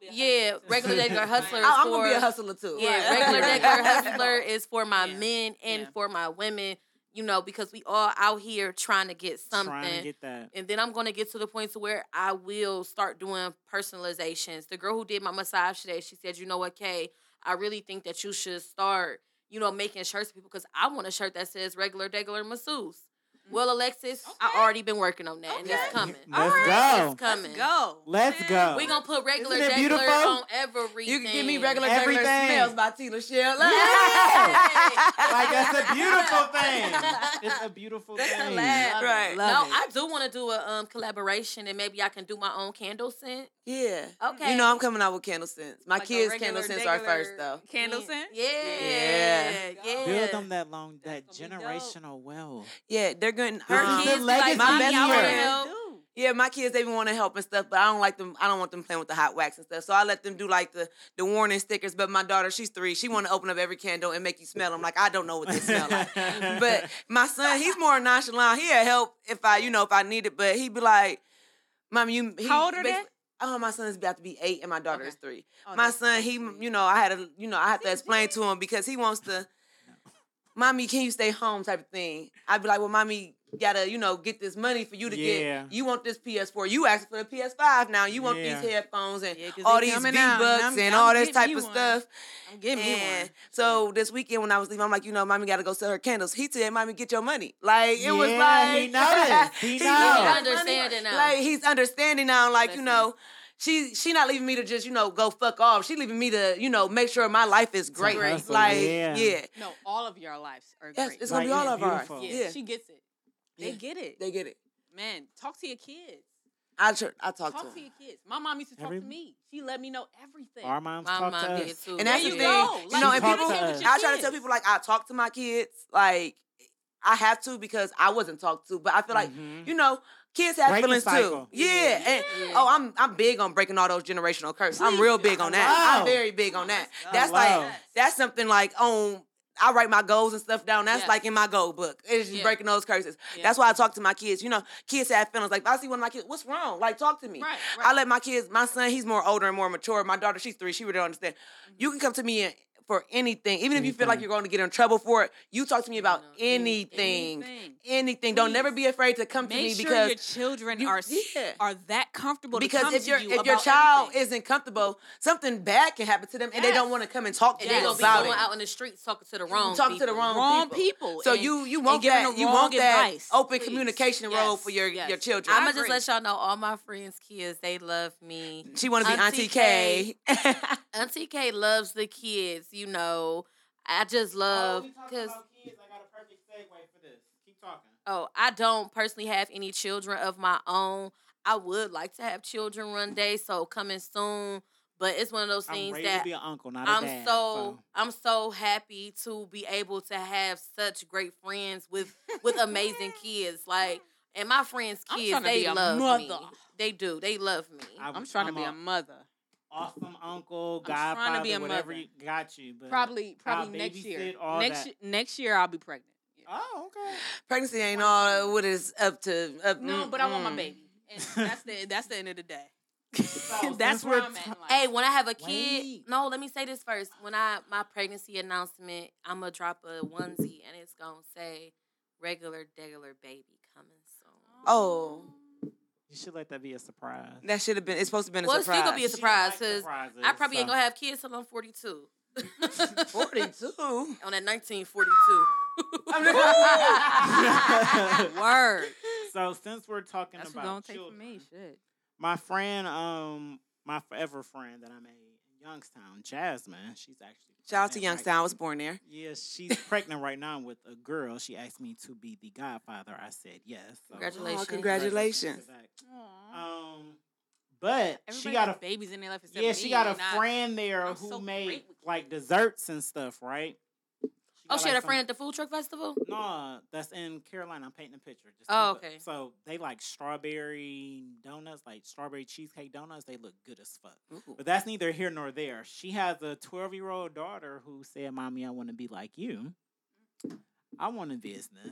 [SPEAKER 5] yeah,
[SPEAKER 1] too.
[SPEAKER 5] regular degular hustler.
[SPEAKER 1] I-
[SPEAKER 5] is
[SPEAKER 3] I, am gonna be
[SPEAKER 5] for-
[SPEAKER 3] a hustler too.
[SPEAKER 5] yeah,
[SPEAKER 2] Right.
[SPEAKER 5] regular
[SPEAKER 2] Right.
[SPEAKER 5] degular hustler is for my
[SPEAKER 2] Yeah.
[SPEAKER 5] men and
[SPEAKER 2] Yeah.
[SPEAKER 5] for my women. You know, because we all out here trying to get something.
[SPEAKER 1] Trying to get that.
[SPEAKER 5] and then I'm gonna get to the point to where I will start doing personalizations. The girl who did my massage today, she said, "You know what, Kay? I really think that you should start, you know, making shirts for people because I want a shirt that says regular degular masseuse." Well, Alexis,
[SPEAKER 6] Okay.
[SPEAKER 5] I already been working on that, and
[SPEAKER 6] Okay.
[SPEAKER 5] it's coming.
[SPEAKER 1] Let's go.
[SPEAKER 5] It's coming.
[SPEAKER 6] go.
[SPEAKER 1] Let's go.
[SPEAKER 5] We gonna put regular
[SPEAKER 1] Isn't it
[SPEAKER 5] degular
[SPEAKER 1] beautiful?
[SPEAKER 5] on everything.
[SPEAKER 3] You can give me regular
[SPEAKER 1] Everything.
[SPEAKER 3] regular smells by Tila Shell.
[SPEAKER 5] Yes.
[SPEAKER 1] like that's a beautiful thing. It's a beautiful
[SPEAKER 5] That's
[SPEAKER 1] thing.
[SPEAKER 5] hilarious.
[SPEAKER 2] Love it,
[SPEAKER 3] Right.
[SPEAKER 2] love
[SPEAKER 5] no,
[SPEAKER 2] it.
[SPEAKER 5] I do want to do a um collaboration, and maybe I can do my own candle scent.
[SPEAKER 3] yeah.
[SPEAKER 5] Okay.
[SPEAKER 3] You know I'm coming out with candle scents. My
[SPEAKER 5] Like a
[SPEAKER 3] kids'
[SPEAKER 5] regular,
[SPEAKER 3] candle scents are
[SPEAKER 5] regular-
[SPEAKER 3] first though.
[SPEAKER 6] Candle
[SPEAKER 5] Yeah.
[SPEAKER 6] scent?
[SPEAKER 5] Yeah.
[SPEAKER 3] Yeah.
[SPEAKER 5] Yeah.
[SPEAKER 1] Build them that long, that
[SPEAKER 6] That's gonna be dope.
[SPEAKER 1] generational wealth.
[SPEAKER 3] Yeah, they're getting
[SPEAKER 1] Her
[SPEAKER 3] um,
[SPEAKER 1] This is kids the legacy
[SPEAKER 5] like,
[SPEAKER 3] My
[SPEAKER 5] "Mommy, I
[SPEAKER 3] best
[SPEAKER 5] wanna
[SPEAKER 3] friend.
[SPEAKER 5] help."
[SPEAKER 3] Yeah, my kids they want to help and stuff, but I don't like them. I don't want them playing with the hot wax and stuff. So I let them do like the the warning stickers. But my daughter, she's three. She want to open up every candle and make you smell them. Like I don't know what they smell like. But my son, he's more nonchalant. He'll help if I, you know, if I need it. But he'd be like, "Mom, you he,
[SPEAKER 6] How old are they?
[SPEAKER 3] basi- Oh, my son's about to be eight, and my daughter
[SPEAKER 5] Okay.
[SPEAKER 3] is three.
[SPEAKER 2] Oh,
[SPEAKER 3] my
[SPEAKER 2] that's
[SPEAKER 3] son,
[SPEAKER 2] so
[SPEAKER 3] he,
[SPEAKER 2] sweet.
[SPEAKER 3] you know, I had to, you know, I have to explain to him because he wants to. Mommy, can you stay home? Type of thing. I'd be like, well, mommy gotta, you know, get this money for you to
[SPEAKER 1] Yeah.
[SPEAKER 3] get. You want this PS4? You asked for the PS5 now. You want
[SPEAKER 1] Yeah.
[SPEAKER 3] these headphones and
[SPEAKER 2] Yeah, 'cause
[SPEAKER 3] all
[SPEAKER 2] they
[SPEAKER 3] these V
[SPEAKER 2] coming out, and
[SPEAKER 3] bucks
[SPEAKER 2] I'm-
[SPEAKER 3] and,
[SPEAKER 2] I'm
[SPEAKER 3] all this
[SPEAKER 2] getting
[SPEAKER 3] type
[SPEAKER 2] me
[SPEAKER 3] of
[SPEAKER 2] one.
[SPEAKER 3] stuff.
[SPEAKER 2] I'm giving you
[SPEAKER 3] And
[SPEAKER 2] one.
[SPEAKER 3] so this weekend when I was leaving, I'm like, you know, mommy got to go sell her candles. He said, mommy, get your money. Like it was
[SPEAKER 1] Yeah,
[SPEAKER 3] like
[SPEAKER 1] he noticed. He knows. He's
[SPEAKER 3] got money.
[SPEAKER 5] understanding now.
[SPEAKER 3] Like he's understanding now. Like you
[SPEAKER 5] Listen.
[SPEAKER 3] know, she she not leaving me to just you know go fuck off. She leaving me to you know make sure my life is great.
[SPEAKER 1] hustle,
[SPEAKER 3] Like
[SPEAKER 1] yeah.
[SPEAKER 3] yeah,
[SPEAKER 2] No, all of your lives are
[SPEAKER 3] Yes,
[SPEAKER 2] great.
[SPEAKER 3] it's gonna be
[SPEAKER 1] Like,
[SPEAKER 3] all of
[SPEAKER 1] it's beautiful.
[SPEAKER 3] ours.
[SPEAKER 2] yeah,
[SPEAKER 3] Yeah,
[SPEAKER 2] she gets it. They
[SPEAKER 3] Yeah.
[SPEAKER 2] get it.
[SPEAKER 3] they get it.
[SPEAKER 2] Man, talk to your kids.
[SPEAKER 3] I tr- I talk,
[SPEAKER 2] Talk,
[SPEAKER 3] to him.
[SPEAKER 2] to your kids. My mom used to talk
[SPEAKER 1] Every-
[SPEAKER 2] to me. She let me know everything.
[SPEAKER 1] Our moms
[SPEAKER 5] My
[SPEAKER 1] talk
[SPEAKER 5] mom
[SPEAKER 1] to
[SPEAKER 5] did
[SPEAKER 1] us.
[SPEAKER 5] too.
[SPEAKER 2] There
[SPEAKER 3] And that's
[SPEAKER 2] you
[SPEAKER 3] the
[SPEAKER 2] go.
[SPEAKER 3] thing. You
[SPEAKER 2] Like,
[SPEAKER 3] know,
[SPEAKER 1] you
[SPEAKER 3] and
[SPEAKER 1] talk
[SPEAKER 3] people,
[SPEAKER 1] to us.
[SPEAKER 3] I try to tell people like I talk to my kids. Like I have to because I wasn't talked to, but I feel like
[SPEAKER 1] Mhm.
[SPEAKER 3] you know, kids have
[SPEAKER 1] Break the
[SPEAKER 3] feelings too.
[SPEAKER 1] cycle.
[SPEAKER 3] Yeah. And
[SPEAKER 5] Yeah.
[SPEAKER 3] oh, I'm I'm big on breaking all those generational curses. I'm real big on that.
[SPEAKER 1] Wow.
[SPEAKER 3] I'm very big on that.
[SPEAKER 2] Wow.
[SPEAKER 3] That's
[SPEAKER 1] Wow.
[SPEAKER 3] like that's something like on I write my goals and stuff down. That's
[SPEAKER 5] Yes.
[SPEAKER 3] like in my goal book. It's just
[SPEAKER 5] Yeah.
[SPEAKER 3] breaking those curses.
[SPEAKER 5] Yeah.
[SPEAKER 3] That's why I talk to my kids. You know, kids have feelings. Like if I see one of my kids, what's wrong? Like talk to me.
[SPEAKER 2] Right,
[SPEAKER 3] I let my kids, my son, he's more older and more mature. My daughter, she's three. She really don't understand. You can come to me and- for anything, even if you feel like
[SPEAKER 1] Anything.
[SPEAKER 3] you're going to get in trouble for it. You talk to me about
[SPEAKER 5] No,
[SPEAKER 3] anything, anything.
[SPEAKER 2] Anything.
[SPEAKER 3] Don't
[SPEAKER 2] Please.
[SPEAKER 3] never be afraid to come to me
[SPEAKER 6] Make sure
[SPEAKER 3] because
[SPEAKER 6] your children
[SPEAKER 3] you-
[SPEAKER 6] are s-
[SPEAKER 3] yeah.
[SPEAKER 6] are that comfortable to
[SPEAKER 3] because
[SPEAKER 6] come
[SPEAKER 3] if
[SPEAKER 6] to
[SPEAKER 3] your
[SPEAKER 6] you
[SPEAKER 3] if your
[SPEAKER 6] about
[SPEAKER 3] child
[SPEAKER 6] everything.
[SPEAKER 3] isn't comfortable, something bad can happen to them, and they don't
[SPEAKER 6] Yes.
[SPEAKER 3] want to come and talk to
[SPEAKER 5] And
[SPEAKER 3] you
[SPEAKER 5] they gonna be
[SPEAKER 3] about
[SPEAKER 5] going
[SPEAKER 3] it.
[SPEAKER 5] out in the streets talking to the wrong
[SPEAKER 3] talk to
[SPEAKER 5] people.
[SPEAKER 3] the wrong,
[SPEAKER 6] Wrong
[SPEAKER 3] people.
[SPEAKER 6] people
[SPEAKER 3] So
[SPEAKER 6] and-
[SPEAKER 3] you you
[SPEAKER 6] and
[SPEAKER 3] want
[SPEAKER 6] giving
[SPEAKER 3] that
[SPEAKER 6] them
[SPEAKER 3] you
[SPEAKER 6] wrong
[SPEAKER 3] want that
[SPEAKER 6] advice,
[SPEAKER 3] open
[SPEAKER 6] please.
[SPEAKER 3] communication role for your
[SPEAKER 6] yes.
[SPEAKER 3] your children.
[SPEAKER 5] I'ma
[SPEAKER 6] agree.
[SPEAKER 5] just let y'all know all my friends' kids, they love me.
[SPEAKER 3] she want to be
[SPEAKER 5] Auntie
[SPEAKER 3] Auntie K.
[SPEAKER 5] Auntie K loves the kids, you know. I
[SPEAKER 3] Oh,
[SPEAKER 5] just love because oh, I don't personally have any children of my own. I would like to have children one day, so coming soon. But it's one of those
[SPEAKER 1] I'm
[SPEAKER 5] things
[SPEAKER 1] ready
[SPEAKER 5] that
[SPEAKER 1] to be an uncle, not a
[SPEAKER 5] I'm
[SPEAKER 1] dad.
[SPEAKER 5] so I'm so happy to be able to have such great friends with with amazing kids. Like and my friends'
[SPEAKER 2] I'm
[SPEAKER 5] kids,
[SPEAKER 2] tryna be
[SPEAKER 5] they
[SPEAKER 2] a
[SPEAKER 5] love me.
[SPEAKER 2] mother.
[SPEAKER 5] They do. They love me.
[SPEAKER 1] I-
[SPEAKER 2] I'm trying
[SPEAKER 1] I'm
[SPEAKER 2] to be
[SPEAKER 1] a-
[SPEAKER 2] a mother.
[SPEAKER 1] awesome uncle,
[SPEAKER 2] I'm
[SPEAKER 1] godfather,
[SPEAKER 2] trying to be a
[SPEAKER 1] whatever
[SPEAKER 2] mother.
[SPEAKER 1] you got you. But
[SPEAKER 2] Probably,
[SPEAKER 1] I'll
[SPEAKER 2] probably next year.
[SPEAKER 1] babysit all
[SPEAKER 2] Next
[SPEAKER 1] that.
[SPEAKER 2] year, next year I'll be pregnant. Yeah.
[SPEAKER 1] Oh, okay.
[SPEAKER 3] Pregnancy ain't all what is up to. Up,
[SPEAKER 2] No, but I want my
[SPEAKER 3] mm,
[SPEAKER 2] baby. And that's the that's the end of the day.
[SPEAKER 1] since
[SPEAKER 2] Oh, that's where
[SPEAKER 1] we're
[SPEAKER 2] I'm at. in life.
[SPEAKER 5] Hey, when I have a kid,
[SPEAKER 1] Wait.
[SPEAKER 5] no, let me say this first. When I my pregnancy announcement, I'm gonna drop a onesie and it's gonna say regular degular baby coming soon.
[SPEAKER 3] Oh.
[SPEAKER 1] You should let that be a surprise.
[SPEAKER 3] That should have been. It's supposed to have been a
[SPEAKER 5] Well, it's still
[SPEAKER 3] surprise.
[SPEAKER 5] gonna be a
[SPEAKER 1] She don't
[SPEAKER 5] surprise,
[SPEAKER 1] like
[SPEAKER 5] 'cause
[SPEAKER 1] surprises,
[SPEAKER 5] I probably ain't
[SPEAKER 1] so-
[SPEAKER 5] gonna have kids till I'm 42.
[SPEAKER 3] Forty-two.
[SPEAKER 5] On that 1942. Word.
[SPEAKER 1] So since we're talking
[SPEAKER 2] That's what
[SPEAKER 1] about
[SPEAKER 2] gonna take for
[SPEAKER 1] children,
[SPEAKER 2] me. Shit.
[SPEAKER 1] my friend, um, my forever friend that I made in Youngstown, Jasmine, she's actually
[SPEAKER 3] Shout out to
[SPEAKER 1] pregnant right-
[SPEAKER 3] Youngstown. I was born there.
[SPEAKER 1] Yes, she's pregnant right now with a girl. She asked me to be the godfather. I said yes. so-
[SPEAKER 5] Congratulations.
[SPEAKER 3] congratulations.
[SPEAKER 1] Um, but she
[SPEAKER 2] Everybody
[SPEAKER 1] got
[SPEAKER 2] got
[SPEAKER 1] a
[SPEAKER 2] babies in their life. except
[SPEAKER 1] yeah, she
[SPEAKER 2] me,
[SPEAKER 1] got a
[SPEAKER 2] and I-
[SPEAKER 1] friend there
[SPEAKER 2] I'm
[SPEAKER 1] who
[SPEAKER 2] so
[SPEAKER 1] made
[SPEAKER 2] great with
[SPEAKER 1] like
[SPEAKER 2] kids.
[SPEAKER 1] desserts and stuff, right?
[SPEAKER 5] Oh,
[SPEAKER 1] got,
[SPEAKER 5] she had
[SPEAKER 1] like,
[SPEAKER 5] a
[SPEAKER 1] some-
[SPEAKER 5] friend at the food truck festival.
[SPEAKER 1] No, that's in Carolina. I'm painting a picture. Just
[SPEAKER 5] Oh,
[SPEAKER 1] keep up.
[SPEAKER 5] okay.
[SPEAKER 1] So they like strawberry donuts, like strawberry cheesecake donuts. They look good as fuck. But that's neither here nor there. She has a 12 year old daughter who said, Mommy, I want to be like you. I want a business.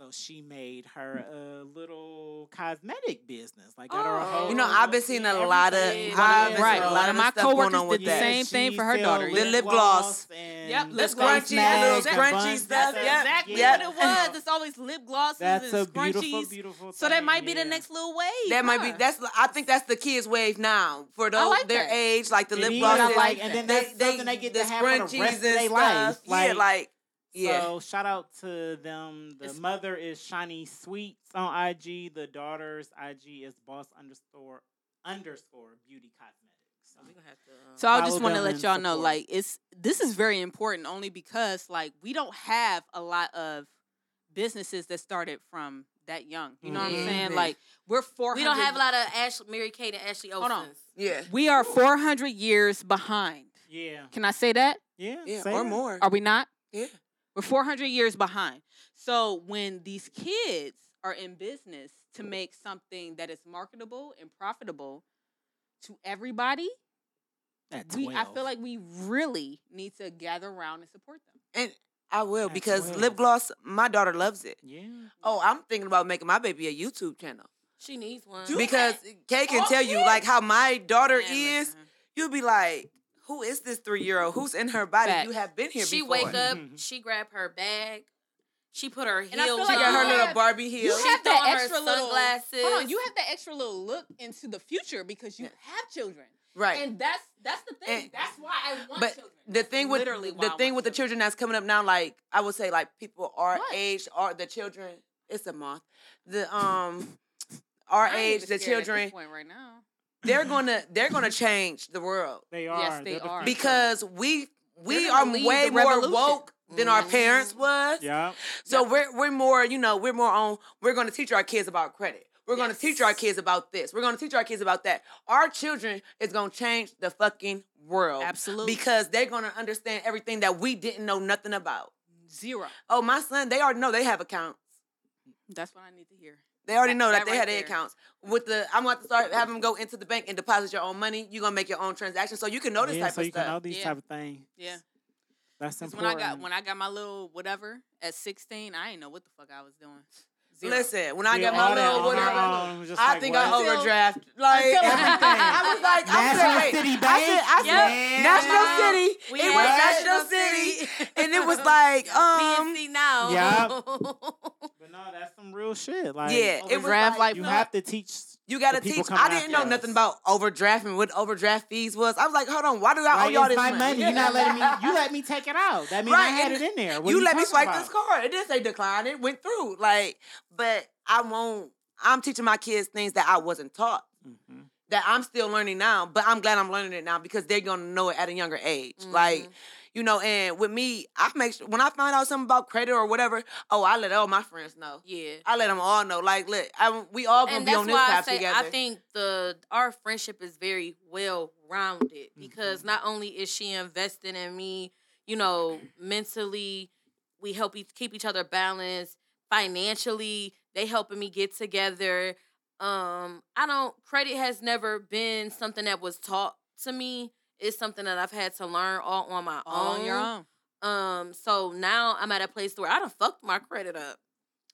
[SPEAKER 1] So she made her a little cosmetic business. Like, got her a
[SPEAKER 5] Oh.
[SPEAKER 1] whole.
[SPEAKER 3] You know, I've been seeing a lot of.
[SPEAKER 5] Yeah,
[SPEAKER 3] I've been
[SPEAKER 2] right.
[SPEAKER 3] seeing
[SPEAKER 2] A lot
[SPEAKER 3] a lot
[SPEAKER 2] of my
[SPEAKER 3] stuff going on
[SPEAKER 2] coworkers
[SPEAKER 3] with
[SPEAKER 2] did the
[SPEAKER 3] that.
[SPEAKER 2] same thing
[SPEAKER 1] she
[SPEAKER 2] for her
[SPEAKER 1] sell
[SPEAKER 2] daughter,
[SPEAKER 3] yeah. The lip gloss.
[SPEAKER 1] and
[SPEAKER 2] Yep,
[SPEAKER 3] Lip
[SPEAKER 2] lip
[SPEAKER 3] gloss,
[SPEAKER 2] gloss
[SPEAKER 3] crunchy, that little
[SPEAKER 2] mask,
[SPEAKER 1] and
[SPEAKER 3] crunchy
[SPEAKER 1] buns.
[SPEAKER 3] stuff.
[SPEAKER 1] That's
[SPEAKER 3] Yep,
[SPEAKER 2] Exactly
[SPEAKER 3] yep.
[SPEAKER 2] what it was. It's always lip glosses
[SPEAKER 1] That's a
[SPEAKER 2] and scrunchies.
[SPEAKER 1] beautiful, beautiful.
[SPEAKER 2] so that
[SPEAKER 1] thing,
[SPEAKER 2] might be
[SPEAKER 1] yeah.
[SPEAKER 2] the next little wave.
[SPEAKER 3] That might be.
[SPEAKER 2] huh?
[SPEAKER 3] That's. I think that's the kids' wave now for those
[SPEAKER 2] like
[SPEAKER 3] their
[SPEAKER 2] that.
[SPEAKER 3] age, like the
[SPEAKER 1] It
[SPEAKER 3] lip
[SPEAKER 1] is,
[SPEAKER 3] gloss.
[SPEAKER 1] I like, and then that's
[SPEAKER 3] they,
[SPEAKER 1] something they get
[SPEAKER 3] the
[SPEAKER 1] to have for the
[SPEAKER 3] scrunchies
[SPEAKER 1] rest of
[SPEAKER 3] and
[SPEAKER 1] their life.
[SPEAKER 3] stuff. yeah, like yeah.
[SPEAKER 1] So shout out to them. The
[SPEAKER 5] It's-
[SPEAKER 1] mother is Shiny Sweets on IG. The daughter's IG is boss underscore underscore beauty cosmetics.
[SPEAKER 5] So we gonna have to. um,
[SPEAKER 2] So I
[SPEAKER 1] Follow
[SPEAKER 2] just want to
[SPEAKER 1] them
[SPEAKER 2] let
[SPEAKER 1] and
[SPEAKER 2] y'all know,
[SPEAKER 1] support.
[SPEAKER 2] like, it's this is very important only because, like, we don't have a lot of businesses that started from that young. You know what
[SPEAKER 3] Mhm.
[SPEAKER 2] I'm saying? Like, we're four.
[SPEAKER 5] we don't have a lot of Ashley, Mary Kate, and Ashley
[SPEAKER 2] Hold on.
[SPEAKER 5] Olsen.
[SPEAKER 3] Yeah.
[SPEAKER 2] We are four hundred years behind.
[SPEAKER 1] yeah,
[SPEAKER 2] Can I say that?
[SPEAKER 1] yeah,
[SPEAKER 3] Yeah.
[SPEAKER 1] say
[SPEAKER 3] Or
[SPEAKER 1] it.
[SPEAKER 3] more.
[SPEAKER 2] Are we not?
[SPEAKER 3] Yeah.
[SPEAKER 2] We're 400 years behind. So when these kids are in business to make something that is marketable and profitable to everybody,
[SPEAKER 1] At
[SPEAKER 2] we I
[SPEAKER 1] 12.
[SPEAKER 2] feel like we really need to gather around and support them.
[SPEAKER 3] And I will
[SPEAKER 1] That's
[SPEAKER 3] because
[SPEAKER 1] well.
[SPEAKER 3] lip gloss, my daughter loves it.
[SPEAKER 2] Mm-hmm.
[SPEAKER 1] yeah,
[SPEAKER 3] Oh, I'm thinking about making my baby a YouTube channel
[SPEAKER 5] She needs one.
[SPEAKER 3] because Kay can
[SPEAKER 2] Oh,
[SPEAKER 3] tell you
[SPEAKER 2] yeah.
[SPEAKER 3] like how my daughter
[SPEAKER 2] Man,
[SPEAKER 3] is.
[SPEAKER 2] listen.
[SPEAKER 3] You'll be like, who is this three year old? Who's in her body? You
[SPEAKER 2] Facts.
[SPEAKER 3] have been here
[SPEAKER 5] she
[SPEAKER 3] before.
[SPEAKER 5] wake up,
[SPEAKER 1] Mhm.
[SPEAKER 5] she grab her bag, she put her
[SPEAKER 2] I feel
[SPEAKER 5] heels
[SPEAKER 2] like
[SPEAKER 3] She
[SPEAKER 5] on,
[SPEAKER 3] got her
[SPEAKER 2] you
[SPEAKER 3] little
[SPEAKER 2] have-
[SPEAKER 3] Barbie
[SPEAKER 2] You
[SPEAKER 3] heel.
[SPEAKER 5] She
[SPEAKER 2] have
[SPEAKER 5] throw
[SPEAKER 2] that
[SPEAKER 5] on her
[SPEAKER 2] extra little
[SPEAKER 5] sunglasses.
[SPEAKER 2] Hold on, you have that extra little look into the future because you
[SPEAKER 3] Yeah.
[SPEAKER 2] have children,
[SPEAKER 3] right.
[SPEAKER 2] and that's that's the thing.
[SPEAKER 3] And-
[SPEAKER 2] that's why I want
[SPEAKER 3] but
[SPEAKER 2] children.
[SPEAKER 3] the
[SPEAKER 2] That's
[SPEAKER 3] thing with
[SPEAKER 2] literally why
[SPEAKER 3] the
[SPEAKER 2] I
[SPEAKER 3] thing
[SPEAKER 2] want
[SPEAKER 3] with the children that's coming up now, like I would say, like people our
[SPEAKER 2] What?
[SPEAKER 3] age, are the children. It's a moth. The um, our
[SPEAKER 2] I ain't
[SPEAKER 3] age,
[SPEAKER 2] even
[SPEAKER 3] the
[SPEAKER 2] scared at this
[SPEAKER 3] children,
[SPEAKER 2] point right now.
[SPEAKER 3] they're gonna they're gonna change the world
[SPEAKER 1] they are.
[SPEAKER 2] Yes, they
[SPEAKER 1] They're the
[SPEAKER 2] are.
[SPEAKER 1] future.
[SPEAKER 3] because we we
[SPEAKER 2] They're
[SPEAKER 3] are
[SPEAKER 2] gonna lead
[SPEAKER 3] way
[SPEAKER 2] the
[SPEAKER 3] more
[SPEAKER 2] revolution.
[SPEAKER 3] woke than our
[SPEAKER 5] Mhm.
[SPEAKER 3] parents was.
[SPEAKER 1] Mm-hmm. yeah,
[SPEAKER 3] So we're we're more, you know, we're more on we're gonna teach our kids about credit. We're gonna teach our kids about this. We're gonna teach our kids about that. Our children is gonna change the fucking
[SPEAKER 2] Oh.
[SPEAKER 3] world.
[SPEAKER 2] Absolutely.
[SPEAKER 3] Because they're gonna understand everything that we didn't know nothing about.
[SPEAKER 2] Zero.
[SPEAKER 3] Oh, my son, they already know they have accounts.
[SPEAKER 2] That's what I need to hear.
[SPEAKER 3] They already
[SPEAKER 2] That-
[SPEAKER 3] know that,
[SPEAKER 2] that
[SPEAKER 3] they
[SPEAKER 2] right
[SPEAKER 3] had their
[SPEAKER 2] there.
[SPEAKER 3] accounts. With the I'm gonna have to start having them go into the bank and deposit your own money. You're gonna make your own transactions. So you can know this
[SPEAKER 1] yeah,
[SPEAKER 3] type
[SPEAKER 1] so
[SPEAKER 3] of
[SPEAKER 1] you
[SPEAKER 3] stuff.
[SPEAKER 1] can know these
[SPEAKER 2] Yeah.
[SPEAKER 1] type of things.
[SPEAKER 2] Yeah.
[SPEAKER 1] that's
[SPEAKER 2] Because when I
[SPEAKER 1] important.
[SPEAKER 2] got when I got my little whatever at sixteen, I didn't know what the fuck I was doing. Zero.
[SPEAKER 3] Listen, when I
[SPEAKER 1] Yeah,
[SPEAKER 3] got
[SPEAKER 1] all
[SPEAKER 3] my
[SPEAKER 1] that
[SPEAKER 3] little
[SPEAKER 1] on
[SPEAKER 3] whatever,
[SPEAKER 1] our own, just
[SPEAKER 3] I
[SPEAKER 1] like,
[SPEAKER 3] think
[SPEAKER 1] what?
[SPEAKER 3] I overdraft. Like
[SPEAKER 2] until-
[SPEAKER 3] I was like, I said,
[SPEAKER 1] National
[SPEAKER 3] wait,
[SPEAKER 1] City
[SPEAKER 3] I
[SPEAKER 1] Bank?
[SPEAKER 3] said, I said,
[SPEAKER 1] Yeah.
[SPEAKER 3] National City.
[SPEAKER 5] We
[SPEAKER 3] it
[SPEAKER 5] had
[SPEAKER 3] was National
[SPEAKER 5] National
[SPEAKER 3] City, and it was like, um,
[SPEAKER 5] PNC now.
[SPEAKER 1] Yup. But no, that's some real shit. Like,
[SPEAKER 3] yeah, it was
[SPEAKER 2] Overdraft
[SPEAKER 3] like,
[SPEAKER 2] like
[SPEAKER 1] you
[SPEAKER 2] fuck.
[SPEAKER 1] have to teach.
[SPEAKER 3] you gotta
[SPEAKER 1] the people
[SPEAKER 3] teach.
[SPEAKER 1] coming
[SPEAKER 3] I didn't
[SPEAKER 1] after
[SPEAKER 3] know nothing
[SPEAKER 1] us.
[SPEAKER 3] about overdrafting, what overdraft fees was. I was like, hold on, why do I owe
[SPEAKER 1] Like,
[SPEAKER 3] y'all
[SPEAKER 1] it's
[SPEAKER 3] this
[SPEAKER 1] my money. You're not letting me. You let me take it out. That means I
[SPEAKER 3] Right,
[SPEAKER 1] had
[SPEAKER 3] and
[SPEAKER 1] it in there. What
[SPEAKER 3] you,
[SPEAKER 1] are
[SPEAKER 3] let me
[SPEAKER 1] talking
[SPEAKER 3] swipe
[SPEAKER 1] about?
[SPEAKER 3] this card. It didn't say decline. It went through. Like, but I won't. I'm teaching my kids things that I wasn't taught.
[SPEAKER 1] Mhm.
[SPEAKER 3] that I'm still learning now, but I'm glad I'm learning it now because they're gonna know it at a younger age.
[SPEAKER 2] Mm-hmm.
[SPEAKER 3] Like, you know, and with me, I make sure when I find out something about credit or whatever, oh, I let all my friends know.
[SPEAKER 5] Yeah.
[SPEAKER 3] I let them all know. Like, look, I, we all gonna
[SPEAKER 5] and
[SPEAKER 3] be
[SPEAKER 5] that's
[SPEAKER 3] on this
[SPEAKER 5] why
[SPEAKER 3] path
[SPEAKER 5] I say
[SPEAKER 3] together.
[SPEAKER 5] I think the our friendship is very well rounded
[SPEAKER 3] Mm-hmm.
[SPEAKER 5] because not only is she investing in me, you know, mentally, we help each, keep each other balanced. Financially, they helping me get together. Um, I don't credit has never been something that was taught to me. It's something that I've had to learn all on my
[SPEAKER 2] All
[SPEAKER 5] own.
[SPEAKER 2] on your
[SPEAKER 3] Oh,
[SPEAKER 2] own.
[SPEAKER 5] Um, so now I'm at a place where I done fucked my credit up.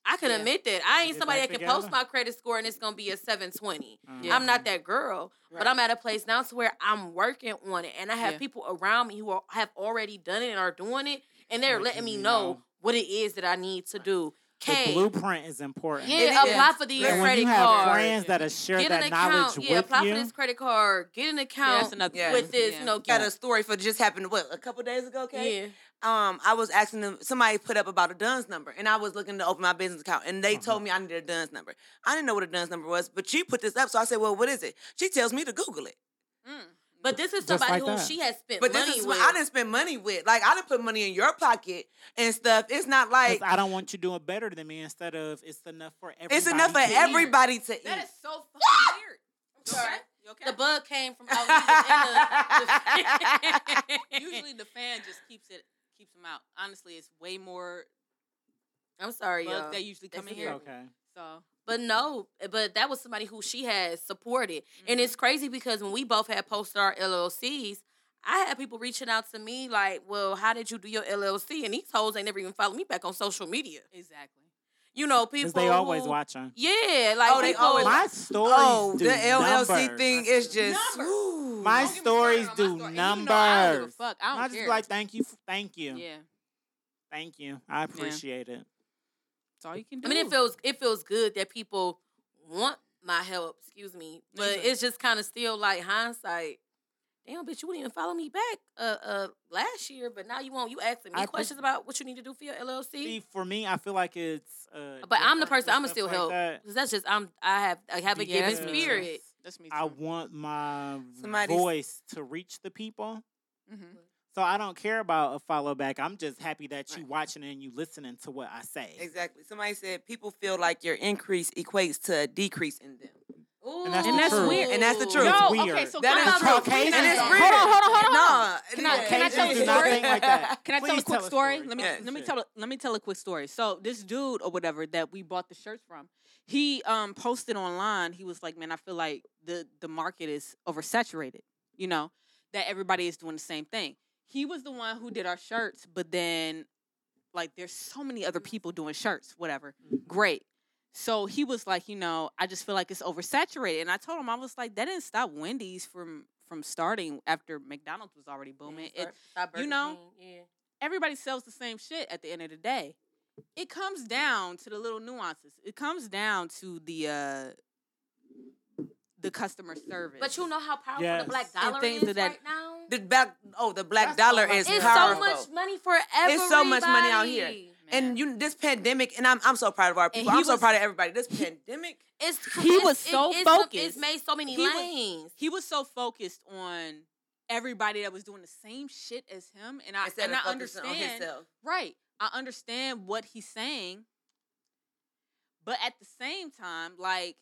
[SPEAKER 5] I can
[SPEAKER 2] Yeah.
[SPEAKER 5] admit that. I
[SPEAKER 1] You
[SPEAKER 5] ain't
[SPEAKER 1] get
[SPEAKER 5] somebody
[SPEAKER 1] back
[SPEAKER 5] that can
[SPEAKER 1] together?
[SPEAKER 5] post my credit score and it's gonna be a 720.
[SPEAKER 1] Mhm.
[SPEAKER 5] I'm not that girl,
[SPEAKER 3] Right.
[SPEAKER 5] but I'm at a place now to where I'm working on it and I have
[SPEAKER 2] Yeah.
[SPEAKER 5] people around me who are, have already done it and are doing it and they're
[SPEAKER 1] Making
[SPEAKER 5] letting me
[SPEAKER 1] you
[SPEAKER 5] know
[SPEAKER 1] know.
[SPEAKER 5] what it is that I need to do.
[SPEAKER 1] The
[SPEAKER 5] K.
[SPEAKER 1] blueprint is important.
[SPEAKER 5] Yeah,
[SPEAKER 3] It
[SPEAKER 5] apply
[SPEAKER 3] is.
[SPEAKER 5] for these
[SPEAKER 3] Listen,
[SPEAKER 1] And when
[SPEAKER 5] credit
[SPEAKER 1] you have
[SPEAKER 5] cards.
[SPEAKER 1] friends that are share
[SPEAKER 5] Get
[SPEAKER 1] that
[SPEAKER 5] an
[SPEAKER 1] knowledge
[SPEAKER 5] account. Yeah,
[SPEAKER 1] with
[SPEAKER 5] apply
[SPEAKER 1] you,
[SPEAKER 5] for this credit card. Get an account
[SPEAKER 2] that's another
[SPEAKER 3] Yeah.
[SPEAKER 2] thing.
[SPEAKER 5] with this.
[SPEAKER 2] Yeah.
[SPEAKER 5] You know,
[SPEAKER 3] Got
[SPEAKER 5] get-
[SPEAKER 3] a story for just happened what a couple days ago, okay?
[SPEAKER 5] Yeah.
[SPEAKER 3] um, I was asking them. Somebody put up about a DUNS number, and I was looking to open my business account, and they
[SPEAKER 1] Mm-hmm.
[SPEAKER 3] told me I needed a DUNS number. I didn't know what a DUNS number was, but you put this up, so I said, "Well, what is it?" She tells me to Google it,
[SPEAKER 2] Mm.
[SPEAKER 5] But this is
[SPEAKER 1] Just
[SPEAKER 5] somebody
[SPEAKER 1] like
[SPEAKER 5] whom
[SPEAKER 1] that.
[SPEAKER 5] she has spent
[SPEAKER 3] but
[SPEAKER 5] money
[SPEAKER 3] this is
[SPEAKER 5] with.
[SPEAKER 3] what I didn't spend money with. Like I didn't put money in your pocket and stuff. It's not
[SPEAKER 1] 'cause
[SPEAKER 3] like
[SPEAKER 1] I don't want you doing better than me. Instead of it's enough for everybody.
[SPEAKER 3] it's enough for
[SPEAKER 1] to eat."
[SPEAKER 3] everybody to eat.
[SPEAKER 5] That is so fucking weird.
[SPEAKER 2] Sorry.
[SPEAKER 5] The bug came from out
[SPEAKER 2] Usually the fan just keeps it keeps them out. Honestly, it's way more
[SPEAKER 5] I'm sorry,
[SPEAKER 2] bugs
[SPEAKER 5] y'all.
[SPEAKER 2] that usually come in
[SPEAKER 5] That's
[SPEAKER 2] here.
[SPEAKER 5] weird.
[SPEAKER 1] Okay.
[SPEAKER 2] So
[SPEAKER 5] But no, but that was somebody who she has supported.
[SPEAKER 2] mm-hmm.
[SPEAKER 5] And it's crazy because when we both had posted our LLCs, I had people reaching out to me like, well, how did you do your LLC? And these hoes ain't never even followed me back on social media.
[SPEAKER 2] exactly.
[SPEAKER 5] You know, people.
[SPEAKER 1] Because they always
[SPEAKER 5] who-
[SPEAKER 1] watching.
[SPEAKER 5] Yeah, like
[SPEAKER 3] Oh, they
[SPEAKER 5] people-
[SPEAKER 3] always-
[SPEAKER 1] My stories
[SPEAKER 3] oh,
[SPEAKER 1] do
[SPEAKER 3] the LLC
[SPEAKER 1] numbers.
[SPEAKER 3] thing is just
[SPEAKER 2] Numbers.
[SPEAKER 3] ooh.
[SPEAKER 1] My
[SPEAKER 2] Don't get me
[SPEAKER 1] stories
[SPEAKER 2] started on my
[SPEAKER 1] do
[SPEAKER 2] story. And you
[SPEAKER 1] numbers.
[SPEAKER 2] know I don't give a fuck. I
[SPEAKER 1] And
[SPEAKER 2] don't
[SPEAKER 1] I just be
[SPEAKER 2] care.
[SPEAKER 1] like, thank you, f- thank you,
[SPEAKER 2] yeah,
[SPEAKER 1] thank you. I appreciate it.
[SPEAKER 2] that's all you can do.
[SPEAKER 5] I mean, it feels it feels good that people want my help. Excuse me, but
[SPEAKER 2] Exactly.
[SPEAKER 5] it's just kind of still like hindsight. Damn, bitch, you wouldn't even follow me back uh, uh last year, but now you won't. You asking me
[SPEAKER 1] I think-
[SPEAKER 5] questions about what you need to do for your LLC.
[SPEAKER 1] See, for me, I feel like it's. Uh,
[SPEAKER 5] but I'm the
[SPEAKER 1] different
[SPEAKER 5] person.
[SPEAKER 1] and
[SPEAKER 5] I'm gonna
[SPEAKER 1] stuff
[SPEAKER 5] still
[SPEAKER 1] like
[SPEAKER 5] help
[SPEAKER 1] that.
[SPEAKER 5] because that's just I'm. I have I have a given
[SPEAKER 1] Because-
[SPEAKER 5] spirit.
[SPEAKER 2] That's me. Too.
[SPEAKER 1] I want my
[SPEAKER 3] Somebody's-
[SPEAKER 1] voice to reach the people.
[SPEAKER 2] mm-hmm.
[SPEAKER 1] So I don't care about a follow back. I'm just happy that you watching and you listening to what I say.
[SPEAKER 3] Exactly. Somebody said people feel like your increase equates to a decrease in them.
[SPEAKER 5] Ooh,
[SPEAKER 1] that's And the that's truth. weird.
[SPEAKER 3] And that's the truth.
[SPEAKER 1] It's
[SPEAKER 2] Yo, okay,
[SPEAKER 1] weird.
[SPEAKER 2] so
[SPEAKER 3] That
[SPEAKER 2] I'm
[SPEAKER 3] is
[SPEAKER 2] about to-
[SPEAKER 3] true.
[SPEAKER 1] Caucasians
[SPEAKER 3] And it's
[SPEAKER 1] don't-
[SPEAKER 3] weird.
[SPEAKER 2] Hold on, hold on, hold on.
[SPEAKER 3] Nah,
[SPEAKER 2] Can I-
[SPEAKER 3] yeah.
[SPEAKER 2] can I tell
[SPEAKER 1] Caucasians
[SPEAKER 2] a
[SPEAKER 1] do not
[SPEAKER 2] story?
[SPEAKER 1] think like that.
[SPEAKER 2] Can I tell a
[SPEAKER 1] Please
[SPEAKER 2] quick story? Let me
[SPEAKER 1] Talk
[SPEAKER 2] let me
[SPEAKER 1] shit.
[SPEAKER 2] tell a, let me tell a quick story. So this dude or whatever that we bought the shirts from, he um posted online. He was like, "Man, I feel like the the market is oversaturated. You know that everybody is doing the same thing." He was the one who did our shirts, but then like there's so many other people doing shirts, whatever. Great. So he was like, you know, I just feel like it's oversaturated. And I told him I was like, that didn't stop Wendy's from from starting after McDonald's was already booming. It you know, everybody sells the same shit at the end of the day. It comes down to the little nuances. It comes down to the uh the customer service.
[SPEAKER 5] But you know how powerful
[SPEAKER 1] Yes.
[SPEAKER 5] the black
[SPEAKER 1] And
[SPEAKER 5] dollar
[SPEAKER 2] things
[SPEAKER 5] is
[SPEAKER 2] of that-
[SPEAKER 5] right now.
[SPEAKER 3] The black oh the black
[SPEAKER 1] That's so
[SPEAKER 3] dollar
[SPEAKER 1] much
[SPEAKER 3] is
[SPEAKER 5] it's so
[SPEAKER 3] powerful.
[SPEAKER 5] much money for everybody.
[SPEAKER 3] It's so much money out here. And you this pandemic and I'm I'm so proud of our people.
[SPEAKER 5] he
[SPEAKER 3] I'm so
[SPEAKER 5] was-
[SPEAKER 3] proud of everybody. This pandemic
[SPEAKER 5] It's
[SPEAKER 2] He
[SPEAKER 5] it's-
[SPEAKER 2] was so
[SPEAKER 5] it's some- It's
[SPEAKER 2] focused.
[SPEAKER 5] made so many
[SPEAKER 2] He was-
[SPEAKER 5] lanes.
[SPEAKER 2] he was so focused on everybody that was doing the same shit as him and I
[SPEAKER 3] instead
[SPEAKER 2] and
[SPEAKER 3] of
[SPEAKER 2] I
[SPEAKER 3] focusing on
[SPEAKER 2] understand
[SPEAKER 3] himself.
[SPEAKER 2] Right. I understand what he's saying. But at the same time, like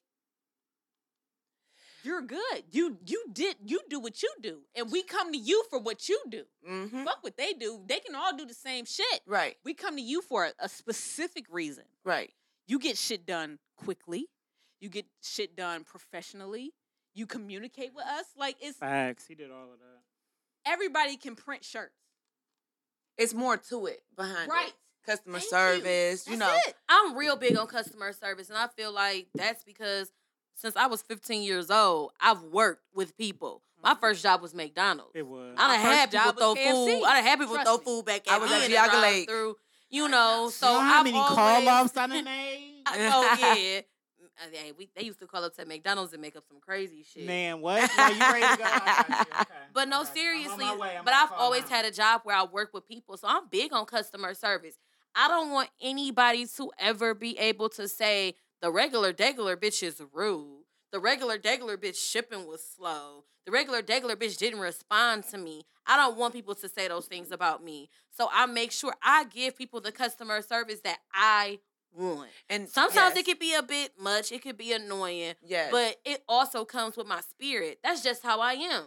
[SPEAKER 2] you're good. You you did you do what you do. And we come to you for what you do.
[SPEAKER 3] Mm-hmm.
[SPEAKER 2] Fuck what they do. They can all do the same shit.
[SPEAKER 3] Right,
[SPEAKER 2] We come to you for a, a specific reason.
[SPEAKER 3] right.
[SPEAKER 2] You get shit done quickly. You get shit done professionally. You communicate with us. Like it's
[SPEAKER 1] Facts. He did all of that.
[SPEAKER 2] everybody can print shirts.
[SPEAKER 3] It's more to it behind it.
[SPEAKER 2] Right.
[SPEAKER 3] Customer
[SPEAKER 2] Thank you.
[SPEAKER 3] service, you,
[SPEAKER 2] That's
[SPEAKER 3] know.
[SPEAKER 2] it.
[SPEAKER 5] I'm real big on customer service, and I feel like that's because since I was 15 years old, I've worked with people. My first job was McDonald's.
[SPEAKER 1] It was.
[SPEAKER 2] Mm-hmm. My
[SPEAKER 5] I done
[SPEAKER 2] first
[SPEAKER 5] had people
[SPEAKER 2] job
[SPEAKER 5] throw
[SPEAKER 2] was KFC.
[SPEAKER 5] food. I done had people
[SPEAKER 2] Trust
[SPEAKER 5] throw
[SPEAKER 2] me.
[SPEAKER 5] food back
[SPEAKER 3] I
[SPEAKER 5] at
[SPEAKER 3] was
[SPEAKER 5] me
[SPEAKER 3] at
[SPEAKER 5] in
[SPEAKER 3] Yaga
[SPEAKER 5] the
[SPEAKER 3] Lake.
[SPEAKER 5] through. You know, so
[SPEAKER 1] you know how
[SPEAKER 5] I've
[SPEAKER 1] many
[SPEAKER 5] always,
[SPEAKER 1] call offs I done made?
[SPEAKER 5] I- oh yeah. Uh, Hey, we, they used to call up to McDonald's and make up some crazy shit.
[SPEAKER 1] Man, what? Yeah, you ready to go? I got you. Okay.
[SPEAKER 5] But
[SPEAKER 1] I got
[SPEAKER 5] no,
[SPEAKER 1] you. I'm on
[SPEAKER 5] seriously.
[SPEAKER 1] my way. I'm
[SPEAKER 5] But
[SPEAKER 1] on
[SPEAKER 5] I've
[SPEAKER 1] call
[SPEAKER 5] always
[SPEAKER 1] now.
[SPEAKER 5] had a job where I work with people, so I'm big on customer service. I don't want anybody to ever be able to say the regular degular bitch is rude. The regular degular bitch shipping was slow. The regular degular bitch didn't respond to me. I don't want people to say those things about me. So I make sure I give people the customer service that I want.
[SPEAKER 3] And
[SPEAKER 5] Sometimes
[SPEAKER 3] yes,
[SPEAKER 5] it could be a bit much. It could be annoying
[SPEAKER 3] yes.
[SPEAKER 5] but it also comes with my spirit. That's just how I
[SPEAKER 3] Mm-hmm.
[SPEAKER 5] am.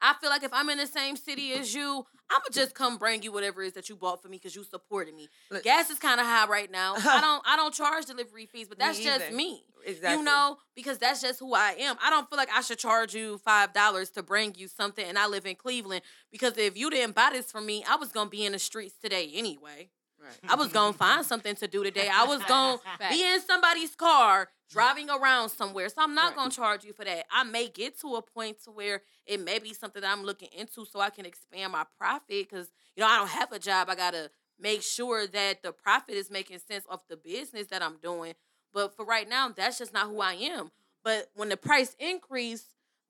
[SPEAKER 5] I feel like if I'm in the same city as you, I'ma just come bring you whatever it is that you bought for me because you supported me.
[SPEAKER 3] Look-
[SPEAKER 5] Gas is kind of high right now. I don't I don't charge delivery fees, but
[SPEAKER 3] Me
[SPEAKER 5] that's just
[SPEAKER 3] either.
[SPEAKER 5] me.
[SPEAKER 3] exactly.
[SPEAKER 5] You know, because that's just who I am. I don't feel like I should charge you five dollars to bring you something, and I live in Cleveland. Because if you didn't buy this for me, I was gonna be in the streets today anyway.
[SPEAKER 3] Right.
[SPEAKER 5] I was gonna find something to do today. I was gonna be in somebody's car driving around somewhere. So I'm not
[SPEAKER 3] Right.
[SPEAKER 5] gonna charge you for that. I may get to a point to where it may be something that I'm looking into so I can expand my profit because you know I don't have a job. I gotta make sure that the profit is making sense of the business that I'm doing. But for right now, that's just not who I am. But when the price increase,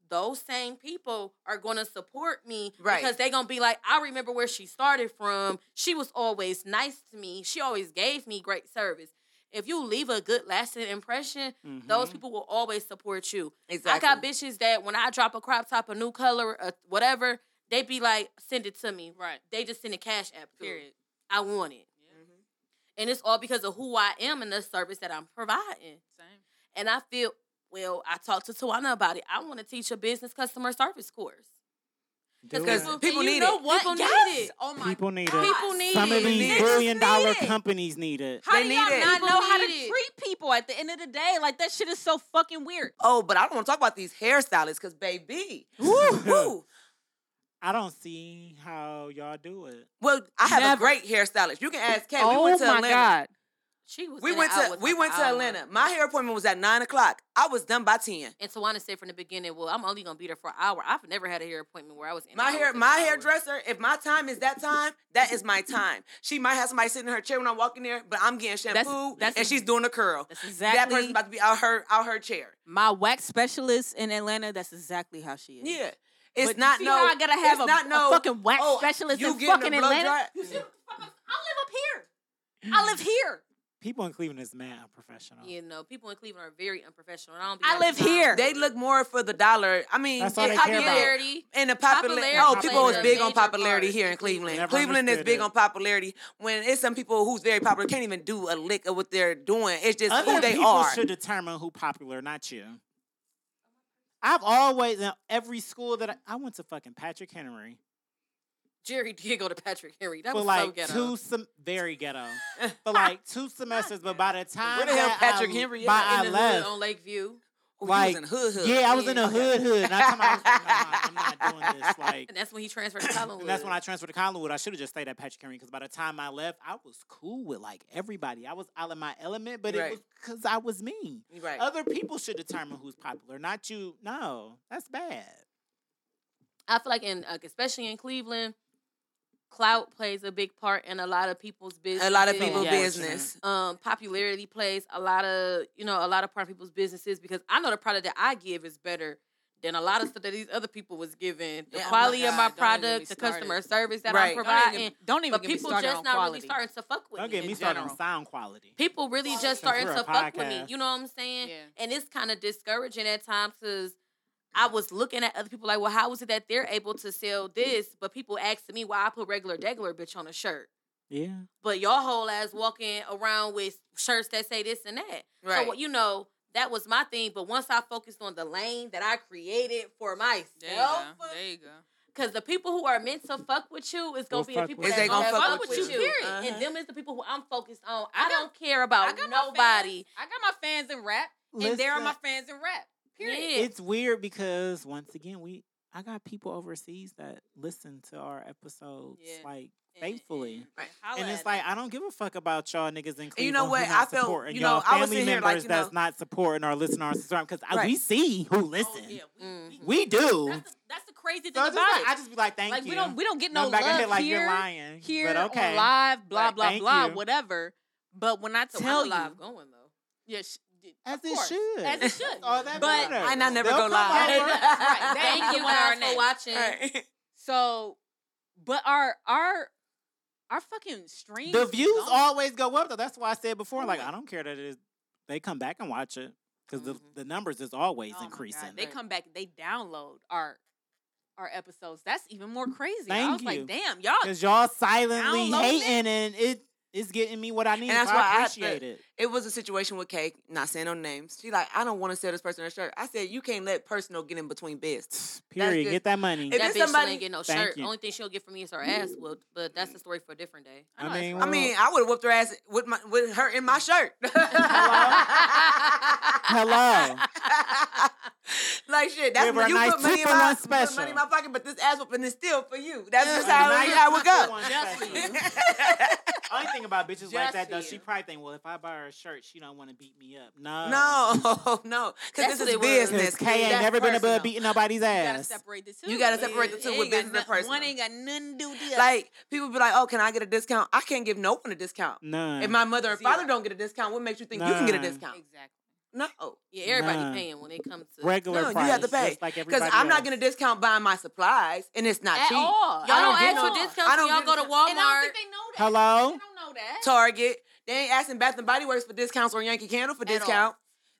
[SPEAKER 5] those same people are going to support me
[SPEAKER 3] Right.
[SPEAKER 5] because they're going to be like, I remember where she started from. She was always nice to me. She always gave me great service. If you leave a good lasting impression, those
[SPEAKER 1] Mhm.
[SPEAKER 5] people will always support you.
[SPEAKER 3] Exactly.
[SPEAKER 5] I got bitches that when I drop a crop top, a new color, a whatever, they be like, send it to me.
[SPEAKER 2] Right.
[SPEAKER 5] They just send a cash app. to it.
[SPEAKER 2] Period.
[SPEAKER 5] I want it.
[SPEAKER 3] Mhm.
[SPEAKER 5] And it's all because of who I am and the service that I'm providing.
[SPEAKER 2] Same.
[SPEAKER 5] And I feel, well, I talked to Tawana about it. I want to teach a business customer service course.
[SPEAKER 1] Mm-hmm. Do
[SPEAKER 3] Because
[SPEAKER 1] it.
[SPEAKER 5] and
[SPEAKER 3] people
[SPEAKER 5] you
[SPEAKER 3] need
[SPEAKER 5] know
[SPEAKER 3] it.
[SPEAKER 5] What?
[SPEAKER 3] People
[SPEAKER 5] People
[SPEAKER 3] yes!
[SPEAKER 5] need it.
[SPEAKER 3] Oh my
[SPEAKER 1] people need
[SPEAKER 3] God.
[SPEAKER 1] it.
[SPEAKER 5] People need
[SPEAKER 1] Some
[SPEAKER 5] it.
[SPEAKER 1] of these
[SPEAKER 3] Niggas
[SPEAKER 1] billion
[SPEAKER 3] need
[SPEAKER 1] dollar
[SPEAKER 3] it.
[SPEAKER 1] companies need it.
[SPEAKER 6] How
[SPEAKER 3] They
[SPEAKER 6] do
[SPEAKER 3] need
[SPEAKER 6] y'all
[SPEAKER 3] it.
[SPEAKER 6] not
[SPEAKER 5] People
[SPEAKER 6] know how to
[SPEAKER 5] need it.
[SPEAKER 6] treat people at the end of the day? Like that shit is so fucking weird.
[SPEAKER 3] Oh, but I don't want to talk about these hairstylists because baby, woo.
[SPEAKER 1] I don't see how y'all do it.
[SPEAKER 3] Well, I have a
[SPEAKER 2] Never. Oh
[SPEAKER 3] great hairstylist. You can ask Kay. we went to Atlanta.
[SPEAKER 5] She was.
[SPEAKER 3] We
[SPEAKER 5] in and
[SPEAKER 3] went
[SPEAKER 5] out
[SPEAKER 3] to
[SPEAKER 5] with
[SPEAKER 3] we
[SPEAKER 5] like oh
[SPEAKER 3] went
[SPEAKER 5] an
[SPEAKER 3] to
[SPEAKER 5] hour.
[SPEAKER 3] Atlanta. My hair appointment was at nine o'clock. I was done by ten.
[SPEAKER 5] And Tawana said from the beginning, "Well, I'm only gonna be there for an hour. I've never had a hair appointment where I was in. and
[SPEAKER 3] My
[SPEAKER 5] out
[SPEAKER 3] hair,
[SPEAKER 5] within
[SPEAKER 3] my
[SPEAKER 5] an hour.
[SPEAKER 3] hairdresser. If my time is that time, that is my time. She might have somebody sitting in her chair when I walk in there, but I'm getting shampoo
[SPEAKER 2] That's- that's
[SPEAKER 3] and
[SPEAKER 2] ex-
[SPEAKER 3] she's doing a curl.
[SPEAKER 2] That's
[SPEAKER 3] That
[SPEAKER 2] exactly
[SPEAKER 3] person's about to be out her out her chair.
[SPEAKER 2] my wax specialist in Atlanta. That's exactly how she is.
[SPEAKER 3] Yeah, it's
[SPEAKER 2] But
[SPEAKER 3] not
[SPEAKER 2] you see
[SPEAKER 3] no.
[SPEAKER 2] how I gotta have
[SPEAKER 3] it's
[SPEAKER 2] a,
[SPEAKER 3] not
[SPEAKER 2] a
[SPEAKER 3] no,
[SPEAKER 2] fucking wax
[SPEAKER 3] oh,
[SPEAKER 2] specialist
[SPEAKER 3] you
[SPEAKER 2] in
[SPEAKER 3] getting a
[SPEAKER 2] fucking
[SPEAKER 3] blow
[SPEAKER 2] Atlanta.
[SPEAKER 3] dry-
[SPEAKER 2] I live up Mm. here. I live here.
[SPEAKER 1] People in Cleveland is mad unprofessional.
[SPEAKER 5] You know, people in Cleveland are very unprofessional. And I don't. Be
[SPEAKER 2] I
[SPEAKER 5] having
[SPEAKER 2] live
[SPEAKER 5] time
[SPEAKER 2] here.
[SPEAKER 5] for
[SPEAKER 3] They
[SPEAKER 5] it.
[SPEAKER 3] look more for the dollar. I mean,
[SPEAKER 1] That's all
[SPEAKER 3] it-
[SPEAKER 1] they
[SPEAKER 3] I
[SPEAKER 1] care
[SPEAKER 3] get
[SPEAKER 1] about.
[SPEAKER 3] it.
[SPEAKER 5] popularity.
[SPEAKER 3] And the popularity.
[SPEAKER 5] Popularity
[SPEAKER 3] Oh,
[SPEAKER 1] plays
[SPEAKER 3] people is
[SPEAKER 1] a
[SPEAKER 3] big on
[SPEAKER 5] major part
[SPEAKER 3] popularity here in
[SPEAKER 5] in
[SPEAKER 3] Cleveland.
[SPEAKER 5] Cleveland.
[SPEAKER 1] Never
[SPEAKER 3] Cleveland is
[SPEAKER 1] understood
[SPEAKER 3] big
[SPEAKER 1] it.
[SPEAKER 3] on popularity. When it's some people who's very popular can't even do a lick of what they're doing. It's just
[SPEAKER 1] Other
[SPEAKER 3] who they
[SPEAKER 1] people
[SPEAKER 3] are.
[SPEAKER 1] should determine who popular, not you. I've always in every school that I, I went to fucking Patrick Henry
[SPEAKER 5] Jerry did go to Patrick Henry. That
[SPEAKER 1] for
[SPEAKER 5] was so
[SPEAKER 1] like
[SPEAKER 5] ghetto.
[SPEAKER 1] two sem- very ghetto for like two semesters, but by the time
[SPEAKER 3] Where the hell
[SPEAKER 1] that
[SPEAKER 3] Patrick
[SPEAKER 1] I,
[SPEAKER 3] Henry
[SPEAKER 1] by
[SPEAKER 3] at?
[SPEAKER 1] I
[SPEAKER 5] in the hood
[SPEAKER 1] left,
[SPEAKER 5] on Lakeview.
[SPEAKER 3] Who
[SPEAKER 1] like,
[SPEAKER 3] using hood hood.
[SPEAKER 1] yeah, I was in a
[SPEAKER 3] Okay.
[SPEAKER 1] hood hood, and I told my husband, no, I'm not- I'm not doing this. Like,
[SPEAKER 5] And that's when he transferred to Collinwood.
[SPEAKER 1] And that's when I transferred to Collinwood. I should have just stayed at Patrick Henry because by the time I left, I was cool with like everybody. I was out of my element, but
[SPEAKER 3] Right.
[SPEAKER 1] it was because I was me.
[SPEAKER 3] Right.
[SPEAKER 1] Other people should determine who's popular, not you. No, that's bad.
[SPEAKER 5] I feel like in uh, especially in Cleveland, clout plays a big part in a lot of people's business.
[SPEAKER 3] a lot of people
[SPEAKER 1] Yeah.
[SPEAKER 3] business.
[SPEAKER 5] Um, popularity plays a lot of you know a lot of part of people's businesses because I know the product that I give is better than a lot of stuff that these other people was giving. The
[SPEAKER 3] Yeah, oh my
[SPEAKER 5] quality of my
[SPEAKER 4] God, don't even get me
[SPEAKER 5] product, the customer service that
[SPEAKER 3] Right.
[SPEAKER 5] I'm
[SPEAKER 6] Don't
[SPEAKER 3] Don't
[SPEAKER 5] providing,
[SPEAKER 6] even, don't even
[SPEAKER 5] but
[SPEAKER 6] get me
[SPEAKER 5] people
[SPEAKER 6] started
[SPEAKER 5] just
[SPEAKER 6] on
[SPEAKER 5] not
[SPEAKER 6] quality.
[SPEAKER 5] really starting to fuck with
[SPEAKER 1] Don't
[SPEAKER 5] me.
[SPEAKER 1] get me
[SPEAKER 5] in
[SPEAKER 1] started on
[SPEAKER 5] general.
[SPEAKER 1] sound quality.
[SPEAKER 5] People really
[SPEAKER 1] Since
[SPEAKER 5] just starting
[SPEAKER 1] we're a
[SPEAKER 5] to fuck with me.
[SPEAKER 1] podcast.
[SPEAKER 5] You know what I'm saying?
[SPEAKER 4] Yeah.
[SPEAKER 5] And it's kind of discouraging at times because I was looking at other people like, well, how is it that they're able to sell this? But people asking me why I put regular degular bitch on a shirt.
[SPEAKER 1] Yeah,
[SPEAKER 5] But y'all whole ass walking around with shirts that say this and that.
[SPEAKER 3] Right.
[SPEAKER 5] So you know, that was my thing. But once I focused on the lane that I created
[SPEAKER 6] There you
[SPEAKER 5] for
[SPEAKER 6] go.
[SPEAKER 5] myself,
[SPEAKER 6] There you go.
[SPEAKER 5] because the people who are meant to fuck with you is
[SPEAKER 1] Will
[SPEAKER 5] gonna be the
[SPEAKER 1] fuck
[SPEAKER 5] people
[SPEAKER 1] with
[SPEAKER 5] that
[SPEAKER 1] you. Is they
[SPEAKER 5] gonna
[SPEAKER 3] gonna
[SPEAKER 5] fuck, with you. Period.
[SPEAKER 3] Uh-huh.
[SPEAKER 5] And them is the people who I'm focused on. I,
[SPEAKER 6] I got-
[SPEAKER 5] don't care about
[SPEAKER 6] I got my
[SPEAKER 5] nobody.
[SPEAKER 6] fans- I got my fans in rap, and there are my
[SPEAKER 1] Listen,
[SPEAKER 6] fans in rap. Period.
[SPEAKER 5] Yeah.
[SPEAKER 1] It's weird because once again, we I got people overseas that listen to our episodes
[SPEAKER 6] Yeah.
[SPEAKER 1] like
[SPEAKER 6] And-
[SPEAKER 1] faithfully.
[SPEAKER 6] and-
[SPEAKER 3] Right.
[SPEAKER 6] holla
[SPEAKER 1] And
[SPEAKER 6] at
[SPEAKER 1] it's like
[SPEAKER 6] them.
[SPEAKER 1] I don't give a fuck about y'all niggas in Cleveland.
[SPEAKER 3] you know
[SPEAKER 1] who not
[SPEAKER 3] what? I felt-
[SPEAKER 1] supporting
[SPEAKER 3] you know,
[SPEAKER 1] y'all
[SPEAKER 3] I
[SPEAKER 1] family
[SPEAKER 3] was sitting here
[SPEAKER 1] members
[SPEAKER 3] like, you
[SPEAKER 1] that's
[SPEAKER 3] know-
[SPEAKER 1] not supporting or listening or subscribing because
[SPEAKER 3] Right.
[SPEAKER 1] we see who listen.
[SPEAKER 5] Mhm.
[SPEAKER 1] We do.
[SPEAKER 6] Oh, That's the, that's the crazy thing
[SPEAKER 1] so I
[SPEAKER 6] about
[SPEAKER 1] just, like, I
[SPEAKER 6] it.
[SPEAKER 1] just be like, thank
[SPEAKER 6] Mm-hmm. Like
[SPEAKER 1] you.
[SPEAKER 6] we don't we don't get
[SPEAKER 1] And I'm
[SPEAKER 6] no
[SPEAKER 1] back in
[SPEAKER 6] love
[SPEAKER 1] here like
[SPEAKER 6] here,
[SPEAKER 1] you're lying.
[SPEAKER 6] here
[SPEAKER 1] but okay.
[SPEAKER 6] on live, blah
[SPEAKER 1] Like,
[SPEAKER 6] blah
[SPEAKER 1] thank
[SPEAKER 6] blah,
[SPEAKER 1] you.
[SPEAKER 6] whatever. But when I
[SPEAKER 5] So
[SPEAKER 6] tell
[SPEAKER 5] I'm
[SPEAKER 6] you,
[SPEAKER 5] alive going though.
[SPEAKER 6] yeah, sh-
[SPEAKER 1] As
[SPEAKER 6] of
[SPEAKER 1] it
[SPEAKER 6] course.
[SPEAKER 1] should.
[SPEAKER 6] as it should.
[SPEAKER 1] All that
[SPEAKER 6] But-
[SPEAKER 1] matters.
[SPEAKER 3] I- and I never
[SPEAKER 1] They'll
[SPEAKER 3] go
[SPEAKER 1] come
[SPEAKER 3] live.
[SPEAKER 1] over.
[SPEAKER 6] Right. That ain't
[SPEAKER 5] Thank
[SPEAKER 6] the
[SPEAKER 5] you
[SPEAKER 6] one I
[SPEAKER 5] guys
[SPEAKER 6] named.
[SPEAKER 5] for watching.
[SPEAKER 3] Right.
[SPEAKER 6] so, but our our our fucking streams,
[SPEAKER 1] the views
[SPEAKER 6] gone.
[SPEAKER 1] always go up though. That's why I said before, like I don't care that it is, they come back and watch it because
[SPEAKER 3] Mm-hmm.
[SPEAKER 5] Mhm.
[SPEAKER 1] the, the numbers is always
[SPEAKER 6] Oh my God.
[SPEAKER 1] increasing.
[SPEAKER 6] They
[SPEAKER 5] Right.
[SPEAKER 6] come back, they download our our episodes. That's even more crazy. I
[SPEAKER 1] Thank
[SPEAKER 6] was
[SPEAKER 1] you.
[SPEAKER 6] like, damn, y'all.
[SPEAKER 1] Because y'all silently
[SPEAKER 6] Downloading it?
[SPEAKER 1] hating and it is getting me what I need.
[SPEAKER 3] that's
[SPEAKER 1] so
[SPEAKER 3] why I
[SPEAKER 1] I
[SPEAKER 3] have to-
[SPEAKER 1] appreciate it.
[SPEAKER 3] It was a situation with Cake, not saying no names. She like, I don't want to sell this person a shirt. I said, you can't let personal get in between business.
[SPEAKER 1] Period.
[SPEAKER 3] good.
[SPEAKER 1] Get that money.
[SPEAKER 3] If
[SPEAKER 5] that
[SPEAKER 3] it's
[SPEAKER 5] bitch still
[SPEAKER 3] somebody-
[SPEAKER 5] ain't get no
[SPEAKER 1] Thank
[SPEAKER 5] shirt.
[SPEAKER 1] you.
[SPEAKER 5] Only thing she'll get from me is her ass whooped. But that's a story for a different day.
[SPEAKER 1] I mean,
[SPEAKER 3] I mean, I would have whooped her ass with my with her in my shirt.
[SPEAKER 1] hello.
[SPEAKER 3] like shit. That's
[SPEAKER 1] Give her
[SPEAKER 3] when
[SPEAKER 1] a
[SPEAKER 3] you
[SPEAKER 1] nice
[SPEAKER 3] put money in
[SPEAKER 1] tip on
[SPEAKER 3] my
[SPEAKER 1] that
[SPEAKER 3] put money
[SPEAKER 1] special.
[SPEAKER 3] in my pocket, but this ass whooping is still for you. That's
[SPEAKER 1] Yeah.
[SPEAKER 3] just how,
[SPEAKER 1] Nice
[SPEAKER 3] how it
[SPEAKER 1] tip
[SPEAKER 3] go.
[SPEAKER 1] on that special. Only thing about bitches like that though.
[SPEAKER 5] Jesse.
[SPEAKER 1] She probably think, well, if I buy her a shirt, she don't want to beat me up. No,
[SPEAKER 3] No, no, because this
[SPEAKER 5] That's what
[SPEAKER 3] is
[SPEAKER 5] it was.
[SPEAKER 3] business.
[SPEAKER 1] Cause Kay ain't
[SPEAKER 5] That's
[SPEAKER 1] never been
[SPEAKER 5] personal.
[SPEAKER 1] above beating nobody's
[SPEAKER 2] You gotta
[SPEAKER 1] ass.
[SPEAKER 2] separate the two.
[SPEAKER 3] You gotta separate the
[SPEAKER 2] It
[SPEAKER 3] two
[SPEAKER 2] ain't
[SPEAKER 3] with
[SPEAKER 2] got
[SPEAKER 3] business
[SPEAKER 2] noth-
[SPEAKER 3] and
[SPEAKER 2] One
[SPEAKER 3] personal.
[SPEAKER 2] ain't got nothing to do with the other.
[SPEAKER 3] Like people be like, "Oh, can I get a discount?" I can't give no one a discount.
[SPEAKER 1] None.
[SPEAKER 3] If my mother and
[SPEAKER 2] Zero.
[SPEAKER 3] father don't get a discount, what makes you think you can get a
[SPEAKER 1] Nah.
[SPEAKER 3] discount?
[SPEAKER 5] Exactly.
[SPEAKER 3] No,
[SPEAKER 5] Yeah, everybody
[SPEAKER 1] Nah.
[SPEAKER 5] paying when it comes to
[SPEAKER 1] regular
[SPEAKER 3] No, you
[SPEAKER 1] price,
[SPEAKER 3] have to pay.
[SPEAKER 1] just like
[SPEAKER 3] because
[SPEAKER 1] everybody
[SPEAKER 3] I'm not
[SPEAKER 1] else.
[SPEAKER 3] gonna discount buying my supplies, and it's not
[SPEAKER 2] at
[SPEAKER 3] cheap.
[SPEAKER 2] all.
[SPEAKER 5] Y'all don't
[SPEAKER 3] get
[SPEAKER 5] ask for
[SPEAKER 3] no-
[SPEAKER 5] discounts.
[SPEAKER 3] I don't
[SPEAKER 5] when y'all
[SPEAKER 3] get
[SPEAKER 5] go to Walmart.
[SPEAKER 2] And I don't think they know that.
[SPEAKER 1] Hello?
[SPEAKER 2] They don't know that.
[SPEAKER 3] Target. They ain't asking Bath and Body Works for discounts or Yankee Candle for
[SPEAKER 2] At all.
[SPEAKER 3] discount.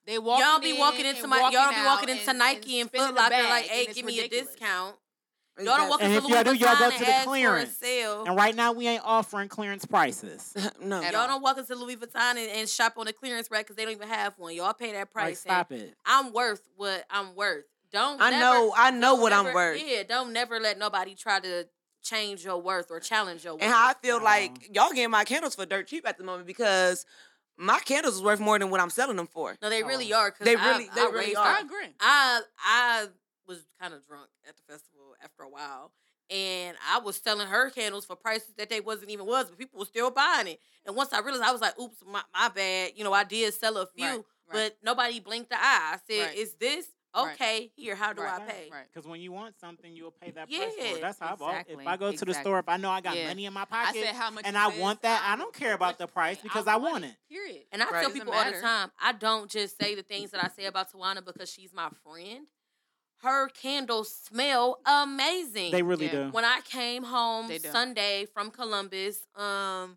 [SPEAKER 2] They walk.
[SPEAKER 5] y'all be walking into my, y'all be walking into Nike and, Foot Locker like, hey, give me a discount. Y'all don't walk
[SPEAKER 1] And
[SPEAKER 5] into
[SPEAKER 1] if y'all
[SPEAKER 5] Louis
[SPEAKER 1] do, y'all
[SPEAKER 5] Vuitton
[SPEAKER 1] go
[SPEAKER 5] and
[SPEAKER 1] to the
[SPEAKER 5] ask for a
[SPEAKER 1] clearance.
[SPEAKER 5] sale.
[SPEAKER 1] And right now, we ain't offering clearance prices.
[SPEAKER 3] no.
[SPEAKER 2] At all.
[SPEAKER 5] Y'all don't walk into Louis Vuitton and, and shop on the clearance rack because they don't even have one. Y'all pay that price.
[SPEAKER 1] Like,
[SPEAKER 5] and
[SPEAKER 1] stop it.
[SPEAKER 5] I'm worth what I'm worth. Don't.
[SPEAKER 3] I
[SPEAKER 5] never-
[SPEAKER 3] know. I know
[SPEAKER 5] don't
[SPEAKER 3] what I'm
[SPEAKER 5] never-
[SPEAKER 3] worth.
[SPEAKER 5] Yeah. Don't never let nobody try to change your worth or challenge your worth.
[SPEAKER 3] And how I feel
[SPEAKER 1] Wow.
[SPEAKER 3] like y'all getting my candles for dirt cheap at the moment because my candles is worth more than what I'm selling them for.
[SPEAKER 5] no, they really
[SPEAKER 1] Oh.
[SPEAKER 5] are. 'cause
[SPEAKER 3] They
[SPEAKER 5] I-
[SPEAKER 3] really- they
[SPEAKER 5] I
[SPEAKER 3] really
[SPEAKER 5] raised
[SPEAKER 3] are.
[SPEAKER 5] our-
[SPEAKER 6] I agree.
[SPEAKER 5] I I was kind of drunk at the festival after a while, and I was selling her candles for prices that they wasn't even was, but people were still buying it. And once I realized, I was like, "Oops, my, my bad." You know, I did sell a few,
[SPEAKER 2] Right, right.
[SPEAKER 5] but nobody blinked an eye. I said,
[SPEAKER 6] Right.
[SPEAKER 5] "Is this
[SPEAKER 6] Right.
[SPEAKER 5] okay? Here, how do
[SPEAKER 6] Right,
[SPEAKER 5] I pay?"
[SPEAKER 6] Right.
[SPEAKER 1] Because when you want something, you'll pay that price for
[SPEAKER 5] Yeah,
[SPEAKER 1] it. That's how I bought. If
[SPEAKER 6] exactly,
[SPEAKER 1] I go to the store, if I know I got
[SPEAKER 6] Yeah.
[SPEAKER 1] money in my
[SPEAKER 6] I
[SPEAKER 1] pocket
[SPEAKER 6] said how much
[SPEAKER 1] and
[SPEAKER 6] it
[SPEAKER 1] I
[SPEAKER 6] is,
[SPEAKER 1] want that, I
[SPEAKER 6] don't
[SPEAKER 1] don't
[SPEAKER 6] care
[SPEAKER 1] care about
[SPEAKER 6] what
[SPEAKER 1] the
[SPEAKER 6] you
[SPEAKER 1] price
[SPEAKER 6] say,
[SPEAKER 1] because I want it.
[SPEAKER 6] Period.
[SPEAKER 5] And I
[SPEAKER 3] Right.
[SPEAKER 5] tell
[SPEAKER 3] Doesn't
[SPEAKER 5] people all the
[SPEAKER 6] matter.
[SPEAKER 5] time, I don't just say the things that I say about Tawana because she's my friend. Her candles smell amazing.
[SPEAKER 1] They really
[SPEAKER 6] Yeah.
[SPEAKER 1] do.
[SPEAKER 5] when I came home
[SPEAKER 6] They do.
[SPEAKER 5] Sunday from Columbus, um,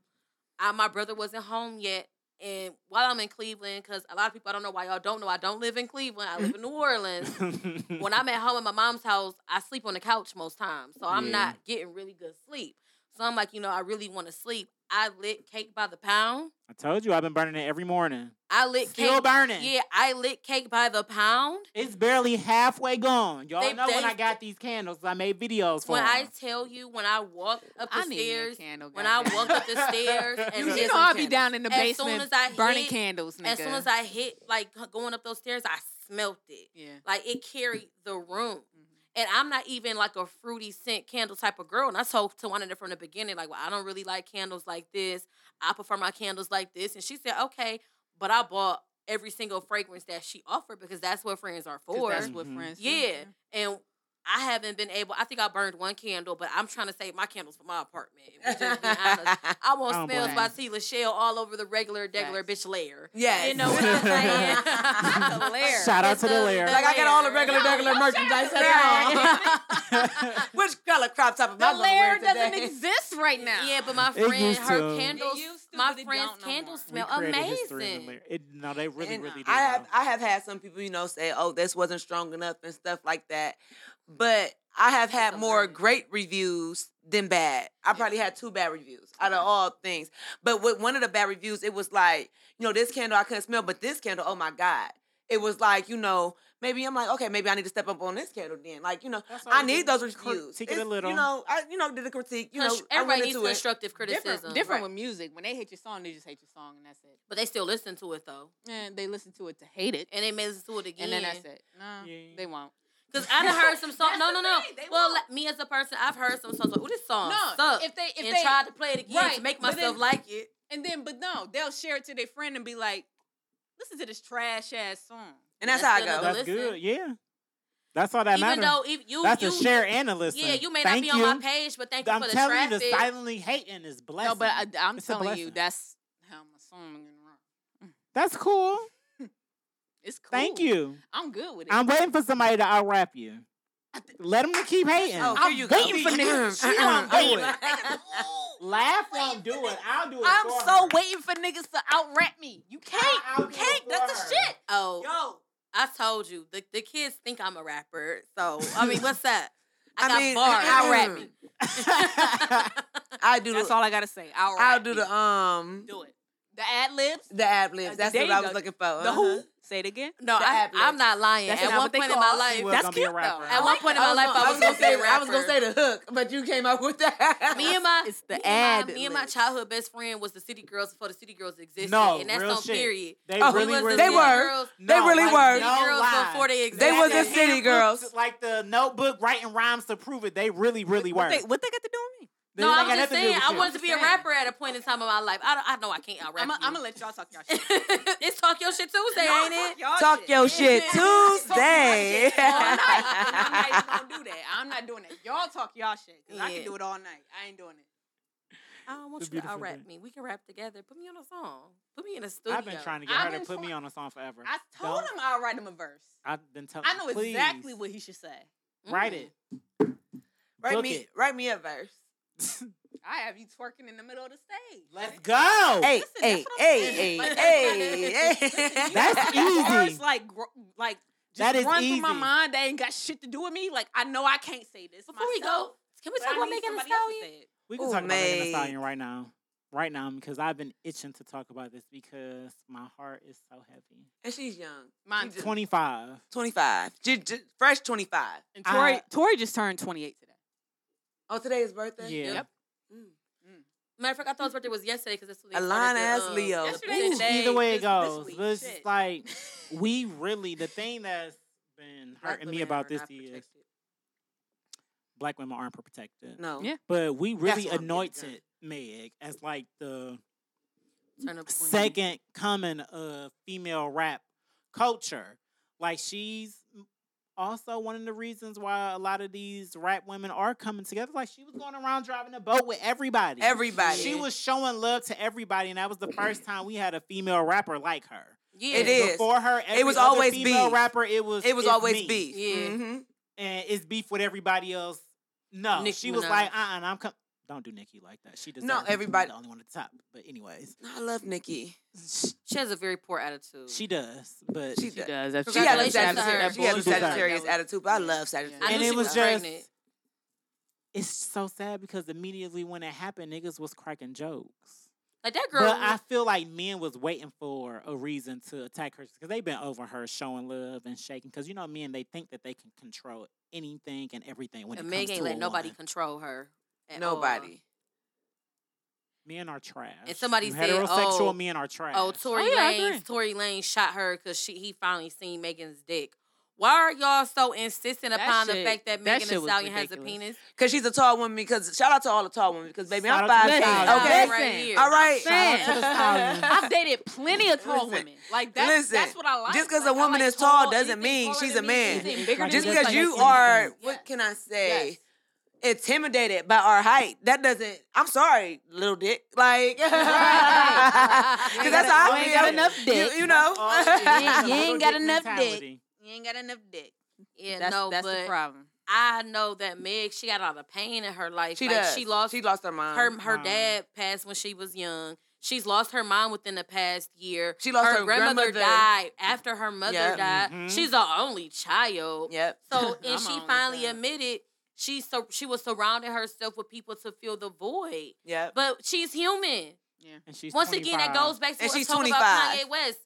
[SPEAKER 5] I, my brother wasn't home yet. And while I'm in Cleveland, because a lot of people I don't know why y'all don't know, I don't live in Cleveland. I live in New Orleans. when I'm at home at my mom's house, I sleep on the couch most times, so I'm
[SPEAKER 1] Yeah.
[SPEAKER 5] not getting really good sleep. So I'm like, you know, I really want to sleep. I lit cake by the pound.
[SPEAKER 1] I told you I've been burning it every morning.
[SPEAKER 5] I lit
[SPEAKER 1] Still
[SPEAKER 5] cake.
[SPEAKER 1] burning.
[SPEAKER 5] Yeah, I lit cake by the pound.
[SPEAKER 1] It's barely halfway gone. Y'all
[SPEAKER 5] They-
[SPEAKER 1] know when
[SPEAKER 5] they-
[SPEAKER 1] I got these candles, I made videos for
[SPEAKER 5] When I
[SPEAKER 1] 'em.
[SPEAKER 5] tell you, when I walked up the
[SPEAKER 6] I need me a
[SPEAKER 5] stairs,
[SPEAKER 6] candle.
[SPEAKER 5] when I
[SPEAKER 6] goddamn.
[SPEAKER 5] walked up the stairs, and
[SPEAKER 1] You
[SPEAKER 6] you
[SPEAKER 5] lit
[SPEAKER 6] know
[SPEAKER 5] some
[SPEAKER 6] I'll be
[SPEAKER 5] candles.
[SPEAKER 6] down in the
[SPEAKER 5] As soon
[SPEAKER 6] basement
[SPEAKER 5] as I
[SPEAKER 6] burning
[SPEAKER 5] hit-
[SPEAKER 6] candles, nigga.
[SPEAKER 5] As soon as I hit like h- going up those stairs, I smelt it.
[SPEAKER 6] yeah.
[SPEAKER 5] Like it carried the room.
[SPEAKER 6] Mhm.
[SPEAKER 5] And I'm not even like a fruity scent candle type of girl. And I told Tawana from the beginning, like, well, I don't really like candles like this. I prefer my candles like this. And she said, okay, but I bought every single fragrance that she offered because that's what friends are
[SPEAKER 6] 'Cause
[SPEAKER 5] for.
[SPEAKER 6] that's what
[SPEAKER 1] Mhm.
[SPEAKER 6] friends do.
[SPEAKER 5] Yeah. And I haven't been able, I think I burned one candle, but I'm trying to save my candles for my apartment. if we're just being honest. I want
[SPEAKER 1] I don't
[SPEAKER 5] smells
[SPEAKER 1] blame
[SPEAKER 5] by
[SPEAKER 1] you.
[SPEAKER 5] T. Lachelle all over the regular, degular
[SPEAKER 6] Oh, Facts.
[SPEAKER 5] bitch lair.
[SPEAKER 3] Yes.
[SPEAKER 5] You know what I'm saying? Not the lair.
[SPEAKER 1] Shout out
[SPEAKER 5] It's
[SPEAKER 1] to the lair.
[SPEAKER 3] Like I got all the regular, regular merchandise. That's all. Which color crop top am I
[SPEAKER 6] The
[SPEAKER 3] gonna wear
[SPEAKER 6] layer
[SPEAKER 3] today?
[SPEAKER 6] doesn't exist right now.
[SPEAKER 5] Yeah, but my
[SPEAKER 1] It
[SPEAKER 5] friend,
[SPEAKER 1] used
[SPEAKER 5] her
[SPEAKER 1] to.
[SPEAKER 5] candles,
[SPEAKER 6] It used to,
[SPEAKER 5] my
[SPEAKER 6] but it
[SPEAKER 5] friend's
[SPEAKER 6] don't no
[SPEAKER 5] candles
[SPEAKER 6] more.
[SPEAKER 5] smell
[SPEAKER 1] We created history in the
[SPEAKER 5] amazing.
[SPEAKER 1] lyric. It, no, they really,
[SPEAKER 3] And
[SPEAKER 1] really do.
[SPEAKER 3] I have
[SPEAKER 1] though.
[SPEAKER 3] I have had some people, you know, say, "Oh, this wasn't strong enough" and stuff like that. But I have had more
[SPEAKER 5] learning.
[SPEAKER 3] great reviews than bad. I probably had two bad reviews out of all things. But with one of the bad reviews, it was like, you know, this candle I couldn't smell, but this candle, oh my god, it was like, you know, maybe I'm like, okay, maybe I need to step up on this candle then. Like, you know,
[SPEAKER 1] That's all
[SPEAKER 3] I
[SPEAKER 1] we
[SPEAKER 3] need
[SPEAKER 1] did.
[SPEAKER 3] those
[SPEAKER 1] Critique
[SPEAKER 3] reviews.
[SPEAKER 1] it a
[SPEAKER 3] It's-
[SPEAKER 1] little.
[SPEAKER 3] You know, I you know did a critique. You know,
[SPEAKER 5] Constr-
[SPEAKER 3] I
[SPEAKER 5] everybody
[SPEAKER 3] went
[SPEAKER 5] needs
[SPEAKER 3] into it.
[SPEAKER 5] constructive criticism,
[SPEAKER 6] Different, different
[SPEAKER 3] Right.
[SPEAKER 6] with music. When they hate your song, they just hate your song, and that's it.
[SPEAKER 5] but they still listen to it though,
[SPEAKER 6] And they listen to it to hate it,
[SPEAKER 5] and they may listen to it again.
[SPEAKER 6] and then that's it. No,
[SPEAKER 1] Yeah.
[SPEAKER 6] they won't.
[SPEAKER 5] Because I done heard some
[SPEAKER 6] That's
[SPEAKER 5] songs. No,
[SPEAKER 6] the
[SPEAKER 5] no, no.
[SPEAKER 6] thing, they
[SPEAKER 5] Well,
[SPEAKER 6] won't.
[SPEAKER 5] like, me as a person, I've heard some songs like, "Oh, this song
[SPEAKER 6] No,
[SPEAKER 5] sucks,"
[SPEAKER 6] if they if
[SPEAKER 5] and
[SPEAKER 6] they
[SPEAKER 5] tried to play it again to
[SPEAKER 6] Right,
[SPEAKER 5] make
[SPEAKER 6] but
[SPEAKER 5] myself
[SPEAKER 6] then-
[SPEAKER 5] like it.
[SPEAKER 6] and then but no, they'll share it to their friend and be like, "Listen to this trash ass song."
[SPEAKER 3] And that's,
[SPEAKER 5] That's
[SPEAKER 3] how I
[SPEAKER 5] another
[SPEAKER 3] go.
[SPEAKER 1] That's
[SPEAKER 5] listen.
[SPEAKER 1] good. Yeah. That's all that
[SPEAKER 5] Even
[SPEAKER 1] matters.
[SPEAKER 5] though if you
[SPEAKER 1] That's
[SPEAKER 5] you
[SPEAKER 1] a share and a listen.
[SPEAKER 5] Yeah, you may
[SPEAKER 1] Thank
[SPEAKER 5] not be
[SPEAKER 1] you.
[SPEAKER 5] on my page, but thank you
[SPEAKER 1] I'm
[SPEAKER 5] for the
[SPEAKER 1] telling
[SPEAKER 5] traffic.
[SPEAKER 1] you, the silently hating is blessing.
[SPEAKER 6] No, but I, I'm
[SPEAKER 1] It's a
[SPEAKER 6] telling you,
[SPEAKER 1] blessing.
[SPEAKER 6] that's how my song is wrong.
[SPEAKER 1] That's cool.
[SPEAKER 6] It's cool.
[SPEAKER 1] Thank you.
[SPEAKER 6] I'm good with it.
[SPEAKER 1] I'm waiting for somebody to outrap you. Let them keep hating.
[SPEAKER 3] Oh,
[SPEAKER 1] I'm
[SPEAKER 3] here you go.
[SPEAKER 1] waiting for niggas. She don't
[SPEAKER 3] I
[SPEAKER 1] do
[SPEAKER 3] would.
[SPEAKER 1] it. Laugh won't do it. I'll do it.
[SPEAKER 6] I'm
[SPEAKER 1] for
[SPEAKER 6] so
[SPEAKER 1] her.
[SPEAKER 6] waiting for niggas to out rap me. You can't.
[SPEAKER 1] I'll
[SPEAKER 6] You
[SPEAKER 1] do it
[SPEAKER 6] can't.
[SPEAKER 1] for
[SPEAKER 6] That's
[SPEAKER 1] her.
[SPEAKER 6] the shit.
[SPEAKER 5] oh,
[SPEAKER 3] Yo.
[SPEAKER 5] I told you, the, the kids think I'm a rapper. So I mean, what's that? I,
[SPEAKER 3] I
[SPEAKER 5] got
[SPEAKER 3] mean,
[SPEAKER 5] bars. I rap me.
[SPEAKER 3] I do
[SPEAKER 6] That's
[SPEAKER 3] the
[SPEAKER 6] all I gotta say. I'll,
[SPEAKER 3] I'll
[SPEAKER 6] rap
[SPEAKER 3] do
[SPEAKER 6] me.
[SPEAKER 3] the um
[SPEAKER 5] Do it.
[SPEAKER 6] the ad libs.
[SPEAKER 3] the ad libs.
[SPEAKER 6] Uh,
[SPEAKER 3] That's
[SPEAKER 6] there
[SPEAKER 3] what
[SPEAKER 6] you
[SPEAKER 3] I was
[SPEAKER 6] go.
[SPEAKER 3] looking for.
[SPEAKER 6] The who?
[SPEAKER 3] uh-huh.
[SPEAKER 6] Say it again.
[SPEAKER 5] No,
[SPEAKER 3] The
[SPEAKER 5] I,
[SPEAKER 3] ad libs.
[SPEAKER 5] I'm not lying.
[SPEAKER 6] That's
[SPEAKER 5] at
[SPEAKER 6] not
[SPEAKER 5] one
[SPEAKER 6] what they
[SPEAKER 5] point in my
[SPEAKER 6] call
[SPEAKER 1] She
[SPEAKER 5] life,
[SPEAKER 1] was
[SPEAKER 6] That's
[SPEAKER 1] gonna be a
[SPEAKER 6] cute, though.
[SPEAKER 1] rapper.
[SPEAKER 5] at one point in my
[SPEAKER 3] I was
[SPEAKER 5] life,
[SPEAKER 3] gonna- I
[SPEAKER 5] I was gonna
[SPEAKER 3] say
[SPEAKER 5] say
[SPEAKER 3] I was gonna say
[SPEAKER 5] rapper.
[SPEAKER 3] the hook, but you came up with that.
[SPEAKER 5] Me and my
[SPEAKER 6] It's the
[SPEAKER 5] me and my,
[SPEAKER 6] ad
[SPEAKER 5] me and my
[SPEAKER 6] libs.
[SPEAKER 5] childhood best friend was the City Girls before the City Girls existed,
[SPEAKER 1] No,
[SPEAKER 5] and that's
[SPEAKER 1] real
[SPEAKER 5] on
[SPEAKER 1] shit.
[SPEAKER 5] period.
[SPEAKER 1] They
[SPEAKER 3] Oh,
[SPEAKER 5] We
[SPEAKER 1] really
[SPEAKER 5] was
[SPEAKER 1] were.
[SPEAKER 5] the
[SPEAKER 3] They
[SPEAKER 5] City
[SPEAKER 3] were.
[SPEAKER 5] Girls.
[SPEAKER 1] No,
[SPEAKER 3] They really
[SPEAKER 1] like,
[SPEAKER 3] were.
[SPEAKER 5] City
[SPEAKER 1] No
[SPEAKER 5] Girls
[SPEAKER 1] lie.
[SPEAKER 5] before they existed.
[SPEAKER 3] They was the
[SPEAKER 1] That
[SPEAKER 3] city
[SPEAKER 1] handbook,
[SPEAKER 3] girls.
[SPEAKER 1] Like the notebook, writing rhymes to prove it. They really, really
[SPEAKER 6] What
[SPEAKER 1] were.
[SPEAKER 6] they, what they got to do with me?
[SPEAKER 1] Then
[SPEAKER 5] no,
[SPEAKER 1] it
[SPEAKER 5] I
[SPEAKER 1] ain't
[SPEAKER 5] was
[SPEAKER 1] got
[SPEAKER 5] just
[SPEAKER 1] nothing do
[SPEAKER 5] saying
[SPEAKER 1] with
[SPEAKER 5] I
[SPEAKER 1] you.
[SPEAKER 5] wanted to be a
[SPEAKER 2] Saying.
[SPEAKER 5] rapper at a point in time of my life. I, don't, I know I can't out rap
[SPEAKER 2] I'm
[SPEAKER 5] you.
[SPEAKER 2] gonna let y'all talk y'all shit.
[SPEAKER 5] it's talk your shit Tuesday, ain't it?
[SPEAKER 2] Oh,
[SPEAKER 3] Talk your shit Tuesday.
[SPEAKER 2] all night. And I'm not even gonna do that. I'm not doing that. Y'all talk y'all shit. 'cause I
[SPEAKER 5] Yeah.
[SPEAKER 2] can do it all night. I ain't doing it.
[SPEAKER 5] I don't want
[SPEAKER 1] It's a
[SPEAKER 5] you to out
[SPEAKER 1] beautiful thing.
[SPEAKER 5] rap me. We can rap together. Put me on a song. Put me in a studio.
[SPEAKER 1] I've been trying to get her
[SPEAKER 2] I've
[SPEAKER 1] to
[SPEAKER 2] been
[SPEAKER 1] put
[SPEAKER 2] try-
[SPEAKER 1] me on a song forever.
[SPEAKER 2] I told
[SPEAKER 1] Don't-
[SPEAKER 2] him I'll write him a verse.
[SPEAKER 1] I've been telling.
[SPEAKER 2] I know
[SPEAKER 1] please,
[SPEAKER 2] exactly what he should say.
[SPEAKER 5] Mm-hmm.
[SPEAKER 1] Write it.
[SPEAKER 3] write
[SPEAKER 1] Book
[SPEAKER 3] me,
[SPEAKER 1] it.
[SPEAKER 3] write me a verse.
[SPEAKER 2] I have you twerking in the middle of the stage.
[SPEAKER 1] Let's go.
[SPEAKER 3] Hey,
[SPEAKER 2] Listen,
[SPEAKER 3] hey,
[SPEAKER 2] that's what I'm
[SPEAKER 3] hey, hey,
[SPEAKER 2] saying. Like,
[SPEAKER 3] hey,
[SPEAKER 2] Listen, you
[SPEAKER 1] That's
[SPEAKER 2] got
[SPEAKER 1] easy.
[SPEAKER 2] Words like, gro- like just
[SPEAKER 1] That is
[SPEAKER 2] run through my
[SPEAKER 1] easy.
[SPEAKER 2] mind. They ain't got shit to do with me. Like I know I can't say this.
[SPEAKER 5] Before we go,
[SPEAKER 2] myself,
[SPEAKER 5] can we
[SPEAKER 2] but
[SPEAKER 5] talk
[SPEAKER 2] I
[SPEAKER 5] about
[SPEAKER 2] need
[SPEAKER 5] making a
[SPEAKER 2] somebody else to
[SPEAKER 5] stallion?
[SPEAKER 2] say it.
[SPEAKER 1] We can
[SPEAKER 3] Ooh,
[SPEAKER 1] talk about Megan Thee
[SPEAKER 3] man.
[SPEAKER 1] Stallion right now. Right now, because I've been itching to talk about this because my heart is so heavy.
[SPEAKER 3] And she's young.
[SPEAKER 2] Mine
[SPEAKER 3] She
[SPEAKER 2] too.
[SPEAKER 3] just-
[SPEAKER 1] 25.
[SPEAKER 3] 25. J- j- fresh 25.
[SPEAKER 2] And
[SPEAKER 1] I-
[SPEAKER 2] Tori, Tori just turned 28 today.
[SPEAKER 3] Oh, today is birthday?
[SPEAKER 1] Yeah.
[SPEAKER 5] Yep.
[SPEAKER 3] Mm.
[SPEAKER 5] Matter of fact, I thought his birthday was yesterday because that's what they
[SPEAKER 3] Alana
[SPEAKER 5] started
[SPEAKER 3] ass
[SPEAKER 5] the, um,
[SPEAKER 3] Leo.
[SPEAKER 5] the
[SPEAKER 2] Yesterday,
[SPEAKER 5] present
[SPEAKER 1] Ooh,
[SPEAKER 5] day.
[SPEAKER 1] either way it
[SPEAKER 2] this- this
[SPEAKER 1] goes.
[SPEAKER 2] week,
[SPEAKER 1] But it's just
[SPEAKER 2] shit.
[SPEAKER 1] like we really the thing that's been
[SPEAKER 5] Black
[SPEAKER 1] hurting me
[SPEAKER 5] women
[SPEAKER 1] about
[SPEAKER 5] are
[SPEAKER 1] this
[SPEAKER 5] not
[SPEAKER 1] is
[SPEAKER 5] protected.
[SPEAKER 1] black women aren't protected.
[SPEAKER 3] No.
[SPEAKER 2] Yeah.
[SPEAKER 1] But we really
[SPEAKER 3] what I'm getting
[SPEAKER 1] anointed Meg as like the
[SPEAKER 5] Turn up queen.
[SPEAKER 1] second coming of female rap culture. Like she's also one of the reasons why a lot of these rap women are coming together. Like she was going around driving a boat with everybody.
[SPEAKER 3] Everybody.
[SPEAKER 1] She was showing love to everybody, and that was the first time we had a female rapper like her.
[SPEAKER 5] Yeah.
[SPEAKER 3] It is.
[SPEAKER 1] Before her, every
[SPEAKER 3] was
[SPEAKER 1] other
[SPEAKER 3] always
[SPEAKER 1] female
[SPEAKER 3] beef.
[SPEAKER 1] rapper. It was
[SPEAKER 3] it was
[SPEAKER 1] it's
[SPEAKER 3] always
[SPEAKER 1] me.
[SPEAKER 3] beef.
[SPEAKER 5] Yeah.
[SPEAKER 3] Mhm.
[SPEAKER 1] and it's beef with everybody else. No,
[SPEAKER 5] Nicki
[SPEAKER 1] she was
[SPEAKER 5] Minaj.
[SPEAKER 1] like, uh, uh I'm com- don't do Nicki like that. She does
[SPEAKER 3] No, everybody-
[SPEAKER 1] the only one at the top. But anyways,
[SPEAKER 3] No, I love Nikki.
[SPEAKER 5] She has a very poor attitude.
[SPEAKER 1] she does. But
[SPEAKER 3] She, does.
[SPEAKER 2] does. That's
[SPEAKER 3] She had a
[SPEAKER 5] Congratulations to her.
[SPEAKER 3] Sagittarius, she had
[SPEAKER 1] She
[SPEAKER 3] a
[SPEAKER 1] deserves it.
[SPEAKER 3] Sagittarius attitude, but I love Sagittarius.
[SPEAKER 5] I
[SPEAKER 1] And
[SPEAKER 5] knew
[SPEAKER 1] it
[SPEAKER 5] she
[SPEAKER 1] was
[SPEAKER 5] was,
[SPEAKER 1] just-
[SPEAKER 5] pregnant.
[SPEAKER 1] it's so sad because immediately when it happened, niggas was cracking jokes.
[SPEAKER 5] Like that girl.
[SPEAKER 1] But I feel like men was waiting for a reason to attack her because they've been over her showing love and shaking. Because you know, men they think that they can control anything and everything when
[SPEAKER 5] and
[SPEAKER 1] it
[SPEAKER 5] Meg
[SPEAKER 1] comes
[SPEAKER 5] ain't
[SPEAKER 1] to
[SPEAKER 5] let
[SPEAKER 1] a
[SPEAKER 5] nobody
[SPEAKER 1] woman.
[SPEAKER 5] control her. at all.
[SPEAKER 3] Nobody.
[SPEAKER 1] Men are trash.
[SPEAKER 5] And somebody
[SPEAKER 1] You
[SPEAKER 5] said,
[SPEAKER 1] heterosexual
[SPEAKER 5] oh,
[SPEAKER 1] men are trash.
[SPEAKER 5] Oh, Tory
[SPEAKER 2] Oh, yeah, I agree.
[SPEAKER 5] Lanez. Tory Lanez shot her because she he finally seen Megan's dick. Why are y'all so insistent
[SPEAKER 2] That
[SPEAKER 5] upon the
[SPEAKER 2] shit-
[SPEAKER 5] fact that
[SPEAKER 2] that
[SPEAKER 5] Megan
[SPEAKER 2] shit
[SPEAKER 5] Thee
[SPEAKER 2] was
[SPEAKER 5] Stallion has a
[SPEAKER 2] ridiculous.
[SPEAKER 5] penis?
[SPEAKER 3] Because she's a tall woman. Because shout out to all the tall women. Because baby,
[SPEAKER 1] Shout out
[SPEAKER 3] I'm five
[SPEAKER 1] to
[SPEAKER 3] feet.
[SPEAKER 1] the
[SPEAKER 2] Listen,
[SPEAKER 1] stallion.
[SPEAKER 3] Okay.
[SPEAKER 5] right
[SPEAKER 2] listen.
[SPEAKER 5] here.
[SPEAKER 3] All right.
[SPEAKER 1] Shout out to the stallion.
[SPEAKER 2] I've dated plenty of tall
[SPEAKER 3] Listen.
[SPEAKER 2] women. Like that's
[SPEAKER 3] Listen.
[SPEAKER 2] that's what I like.
[SPEAKER 3] Just 'cause a
[SPEAKER 2] Like, I
[SPEAKER 3] woman
[SPEAKER 2] like
[SPEAKER 3] is tall doesn't
[SPEAKER 2] Anything
[SPEAKER 3] mean
[SPEAKER 2] taller
[SPEAKER 3] she's
[SPEAKER 2] than
[SPEAKER 3] a
[SPEAKER 2] me,
[SPEAKER 3] man.
[SPEAKER 2] anything bigger
[SPEAKER 1] Like,
[SPEAKER 2] than
[SPEAKER 3] Just
[SPEAKER 2] me,
[SPEAKER 1] Just
[SPEAKER 3] because
[SPEAKER 2] like,
[SPEAKER 3] you
[SPEAKER 2] that's
[SPEAKER 3] are,
[SPEAKER 2] anything.
[SPEAKER 3] what
[SPEAKER 2] Yes.
[SPEAKER 3] can I say?
[SPEAKER 2] Yes.
[SPEAKER 3] Intimidated by our height. That doesn't. I'm sorry, little dick. Like, because
[SPEAKER 5] right.
[SPEAKER 3] that's
[SPEAKER 1] gotta-
[SPEAKER 3] how
[SPEAKER 1] you
[SPEAKER 3] I
[SPEAKER 1] ain't
[SPEAKER 3] feel.
[SPEAKER 1] got enough
[SPEAKER 3] You, you know.
[SPEAKER 1] All it is is a
[SPEAKER 2] You ain't
[SPEAKER 1] little
[SPEAKER 2] got
[SPEAKER 1] dick
[SPEAKER 2] enough dick.
[SPEAKER 1] mentality.
[SPEAKER 2] You ain't got enough dick.
[SPEAKER 5] Yeah,
[SPEAKER 2] That's,
[SPEAKER 5] no,
[SPEAKER 2] that's
[SPEAKER 5] but
[SPEAKER 2] the problem.
[SPEAKER 5] I know that Meg, she got a lot of pain in her life.
[SPEAKER 3] she
[SPEAKER 5] like,
[SPEAKER 3] does.
[SPEAKER 5] She lost
[SPEAKER 3] She lost her mom.
[SPEAKER 5] her her
[SPEAKER 1] Wow.
[SPEAKER 5] dad passed when she was young. She's lost her mom within the past year.
[SPEAKER 3] She lost her
[SPEAKER 5] grandmother,
[SPEAKER 3] grandmother.
[SPEAKER 5] died after her mother
[SPEAKER 3] Yeah.
[SPEAKER 5] died.
[SPEAKER 1] Mhm.
[SPEAKER 5] She's the only child.
[SPEAKER 3] yep.
[SPEAKER 5] So
[SPEAKER 2] I'm
[SPEAKER 5] and she
[SPEAKER 2] on the
[SPEAKER 5] finally
[SPEAKER 2] side.
[SPEAKER 5] admitted she so she was surrounding herself with people to fill the void.
[SPEAKER 3] Yep.
[SPEAKER 5] But she's human.
[SPEAKER 1] And she's
[SPEAKER 5] Once again, that
[SPEAKER 1] 25.
[SPEAKER 5] goes back to
[SPEAKER 3] And
[SPEAKER 5] what
[SPEAKER 3] she's
[SPEAKER 5] she's talking
[SPEAKER 3] 25.
[SPEAKER 5] about Kanye West.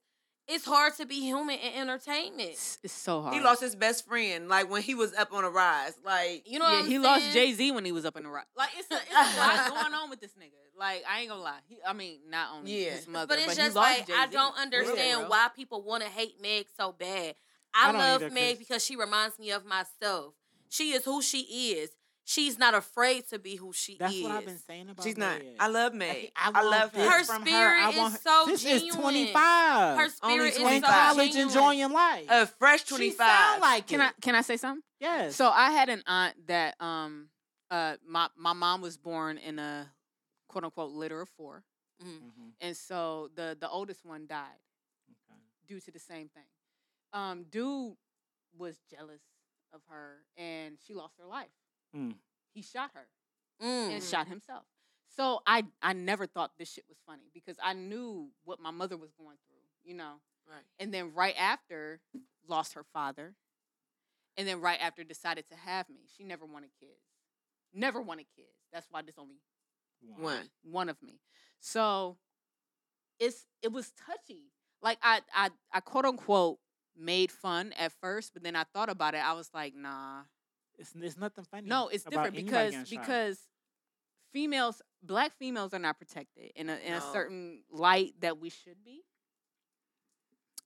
[SPEAKER 5] It's hard to be human in entertainment.
[SPEAKER 2] It's, it's so hard.
[SPEAKER 3] He lost his best friend, like when he was up on a rise. Like,
[SPEAKER 5] You know what
[SPEAKER 2] Yeah,
[SPEAKER 5] I'm
[SPEAKER 2] he
[SPEAKER 5] saying?
[SPEAKER 2] lost Jay Z when he was up in the rock. Like it's a, it's a lot going on with this nigga. Like I ain't gonna lie. He, I mean, not only
[SPEAKER 3] Yeah.
[SPEAKER 2] his mother,
[SPEAKER 5] But it's
[SPEAKER 2] he
[SPEAKER 5] just
[SPEAKER 2] lost
[SPEAKER 5] like I
[SPEAKER 2] Jay-Z.
[SPEAKER 5] don't
[SPEAKER 3] Yeah,
[SPEAKER 5] understand
[SPEAKER 2] bro.
[SPEAKER 5] why people want to hate Meg so bad.
[SPEAKER 1] I
[SPEAKER 5] I,
[SPEAKER 1] don't
[SPEAKER 5] love
[SPEAKER 1] either, 'cause-
[SPEAKER 5] Meg because she reminds me of myself. She is who she is. She's not afraid to be who she
[SPEAKER 1] That's
[SPEAKER 5] is.
[SPEAKER 1] what I've been saying about
[SPEAKER 3] she's not.
[SPEAKER 1] Meg.
[SPEAKER 3] I love Meg.
[SPEAKER 1] I
[SPEAKER 3] I,
[SPEAKER 1] want
[SPEAKER 3] love
[SPEAKER 1] this
[SPEAKER 3] her.
[SPEAKER 5] Her
[SPEAKER 1] from
[SPEAKER 5] spirit
[SPEAKER 1] I
[SPEAKER 5] is
[SPEAKER 1] want her-
[SPEAKER 5] so
[SPEAKER 1] this is
[SPEAKER 5] genuine.
[SPEAKER 1] 25.
[SPEAKER 5] Her
[SPEAKER 3] Only
[SPEAKER 5] spirit
[SPEAKER 1] in
[SPEAKER 5] is
[SPEAKER 3] 25.
[SPEAKER 5] so
[SPEAKER 1] college,
[SPEAKER 5] genuine.
[SPEAKER 1] enjoying life.
[SPEAKER 3] A fresh
[SPEAKER 1] she
[SPEAKER 3] 25.
[SPEAKER 1] sound like
[SPEAKER 2] Can
[SPEAKER 1] it.
[SPEAKER 2] I can I say something?
[SPEAKER 1] Yes.
[SPEAKER 2] So I had an aunt that um uh my my mom was born in a quote unquote litter of four,
[SPEAKER 5] Mhm.
[SPEAKER 1] Mhm.
[SPEAKER 3] Mm-hmm.
[SPEAKER 2] and so the the oldest one died
[SPEAKER 1] Okay.
[SPEAKER 2] due to the same thing. Um, dude was jealous of her, and she lost her life.
[SPEAKER 1] Mm.
[SPEAKER 2] He shot her
[SPEAKER 5] Mm.
[SPEAKER 2] and
[SPEAKER 1] Hmm.
[SPEAKER 2] shot himself. So I I never thought this shit was funny because I knew what my mother was going through, you know.
[SPEAKER 3] Right.
[SPEAKER 2] And then right after lost her father. And then right after decided to have me. She never wanted kids. Never wanted kids. That's why there's only
[SPEAKER 3] One.
[SPEAKER 2] one of me. So it's it was touchy. Like I I I quote unquote made fun at first, but then I thought about it. I was like, nah,
[SPEAKER 1] It's, it's nothing funny.
[SPEAKER 2] no, it's
[SPEAKER 1] about
[SPEAKER 2] different
[SPEAKER 1] anybody
[SPEAKER 2] because
[SPEAKER 1] getting shot.
[SPEAKER 2] because females, black females are not protected in a in a
[SPEAKER 3] No.
[SPEAKER 2] certain light that we should be.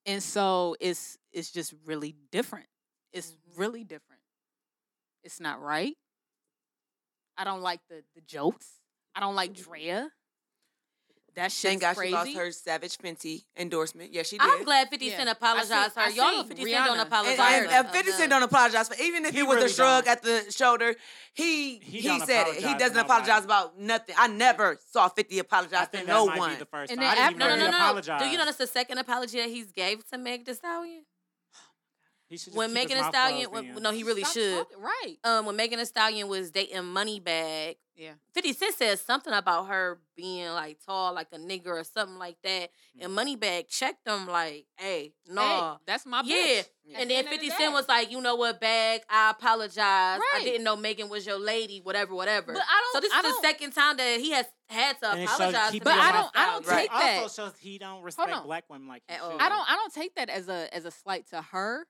[SPEAKER 2] And so it's it's just really different. It's
[SPEAKER 5] Mhm.
[SPEAKER 2] really different. It's not right. I don't like the the jokes. I don't like Drea. That shit's
[SPEAKER 3] Thank God
[SPEAKER 2] crazy.
[SPEAKER 3] she lost her Savage Fenty endorsement. Yeah, she did.
[SPEAKER 5] I'm glad 50
[SPEAKER 2] Yeah.
[SPEAKER 5] Cent apologized
[SPEAKER 2] I
[SPEAKER 5] her. Y'all know
[SPEAKER 2] seen
[SPEAKER 5] 50 Cent don't
[SPEAKER 2] Rihanna.
[SPEAKER 5] apologize.
[SPEAKER 3] And, and, and
[SPEAKER 5] of
[SPEAKER 3] 50
[SPEAKER 5] nothing.
[SPEAKER 3] Cent don't apologize for even if
[SPEAKER 1] He
[SPEAKER 3] it was
[SPEAKER 1] really
[SPEAKER 3] a shrug
[SPEAKER 1] don't.
[SPEAKER 3] at the shoulder, he
[SPEAKER 1] He
[SPEAKER 3] he,
[SPEAKER 1] don't
[SPEAKER 3] said it. He
[SPEAKER 1] apologize
[SPEAKER 3] doesn't
[SPEAKER 1] to nobody.
[SPEAKER 3] apologize about nothing. I never saw 50
[SPEAKER 1] I
[SPEAKER 3] apologize to
[SPEAKER 1] think that
[SPEAKER 3] no
[SPEAKER 1] might
[SPEAKER 3] one.
[SPEAKER 1] be the first
[SPEAKER 2] And
[SPEAKER 1] time. I
[SPEAKER 2] then
[SPEAKER 1] didn't even
[SPEAKER 5] No,
[SPEAKER 1] know
[SPEAKER 5] no,
[SPEAKER 1] he
[SPEAKER 5] no, no.
[SPEAKER 1] apologized.
[SPEAKER 5] Do you know that's the second apology that he's gave to Meg Thee Stallion?
[SPEAKER 1] He should just
[SPEAKER 5] When
[SPEAKER 1] keep his
[SPEAKER 5] Megan Thee
[SPEAKER 1] mouth closed
[SPEAKER 5] Stallion, when,
[SPEAKER 1] then.
[SPEAKER 5] no, he really
[SPEAKER 2] Stop
[SPEAKER 5] should.
[SPEAKER 2] talking- Right.
[SPEAKER 5] Um, when Megan Thee Stallion was dating Moneybag,
[SPEAKER 2] Yeah.
[SPEAKER 5] 50 Cent said something about her being like tall like a nigger or something like that. And Moneybag checked him like, hey, no.
[SPEAKER 2] Mm. Hey, that's my
[SPEAKER 5] Yeah.
[SPEAKER 2] bitch.
[SPEAKER 3] Yeah.
[SPEAKER 2] At
[SPEAKER 5] And
[SPEAKER 2] the
[SPEAKER 5] then
[SPEAKER 2] end of the
[SPEAKER 5] 50
[SPEAKER 2] day.
[SPEAKER 5] Cent was like, you know what, bag, I apologize. I
[SPEAKER 2] Right.
[SPEAKER 5] didn't know Megan was your lady, whatever, whatever.
[SPEAKER 2] But I don't.
[SPEAKER 5] so this
[SPEAKER 2] I
[SPEAKER 5] is the
[SPEAKER 2] don't-
[SPEAKER 5] second time that he has had to
[SPEAKER 1] And it shows
[SPEAKER 5] apologize to
[SPEAKER 1] keep
[SPEAKER 5] Megan
[SPEAKER 1] your
[SPEAKER 5] Thee
[SPEAKER 1] mouth
[SPEAKER 5] Stallion.
[SPEAKER 2] I don't
[SPEAKER 3] Right.
[SPEAKER 2] take
[SPEAKER 1] It
[SPEAKER 2] that.
[SPEAKER 1] also shows he don't respect
[SPEAKER 2] on.
[SPEAKER 1] black women like he
[SPEAKER 5] At all.
[SPEAKER 1] should.
[SPEAKER 2] I don't. I don't take that as a as a slight to her.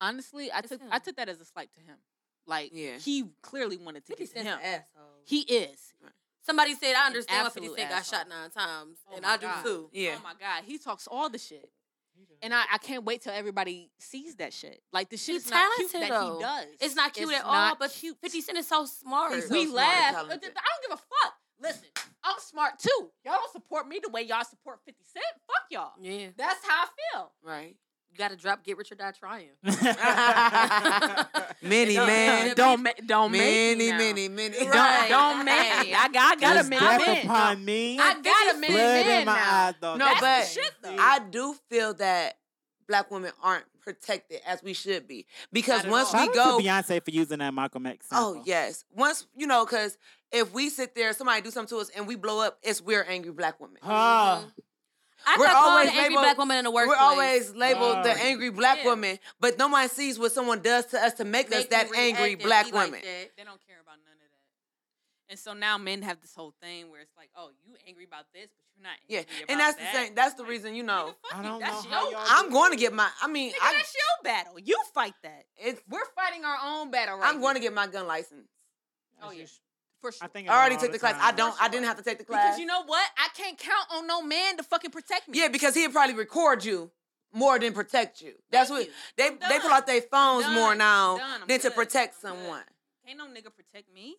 [SPEAKER 2] Honestly, I
[SPEAKER 5] It's
[SPEAKER 2] took
[SPEAKER 5] him.
[SPEAKER 2] I took that as a slight to him. Like
[SPEAKER 3] Yeah.
[SPEAKER 2] he clearly wanted to
[SPEAKER 5] 50
[SPEAKER 2] get to
[SPEAKER 5] Cent's
[SPEAKER 2] him.
[SPEAKER 5] an asshole.
[SPEAKER 2] He is.
[SPEAKER 5] Somebody said, I understand why 50
[SPEAKER 2] absolute
[SPEAKER 5] Cent
[SPEAKER 2] asshole.
[SPEAKER 5] got shot nine times.
[SPEAKER 2] Oh
[SPEAKER 5] and
[SPEAKER 2] my
[SPEAKER 5] I do
[SPEAKER 2] God.
[SPEAKER 5] too.
[SPEAKER 3] yeah.
[SPEAKER 2] Oh my god, he talks all the shit, and I, I can't wait till everybody sees that shit. Like the shit
[SPEAKER 5] He's
[SPEAKER 2] is not cute that
[SPEAKER 5] talented, though.
[SPEAKER 2] he does.
[SPEAKER 5] It's not cute
[SPEAKER 2] It's
[SPEAKER 5] at all,
[SPEAKER 2] not
[SPEAKER 5] but
[SPEAKER 2] cute.
[SPEAKER 5] 50 Cent is so smart.
[SPEAKER 3] He's so
[SPEAKER 2] we
[SPEAKER 3] smart and
[SPEAKER 2] laugh. I don't
[SPEAKER 3] talented.
[SPEAKER 2] give a fuck. Listen, I'm smart too. Y'all don't support me the way y'all support Fifty Cent. Fuck y'all.
[SPEAKER 5] Yeah.
[SPEAKER 2] That's how I feel.
[SPEAKER 3] Right.
[SPEAKER 5] You got to drop Get Rich or Die Trying.
[SPEAKER 3] Many,
[SPEAKER 5] Don't-
[SPEAKER 3] man.
[SPEAKER 5] don't- Don't
[SPEAKER 2] ma- don't
[SPEAKER 3] Many, many, many.
[SPEAKER 5] Don't- Right.
[SPEAKER 2] me. I got, I got
[SPEAKER 1] There's
[SPEAKER 2] a man.
[SPEAKER 1] death
[SPEAKER 2] man.
[SPEAKER 1] upon me.
[SPEAKER 2] I got a
[SPEAKER 5] Blood
[SPEAKER 2] man.
[SPEAKER 1] Blood
[SPEAKER 2] man
[SPEAKER 1] in my
[SPEAKER 2] now.
[SPEAKER 1] eyes, though.
[SPEAKER 3] No,
[SPEAKER 1] That's
[SPEAKER 3] but
[SPEAKER 1] the shit, though.
[SPEAKER 3] I do feel that black women aren't protected as we should be because
[SPEAKER 5] Not at
[SPEAKER 3] once
[SPEAKER 5] all.
[SPEAKER 3] we
[SPEAKER 1] Shout
[SPEAKER 3] go
[SPEAKER 1] out to Beyonce for using that Malcolm X.
[SPEAKER 3] Oh
[SPEAKER 1] Sample.
[SPEAKER 3] yes. Once you know, because if we sit there, somebody do something to us, and we blow up, it's we're angry black women.
[SPEAKER 1] Ah,
[SPEAKER 5] Mm-hmm. I
[SPEAKER 3] We're
[SPEAKER 5] got called
[SPEAKER 3] always
[SPEAKER 5] an angry
[SPEAKER 3] labeled-
[SPEAKER 5] black woman in the
[SPEAKER 3] We're
[SPEAKER 5] workplace.
[SPEAKER 3] always labeled the
[SPEAKER 1] Right.
[SPEAKER 3] angry black
[SPEAKER 5] Yeah.
[SPEAKER 3] woman, but nobody sees what someone does to us to make, us
[SPEAKER 5] Make
[SPEAKER 3] that
[SPEAKER 5] you react
[SPEAKER 3] angry
[SPEAKER 5] and
[SPEAKER 3] black
[SPEAKER 5] be like
[SPEAKER 3] woman.
[SPEAKER 5] that.
[SPEAKER 6] They don't care about none of that. And so now men have this whole thing where it's like, oh, you angry about this, but you're not
[SPEAKER 3] yeah,
[SPEAKER 6] angry about
[SPEAKER 3] and that's
[SPEAKER 6] that.
[SPEAKER 3] the same. That's the
[SPEAKER 6] Like,
[SPEAKER 3] reason, you
[SPEAKER 6] nigga,
[SPEAKER 3] know.
[SPEAKER 6] fuck
[SPEAKER 1] I
[SPEAKER 6] you.
[SPEAKER 1] don't
[SPEAKER 6] That's
[SPEAKER 1] know how
[SPEAKER 6] your-
[SPEAKER 1] y'all
[SPEAKER 3] I'm going to get my. I mean,
[SPEAKER 6] Nigga,
[SPEAKER 3] I,
[SPEAKER 6] that's your battle. You fight that.
[SPEAKER 3] it's,
[SPEAKER 6] We're fighting our own battle right
[SPEAKER 3] I'm going to
[SPEAKER 6] now.
[SPEAKER 3] get my gun license.
[SPEAKER 6] Oh, yeah. For sure.
[SPEAKER 1] I think
[SPEAKER 3] I already
[SPEAKER 1] about it
[SPEAKER 3] took
[SPEAKER 1] all
[SPEAKER 3] the class.
[SPEAKER 1] time.
[SPEAKER 3] I don't. I didn't have to take the class.
[SPEAKER 6] because you know what? I can't count on no man to fucking protect me.
[SPEAKER 3] yeah, because he'd probably record you more than protect you. That's
[SPEAKER 6] Thank
[SPEAKER 3] what
[SPEAKER 6] you.
[SPEAKER 3] they
[SPEAKER 6] I'm
[SPEAKER 3] they pull
[SPEAKER 6] done.
[SPEAKER 3] out their phones
[SPEAKER 6] done.
[SPEAKER 3] more
[SPEAKER 6] I'm
[SPEAKER 3] now
[SPEAKER 6] done. I'm
[SPEAKER 3] than to
[SPEAKER 6] good.
[SPEAKER 3] protect
[SPEAKER 6] I'm good.
[SPEAKER 3] someone.
[SPEAKER 6] Can't no nigga protect me.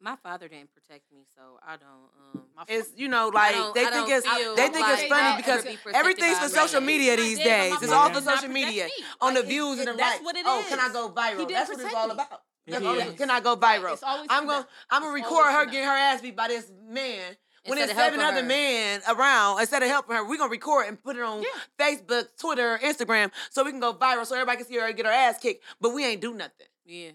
[SPEAKER 5] My father didn't protect me, so I don't. Um,
[SPEAKER 6] My
[SPEAKER 3] It's you know like
[SPEAKER 5] don't-
[SPEAKER 3] they
[SPEAKER 5] I
[SPEAKER 3] think
[SPEAKER 5] don't
[SPEAKER 3] it's
[SPEAKER 5] feel
[SPEAKER 3] they think it's
[SPEAKER 5] like
[SPEAKER 3] funny
[SPEAKER 5] I'll
[SPEAKER 3] because
[SPEAKER 5] ever be protected
[SPEAKER 3] everything's
[SPEAKER 5] by
[SPEAKER 3] for
[SPEAKER 5] a
[SPEAKER 3] social
[SPEAKER 5] man.
[SPEAKER 3] media these
[SPEAKER 6] Not dead,
[SPEAKER 3] days.
[SPEAKER 6] but my
[SPEAKER 3] It's
[SPEAKER 1] mama
[SPEAKER 3] all
[SPEAKER 1] did
[SPEAKER 3] for
[SPEAKER 6] not
[SPEAKER 3] social
[SPEAKER 6] protect
[SPEAKER 3] media.
[SPEAKER 6] me.
[SPEAKER 3] On the
[SPEAKER 6] Like, it-
[SPEAKER 3] views and the
[SPEAKER 6] that's
[SPEAKER 3] likes.
[SPEAKER 6] what it
[SPEAKER 3] Oh, can I
[SPEAKER 6] is.
[SPEAKER 3] go
[SPEAKER 6] He
[SPEAKER 3] viral?
[SPEAKER 6] didn't
[SPEAKER 3] That's what it's
[SPEAKER 6] protect
[SPEAKER 3] all
[SPEAKER 6] me.
[SPEAKER 3] about.
[SPEAKER 1] It
[SPEAKER 3] Oh,
[SPEAKER 1] is.
[SPEAKER 3] Can I go viral?
[SPEAKER 6] It's always
[SPEAKER 3] I'm
[SPEAKER 6] too
[SPEAKER 3] gonna
[SPEAKER 6] much.
[SPEAKER 3] I'm gonna
[SPEAKER 6] It's
[SPEAKER 3] record
[SPEAKER 6] always
[SPEAKER 3] her
[SPEAKER 6] too
[SPEAKER 3] getting
[SPEAKER 6] much.
[SPEAKER 3] her ass beat by this man. When
[SPEAKER 5] Instead
[SPEAKER 3] there's
[SPEAKER 5] of
[SPEAKER 3] seven
[SPEAKER 5] helping
[SPEAKER 3] other
[SPEAKER 5] her.
[SPEAKER 3] men around, instead of helping her, we're gonna record and put it on Facebook, Twitter, Instagram, so we can go viral so everybody can see her get her ass kicked, but we ain't do nothing.
[SPEAKER 5] yeah.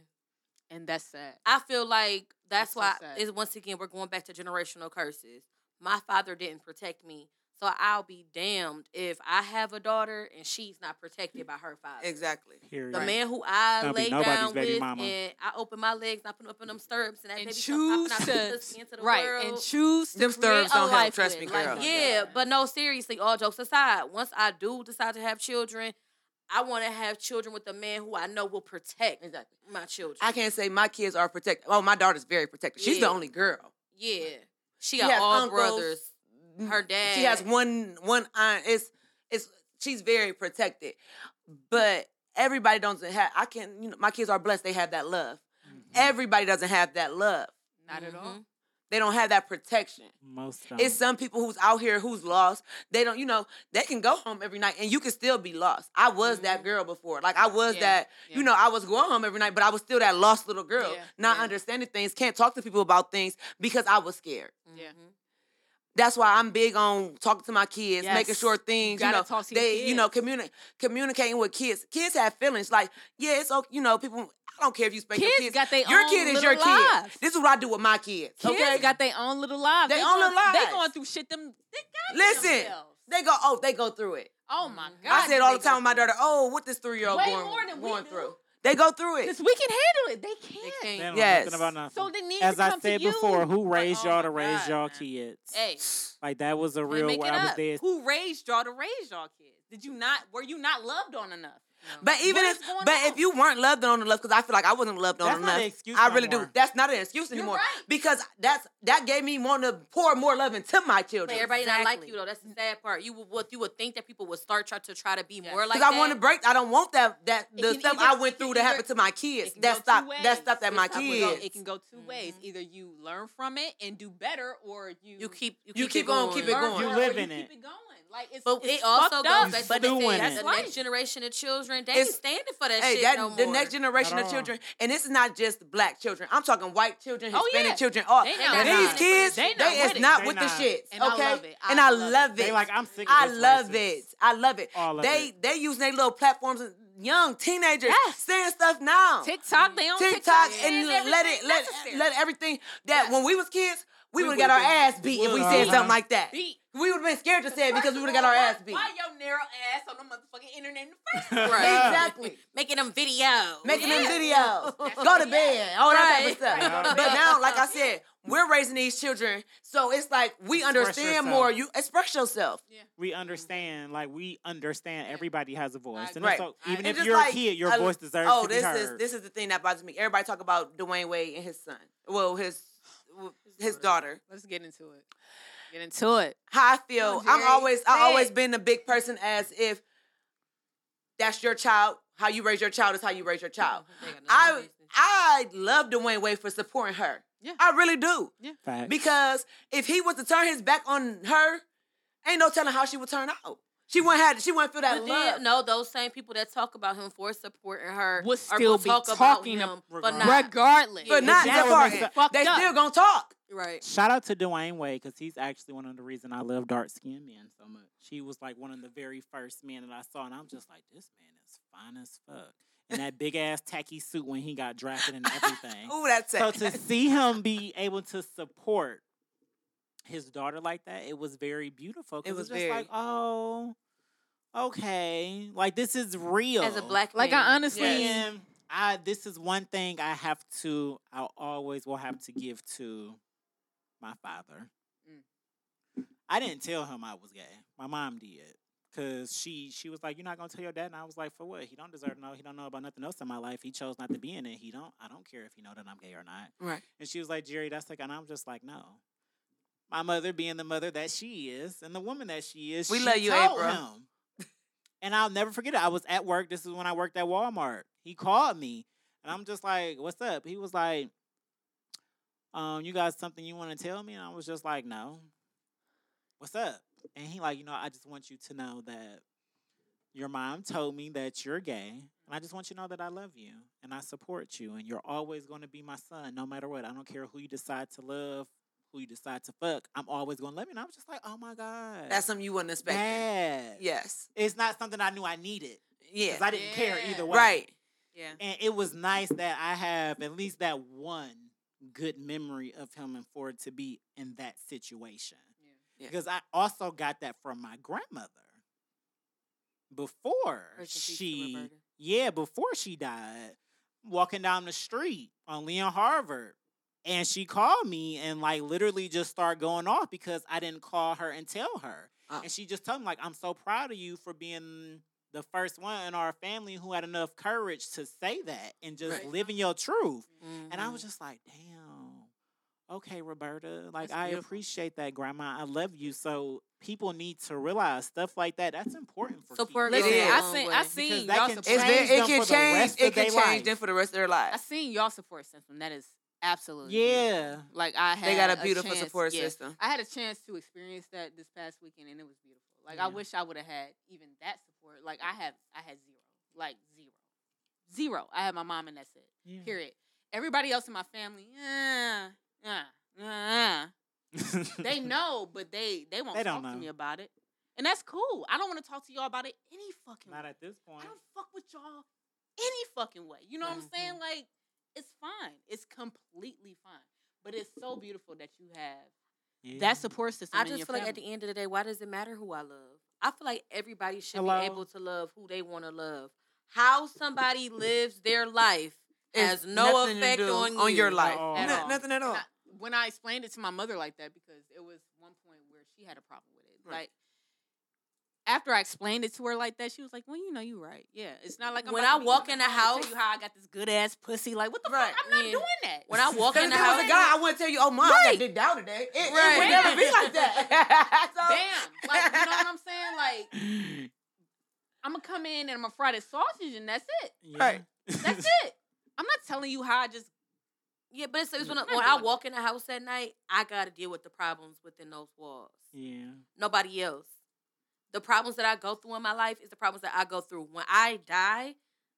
[SPEAKER 2] And that's sad.
[SPEAKER 5] I feel like
[SPEAKER 2] That's
[SPEAKER 5] that's,
[SPEAKER 2] so
[SPEAKER 5] why
[SPEAKER 2] sad.
[SPEAKER 5] it's once again we're going back to generational curses. My father didn't protect me, so I'll be damned if I have a daughter and she's not protected
[SPEAKER 3] Mm-hmm.
[SPEAKER 5] by her father.
[SPEAKER 3] Exactly.
[SPEAKER 1] Period.
[SPEAKER 5] The man who I
[SPEAKER 1] Don't be
[SPEAKER 5] lay
[SPEAKER 1] nobody's
[SPEAKER 5] down
[SPEAKER 1] baby
[SPEAKER 5] with,
[SPEAKER 1] mama.
[SPEAKER 5] and I open my legs, and I put up in them stirrups, and that
[SPEAKER 2] and
[SPEAKER 5] baby
[SPEAKER 2] choose
[SPEAKER 5] come popping out
[SPEAKER 2] to
[SPEAKER 5] his pussy into the
[SPEAKER 2] right
[SPEAKER 5] world.
[SPEAKER 2] and choose to
[SPEAKER 3] Them
[SPEAKER 2] create
[SPEAKER 3] stirrups
[SPEAKER 2] a
[SPEAKER 3] don't help,
[SPEAKER 2] life
[SPEAKER 3] trust
[SPEAKER 2] with.
[SPEAKER 3] me,
[SPEAKER 2] Like,
[SPEAKER 3] girl.
[SPEAKER 5] Yeah, but no, seriously, all jokes aside, once I do decide to have children, I want to have children with a man who I know will protect
[SPEAKER 3] Exactly.
[SPEAKER 5] my children.
[SPEAKER 3] I can't say my kids are protected. Oh, my daughter's very protected. She's the
[SPEAKER 5] Yeah.
[SPEAKER 3] only girl.
[SPEAKER 5] yeah, she
[SPEAKER 3] She
[SPEAKER 5] got
[SPEAKER 3] has
[SPEAKER 5] all
[SPEAKER 3] uncles. Mm-hmm.
[SPEAKER 5] brothers. Her dad.
[SPEAKER 3] She has one one aunt. It's it's she's very protected. But everybody doesn't have I can you know, my kids are blessed. They have that love.
[SPEAKER 1] Mm-hmm.
[SPEAKER 3] Everybody doesn't have that love.
[SPEAKER 2] Not at all.
[SPEAKER 5] Mhm.
[SPEAKER 3] They don't have that protection.
[SPEAKER 1] Most of
[SPEAKER 3] It's some people who's out here who's lost. They don't, you know, they can go home every night and you can still be lost. I was that girl before. Like I was
[SPEAKER 2] Yeah,
[SPEAKER 3] that,
[SPEAKER 2] yeah.
[SPEAKER 3] you know, I was going home every night, but I was still that lost little girl,
[SPEAKER 2] Yeah,
[SPEAKER 3] not
[SPEAKER 2] yeah.
[SPEAKER 3] understanding things, can't talk to people about things because I was scared.
[SPEAKER 2] Yeah.
[SPEAKER 5] Mhm.
[SPEAKER 3] That's why I'm big on talking to my kids, making
[SPEAKER 2] Yes.
[SPEAKER 3] sure things, you,
[SPEAKER 2] gotta
[SPEAKER 3] know,
[SPEAKER 2] talk to your
[SPEAKER 3] they, you know,
[SPEAKER 2] kids.
[SPEAKER 3] communi- communicating with kids. Kids have feelings. Like, yeah, it's okay, you know, people. I don't care if you spank
[SPEAKER 2] Kids
[SPEAKER 3] your kids.
[SPEAKER 2] got their
[SPEAKER 3] your
[SPEAKER 2] own
[SPEAKER 3] kid is
[SPEAKER 2] little
[SPEAKER 3] your
[SPEAKER 2] lives.
[SPEAKER 3] kid. This is what I do with my kids.
[SPEAKER 2] Kids
[SPEAKER 3] okay,
[SPEAKER 2] got their own little lives.
[SPEAKER 3] They
[SPEAKER 2] They
[SPEAKER 3] own
[SPEAKER 2] going-
[SPEAKER 3] little
[SPEAKER 2] They
[SPEAKER 3] lives.
[SPEAKER 2] going through shit. Them. They got
[SPEAKER 3] Listen,
[SPEAKER 2] themselves.
[SPEAKER 3] they go. Oh, they go through it.
[SPEAKER 2] Oh my
[SPEAKER 5] Mhm.
[SPEAKER 2] god.
[SPEAKER 3] I said all the time with my daughter. Oh, what this three year old
[SPEAKER 2] Way
[SPEAKER 3] going,
[SPEAKER 2] more than we
[SPEAKER 3] going
[SPEAKER 2] do.
[SPEAKER 3] through? They go through it.
[SPEAKER 2] Because we can handle it. They can't.
[SPEAKER 1] They
[SPEAKER 5] They
[SPEAKER 1] don't
[SPEAKER 5] can't.
[SPEAKER 1] know
[SPEAKER 3] Yes.
[SPEAKER 1] nothing about nothing.
[SPEAKER 2] So they need
[SPEAKER 1] As
[SPEAKER 2] to
[SPEAKER 1] I
[SPEAKER 2] come
[SPEAKER 1] said
[SPEAKER 2] to you.
[SPEAKER 1] before, who raised
[SPEAKER 6] oh
[SPEAKER 1] y'all
[SPEAKER 6] my
[SPEAKER 1] to raise
[SPEAKER 6] God,
[SPEAKER 1] y'all
[SPEAKER 6] man.
[SPEAKER 1] kids?
[SPEAKER 6] Hey,
[SPEAKER 1] Like that was a
[SPEAKER 6] real
[SPEAKER 1] real.
[SPEAKER 6] make
[SPEAKER 1] where
[SPEAKER 6] it
[SPEAKER 1] I was
[SPEAKER 6] up.
[SPEAKER 1] dead.
[SPEAKER 6] Who raised y'all to raise y'all kids? Did you not? Were you not loved on enough?
[SPEAKER 3] But even
[SPEAKER 2] What
[SPEAKER 3] if,
[SPEAKER 2] is going
[SPEAKER 3] but
[SPEAKER 2] on?
[SPEAKER 3] if you weren't loved on enough, because I feel like I wasn't loved on
[SPEAKER 1] That's not
[SPEAKER 3] enough.
[SPEAKER 1] an excuse
[SPEAKER 3] I
[SPEAKER 1] no
[SPEAKER 3] really do.
[SPEAKER 1] more.
[SPEAKER 3] That's not an excuse
[SPEAKER 2] You're
[SPEAKER 3] anymore
[SPEAKER 2] right.
[SPEAKER 3] because that's that gave me want to pour more love into my
[SPEAKER 5] But
[SPEAKER 3] children.
[SPEAKER 5] everybody not like
[SPEAKER 7] Exactly.
[SPEAKER 5] you though. That's the sad part. You would what you would think that people would start try to try to be
[SPEAKER 2] Yes.
[SPEAKER 5] more like
[SPEAKER 3] Because
[SPEAKER 5] that.
[SPEAKER 3] I want to break. I don't want that that
[SPEAKER 2] It
[SPEAKER 3] the
[SPEAKER 2] can
[SPEAKER 3] stuff
[SPEAKER 2] either-
[SPEAKER 3] I went
[SPEAKER 2] it
[SPEAKER 3] through
[SPEAKER 2] can
[SPEAKER 3] to
[SPEAKER 2] either-
[SPEAKER 3] happen to my kids.
[SPEAKER 2] it can
[SPEAKER 3] That
[SPEAKER 2] go two
[SPEAKER 3] stuff. That
[SPEAKER 2] ways.
[SPEAKER 3] stuff that my
[SPEAKER 2] It can go-
[SPEAKER 3] kids.
[SPEAKER 2] It can go 2 ways.
[SPEAKER 5] Mhm.
[SPEAKER 2] Either you learn from it and do better, or you
[SPEAKER 5] you keep you,
[SPEAKER 3] You
[SPEAKER 5] keep,
[SPEAKER 3] keep
[SPEAKER 5] it
[SPEAKER 3] gonna
[SPEAKER 5] going.
[SPEAKER 3] keep it
[SPEAKER 2] learn
[SPEAKER 3] going.
[SPEAKER 2] from
[SPEAKER 1] You
[SPEAKER 2] or
[SPEAKER 1] live in
[SPEAKER 2] keep
[SPEAKER 1] it.
[SPEAKER 2] it going. Like it's
[SPEAKER 5] But
[SPEAKER 2] it's
[SPEAKER 5] it also
[SPEAKER 2] fucked
[SPEAKER 5] goes
[SPEAKER 2] up.
[SPEAKER 5] back to
[SPEAKER 1] but
[SPEAKER 5] the,
[SPEAKER 1] doing
[SPEAKER 5] saying,
[SPEAKER 1] it.
[SPEAKER 5] the
[SPEAKER 2] That's
[SPEAKER 5] next
[SPEAKER 2] life.
[SPEAKER 5] generation of children. They ain't
[SPEAKER 3] It's-
[SPEAKER 5] standing for that
[SPEAKER 3] Hey,
[SPEAKER 5] shit
[SPEAKER 3] that
[SPEAKER 5] no
[SPEAKER 3] the
[SPEAKER 5] more.
[SPEAKER 3] next generation
[SPEAKER 1] At
[SPEAKER 3] of
[SPEAKER 1] all.
[SPEAKER 3] children, and it's not just black children. I'm talking white children,
[SPEAKER 2] Oh,
[SPEAKER 3] Hispanic
[SPEAKER 2] yeah.
[SPEAKER 3] children. All
[SPEAKER 2] They
[SPEAKER 5] not
[SPEAKER 3] now
[SPEAKER 5] with
[SPEAKER 3] these
[SPEAKER 5] it.
[SPEAKER 3] kids,
[SPEAKER 2] They
[SPEAKER 3] they,
[SPEAKER 2] not with
[SPEAKER 3] is
[SPEAKER 2] it.
[SPEAKER 3] not
[SPEAKER 1] They
[SPEAKER 3] with the
[SPEAKER 1] not.
[SPEAKER 3] shits.
[SPEAKER 2] And I
[SPEAKER 3] okay,
[SPEAKER 2] love it. I
[SPEAKER 3] and I
[SPEAKER 2] love it.
[SPEAKER 3] love
[SPEAKER 1] They
[SPEAKER 3] it.
[SPEAKER 1] like I'm sick. Of
[SPEAKER 3] I
[SPEAKER 1] this
[SPEAKER 3] love
[SPEAKER 1] racist.
[SPEAKER 3] it. I love it.
[SPEAKER 1] All of
[SPEAKER 3] they
[SPEAKER 1] it.
[SPEAKER 3] they use their little platforms. and Young teenagers
[SPEAKER 2] Yes.
[SPEAKER 3] saying stuff now.
[SPEAKER 2] TikTok, they on
[SPEAKER 3] TikTok
[SPEAKER 2] TikTok
[SPEAKER 3] and
[SPEAKER 2] saying
[SPEAKER 3] let it
[SPEAKER 2] everything
[SPEAKER 3] let
[SPEAKER 2] necessary.
[SPEAKER 3] let everything that
[SPEAKER 2] Yes.
[SPEAKER 3] when we was kids we,
[SPEAKER 1] We
[SPEAKER 3] would have got our
[SPEAKER 1] would've been-
[SPEAKER 3] ass beat if we
[SPEAKER 1] would've,
[SPEAKER 3] said
[SPEAKER 1] uh-huh.
[SPEAKER 3] something like that.
[SPEAKER 2] beat.
[SPEAKER 3] We would have been scared to say it because
[SPEAKER 2] First
[SPEAKER 3] we
[SPEAKER 2] of
[SPEAKER 3] would have got our
[SPEAKER 2] all, why-
[SPEAKER 3] ass beat.
[SPEAKER 2] Why your narrow ass on the motherfucking internet in the first place?
[SPEAKER 5] Right.
[SPEAKER 3] Exactly.
[SPEAKER 5] making them videos.
[SPEAKER 3] Making
[SPEAKER 2] Yeah.
[SPEAKER 3] them videos, go to bed, all that type of
[SPEAKER 5] Right.
[SPEAKER 3] stuff.
[SPEAKER 1] Right.
[SPEAKER 3] But now, like I said, we're raising these children, so it's like we
[SPEAKER 1] Express
[SPEAKER 3] understand
[SPEAKER 1] yourself.
[SPEAKER 3] more. You express yourself.
[SPEAKER 1] We understand, like we understand.
[SPEAKER 2] Yeah.
[SPEAKER 1] Everybody has a voice, and
[SPEAKER 3] Right.
[SPEAKER 1] so
[SPEAKER 2] I
[SPEAKER 1] even
[SPEAKER 2] agree.
[SPEAKER 1] if
[SPEAKER 3] And
[SPEAKER 1] you're
[SPEAKER 3] just
[SPEAKER 1] a kid,
[SPEAKER 3] like,
[SPEAKER 1] your
[SPEAKER 3] I-
[SPEAKER 1] voice deserves
[SPEAKER 3] Oh,
[SPEAKER 1] to be
[SPEAKER 3] this
[SPEAKER 1] heard.
[SPEAKER 3] is this is the thing that bothers me. Everybody talk about Dwayne Wade and his son. Well, his his daughter.
[SPEAKER 2] Let's get into it. Get into it.
[SPEAKER 3] how I feel.
[SPEAKER 2] Come on,
[SPEAKER 3] I'm
[SPEAKER 2] Jerry.
[SPEAKER 3] always I
[SPEAKER 2] Say
[SPEAKER 3] always
[SPEAKER 2] it.
[SPEAKER 3] been a big person as if that's your child. How you raise your child is how you raise your child.
[SPEAKER 2] Mm-hmm.
[SPEAKER 3] I I love Dwayne Wade for supporting her.
[SPEAKER 2] Yeah.
[SPEAKER 3] I really do.
[SPEAKER 1] Facts.
[SPEAKER 3] Because if he was to turn his back on her, ain't no telling how she would turn out. She wouldn't have she wouldn't feel that
[SPEAKER 5] But
[SPEAKER 3] love.
[SPEAKER 5] then, no, those same people that talk about him for supporting her
[SPEAKER 2] Would
[SPEAKER 5] are
[SPEAKER 2] still
[SPEAKER 5] gonna
[SPEAKER 2] be
[SPEAKER 5] talk about
[SPEAKER 2] talking
[SPEAKER 5] him,
[SPEAKER 2] ab-
[SPEAKER 5] but
[SPEAKER 1] regardless.
[SPEAKER 5] not
[SPEAKER 2] Regardless.
[SPEAKER 3] But not
[SPEAKER 1] Exactly.
[SPEAKER 3] that
[SPEAKER 1] That
[SPEAKER 3] part.
[SPEAKER 1] was
[SPEAKER 2] fucked
[SPEAKER 3] They
[SPEAKER 2] up.
[SPEAKER 3] still gonna talk.
[SPEAKER 5] right.
[SPEAKER 1] Shout out to Dwayne Wade because he's actually one of the reason I love dark skinned men so much. He was like one of the very first men that I saw, and I'm just like, this man is fine as fuck. And that big ass tacky suit when he got drafted and everything.
[SPEAKER 3] Ooh, that's
[SPEAKER 1] so
[SPEAKER 3] it.
[SPEAKER 1] to see him be able to support his daughter like that, it was very beautiful. 'cause
[SPEAKER 3] It was
[SPEAKER 1] it's just like,
[SPEAKER 3] very.
[SPEAKER 1] oh, okay, like this is real.
[SPEAKER 5] As a black
[SPEAKER 2] Like
[SPEAKER 5] man.
[SPEAKER 2] I honestly,
[SPEAKER 3] Yes.
[SPEAKER 1] And um, I this is one thing I have to I always will have to give to my father.
[SPEAKER 2] Mm.
[SPEAKER 1] I didn't tell him I was gay. My mom did. Cause she she was like, You're not gonna tell your dad and I was like, For what? He don't deserve to know, he don't know about nothing else in my life. He chose not to be in it. He don't I don't care if he know that I'm gay or not.
[SPEAKER 3] Mm. Right.
[SPEAKER 1] And she was like, Jerry, that's like and I'm just like, No. My mother being the mother that she is and the woman that she is,
[SPEAKER 3] We
[SPEAKER 1] she
[SPEAKER 3] love you,
[SPEAKER 1] told
[SPEAKER 3] April.
[SPEAKER 1] him. And I'll never forget it. I was at work. This is when I worked at Walmart. He called me, and I'm just like, "What's up?" He was like, "Um, you got something you want to tell me?" And I was just like, "No." What's up? And he like, "You know, I just want you to know that your mom told me that you're gay, and I just want you to know that I love you and I support you, and you're always going to be my son, no matter what. I don't care who you decide to love, who you decide to fuck. I'm always going to love you." And I was just like, "Oh my god,
[SPEAKER 3] That's something you wouldn't expect.
[SPEAKER 1] bad."
[SPEAKER 3] Yes.
[SPEAKER 1] It's not something I knew I needed
[SPEAKER 3] Yeah.
[SPEAKER 1] because I didn't care
[SPEAKER 2] Yeah.
[SPEAKER 1] either way.
[SPEAKER 3] Right.
[SPEAKER 2] yeah.
[SPEAKER 1] And it was nice that I have at least that one good memory of him and for it to be in that situation.
[SPEAKER 2] Yeah.
[SPEAKER 3] Yeah.
[SPEAKER 1] Because I also got that from my grandmother before
[SPEAKER 5] Rest in peace to
[SPEAKER 1] she,
[SPEAKER 5] Roberta.
[SPEAKER 1] yeah, before she died, walking down the street on Leon Harvard. And she called me and like literally just start going off because I didn't call her and tell her.
[SPEAKER 5] Uh.
[SPEAKER 3] Oh.
[SPEAKER 1] And she just told me like, I'm so proud of you for being the first one in our family who had enough courage to say that and just
[SPEAKER 3] Right.
[SPEAKER 1] living your truth. And I
[SPEAKER 5] Mhm.
[SPEAKER 1] was just like, damn. Okay, Roberta. Like,
[SPEAKER 5] That's
[SPEAKER 1] I
[SPEAKER 5] beautiful.
[SPEAKER 1] appreciate that, Grandma. I love you. So people need to realize stuff like that. That's important for
[SPEAKER 5] Support
[SPEAKER 1] kids.
[SPEAKER 5] goes
[SPEAKER 2] Listen,
[SPEAKER 3] It is.
[SPEAKER 5] a
[SPEAKER 2] I
[SPEAKER 5] long
[SPEAKER 2] seen,
[SPEAKER 5] way.
[SPEAKER 2] I
[SPEAKER 1] Because
[SPEAKER 2] seen
[SPEAKER 1] that
[SPEAKER 2] y'all
[SPEAKER 1] can
[SPEAKER 2] support.
[SPEAKER 3] It's
[SPEAKER 1] change
[SPEAKER 3] very,
[SPEAKER 1] them
[SPEAKER 3] it
[SPEAKER 1] for
[SPEAKER 3] can
[SPEAKER 1] the
[SPEAKER 3] change.
[SPEAKER 1] rest
[SPEAKER 3] It
[SPEAKER 1] of their
[SPEAKER 3] can change
[SPEAKER 1] life.
[SPEAKER 3] them for the rest of their
[SPEAKER 2] I
[SPEAKER 3] lives.
[SPEAKER 2] seen y'all support system. That is absolutely beautiful.
[SPEAKER 1] Yeah.
[SPEAKER 2] Like I had
[SPEAKER 3] They got a beautiful
[SPEAKER 2] chance-
[SPEAKER 3] support
[SPEAKER 2] yeah.
[SPEAKER 3] system.
[SPEAKER 2] I had a chance to experience that this past weekend, and it was beautiful. Like I
[SPEAKER 1] Yeah.
[SPEAKER 2] wish I would have had even that support. Like I have, I had zero, like zero, zero. I had my mom, and that's it. Period. Everybody else in my family, yeah, yeah, yeah. They know, but they they won't
[SPEAKER 1] They
[SPEAKER 2] talk
[SPEAKER 1] don't know.
[SPEAKER 2] to me about it, and that's cool. I don't want to talk to y'all about it any fucking.
[SPEAKER 1] Not
[SPEAKER 2] way.
[SPEAKER 1] at this
[SPEAKER 2] I
[SPEAKER 1] point. Mm-hmm.
[SPEAKER 2] don't fuck with y'all any fucking way. You know what I'm saying? Like, it's fine. It's completely fine. But it's so beautiful that you have
[SPEAKER 1] Yeah.
[SPEAKER 2] that support system.
[SPEAKER 5] I
[SPEAKER 2] in
[SPEAKER 5] just
[SPEAKER 2] your
[SPEAKER 5] feel like at
[SPEAKER 2] family.
[SPEAKER 5] the end of the day, why does it matter who I love? I feel like everybody should
[SPEAKER 1] Hello?
[SPEAKER 5] be able to love who they want to love. How somebody lives their life has
[SPEAKER 3] It's
[SPEAKER 5] no
[SPEAKER 3] nothing to
[SPEAKER 5] effect
[SPEAKER 3] do
[SPEAKER 5] on,
[SPEAKER 3] on
[SPEAKER 5] you.
[SPEAKER 3] your life.
[SPEAKER 1] all.
[SPEAKER 2] At
[SPEAKER 3] No-
[SPEAKER 2] all.
[SPEAKER 3] Nothing at all.
[SPEAKER 2] And I- when I explained it to my mother like that, because it was one point where she had a problem with it.
[SPEAKER 3] Right.
[SPEAKER 2] Like, after I explained it to her like that, she was like, "Well, you know, you're right. Yeah, it's not like I'm
[SPEAKER 5] When
[SPEAKER 2] about to
[SPEAKER 5] I
[SPEAKER 2] be
[SPEAKER 5] walk
[SPEAKER 2] on
[SPEAKER 5] in the
[SPEAKER 2] phone and
[SPEAKER 5] house-
[SPEAKER 2] tell you how I got this good ass pussy. Like, what the
[SPEAKER 3] Right,
[SPEAKER 2] fuck? I'm not
[SPEAKER 5] yeah.
[SPEAKER 2] doing that.
[SPEAKER 5] When I walk
[SPEAKER 3] Because
[SPEAKER 5] in
[SPEAKER 3] if
[SPEAKER 5] the
[SPEAKER 3] there was a
[SPEAKER 5] house,
[SPEAKER 3] guy, I wouldn't tell you, oh, mom, I
[SPEAKER 5] Right.
[SPEAKER 3] got dicked down today. It, it would
[SPEAKER 5] Right.
[SPEAKER 3] never be like that. so,
[SPEAKER 2] Damn. Like, you know what I'm saying? Like, I'm gonna come in and I'm gonna fry this sausage and that's it.
[SPEAKER 3] Right.
[SPEAKER 2] That's it. I'm not telling you how I just
[SPEAKER 5] yeah, but it's, it's when, I-
[SPEAKER 2] Not
[SPEAKER 5] when I
[SPEAKER 2] doing
[SPEAKER 5] walk in the house at night, I gotta deal with the problems within those walls.
[SPEAKER 1] Yeah.
[SPEAKER 5] Nobody else. The problems that I go through in my life is the problems that I go through. When I die,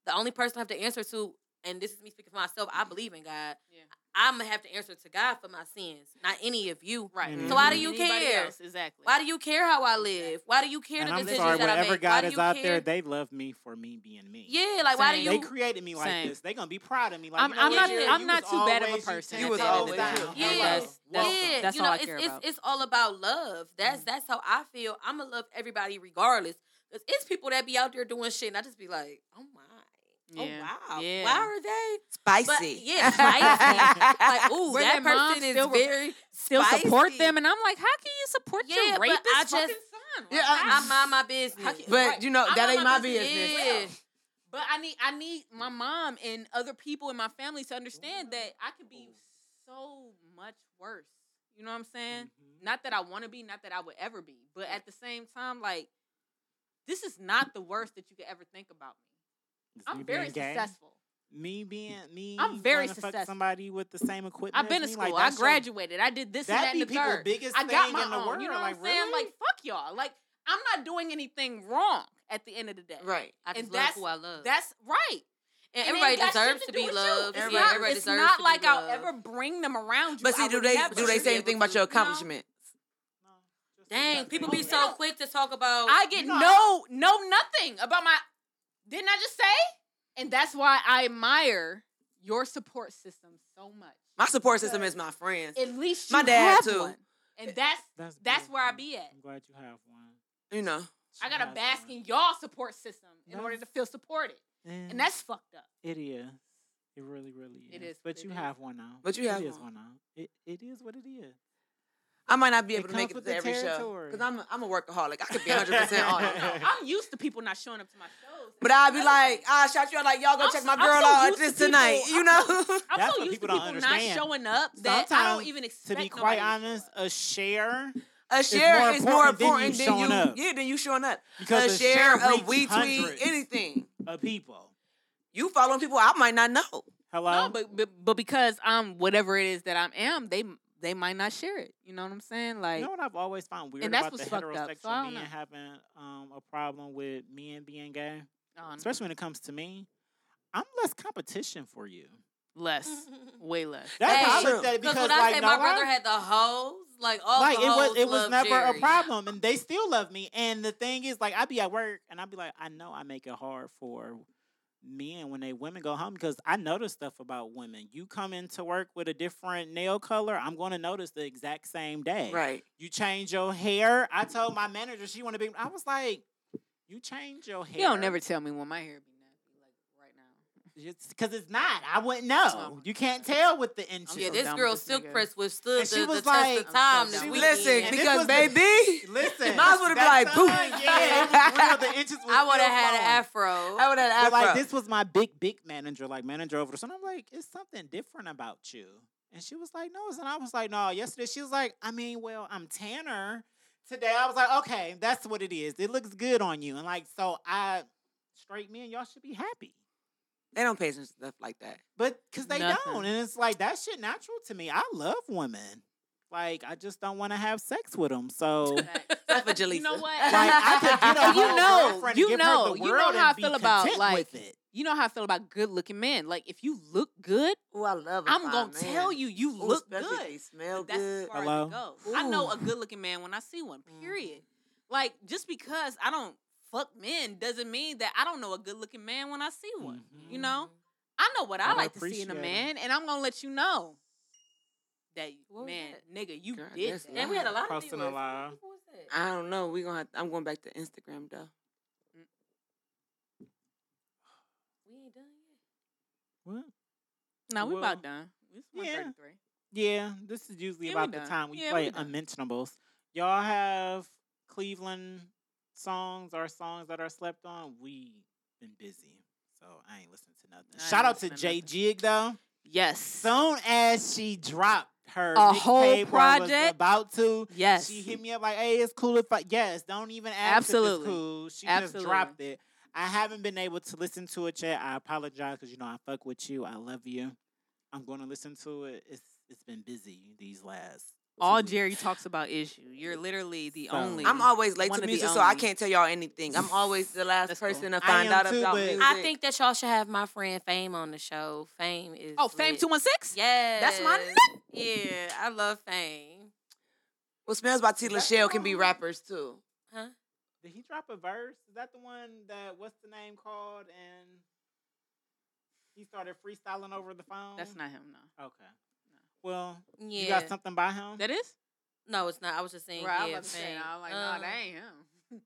[SPEAKER 5] the only person I have to answer to, and this is me speaking for myself,
[SPEAKER 1] Mm-hmm.
[SPEAKER 5] I believe in God.
[SPEAKER 2] Yeah.
[SPEAKER 5] I'm gonna have to answer to God for my sins, not any of you.
[SPEAKER 2] right.
[SPEAKER 1] So why do
[SPEAKER 5] you
[SPEAKER 2] Anybody
[SPEAKER 5] care?
[SPEAKER 2] Else. Exactly.
[SPEAKER 5] Why do you care how I live? Why do you care
[SPEAKER 1] And
[SPEAKER 5] the
[SPEAKER 1] I'm
[SPEAKER 5] decisions
[SPEAKER 1] sorry,
[SPEAKER 5] that I
[SPEAKER 1] whatever
[SPEAKER 5] make? Why
[SPEAKER 1] God
[SPEAKER 5] do
[SPEAKER 1] is
[SPEAKER 5] you
[SPEAKER 1] out
[SPEAKER 5] care?
[SPEAKER 1] there, they love me for me being me.
[SPEAKER 5] yeah, like why do
[SPEAKER 2] Same.
[SPEAKER 5] you?
[SPEAKER 1] They created me like
[SPEAKER 2] Same.
[SPEAKER 1] this. They gonna be proud of me. Like
[SPEAKER 2] I'm,
[SPEAKER 1] you know
[SPEAKER 2] I'm
[SPEAKER 1] what,
[SPEAKER 2] not.
[SPEAKER 1] Jerry,
[SPEAKER 2] I'm
[SPEAKER 1] you
[SPEAKER 2] not
[SPEAKER 1] was
[SPEAKER 2] too bad of a
[SPEAKER 1] always you.
[SPEAKER 2] person.
[SPEAKER 3] You
[SPEAKER 2] at
[SPEAKER 3] was
[SPEAKER 2] the end of the
[SPEAKER 3] always
[SPEAKER 2] day.
[SPEAKER 3] you.
[SPEAKER 2] And
[SPEAKER 5] Yeah.
[SPEAKER 2] that's- that's-
[SPEAKER 5] yeah,
[SPEAKER 2] that's
[SPEAKER 5] you
[SPEAKER 2] all
[SPEAKER 5] know,
[SPEAKER 2] I
[SPEAKER 5] it's,
[SPEAKER 2] care
[SPEAKER 5] it's,
[SPEAKER 2] about. Mm-hmm.
[SPEAKER 5] it's all about love. That's that's how I feel. I'ma love everybody regardless. Cause it's people that be out there doing shit, and I just be like, oh my,
[SPEAKER 2] Yeah.
[SPEAKER 5] oh wow,
[SPEAKER 2] Yeah.
[SPEAKER 5] why are they? But
[SPEAKER 3] Spicy.
[SPEAKER 5] yeah, spicy. like ooh,
[SPEAKER 2] Where
[SPEAKER 5] that
[SPEAKER 2] their mom
[SPEAKER 5] person is
[SPEAKER 2] still re-
[SPEAKER 5] very
[SPEAKER 2] Still support
[SPEAKER 5] spicy.
[SPEAKER 2] them, and I'm like, how can you support
[SPEAKER 5] Yeah,
[SPEAKER 2] your
[SPEAKER 5] but
[SPEAKER 2] rapist
[SPEAKER 5] I
[SPEAKER 2] fucking
[SPEAKER 5] just-
[SPEAKER 2] son? Like,
[SPEAKER 3] Yeah,
[SPEAKER 2] how-
[SPEAKER 5] I mind my business.
[SPEAKER 2] How-
[SPEAKER 3] But
[SPEAKER 2] Right.
[SPEAKER 3] you know,
[SPEAKER 1] Oh,
[SPEAKER 2] I'm
[SPEAKER 3] that
[SPEAKER 2] not
[SPEAKER 3] ain't
[SPEAKER 2] my
[SPEAKER 3] my
[SPEAKER 2] business.
[SPEAKER 3] business.
[SPEAKER 5] Yeah.
[SPEAKER 2] But I need I need my mom and other people in my family to understand that I could be so much worse. You know what I'm saying?
[SPEAKER 1] Mhm.
[SPEAKER 2] Not that I want to be, not that I would ever be, but at the same time, like this is not the worst that you could ever think about me.
[SPEAKER 1] Is
[SPEAKER 2] I'm
[SPEAKER 1] me
[SPEAKER 2] very
[SPEAKER 1] being gay?
[SPEAKER 2] successful.
[SPEAKER 1] Me being me.
[SPEAKER 2] I'm very
[SPEAKER 1] wanna
[SPEAKER 2] successful.
[SPEAKER 1] Fuck somebody with the same equipment.
[SPEAKER 2] I've been to
[SPEAKER 1] as me? Like,
[SPEAKER 2] school. I
[SPEAKER 1] that's your-
[SPEAKER 2] graduated. I did this
[SPEAKER 1] That
[SPEAKER 2] and
[SPEAKER 1] be
[SPEAKER 2] that and the
[SPEAKER 1] people's
[SPEAKER 2] third.
[SPEAKER 1] biggest
[SPEAKER 2] I
[SPEAKER 1] thing
[SPEAKER 2] got my
[SPEAKER 1] in the
[SPEAKER 2] own.
[SPEAKER 1] world.
[SPEAKER 2] You know what
[SPEAKER 1] like,
[SPEAKER 2] I'm saying?
[SPEAKER 1] really?
[SPEAKER 2] Like fuck y'all. Like I'm not doing anything wrong at the end of the day.
[SPEAKER 3] Right.
[SPEAKER 5] I just
[SPEAKER 2] And
[SPEAKER 5] love
[SPEAKER 2] that's-
[SPEAKER 5] who I love.
[SPEAKER 2] That's right.
[SPEAKER 5] and
[SPEAKER 2] And it
[SPEAKER 5] everybody
[SPEAKER 2] ain't got
[SPEAKER 5] deserves
[SPEAKER 2] shit
[SPEAKER 5] to
[SPEAKER 2] do
[SPEAKER 5] be
[SPEAKER 2] with you.
[SPEAKER 5] loved.
[SPEAKER 2] It's
[SPEAKER 5] Everybody,
[SPEAKER 2] not,
[SPEAKER 5] everybody
[SPEAKER 2] it's
[SPEAKER 5] deserves
[SPEAKER 2] not
[SPEAKER 5] to
[SPEAKER 2] like
[SPEAKER 5] be
[SPEAKER 2] I'll
[SPEAKER 5] loved.
[SPEAKER 2] ever bring them around you.
[SPEAKER 3] But
[SPEAKER 2] I
[SPEAKER 3] see, do
[SPEAKER 2] would
[SPEAKER 3] they
[SPEAKER 2] never.
[SPEAKER 3] do they
[SPEAKER 5] should
[SPEAKER 3] say
[SPEAKER 5] be
[SPEAKER 3] anything
[SPEAKER 5] able
[SPEAKER 3] about your
[SPEAKER 5] to, you know?
[SPEAKER 3] accomplishment?
[SPEAKER 5] Dang, people be
[SPEAKER 2] No.
[SPEAKER 5] so quick to talk about.
[SPEAKER 2] I get
[SPEAKER 1] You know,
[SPEAKER 2] no, no, nothing about my. Didn't I just say? And that's why I admire your support system so much.
[SPEAKER 3] My support system is my friends.
[SPEAKER 2] At least you
[SPEAKER 3] My dad,
[SPEAKER 2] have
[SPEAKER 3] too.
[SPEAKER 2] one. And that's
[SPEAKER 1] That's,
[SPEAKER 2] that's where I
[SPEAKER 1] beautiful.
[SPEAKER 2] be at.
[SPEAKER 1] I'm glad you have one.
[SPEAKER 3] You know.
[SPEAKER 2] I
[SPEAKER 1] She
[SPEAKER 2] gotta
[SPEAKER 1] has
[SPEAKER 2] bask
[SPEAKER 1] one.
[SPEAKER 2] in y'all support system in
[SPEAKER 1] No.
[SPEAKER 2] order to feel supported,
[SPEAKER 1] And,
[SPEAKER 2] and that's fucked up.
[SPEAKER 1] it is. It really, really is.
[SPEAKER 2] It is
[SPEAKER 1] But
[SPEAKER 2] what
[SPEAKER 1] you
[SPEAKER 2] it is.
[SPEAKER 1] have one now.
[SPEAKER 3] But you have
[SPEAKER 1] it is
[SPEAKER 3] one.
[SPEAKER 1] one now. It it is what it is.
[SPEAKER 3] I might not be
[SPEAKER 1] It
[SPEAKER 3] able to
[SPEAKER 1] comes
[SPEAKER 3] make it
[SPEAKER 1] with
[SPEAKER 3] to
[SPEAKER 1] the
[SPEAKER 3] every show
[SPEAKER 1] territory.
[SPEAKER 3] because I'm a, I'm a workaholic. I could be 100 percent on
[SPEAKER 2] No,
[SPEAKER 3] it.
[SPEAKER 2] I'm used to people not showing up to my shows.
[SPEAKER 3] But I'd be like, I shout you out like y'all go
[SPEAKER 2] I'm
[SPEAKER 3] check
[SPEAKER 2] so-
[SPEAKER 3] my
[SPEAKER 2] I'm
[SPEAKER 3] girl
[SPEAKER 2] so
[SPEAKER 3] out at
[SPEAKER 2] used to
[SPEAKER 3] this tonight.
[SPEAKER 2] people-
[SPEAKER 3] You
[SPEAKER 2] I'm
[SPEAKER 3] know.
[SPEAKER 2] I'm
[SPEAKER 1] That's what
[SPEAKER 2] so used to
[SPEAKER 1] people don't
[SPEAKER 2] people not
[SPEAKER 1] understand.
[SPEAKER 2] showing up that I don't
[SPEAKER 1] Sometimes,
[SPEAKER 2] even expect.
[SPEAKER 1] to be
[SPEAKER 2] nobody
[SPEAKER 1] quite
[SPEAKER 2] show
[SPEAKER 1] honest,
[SPEAKER 2] up.
[SPEAKER 1] a share
[SPEAKER 3] A share
[SPEAKER 1] more
[SPEAKER 3] is more
[SPEAKER 1] important than you
[SPEAKER 3] important than you.
[SPEAKER 1] showing up.
[SPEAKER 3] Yeah, than you showing up. A
[SPEAKER 1] because
[SPEAKER 3] share, a
[SPEAKER 1] reaches
[SPEAKER 3] we tweet,
[SPEAKER 1] hundreds
[SPEAKER 3] anything.
[SPEAKER 1] of people.
[SPEAKER 3] You following people I might not know.
[SPEAKER 1] Hello,
[SPEAKER 2] No, but, but but because I'm whatever it is that I am, they they might not share it. You know what I'm saying? Like,
[SPEAKER 1] you know what I've always found weird
[SPEAKER 2] And that's
[SPEAKER 1] about the
[SPEAKER 2] what's fucked up,
[SPEAKER 1] heterosexual
[SPEAKER 2] so I
[SPEAKER 1] men
[SPEAKER 2] don't know.
[SPEAKER 1] having um, a problem with men being gay,
[SPEAKER 2] um,
[SPEAKER 1] especially when it comes to me. I'm less competition for you.
[SPEAKER 2] less, way less.
[SPEAKER 1] That's how
[SPEAKER 5] Hey,
[SPEAKER 1] I looked at it
[SPEAKER 5] Because
[SPEAKER 1] because
[SPEAKER 5] when I
[SPEAKER 1] like
[SPEAKER 5] say
[SPEAKER 1] no,
[SPEAKER 5] my
[SPEAKER 1] I-
[SPEAKER 5] brother had the hoes, like all
[SPEAKER 1] like
[SPEAKER 5] the
[SPEAKER 1] it was
[SPEAKER 5] hoes
[SPEAKER 1] it was
[SPEAKER 5] love
[SPEAKER 1] never
[SPEAKER 5] Jerry.
[SPEAKER 1] a problem and they still love me and the thing is like i be at work and i be like i know i make it hard for men when they women go home because i notice stuff about women you come into work with a different nail color i'm going to notice the exact same day
[SPEAKER 3] Right.
[SPEAKER 1] you change your hair i told my manager she want to be i was like you change your hair
[SPEAKER 2] You don't never tell me when my hair be nappy like right now.
[SPEAKER 1] because it's not i wouldn't know you can't tell with the inches
[SPEAKER 5] Yeah,
[SPEAKER 2] so
[SPEAKER 5] this
[SPEAKER 2] dumb with
[SPEAKER 5] girl
[SPEAKER 2] this
[SPEAKER 5] silk
[SPEAKER 2] nigga.
[SPEAKER 5] press withstood
[SPEAKER 1] And
[SPEAKER 5] the,
[SPEAKER 1] she
[SPEAKER 5] the
[SPEAKER 1] was
[SPEAKER 5] test
[SPEAKER 1] like-
[SPEAKER 5] of time
[SPEAKER 2] I'm so
[SPEAKER 5] this
[SPEAKER 2] dumb.
[SPEAKER 5] weekend.
[SPEAKER 3] Listen,
[SPEAKER 1] And this
[SPEAKER 3] because
[SPEAKER 1] was the-
[SPEAKER 3] baby,
[SPEAKER 1] Listen,
[SPEAKER 3] Mine's would've been
[SPEAKER 1] that
[SPEAKER 3] like, poof.
[SPEAKER 1] time, Yeah, it was real. The inches was
[SPEAKER 5] I would
[SPEAKER 1] still
[SPEAKER 5] have had an
[SPEAKER 1] flowing.
[SPEAKER 5] afro.
[SPEAKER 3] I would have
[SPEAKER 1] But like
[SPEAKER 3] afro.
[SPEAKER 1] this was my big, big manager, like manager over the son. I'm like, it's something different about you. And she was like, no, it's not. I was like, no, yesterday she was like, I mean, well, I'm Tanner. Today I was like, okay, that's what it is. It looks good on you. And like, so I straight men, y'all should be happy.
[SPEAKER 3] They don't pay attention to stuff like that.
[SPEAKER 1] But cause they
[SPEAKER 2] Nothing.
[SPEAKER 1] don't. And it's like that shit natural to me. I love women. Like, I just don't want to have sex with them. So like
[SPEAKER 3] Except for Jaleesa.
[SPEAKER 2] You know what?
[SPEAKER 1] I could get a
[SPEAKER 2] You
[SPEAKER 1] whole
[SPEAKER 2] know-
[SPEAKER 1] girlfriend and
[SPEAKER 2] you
[SPEAKER 1] give her the
[SPEAKER 2] know- you know
[SPEAKER 1] world and
[SPEAKER 2] how I
[SPEAKER 1] be
[SPEAKER 2] feel about,
[SPEAKER 1] content
[SPEAKER 2] like,
[SPEAKER 1] with it.
[SPEAKER 2] You know how I feel about good looking men. Like if you look good,
[SPEAKER 3] Ooh, I love a
[SPEAKER 2] I'm
[SPEAKER 3] fine
[SPEAKER 2] gonna
[SPEAKER 3] man.
[SPEAKER 2] tell you you
[SPEAKER 3] Ooh,
[SPEAKER 2] look
[SPEAKER 3] especially if
[SPEAKER 2] good.
[SPEAKER 3] They smell
[SPEAKER 2] That's as
[SPEAKER 3] good.
[SPEAKER 2] far
[SPEAKER 1] Hello?
[SPEAKER 2] as it goes. I know a
[SPEAKER 3] Ooh.
[SPEAKER 2] good looking man when I see one.
[SPEAKER 3] Mhm.
[SPEAKER 2] Period. Like just because I don't fuck men doesn't mean that I don't know a good looking man when I see one.
[SPEAKER 1] Mhm.
[SPEAKER 2] You know, I know what I,
[SPEAKER 1] Gotta
[SPEAKER 2] like to see in a
[SPEAKER 1] appreciate 'em.
[SPEAKER 2] man, and I'm gonna let you know that
[SPEAKER 5] What was
[SPEAKER 2] man,
[SPEAKER 5] that?
[SPEAKER 2] nigga, you
[SPEAKER 3] God,
[SPEAKER 2] did
[SPEAKER 3] that's
[SPEAKER 2] that.
[SPEAKER 3] loud.
[SPEAKER 5] and we had a lot of
[SPEAKER 1] Crossing the
[SPEAKER 5] viewers.
[SPEAKER 1] line.
[SPEAKER 5] Who was that?
[SPEAKER 3] I don't know. We gonna. Have, I'm going back to Instagram though.
[SPEAKER 5] We ain't done yet.
[SPEAKER 1] What?
[SPEAKER 2] No, we
[SPEAKER 1] Well,
[SPEAKER 2] about done. It's one
[SPEAKER 1] yeah.
[SPEAKER 2] thirty three.
[SPEAKER 1] Yeah, this is usually
[SPEAKER 2] Yeah, we
[SPEAKER 1] about the
[SPEAKER 2] done.
[SPEAKER 1] time we
[SPEAKER 2] Yeah, we
[SPEAKER 1] play
[SPEAKER 2] done.
[SPEAKER 1] Unmentionables. Y'all have Cleveland songs or songs that are slept on, we been busy. So I ain't listening to nothing.
[SPEAKER 6] I ain't
[SPEAKER 1] Shout out to
[SPEAKER 6] listening to
[SPEAKER 1] J
[SPEAKER 6] nothing.
[SPEAKER 1] Jig though.
[SPEAKER 5] Yes.
[SPEAKER 1] Soon as she dropped her
[SPEAKER 5] A
[SPEAKER 1] mixtape
[SPEAKER 5] whole
[SPEAKER 1] or was
[SPEAKER 5] project?
[SPEAKER 1] about to,
[SPEAKER 5] yes.
[SPEAKER 1] she hit me up like, "Hey, it's cool if I yes, don't even ask if
[SPEAKER 5] Absolutely.
[SPEAKER 1] it's cool." She just
[SPEAKER 5] Absolutely.
[SPEAKER 1] dropped it. I haven't been able to listen to it yet. I apologize because you know I fuck with you. I love you. I'm going to listen to it. It's it's been busy these last. two
[SPEAKER 2] All
[SPEAKER 1] weeks.
[SPEAKER 2] Jerry talks about is you. You're literally the
[SPEAKER 1] So-
[SPEAKER 2] only.
[SPEAKER 3] I'm always late
[SPEAKER 2] Wanna
[SPEAKER 3] to
[SPEAKER 2] be
[SPEAKER 3] music, so I
[SPEAKER 2] only.
[SPEAKER 3] can't tell y'all anything. I'm always the last
[SPEAKER 2] That's
[SPEAKER 3] person to
[SPEAKER 1] I
[SPEAKER 3] find
[SPEAKER 1] am
[SPEAKER 3] out
[SPEAKER 1] too,
[SPEAKER 3] about
[SPEAKER 1] but-
[SPEAKER 3] music.
[SPEAKER 5] I think that y'all should have my friend Fame on the show. Fame is
[SPEAKER 2] Oh, Fame
[SPEAKER 5] lit.
[SPEAKER 2] two one six.
[SPEAKER 5] Yes.
[SPEAKER 2] That's my
[SPEAKER 5] Yeah, I love Fame.
[SPEAKER 3] well, smells by T.
[SPEAKER 1] Is that the
[SPEAKER 3] Lachelle can
[SPEAKER 1] one
[SPEAKER 3] be
[SPEAKER 1] who-
[SPEAKER 3] rappers too.
[SPEAKER 1] Did he drop a verse? Is that the one that what's the name called? And he started freestyling over the phone.
[SPEAKER 6] That's not him, no.
[SPEAKER 1] okay. Well,
[SPEAKER 5] Yeah.
[SPEAKER 1] you got something by him.
[SPEAKER 6] That is?
[SPEAKER 5] no, it's not. I was just saying.
[SPEAKER 6] Right, I was
[SPEAKER 5] yeah,
[SPEAKER 6] about to say,
[SPEAKER 5] Fame.
[SPEAKER 6] I was like,
[SPEAKER 5] Um,
[SPEAKER 6] no, that ain't him.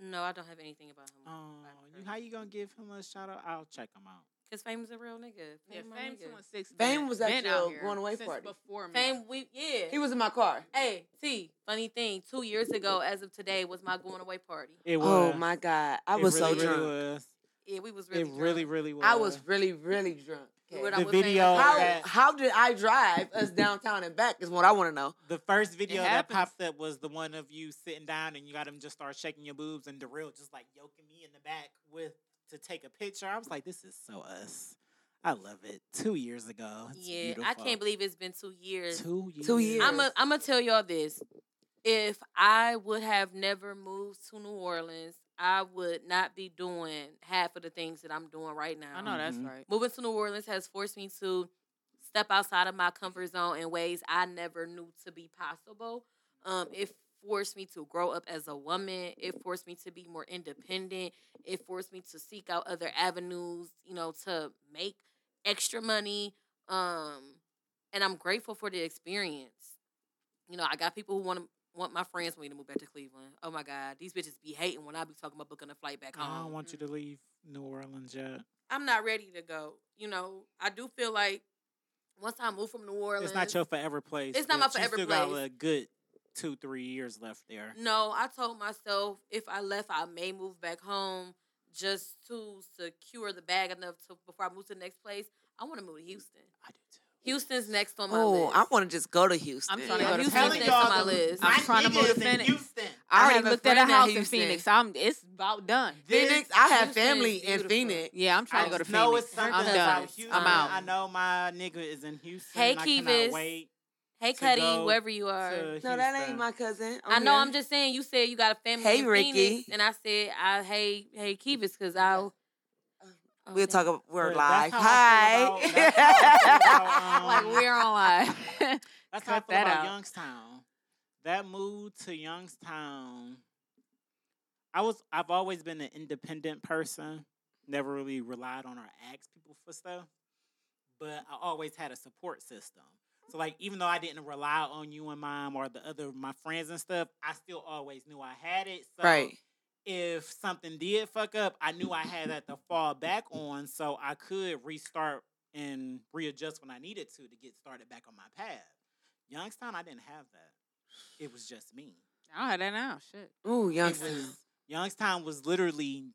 [SPEAKER 5] No, I don't have anything about him.
[SPEAKER 1] Oh, you, how you gonna give him a shout out? I'll check him out.
[SPEAKER 5] Cause Fame's a real nigga.
[SPEAKER 6] Yeah,
[SPEAKER 5] Fame, my
[SPEAKER 6] Fame
[SPEAKER 5] nigga.
[SPEAKER 6] 216.
[SPEAKER 3] Fame
[SPEAKER 6] been-
[SPEAKER 3] was at
[SPEAKER 6] been
[SPEAKER 3] your
[SPEAKER 6] out here
[SPEAKER 3] going away
[SPEAKER 6] since
[SPEAKER 3] party.
[SPEAKER 6] before me.
[SPEAKER 5] Fame, we yeah.
[SPEAKER 3] He was in my car.
[SPEAKER 5] Hey, T, funny thing, two years ago, as of today, was my going away party.
[SPEAKER 1] It
[SPEAKER 3] Oh my god, I
[SPEAKER 1] It
[SPEAKER 3] was
[SPEAKER 1] really,
[SPEAKER 3] so
[SPEAKER 1] really
[SPEAKER 3] drunk.
[SPEAKER 1] was.
[SPEAKER 5] Yeah, we was really
[SPEAKER 1] it really,
[SPEAKER 5] drunk.
[SPEAKER 1] really was.
[SPEAKER 3] I was really, really drunk.
[SPEAKER 5] You were
[SPEAKER 3] okay?
[SPEAKER 5] not
[SPEAKER 1] The
[SPEAKER 5] with Fame
[SPEAKER 1] video
[SPEAKER 5] like
[SPEAKER 1] How-
[SPEAKER 5] that.
[SPEAKER 3] How how did I drive us downtown and back? Is what I want to know.
[SPEAKER 1] the first video that
[SPEAKER 6] happens.
[SPEAKER 1] popped up was the one of you sitting down and you got him just start shaking your boobs and Darrell just like yoking me in the back with to take a picture. I was like, this is so us. I love it. Two years ago. It's
[SPEAKER 5] Yeah, I
[SPEAKER 1] beautiful.
[SPEAKER 5] can't believe it's been two years.
[SPEAKER 1] two years.
[SPEAKER 3] Two years.
[SPEAKER 5] I'm a, I'm gonna tell y'all this. If I would have never moved to New Orleans, I would not be doing half of the things that I'm doing right now.
[SPEAKER 6] I know that's
[SPEAKER 1] Mhm.
[SPEAKER 6] right.
[SPEAKER 5] Moving to New Orleans has forced me to step outside of my comfort zone in ways I never knew to be possible. Um, it forced me to grow up as a woman. It forced me to be more independent. It forced me to seek out other avenues, you know, to make extra money. Um, and I'm grateful for the experience. You know, I got people who want to want my friends want me to move back to Cleveland. Oh my God, these bitches be hating when I be talking about booking a Oh. flight back home.
[SPEAKER 1] I don't want you to leave New Orleans yet.
[SPEAKER 5] I'm not ready to go. You know, I do feel like once I move from New Orleans,
[SPEAKER 1] It's not your forever place.
[SPEAKER 5] It's not
[SPEAKER 1] but
[SPEAKER 5] my forever
[SPEAKER 1] you still Got
[SPEAKER 5] place.
[SPEAKER 1] a good two, three years left there.
[SPEAKER 5] No, I told myself if I left, I may move back home just to secure the bag enough to before I move to the next place. I want to move to Houston.
[SPEAKER 1] I do too.
[SPEAKER 5] Houston's next on my
[SPEAKER 3] Oh,
[SPEAKER 5] list.
[SPEAKER 3] I want to just go to Houston.
[SPEAKER 6] I'm trying to
[SPEAKER 5] yeah,
[SPEAKER 6] go to
[SPEAKER 5] Houston's
[SPEAKER 6] Phoenix.
[SPEAKER 5] next on my list.
[SPEAKER 6] I'm trying to move to Phoenix. I
[SPEAKER 3] I have
[SPEAKER 6] already
[SPEAKER 3] a
[SPEAKER 6] looked at
[SPEAKER 3] friend
[SPEAKER 6] a
[SPEAKER 3] in
[SPEAKER 6] house in
[SPEAKER 3] Houston.
[SPEAKER 6] Phoenix. I'm it's about done.
[SPEAKER 3] Phoenix. I have
[SPEAKER 5] Houston is
[SPEAKER 3] family in
[SPEAKER 5] beautiful.
[SPEAKER 3] Phoenix.
[SPEAKER 6] Yeah, I'm trying
[SPEAKER 1] I
[SPEAKER 6] to go to
[SPEAKER 1] just know
[SPEAKER 6] Phoenix.
[SPEAKER 1] it's something
[SPEAKER 6] I'm
[SPEAKER 1] about
[SPEAKER 6] done.
[SPEAKER 1] Houston.
[SPEAKER 6] I'm out.
[SPEAKER 1] I know my nigga is in Houston.
[SPEAKER 5] Hey,
[SPEAKER 1] I
[SPEAKER 5] Kivas.
[SPEAKER 1] cannot wait
[SPEAKER 5] hey,
[SPEAKER 1] to
[SPEAKER 5] Cuddy,
[SPEAKER 1] go
[SPEAKER 5] wherever you
[SPEAKER 1] to
[SPEAKER 5] are.
[SPEAKER 1] Houston.
[SPEAKER 3] No, that ain't my cousin.
[SPEAKER 5] I know. I'm just saying. You said you got a family.
[SPEAKER 3] Hey,
[SPEAKER 5] in
[SPEAKER 3] Ricky.
[SPEAKER 5] Phoenix, and I said, I hey hey Kivas, because I'll. Oh,
[SPEAKER 3] We'll
[SPEAKER 5] thank-
[SPEAKER 3] talk. About, we're
[SPEAKER 1] But
[SPEAKER 3] live.
[SPEAKER 1] that's how I feel about- that's how I
[SPEAKER 3] Hi.
[SPEAKER 1] feel
[SPEAKER 6] like
[SPEAKER 1] Um,
[SPEAKER 6] we're on live.
[SPEAKER 1] That's how I
[SPEAKER 6] Cut
[SPEAKER 1] feel
[SPEAKER 6] that
[SPEAKER 1] about
[SPEAKER 6] out.
[SPEAKER 1] Youngstown. That move to Youngstown, I was I've always been an independent person. Never really relied on or asked people for stuff. But I always had a support system. So like even though I didn't rely on you and mom or the other my friends and stuff, I still always knew I had it. So
[SPEAKER 3] right.
[SPEAKER 1] if something did fuck up, I knew I had that to fall back on so I could restart and readjust when I needed to to get started back on my path. Youngstown, I didn't have that. It was just me.
[SPEAKER 6] I don't have that now. Shit.
[SPEAKER 3] Ooh,
[SPEAKER 1] It
[SPEAKER 3] Youngstown.
[SPEAKER 1] was- Youngstown was literally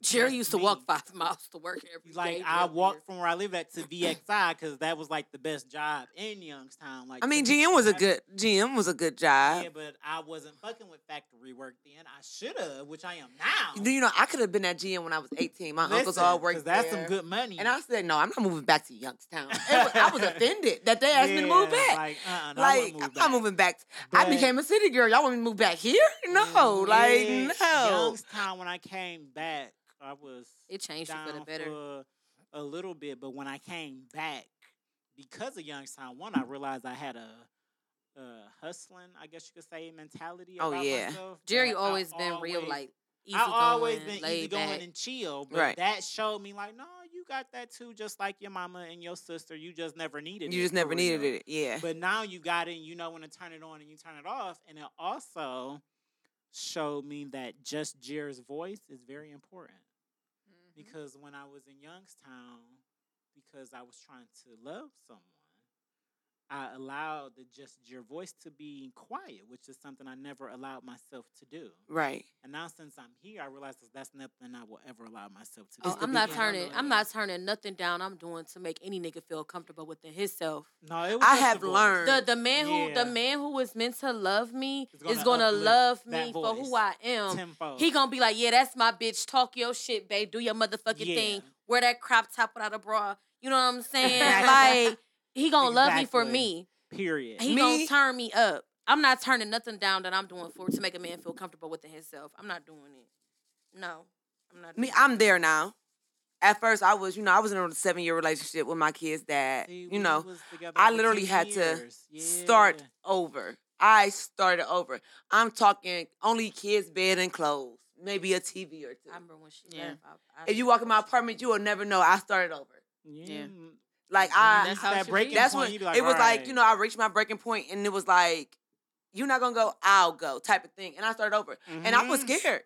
[SPEAKER 5] Jerry
[SPEAKER 1] That's
[SPEAKER 5] used to
[SPEAKER 1] me.
[SPEAKER 5] walk five miles to work every day.
[SPEAKER 1] like I
[SPEAKER 5] up
[SPEAKER 1] walked
[SPEAKER 5] here.
[SPEAKER 1] from where I live at to VXI because that was like the best job in Youngstown. Like
[SPEAKER 3] I mean,
[SPEAKER 1] to be
[SPEAKER 3] GM was a
[SPEAKER 1] back-
[SPEAKER 3] good GM was a good job.
[SPEAKER 1] Yeah, but I wasn't fucking with factory work then. I should have, which I am now.
[SPEAKER 3] Do You know, I could have been at GM when I was 18. My uncles
[SPEAKER 1] Listen,
[SPEAKER 3] all
[SPEAKER 1] 'cause
[SPEAKER 3] worked
[SPEAKER 1] That's
[SPEAKER 3] there.
[SPEAKER 1] some good money.
[SPEAKER 3] And I said, no, I'm not moving back to Youngstown. It was- I was offended that they asked me to move
[SPEAKER 1] Yeah,
[SPEAKER 3] back.
[SPEAKER 1] Like, uh-uh, no, I
[SPEAKER 3] Like,
[SPEAKER 1] wouldn't
[SPEAKER 3] I'm
[SPEAKER 1] move
[SPEAKER 3] not
[SPEAKER 1] back.
[SPEAKER 3] moving back. I
[SPEAKER 1] But- Mm,
[SPEAKER 3] became a city girl. Y'all want me to move back here? No, like,
[SPEAKER 1] Yeah,
[SPEAKER 3] no.
[SPEAKER 1] Youngstown, when I came back, I was
[SPEAKER 5] It changed you
[SPEAKER 1] down
[SPEAKER 5] for the better.
[SPEAKER 1] for a little bit, but when I came back, because of Youngstown, one,
[SPEAKER 3] Mm-hmm.
[SPEAKER 1] I realized I had a, a hustling, I guess you could say, mentality.
[SPEAKER 3] Oh,
[SPEAKER 1] about
[SPEAKER 3] yeah.
[SPEAKER 1] myself,
[SPEAKER 5] Jerry
[SPEAKER 1] that I
[SPEAKER 5] always been real,
[SPEAKER 1] always-
[SPEAKER 5] like easy
[SPEAKER 1] I've always
[SPEAKER 5] going,
[SPEAKER 1] been
[SPEAKER 5] laid
[SPEAKER 1] easygoing
[SPEAKER 5] back.
[SPEAKER 1] and chill, but
[SPEAKER 3] Right.
[SPEAKER 1] that showed me like, no, you got that too, just like your mama and your sister. You just never needed it.
[SPEAKER 3] You just
[SPEAKER 1] for
[SPEAKER 3] never needed
[SPEAKER 1] real.
[SPEAKER 3] it. Yeah.
[SPEAKER 1] But now you got it and you know when to turn it on and you turn it off. And it also showed me that just Jer's voice is very important.
[SPEAKER 2] Mm,
[SPEAKER 1] Because when I was in Youngstown, because I was trying to love someone, I allowed the just your voice to be quiet, which is something I never allowed myself to do.
[SPEAKER 3] Right.
[SPEAKER 1] And now since I'm here, I realize that that's nothing I will ever allow myself to do.
[SPEAKER 5] Oh,
[SPEAKER 3] It's the
[SPEAKER 5] I'm not
[SPEAKER 3] big
[SPEAKER 5] turning.
[SPEAKER 1] handle.
[SPEAKER 5] I'm not turning nothing down. I'm doing to make any nigga feel comfortable within himself.
[SPEAKER 1] No, it was
[SPEAKER 3] I
[SPEAKER 1] just the
[SPEAKER 3] have
[SPEAKER 1] voice.
[SPEAKER 3] learned.
[SPEAKER 5] The the man who
[SPEAKER 1] Yeah.
[SPEAKER 5] the man who was meant to love me
[SPEAKER 1] Is gonna
[SPEAKER 5] is gonna
[SPEAKER 1] uplift
[SPEAKER 5] love
[SPEAKER 1] that
[SPEAKER 5] me for
[SPEAKER 1] voice.
[SPEAKER 5] who I am.
[SPEAKER 1] tenfold.
[SPEAKER 5] um, He gonna be like, yeah, that's my bitch. Talk your shit, babe. Do your motherfucking
[SPEAKER 1] Yeah.
[SPEAKER 5] thing. Wear that crop top without a bra. You know what I'm saying?
[SPEAKER 1] Exactly.
[SPEAKER 5] Like he gonna love me for
[SPEAKER 1] Exactly.
[SPEAKER 5] me.
[SPEAKER 1] period.
[SPEAKER 5] He
[SPEAKER 3] Me-
[SPEAKER 5] gonna turn me up. I'm not turning nothing down that I'm doing for to make a man feel comfortable within himself. I'm not doing it. No, I'm not.
[SPEAKER 3] Me,
[SPEAKER 5] doing
[SPEAKER 3] I'm there now. At first, I was, you know, I was in a seven year relationship with my kid's dad.
[SPEAKER 1] See, we
[SPEAKER 3] you know,
[SPEAKER 1] was together
[SPEAKER 3] I
[SPEAKER 1] over
[SPEAKER 3] literally
[SPEAKER 1] 10
[SPEAKER 3] had to
[SPEAKER 1] years.
[SPEAKER 3] start
[SPEAKER 1] Yeah.
[SPEAKER 3] over. I started over. I'm talking only kids' bed and clothes, maybe a TV or two.
[SPEAKER 5] I remember when she
[SPEAKER 6] Yeah.
[SPEAKER 5] left. I, I
[SPEAKER 3] if you walk in my apartment, you will never know I started over.
[SPEAKER 1] Yeah. mm,
[SPEAKER 3] Like
[SPEAKER 6] Mhm,
[SPEAKER 3] I,
[SPEAKER 6] that's
[SPEAKER 1] it's
[SPEAKER 6] how it should
[SPEAKER 1] that
[SPEAKER 6] be.
[SPEAKER 1] breaking
[SPEAKER 3] that's
[SPEAKER 1] point.
[SPEAKER 3] when
[SPEAKER 1] you be like,
[SPEAKER 3] it was
[SPEAKER 1] "All
[SPEAKER 3] like
[SPEAKER 1] right."
[SPEAKER 3] you know I reached my breaking point, and it was like, you're not gonna go, I'll go type of thing, and I started over, and I was
[SPEAKER 1] Mhm.
[SPEAKER 3] scared.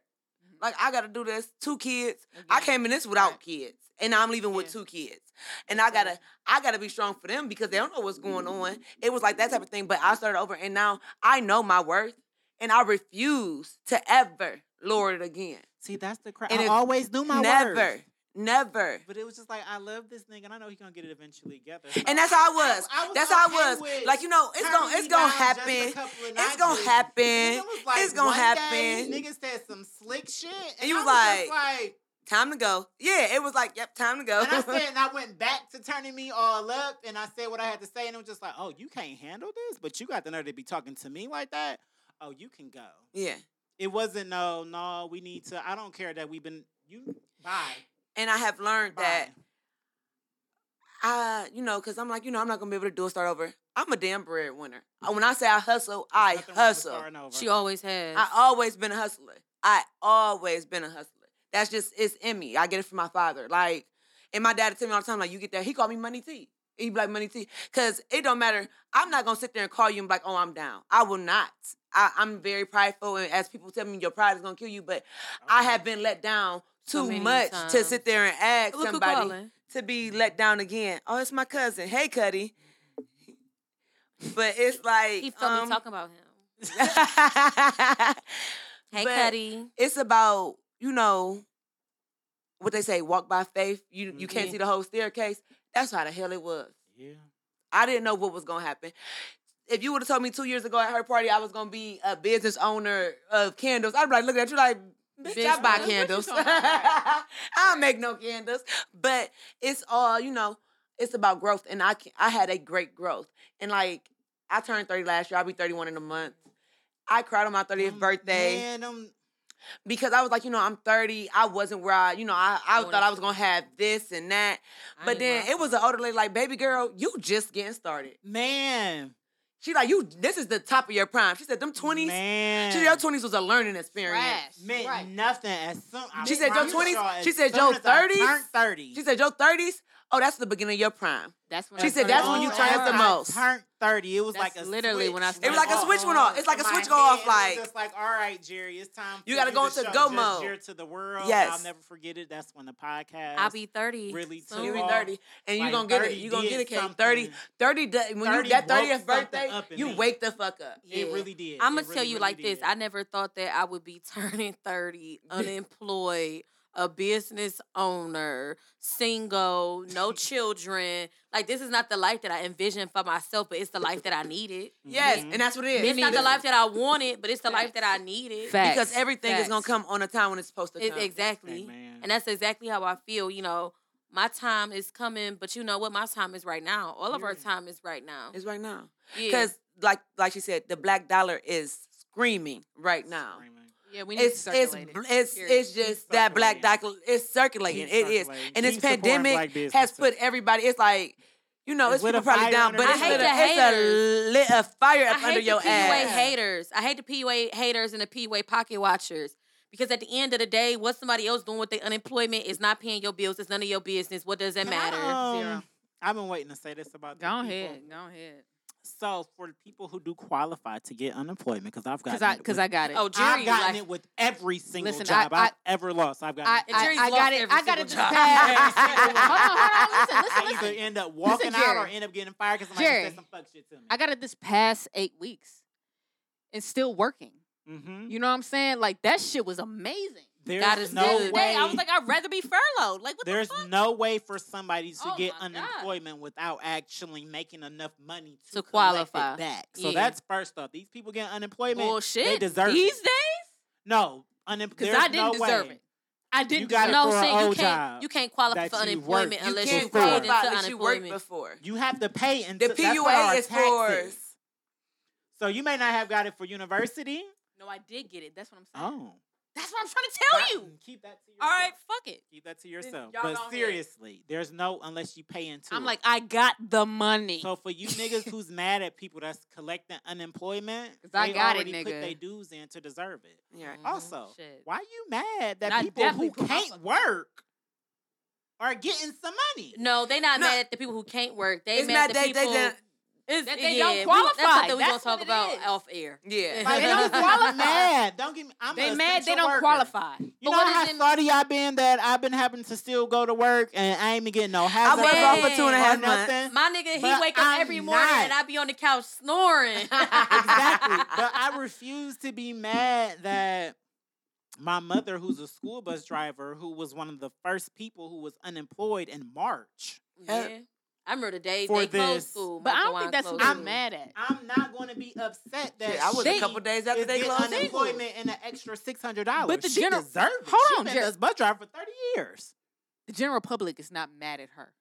[SPEAKER 3] Like I gotta do this. Two kids. I
[SPEAKER 6] Again.
[SPEAKER 3] came in this without
[SPEAKER 6] Right.
[SPEAKER 3] kids, and now I'm leaving with
[SPEAKER 6] Yeah.
[SPEAKER 3] two kids, and I gotta I gotta be strong for them because they don't know what's going on.
[SPEAKER 1] Mm-hmm.
[SPEAKER 3] It was like that type of thing, but I started over, and now I know my worth, and I refuse to ever lower it again.
[SPEAKER 1] See, that's the crap.
[SPEAKER 3] And
[SPEAKER 1] I
[SPEAKER 3] if-
[SPEAKER 1] always do my
[SPEAKER 3] never,
[SPEAKER 1] worth.
[SPEAKER 3] never.
[SPEAKER 1] But it was just like I love this nigga, and I know he's gonna get it eventually together.
[SPEAKER 3] And that's how I was.
[SPEAKER 1] I was
[SPEAKER 3] that's how
[SPEAKER 1] okay
[SPEAKER 3] I was.
[SPEAKER 1] with
[SPEAKER 3] Like you know, it's gonna it's gonna happen. It's gonna happen. It's gonna happen.
[SPEAKER 1] Nigga said some slick shit, and,
[SPEAKER 3] you
[SPEAKER 1] I
[SPEAKER 3] was
[SPEAKER 1] was just
[SPEAKER 3] like-
[SPEAKER 1] like
[SPEAKER 3] Time to go. Yeah, it was like yep, time to go.
[SPEAKER 1] And I said, and I went back to turning me all up, and I said what I had to say, and it was just like, oh, you can't handle this, but you got the nerve to be talking to me like that. Oh, you can go.
[SPEAKER 3] yeah.
[SPEAKER 1] It wasn't no, no. We need to. I don't care that we've been you. Bye.
[SPEAKER 3] And I have learned
[SPEAKER 1] Bye.
[SPEAKER 3] that I, you know, because I'm like, you know, I'm not gonna be able to do a start over. I'm a damn breadwinner. Uh, When I say I hustle,
[SPEAKER 1] There's
[SPEAKER 3] I
[SPEAKER 1] nothing wrong with
[SPEAKER 3] hustle.
[SPEAKER 1] starting over.
[SPEAKER 5] She always has.
[SPEAKER 3] I always been a hustler. I always been a hustler. That's just it's in me. I get it from my father. Like, and my dad would tell me all the time, like, you get that. He called me money T. He be like money T. Cause it don't matter. I'm not gonna sit there and call you and be like, oh, I'm down. I will not. I, I'm very prideful, and as people tell me, your pride is gonna kill you. But I
[SPEAKER 1] Okay.
[SPEAKER 3] have been let down
[SPEAKER 5] So
[SPEAKER 3] too
[SPEAKER 5] many
[SPEAKER 3] much to
[SPEAKER 5] times.
[SPEAKER 3] sit there and ask
[SPEAKER 5] Look who
[SPEAKER 3] somebody
[SPEAKER 5] calling.
[SPEAKER 3] to be let down again. Oh, it's my cousin. Hey, Cuddy. But it's like
[SPEAKER 5] Mm. He felt
[SPEAKER 3] um,
[SPEAKER 5] me talking about him.
[SPEAKER 3] but
[SPEAKER 5] Hey, Cuddy.
[SPEAKER 3] It's about you know what they say: walk by faith. You you can't
[SPEAKER 5] Mhm.
[SPEAKER 3] see the whole staircase. That's how the hell it was.
[SPEAKER 1] Yeah.
[SPEAKER 3] I didn't know what was gonna happen. If you would have told me two years ago at her party I was gonna be a business owner of candles, I'd be like looking at you like, bitch,
[SPEAKER 5] Bitch,
[SPEAKER 3] I buy
[SPEAKER 5] what you
[SPEAKER 3] candles.
[SPEAKER 6] talking about?
[SPEAKER 3] I don't make no candles. But it's all, you know, it's about growth. And I can, I had a great growth. And like I turned 30 last year, I'll be 31 in a month. I cried on my 30th
[SPEAKER 5] Oh,
[SPEAKER 1] Um,
[SPEAKER 3] birthday
[SPEAKER 1] Man, um, them-
[SPEAKER 3] because I was like, you know, I'm 30. I wasn't where I, you know, I, I
[SPEAKER 5] I
[SPEAKER 3] thought
[SPEAKER 5] wanted
[SPEAKER 3] I was
[SPEAKER 5] to
[SPEAKER 3] gonna
[SPEAKER 5] be.
[SPEAKER 3] have this and that.
[SPEAKER 5] I
[SPEAKER 3] But
[SPEAKER 5] need
[SPEAKER 3] then
[SPEAKER 5] my
[SPEAKER 3] it was an older lady like, baby girl, you just getting started.
[SPEAKER 1] man.
[SPEAKER 3] She like, you this is the top of your prime. She said, them twenties.
[SPEAKER 1] Man.
[SPEAKER 3] She said your twenties was a learning experience.
[SPEAKER 6] Trash.
[SPEAKER 1] meant
[SPEAKER 6] Right.
[SPEAKER 1] nothing as soon. I
[SPEAKER 3] She said, "Yo,
[SPEAKER 1] promise
[SPEAKER 3] 20s?"
[SPEAKER 1] y'all, as
[SPEAKER 3] She said,
[SPEAKER 1] soon
[SPEAKER 3] "Yo,
[SPEAKER 1] as I
[SPEAKER 3] 30s?"
[SPEAKER 1] turned thirty.
[SPEAKER 3] She said, your thirties, oh, that's the beginning of your prime.
[SPEAKER 6] That's when
[SPEAKER 3] She
[SPEAKER 6] I
[SPEAKER 3] said
[SPEAKER 6] started
[SPEAKER 3] that's
[SPEAKER 6] going
[SPEAKER 3] when "Oh, you
[SPEAKER 6] on
[SPEAKER 1] As
[SPEAKER 2] Oh,
[SPEAKER 3] turn
[SPEAKER 1] soon
[SPEAKER 3] up
[SPEAKER 1] as
[SPEAKER 3] the
[SPEAKER 1] I
[SPEAKER 3] most.
[SPEAKER 1] Turned thirty. It was
[SPEAKER 5] That's
[SPEAKER 1] like a
[SPEAKER 5] literally when I
[SPEAKER 1] switch
[SPEAKER 5] started
[SPEAKER 3] It was like a
[SPEAKER 1] off.
[SPEAKER 3] switch went off. It's like a
[SPEAKER 1] in my
[SPEAKER 3] switch go
[SPEAKER 1] head,
[SPEAKER 3] off
[SPEAKER 1] and
[SPEAKER 3] like
[SPEAKER 1] it was just like, all right, Jerry, it's time.
[SPEAKER 3] You
[SPEAKER 1] for
[SPEAKER 3] gotta go
[SPEAKER 1] to
[SPEAKER 3] into
[SPEAKER 1] show
[SPEAKER 3] go
[SPEAKER 1] just
[SPEAKER 3] mode.
[SPEAKER 1] your to the world.
[SPEAKER 3] Yes.
[SPEAKER 1] I'll never forget it. That's when the podcast.
[SPEAKER 5] I'll be 30.
[SPEAKER 1] really
[SPEAKER 5] soon.
[SPEAKER 1] took
[SPEAKER 3] you be
[SPEAKER 1] off.
[SPEAKER 3] 30. And you're
[SPEAKER 1] like,
[SPEAKER 3] gonna get it.
[SPEAKER 1] 30
[SPEAKER 3] You're gonna
[SPEAKER 1] did
[SPEAKER 3] get it, Kate.
[SPEAKER 1] something.
[SPEAKER 3] 30, 30 do- when you
[SPEAKER 1] 30
[SPEAKER 3] that
[SPEAKER 1] woke
[SPEAKER 3] 30th
[SPEAKER 1] something
[SPEAKER 3] birthday,
[SPEAKER 1] up in
[SPEAKER 3] you
[SPEAKER 1] me.
[SPEAKER 3] wake the fuck up.
[SPEAKER 1] It
[SPEAKER 5] Yeah.
[SPEAKER 1] really did.
[SPEAKER 5] I'm
[SPEAKER 1] It
[SPEAKER 5] gonna tell
[SPEAKER 1] really,
[SPEAKER 5] you
[SPEAKER 1] really
[SPEAKER 5] like this.
[SPEAKER 1] did.
[SPEAKER 5] I never thought that I would be turning 30, unemployed, a business owner, single, no children. Like this is not the life that I envisioned for myself, but it's the life that I needed.
[SPEAKER 3] Yes,
[SPEAKER 1] Mhm.
[SPEAKER 3] and that's what it is.
[SPEAKER 5] It's not the life that I wanted, but it's the life that I needed.
[SPEAKER 6] Facts.
[SPEAKER 3] because everything is gonna
[SPEAKER 6] Facts.
[SPEAKER 3] come on a time when it's supposed to
[SPEAKER 5] It,
[SPEAKER 3] come.
[SPEAKER 5] exactly.
[SPEAKER 1] Amen.
[SPEAKER 5] And that's exactly how I feel. You know, my time is coming, but you know what? My time is right now. All of our
[SPEAKER 1] Period.
[SPEAKER 5] time is right now.
[SPEAKER 3] It's right now.
[SPEAKER 5] Yeah.
[SPEAKER 3] Because like like she said, the black dollar is screaming right now.
[SPEAKER 1] Screaming.
[SPEAKER 6] Yeah, we need
[SPEAKER 3] It's
[SPEAKER 6] to
[SPEAKER 3] it's
[SPEAKER 6] circulate it.
[SPEAKER 3] bl- it's
[SPEAKER 6] Period.
[SPEAKER 3] it's just that black dollar. It's circulating.
[SPEAKER 1] Keep
[SPEAKER 3] It is,
[SPEAKER 1] circulating.
[SPEAKER 3] and this
[SPEAKER 1] Keep supporting
[SPEAKER 3] pandemic
[SPEAKER 1] black businesses.
[SPEAKER 3] has put everybody. It's like. You know,
[SPEAKER 1] It's
[SPEAKER 3] it's
[SPEAKER 1] lit a
[SPEAKER 3] people probably
[SPEAKER 1] fire
[SPEAKER 3] down,
[SPEAKER 1] under
[SPEAKER 3] but
[SPEAKER 1] their
[SPEAKER 3] it's,
[SPEAKER 5] I hate
[SPEAKER 3] lit a,
[SPEAKER 5] the haters.
[SPEAKER 3] it's a lit a fire
[SPEAKER 5] I
[SPEAKER 3] up
[SPEAKER 5] hate
[SPEAKER 3] under
[SPEAKER 5] the
[SPEAKER 3] your
[SPEAKER 5] PUA
[SPEAKER 3] ass.
[SPEAKER 5] haters. I hate the PUA haters and the PUA pocket watchers. Because at the end of the day, what somebody else doing with their unemployment is not paying your bills. It's none of your business. What does it
[SPEAKER 1] Can I,
[SPEAKER 5] matter?
[SPEAKER 1] um,
[SPEAKER 6] Zero.
[SPEAKER 1] I've been waiting to say this about.
[SPEAKER 6] Go
[SPEAKER 1] these
[SPEAKER 6] ahead.
[SPEAKER 1] people.
[SPEAKER 6] Go ahead.
[SPEAKER 1] So for the people who do qualify to get unemployment, because I've got
[SPEAKER 2] Because I, cause I got it.
[SPEAKER 5] Oh,
[SPEAKER 1] I've
[SPEAKER 5] Jerry,
[SPEAKER 1] gotten
[SPEAKER 5] like,
[SPEAKER 1] it with every single
[SPEAKER 2] Listen, I-
[SPEAKER 1] job I, have ever lost. I've gotten
[SPEAKER 2] I,
[SPEAKER 1] it.
[SPEAKER 2] I,
[SPEAKER 5] Jerry's
[SPEAKER 2] I
[SPEAKER 5] lost
[SPEAKER 2] got it.
[SPEAKER 5] every
[SPEAKER 2] I got it
[SPEAKER 5] single
[SPEAKER 2] just
[SPEAKER 5] job.
[SPEAKER 2] past.
[SPEAKER 1] Every single one.
[SPEAKER 2] hold on, hold on. Listen,
[SPEAKER 1] I
[SPEAKER 2] listen,
[SPEAKER 1] either
[SPEAKER 2] listen.
[SPEAKER 1] end up walking out or
[SPEAKER 2] Jerry.
[SPEAKER 1] end up getting fired because somebody
[SPEAKER 2] Jerry.
[SPEAKER 1] said some fuck shit to me.
[SPEAKER 2] I got it this past eight weeks. It's still working.
[SPEAKER 1] mm-hmm.
[SPEAKER 2] You know what I'm saying? Like that shit was amazing.
[SPEAKER 1] There's
[SPEAKER 5] God is
[SPEAKER 1] no
[SPEAKER 5] good.
[SPEAKER 1] way.
[SPEAKER 6] Hey, I was like, I'd rather be furloughed. Like, what
[SPEAKER 1] there's
[SPEAKER 6] the fuck?
[SPEAKER 1] no way for somebody to
[SPEAKER 6] Oh
[SPEAKER 1] get
[SPEAKER 6] my God.
[SPEAKER 1] unemployment without actually making enough money to,
[SPEAKER 5] To
[SPEAKER 1] collect it
[SPEAKER 5] qualify.
[SPEAKER 1] back. So
[SPEAKER 5] Yeah.
[SPEAKER 1] that's first off. These people get unemployment.
[SPEAKER 5] well,
[SPEAKER 1] they
[SPEAKER 5] shit.
[SPEAKER 1] deserve
[SPEAKER 5] These
[SPEAKER 1] it.
[SPEAKER 5] days,
[SPEAKER 1] No, unem-
[SPEAKER 2] Because
[SPEAKER 1] there's
[SPEAKER 2] I didn't
[SPEAKER 1] no
[SPEAKER 2] deserve
[SPEAKER 1] way.
[SPEAKER 2] it. I didn't
[SPEAKER 1] You got
[SPEAKER 2] deserve
[SPEAKER 1] it
[SPEAKER 5] no,
[SPEAKER 1] for a
[SPEAKER 5] shit, you
[SPEAKER 1] old
[SPEAKER 5] can't.
[SPEAKER 1] job
[SPEAKER 5] You can't qualify
[SPEAKER 1] that
[SPEAKER 5] for
[SPEAKER 1] you
[SPEAKER 5] unemployment
[SPEAKER 1] worked. You
[SPEAKER 5] unless
[SPEAKER 1] can't
[SPEAKER 5] you
[SPEAKER 1] qualify
[SPEAKER 5] paid into
[SPEAKER 3] unless you worked
[SPEAKER 5] unemployment.
[SPEAKER 3] before.
[SPEAKER 1] You have to pay and
[SPEAKER 3] The
[SPEAKER 1] t- that's what our
[SPEAKER 3] PUA is for
[SPEAKER 1] taxes. So you may not have got it for university.
[SPEAKER 6] No, I did get it. That's what I'm saying.
[SPEAKER 1] Oh,
[SPEAKER 6] That's what I'm trying to tell you.
[SPEAKER 1] keep that to yourself.
[SPEAKER 6] All right, fuck it.
[SPEAKER 1] keep that to yourself.
[SPEAKER 6] y'all
[SPEAKER 1] But
[SPEAKER 6] don't hear.
[SPEAKER 1] seriously, there's no unless you pay into.
[SPEAKER 6] I'm
[SPEAKER 1] it.
[SPEAKER 6] like, I got the money.
[SPEAKER 1] So for you niggas who's mad at people that's collecting unemployment,
[SPEAKER 2] 'Cause
[SPEAKER 1] they
[SPEAKER 2] I got it,
[SPEAKER 1] already put
[SPEAKER 2] nigga.
[SPEAKER 1] their dues in to deserve it.
[SPEAKER 3] Yeah.
[SPEAKER 5] Mhm,
[SPEAKER 1] Also,
[SPEAKER 5] shit.
[SPEAKER 1] why you mad that
[SPEAKER 2] And I
[SPEAKER 1] people
[SPEAKER 2] definitely
[SPEAKER 1] who
[SPEAKER 2] put my
[SPEAKER 1] can't work are getting some money?
[SPEAKER 5] No, they not
[SPEAKER 3] No.
[SPEAKER 5] mad at the people who can't work. They
[SPEAKER 3] It's
[SPEAKER 5] mad
[SPEAKER 3] not
[SPEAKER 5] at the
[SPEAKER 3] they, they,
[SPEAKER 5] people
[SPEAKER 3] done-
[SPEAKER 6] It's-
[SPEAKER 5] that
[SPEAKER 6] they
[SPEAKER 5] yeah,
[SPEAKER 6] don't
[SPEAKER 5] we-
[SPEAKER 6] qualify.
[SPEAKER 5] that's something we
[SPEAKER 6] That's
[SPEAKER 5] gonna talk
[SPEAKER 6] what it
[SPEAKER 5] about
[SPEAKER 6] is.
[SPEAKER 5] off air.
[SPEAKER 3] yeah.
[SPEAKER 1] Like,
[SPEAKER 6] They don't
[SPEAKER 1] I'm
[SPEAKER 6] qualify.
[SPEAKER 1] Mad. Don't give me. I'm
[SPEAKER 2] They
[SPEAKER 1] an
[SPEAKER 2] mad they
[SPEAKER 1] essential
[SPEAKER 2] don't
[SPEAKER 1] worker.
[SPEAKER 2] qualify.
[SPEAKER 1] You know
[SPEAKER 5] But what is
[SPEAKER 1] how
[SPEAKER 5] in-
[SPEAKER 1] salty I've been that I've been having to still go to work and I ain't been getting no
[SPEAKER 3] I
[SPEAKER 1] hazard
[SPEAKER 3] was
[SPEAKER 5] Man.
[SPEAKER 3] off for two and a
[SPEAKER 1] pay or
[SPEAKER 3] half months.
[SPEAKER 1] nothing.
[SPEAKER 5] My nigga, he
[SPEAKER 1] But
[SPEAKER 5] wake up
[SPEAKER 1] I'm
[SPEAKER 5] every morning
[SPEAKER 1] not.
[SPEAKER 5] and I be on the couch snoring.
[SPEAKER 1] exactly. But I refuse to be mad that my mother, who's a school bus driver, who was one of the first people who was unemployed in March.
[SPEAKER 5] Yeah. I remember the day
[SPEAKER 1] For
[SPEAKER 5] they
[SPEAKER 1] this.
[SPEAKER 5] closed school.
[SPEAKER 2] But I
[SPEAKER 5] Martha
[SPEAKER 2] don't
[SPEAKER 5] Wine
[SPEAKER 2] think that's
[SPEAKER 5] closed
[SPEAKER 2] what I'm
[SPEAKER 5] school.
[SPEAKER 2] mad at.
[SPEAKER 1] I'm not going to be upset that
[SPEAKER 3] Shit, I was
[SPEAKER 1] she
[SPEAKER 3] a couple days after
[SPEAKER 1] is
[SPEAKER 3] they
[SPEAKER 1] getting
[SPEAKER 3] closed.
[SPEAKER 1] unemployment and an extra six hundred dollars.
[SPEAKER 2] But the
[SPEAKER 1] she
[SPEAKER 2] general-
[SPEAKER 1] deserved it.
[SPEAKER 2] Hold
[SPEAKER 1] She
[SPEAKER 2] on,
[SPEAKER 1] been
[SPEAKER 2] Jer-
[SPEAKER 1] this bus driver for thirty years.
[SPEAKER 2] The general public is not mad at her,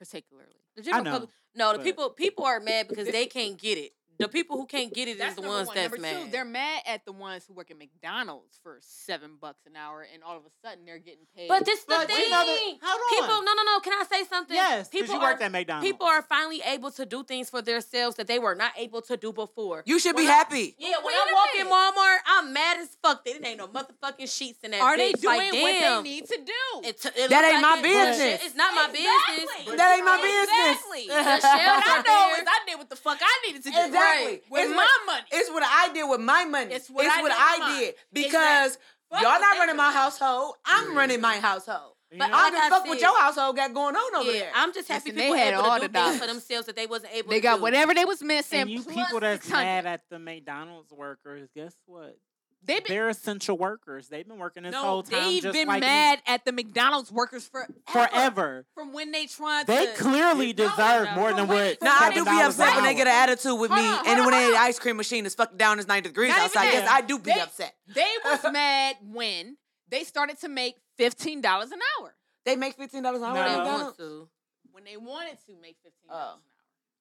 [SPEAKER 2] particularly.
[SPEAKER 5] The
[SPEAKER 1] I
[SPEAKER 5] general
[SPEAKER 1] know.
[SPEAKER 5] public- no, the
[SPEAKER 1] but-
[SPEAKER 5] people people are mad because they can't get it. The people who can't get it is the
[SPEAKER 2] number
[SPEAKER 5] ones
[SPEAKER 2] one.
[SPEAKER 5] that's
[SPEAKER 2] number
[SPEAKER 5] mad.
[SPEAKER 2] Two, they're mad at the ones who work at McDonald's for seven bucks an hour, and all of a sudden they're getting paid.
[SPEAKER 5] but this the
[SPEAKER 1] But
[SPEAKER 5] thing.
[SPEAKER 1] we know that- hold on.
[SPEAKER 5] People, no, no, no. Can I say something?
[SPEAKER 1] yes, because
[SPEAKER 5] people
[SPEAKER 1] you
[SPEAKER 5] are
[SPEAKER 1] worked at McDonald's.
[SPEAKER 5] people are finally able to do things for themselves that they were not able to do before.
[SPEAKER 3] You should be
[SPEAKER 5] Well,
[SPEAKER 3] happy.
[SPEAKER 5] yeah, when
[SPEAKER 2] Wait
[SPEAKER 5] I
[SPEAKER 2] a
[SPEAKER 5] walk in Walmart, I'm mad as fuck that it ain't no motherfucking sheets in that.
[SPEAKER 2] are they
[SPEAKER 5] bitch.
[SPEAKER 2] doing
[SPEAKER 5] like,
[SPEAKER 2] what
[SPEAKER 5] damn.
[SPEAKER 2] they need to do?
[SPEAKER 5] It t- it
[SPEAKER 3] That ain't
[SPEAKER 5] look like
[SPEAKER 3] my
[SPEAKER 5] it, but
[SPEAKER 3] business.
[SPEAKER 5] It's not my business.
[SPEAKER 3] That ain't my business.
[SPEAKER 6] Exactly.
[SPEAKER 5] The shelves
[SPEAKER 6] I
[SPEAKER 5] are
[SPEAKER 6] know
[SPEAKER 5] there.
[SPEAKER 6] is I did what the fuck I needed to do.
[SPEAKER 3] Exactly.
[SPEAKER 5] Right.
[SPEAKER 6] With
[SPEAKER 3] It's
[SPEAKER 6] my money.
[SPEAKER 3] It's what I did with my money.
[SPEAKER 6] It's what I did with mine.
[SPEAKER 3] did. Because
[SPEAKER 6] Fuck
[SPEAKER 3] y'all
[SPEAKER 6] what
[SPEAKER 3] not
[SPEAKER 6] they
[SPEAKER 3] running my
[SPEAKER 6] doing.
[SPEAKER 3] household. I'm running my household.
[SPEAKER 1] You
[SPEAKER 5] but
[SPEAKER 1] know?
[SPEAKER 3] I don't
[SPEAKER 5] Like
[SPEAKER 3] give
[SPEAKER 5] I
[SPEAKER 3] a fuck what
[SPEAKER 5] said-
[SPEAKER 3] your household got going on over
[SPEAKER 5] Yeah,
[SPEAKER 3] there.
[SPEAKER 5] I'm just happy
[SPEAKER 2] Listen, they
[SPEAKER 5] people
[SPEAKER 2] had
[SPEAKER 5] able to
[SPEAKER 2] all
[SPEAKER 5] do
[SPEAKER 2] the
[SPEAKER 5] things for
[SPEAKER 2] dollars.
[SPEAKER 5] themselves that they wasn't able
[SPEAKER 2] They
[SPEAKER 5] to
[SPEAKER 2] got
[SPEAKER 5] do.
[SPEAKER 2] whatever they was meant saying.
[SPEAKER 1] and you people that's
[SPEAKER 2] 600.
[SPEAKER 1] mad at the McDonald's workers, guess what?
[SPEAKER 2] They've been,
[SPEAKER 1] They're essential workers. They've been working this whole
[SPEAKER 2] no,
[SPEAKER 1] time.
[SPEAKER 2] they've
[SPEAKER 1] just
[SPEAKER 2] been
[SPEAKER 1] like we-
[SPEAKER 2] mad at the McDonald's workers for
[SPEAKER 1] forever.
[SPEAKER 2] from when they tried
[SPEAKER 1] They
[SPEAKER 2] to.
[SPEAKER 1] clearly
[SPEAKER 2] No,
[SPEAKER 1] deserve
[SPEAKER 2] no.
[SPEAKER 1] more than
[SPEAKER 2] But
[SPEAKER 1] what.
[SPEAKER 2] wait,
[SPEAKER 3] Now I do be
[SPEAKER 1] $7
[SPEAKER 3] upset when
[SPEAKER 1] an
[SPEAKER 3] they get
[SPEAKER 1] hour.
[SPEAKER 3] an attitude with me,
[SPEAKER 2] Hold on,
[SPEAKER 3] and
[SPEAKER 2] hold
[SPEAKER 3] when
[SPEAKER 2] on.
[SPEAKER 3] the ice cream machine is fucking down, it's ninety degrees
[SPEAKER 2] Not even
[SPEAKER 3] outside. Yes,
[SPEAKER 2] that.
[SPEAKER 3] I do be
[SPEAKER 2] They-
[SPEAKER 3] upset.
[SPEAKER 2] they was mad when they started to make fifteen dollars an hour
[SPEAKER 3] They make fifteen dollars an hour.
[SPEAKER 1] No.
[SPEAKER 3] at
[SPEAKER 5] They
[SPEAKER 1] Uh,
[SPEAKER 3] McDonald's.
[SPEAKER 5] want to.
[SPEAKER 2] when they wanted to make fifteen dollars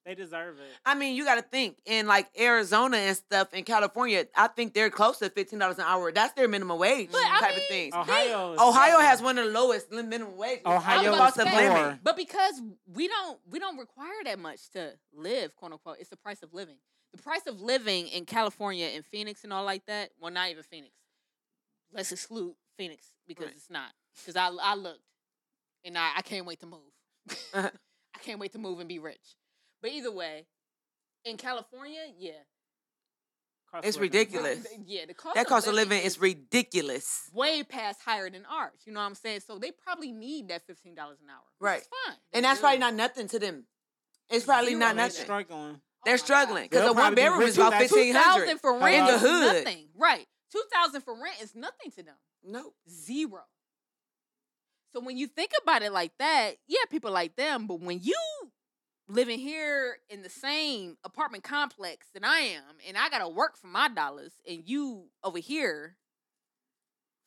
[SPEAKER 1] They deserve it.
[SPEAKER 3] I mean, you got to think in like Arizona and stuff in California. I think they're close to fifteen dollars an hour. That's their minimum wage
[SPEAKER 2] But, I
[SPEAKER 3] type of
[SPEAKER 2] mean,
[SPEAKER 3] things.
[SPEAKER 1] Ohio. is-
[SPEAKER 3] Ohio has one of the lowest li- minimum wages.
[SPEAKER 1] Oh, Ohio
[SPEAKER 2] is
[SPEAKER 3] cost of
[SPEAKER 2] four.
[SPEAKER 3] living.
[SPEAKER 2] But because we don't we don't require that much to live, quote unquote, it's the price of living. The price of living in California and Phoenix and all like that. Well, not even Phoenix. Let's exclude Phoenix because
[SPEAKER 3] Right.
[SPEAKER 2] it's not. Because I I looked and I, I can't wait to move.
[SPEAKER 3] Uh-huh.
[SPEAKER 2] I can't wait to move and be rich. But either way, in California, yeah,
[SPEAKER 1] Cost
[SPEAKER 3] It's
[SPEAKER 1] of living.
[SPEAKER 3] ridiculous.
[SPEAKER 2] yeah, the cost
[SPEAKER 3] That cost of living
[SPEAKER 2] is
[SPEAKER 3] is ridiculous.
[SPEAKER 2] way past higher than ours. You know what I'm saying? So they probably need that fifteen dollars an hour.
[SPEAKER 3] Right.
[SPEAKER 2] It's fine.
[SPEAKER 3] And that's probably not nothing to them. It's probably
[SPEAKER 2] Zero.
[SPEAKER 1] They're
[SPEAKER 3] not nothing.
[SPEAKER 1] struggling.
[SPEAKER 3] They're
[SPEAKER 2] my God.
[SPEAKER 3] struggling because
[SPEAKER 1] They'll
[SPEAKER 3] a one
[SPEAKER 1] probably be
[SPEAKER 3] bedroom
[SPEAKER 1] rich
[SPEAKER 3] is about
[SPEAKER 1] without you.
[SPEAKER 2] Two
[SPEAKER 3] fifteen hundred.
[SPEAKER 2] thousand for rent
[SPEAKER 3] In the
[SPEAKER 2] is
[SPEAKER 3] hood.
[SPEAKER 2] nothing. Right. Two thousand for rent is nothing to them.
[SPEAKER 3] No,
[SPEAKER 2] Zero. So when you think about it like that, yeah, people like them. But when you living here in the same apartment complex that I am, and I gotta work for my dollars, and you over here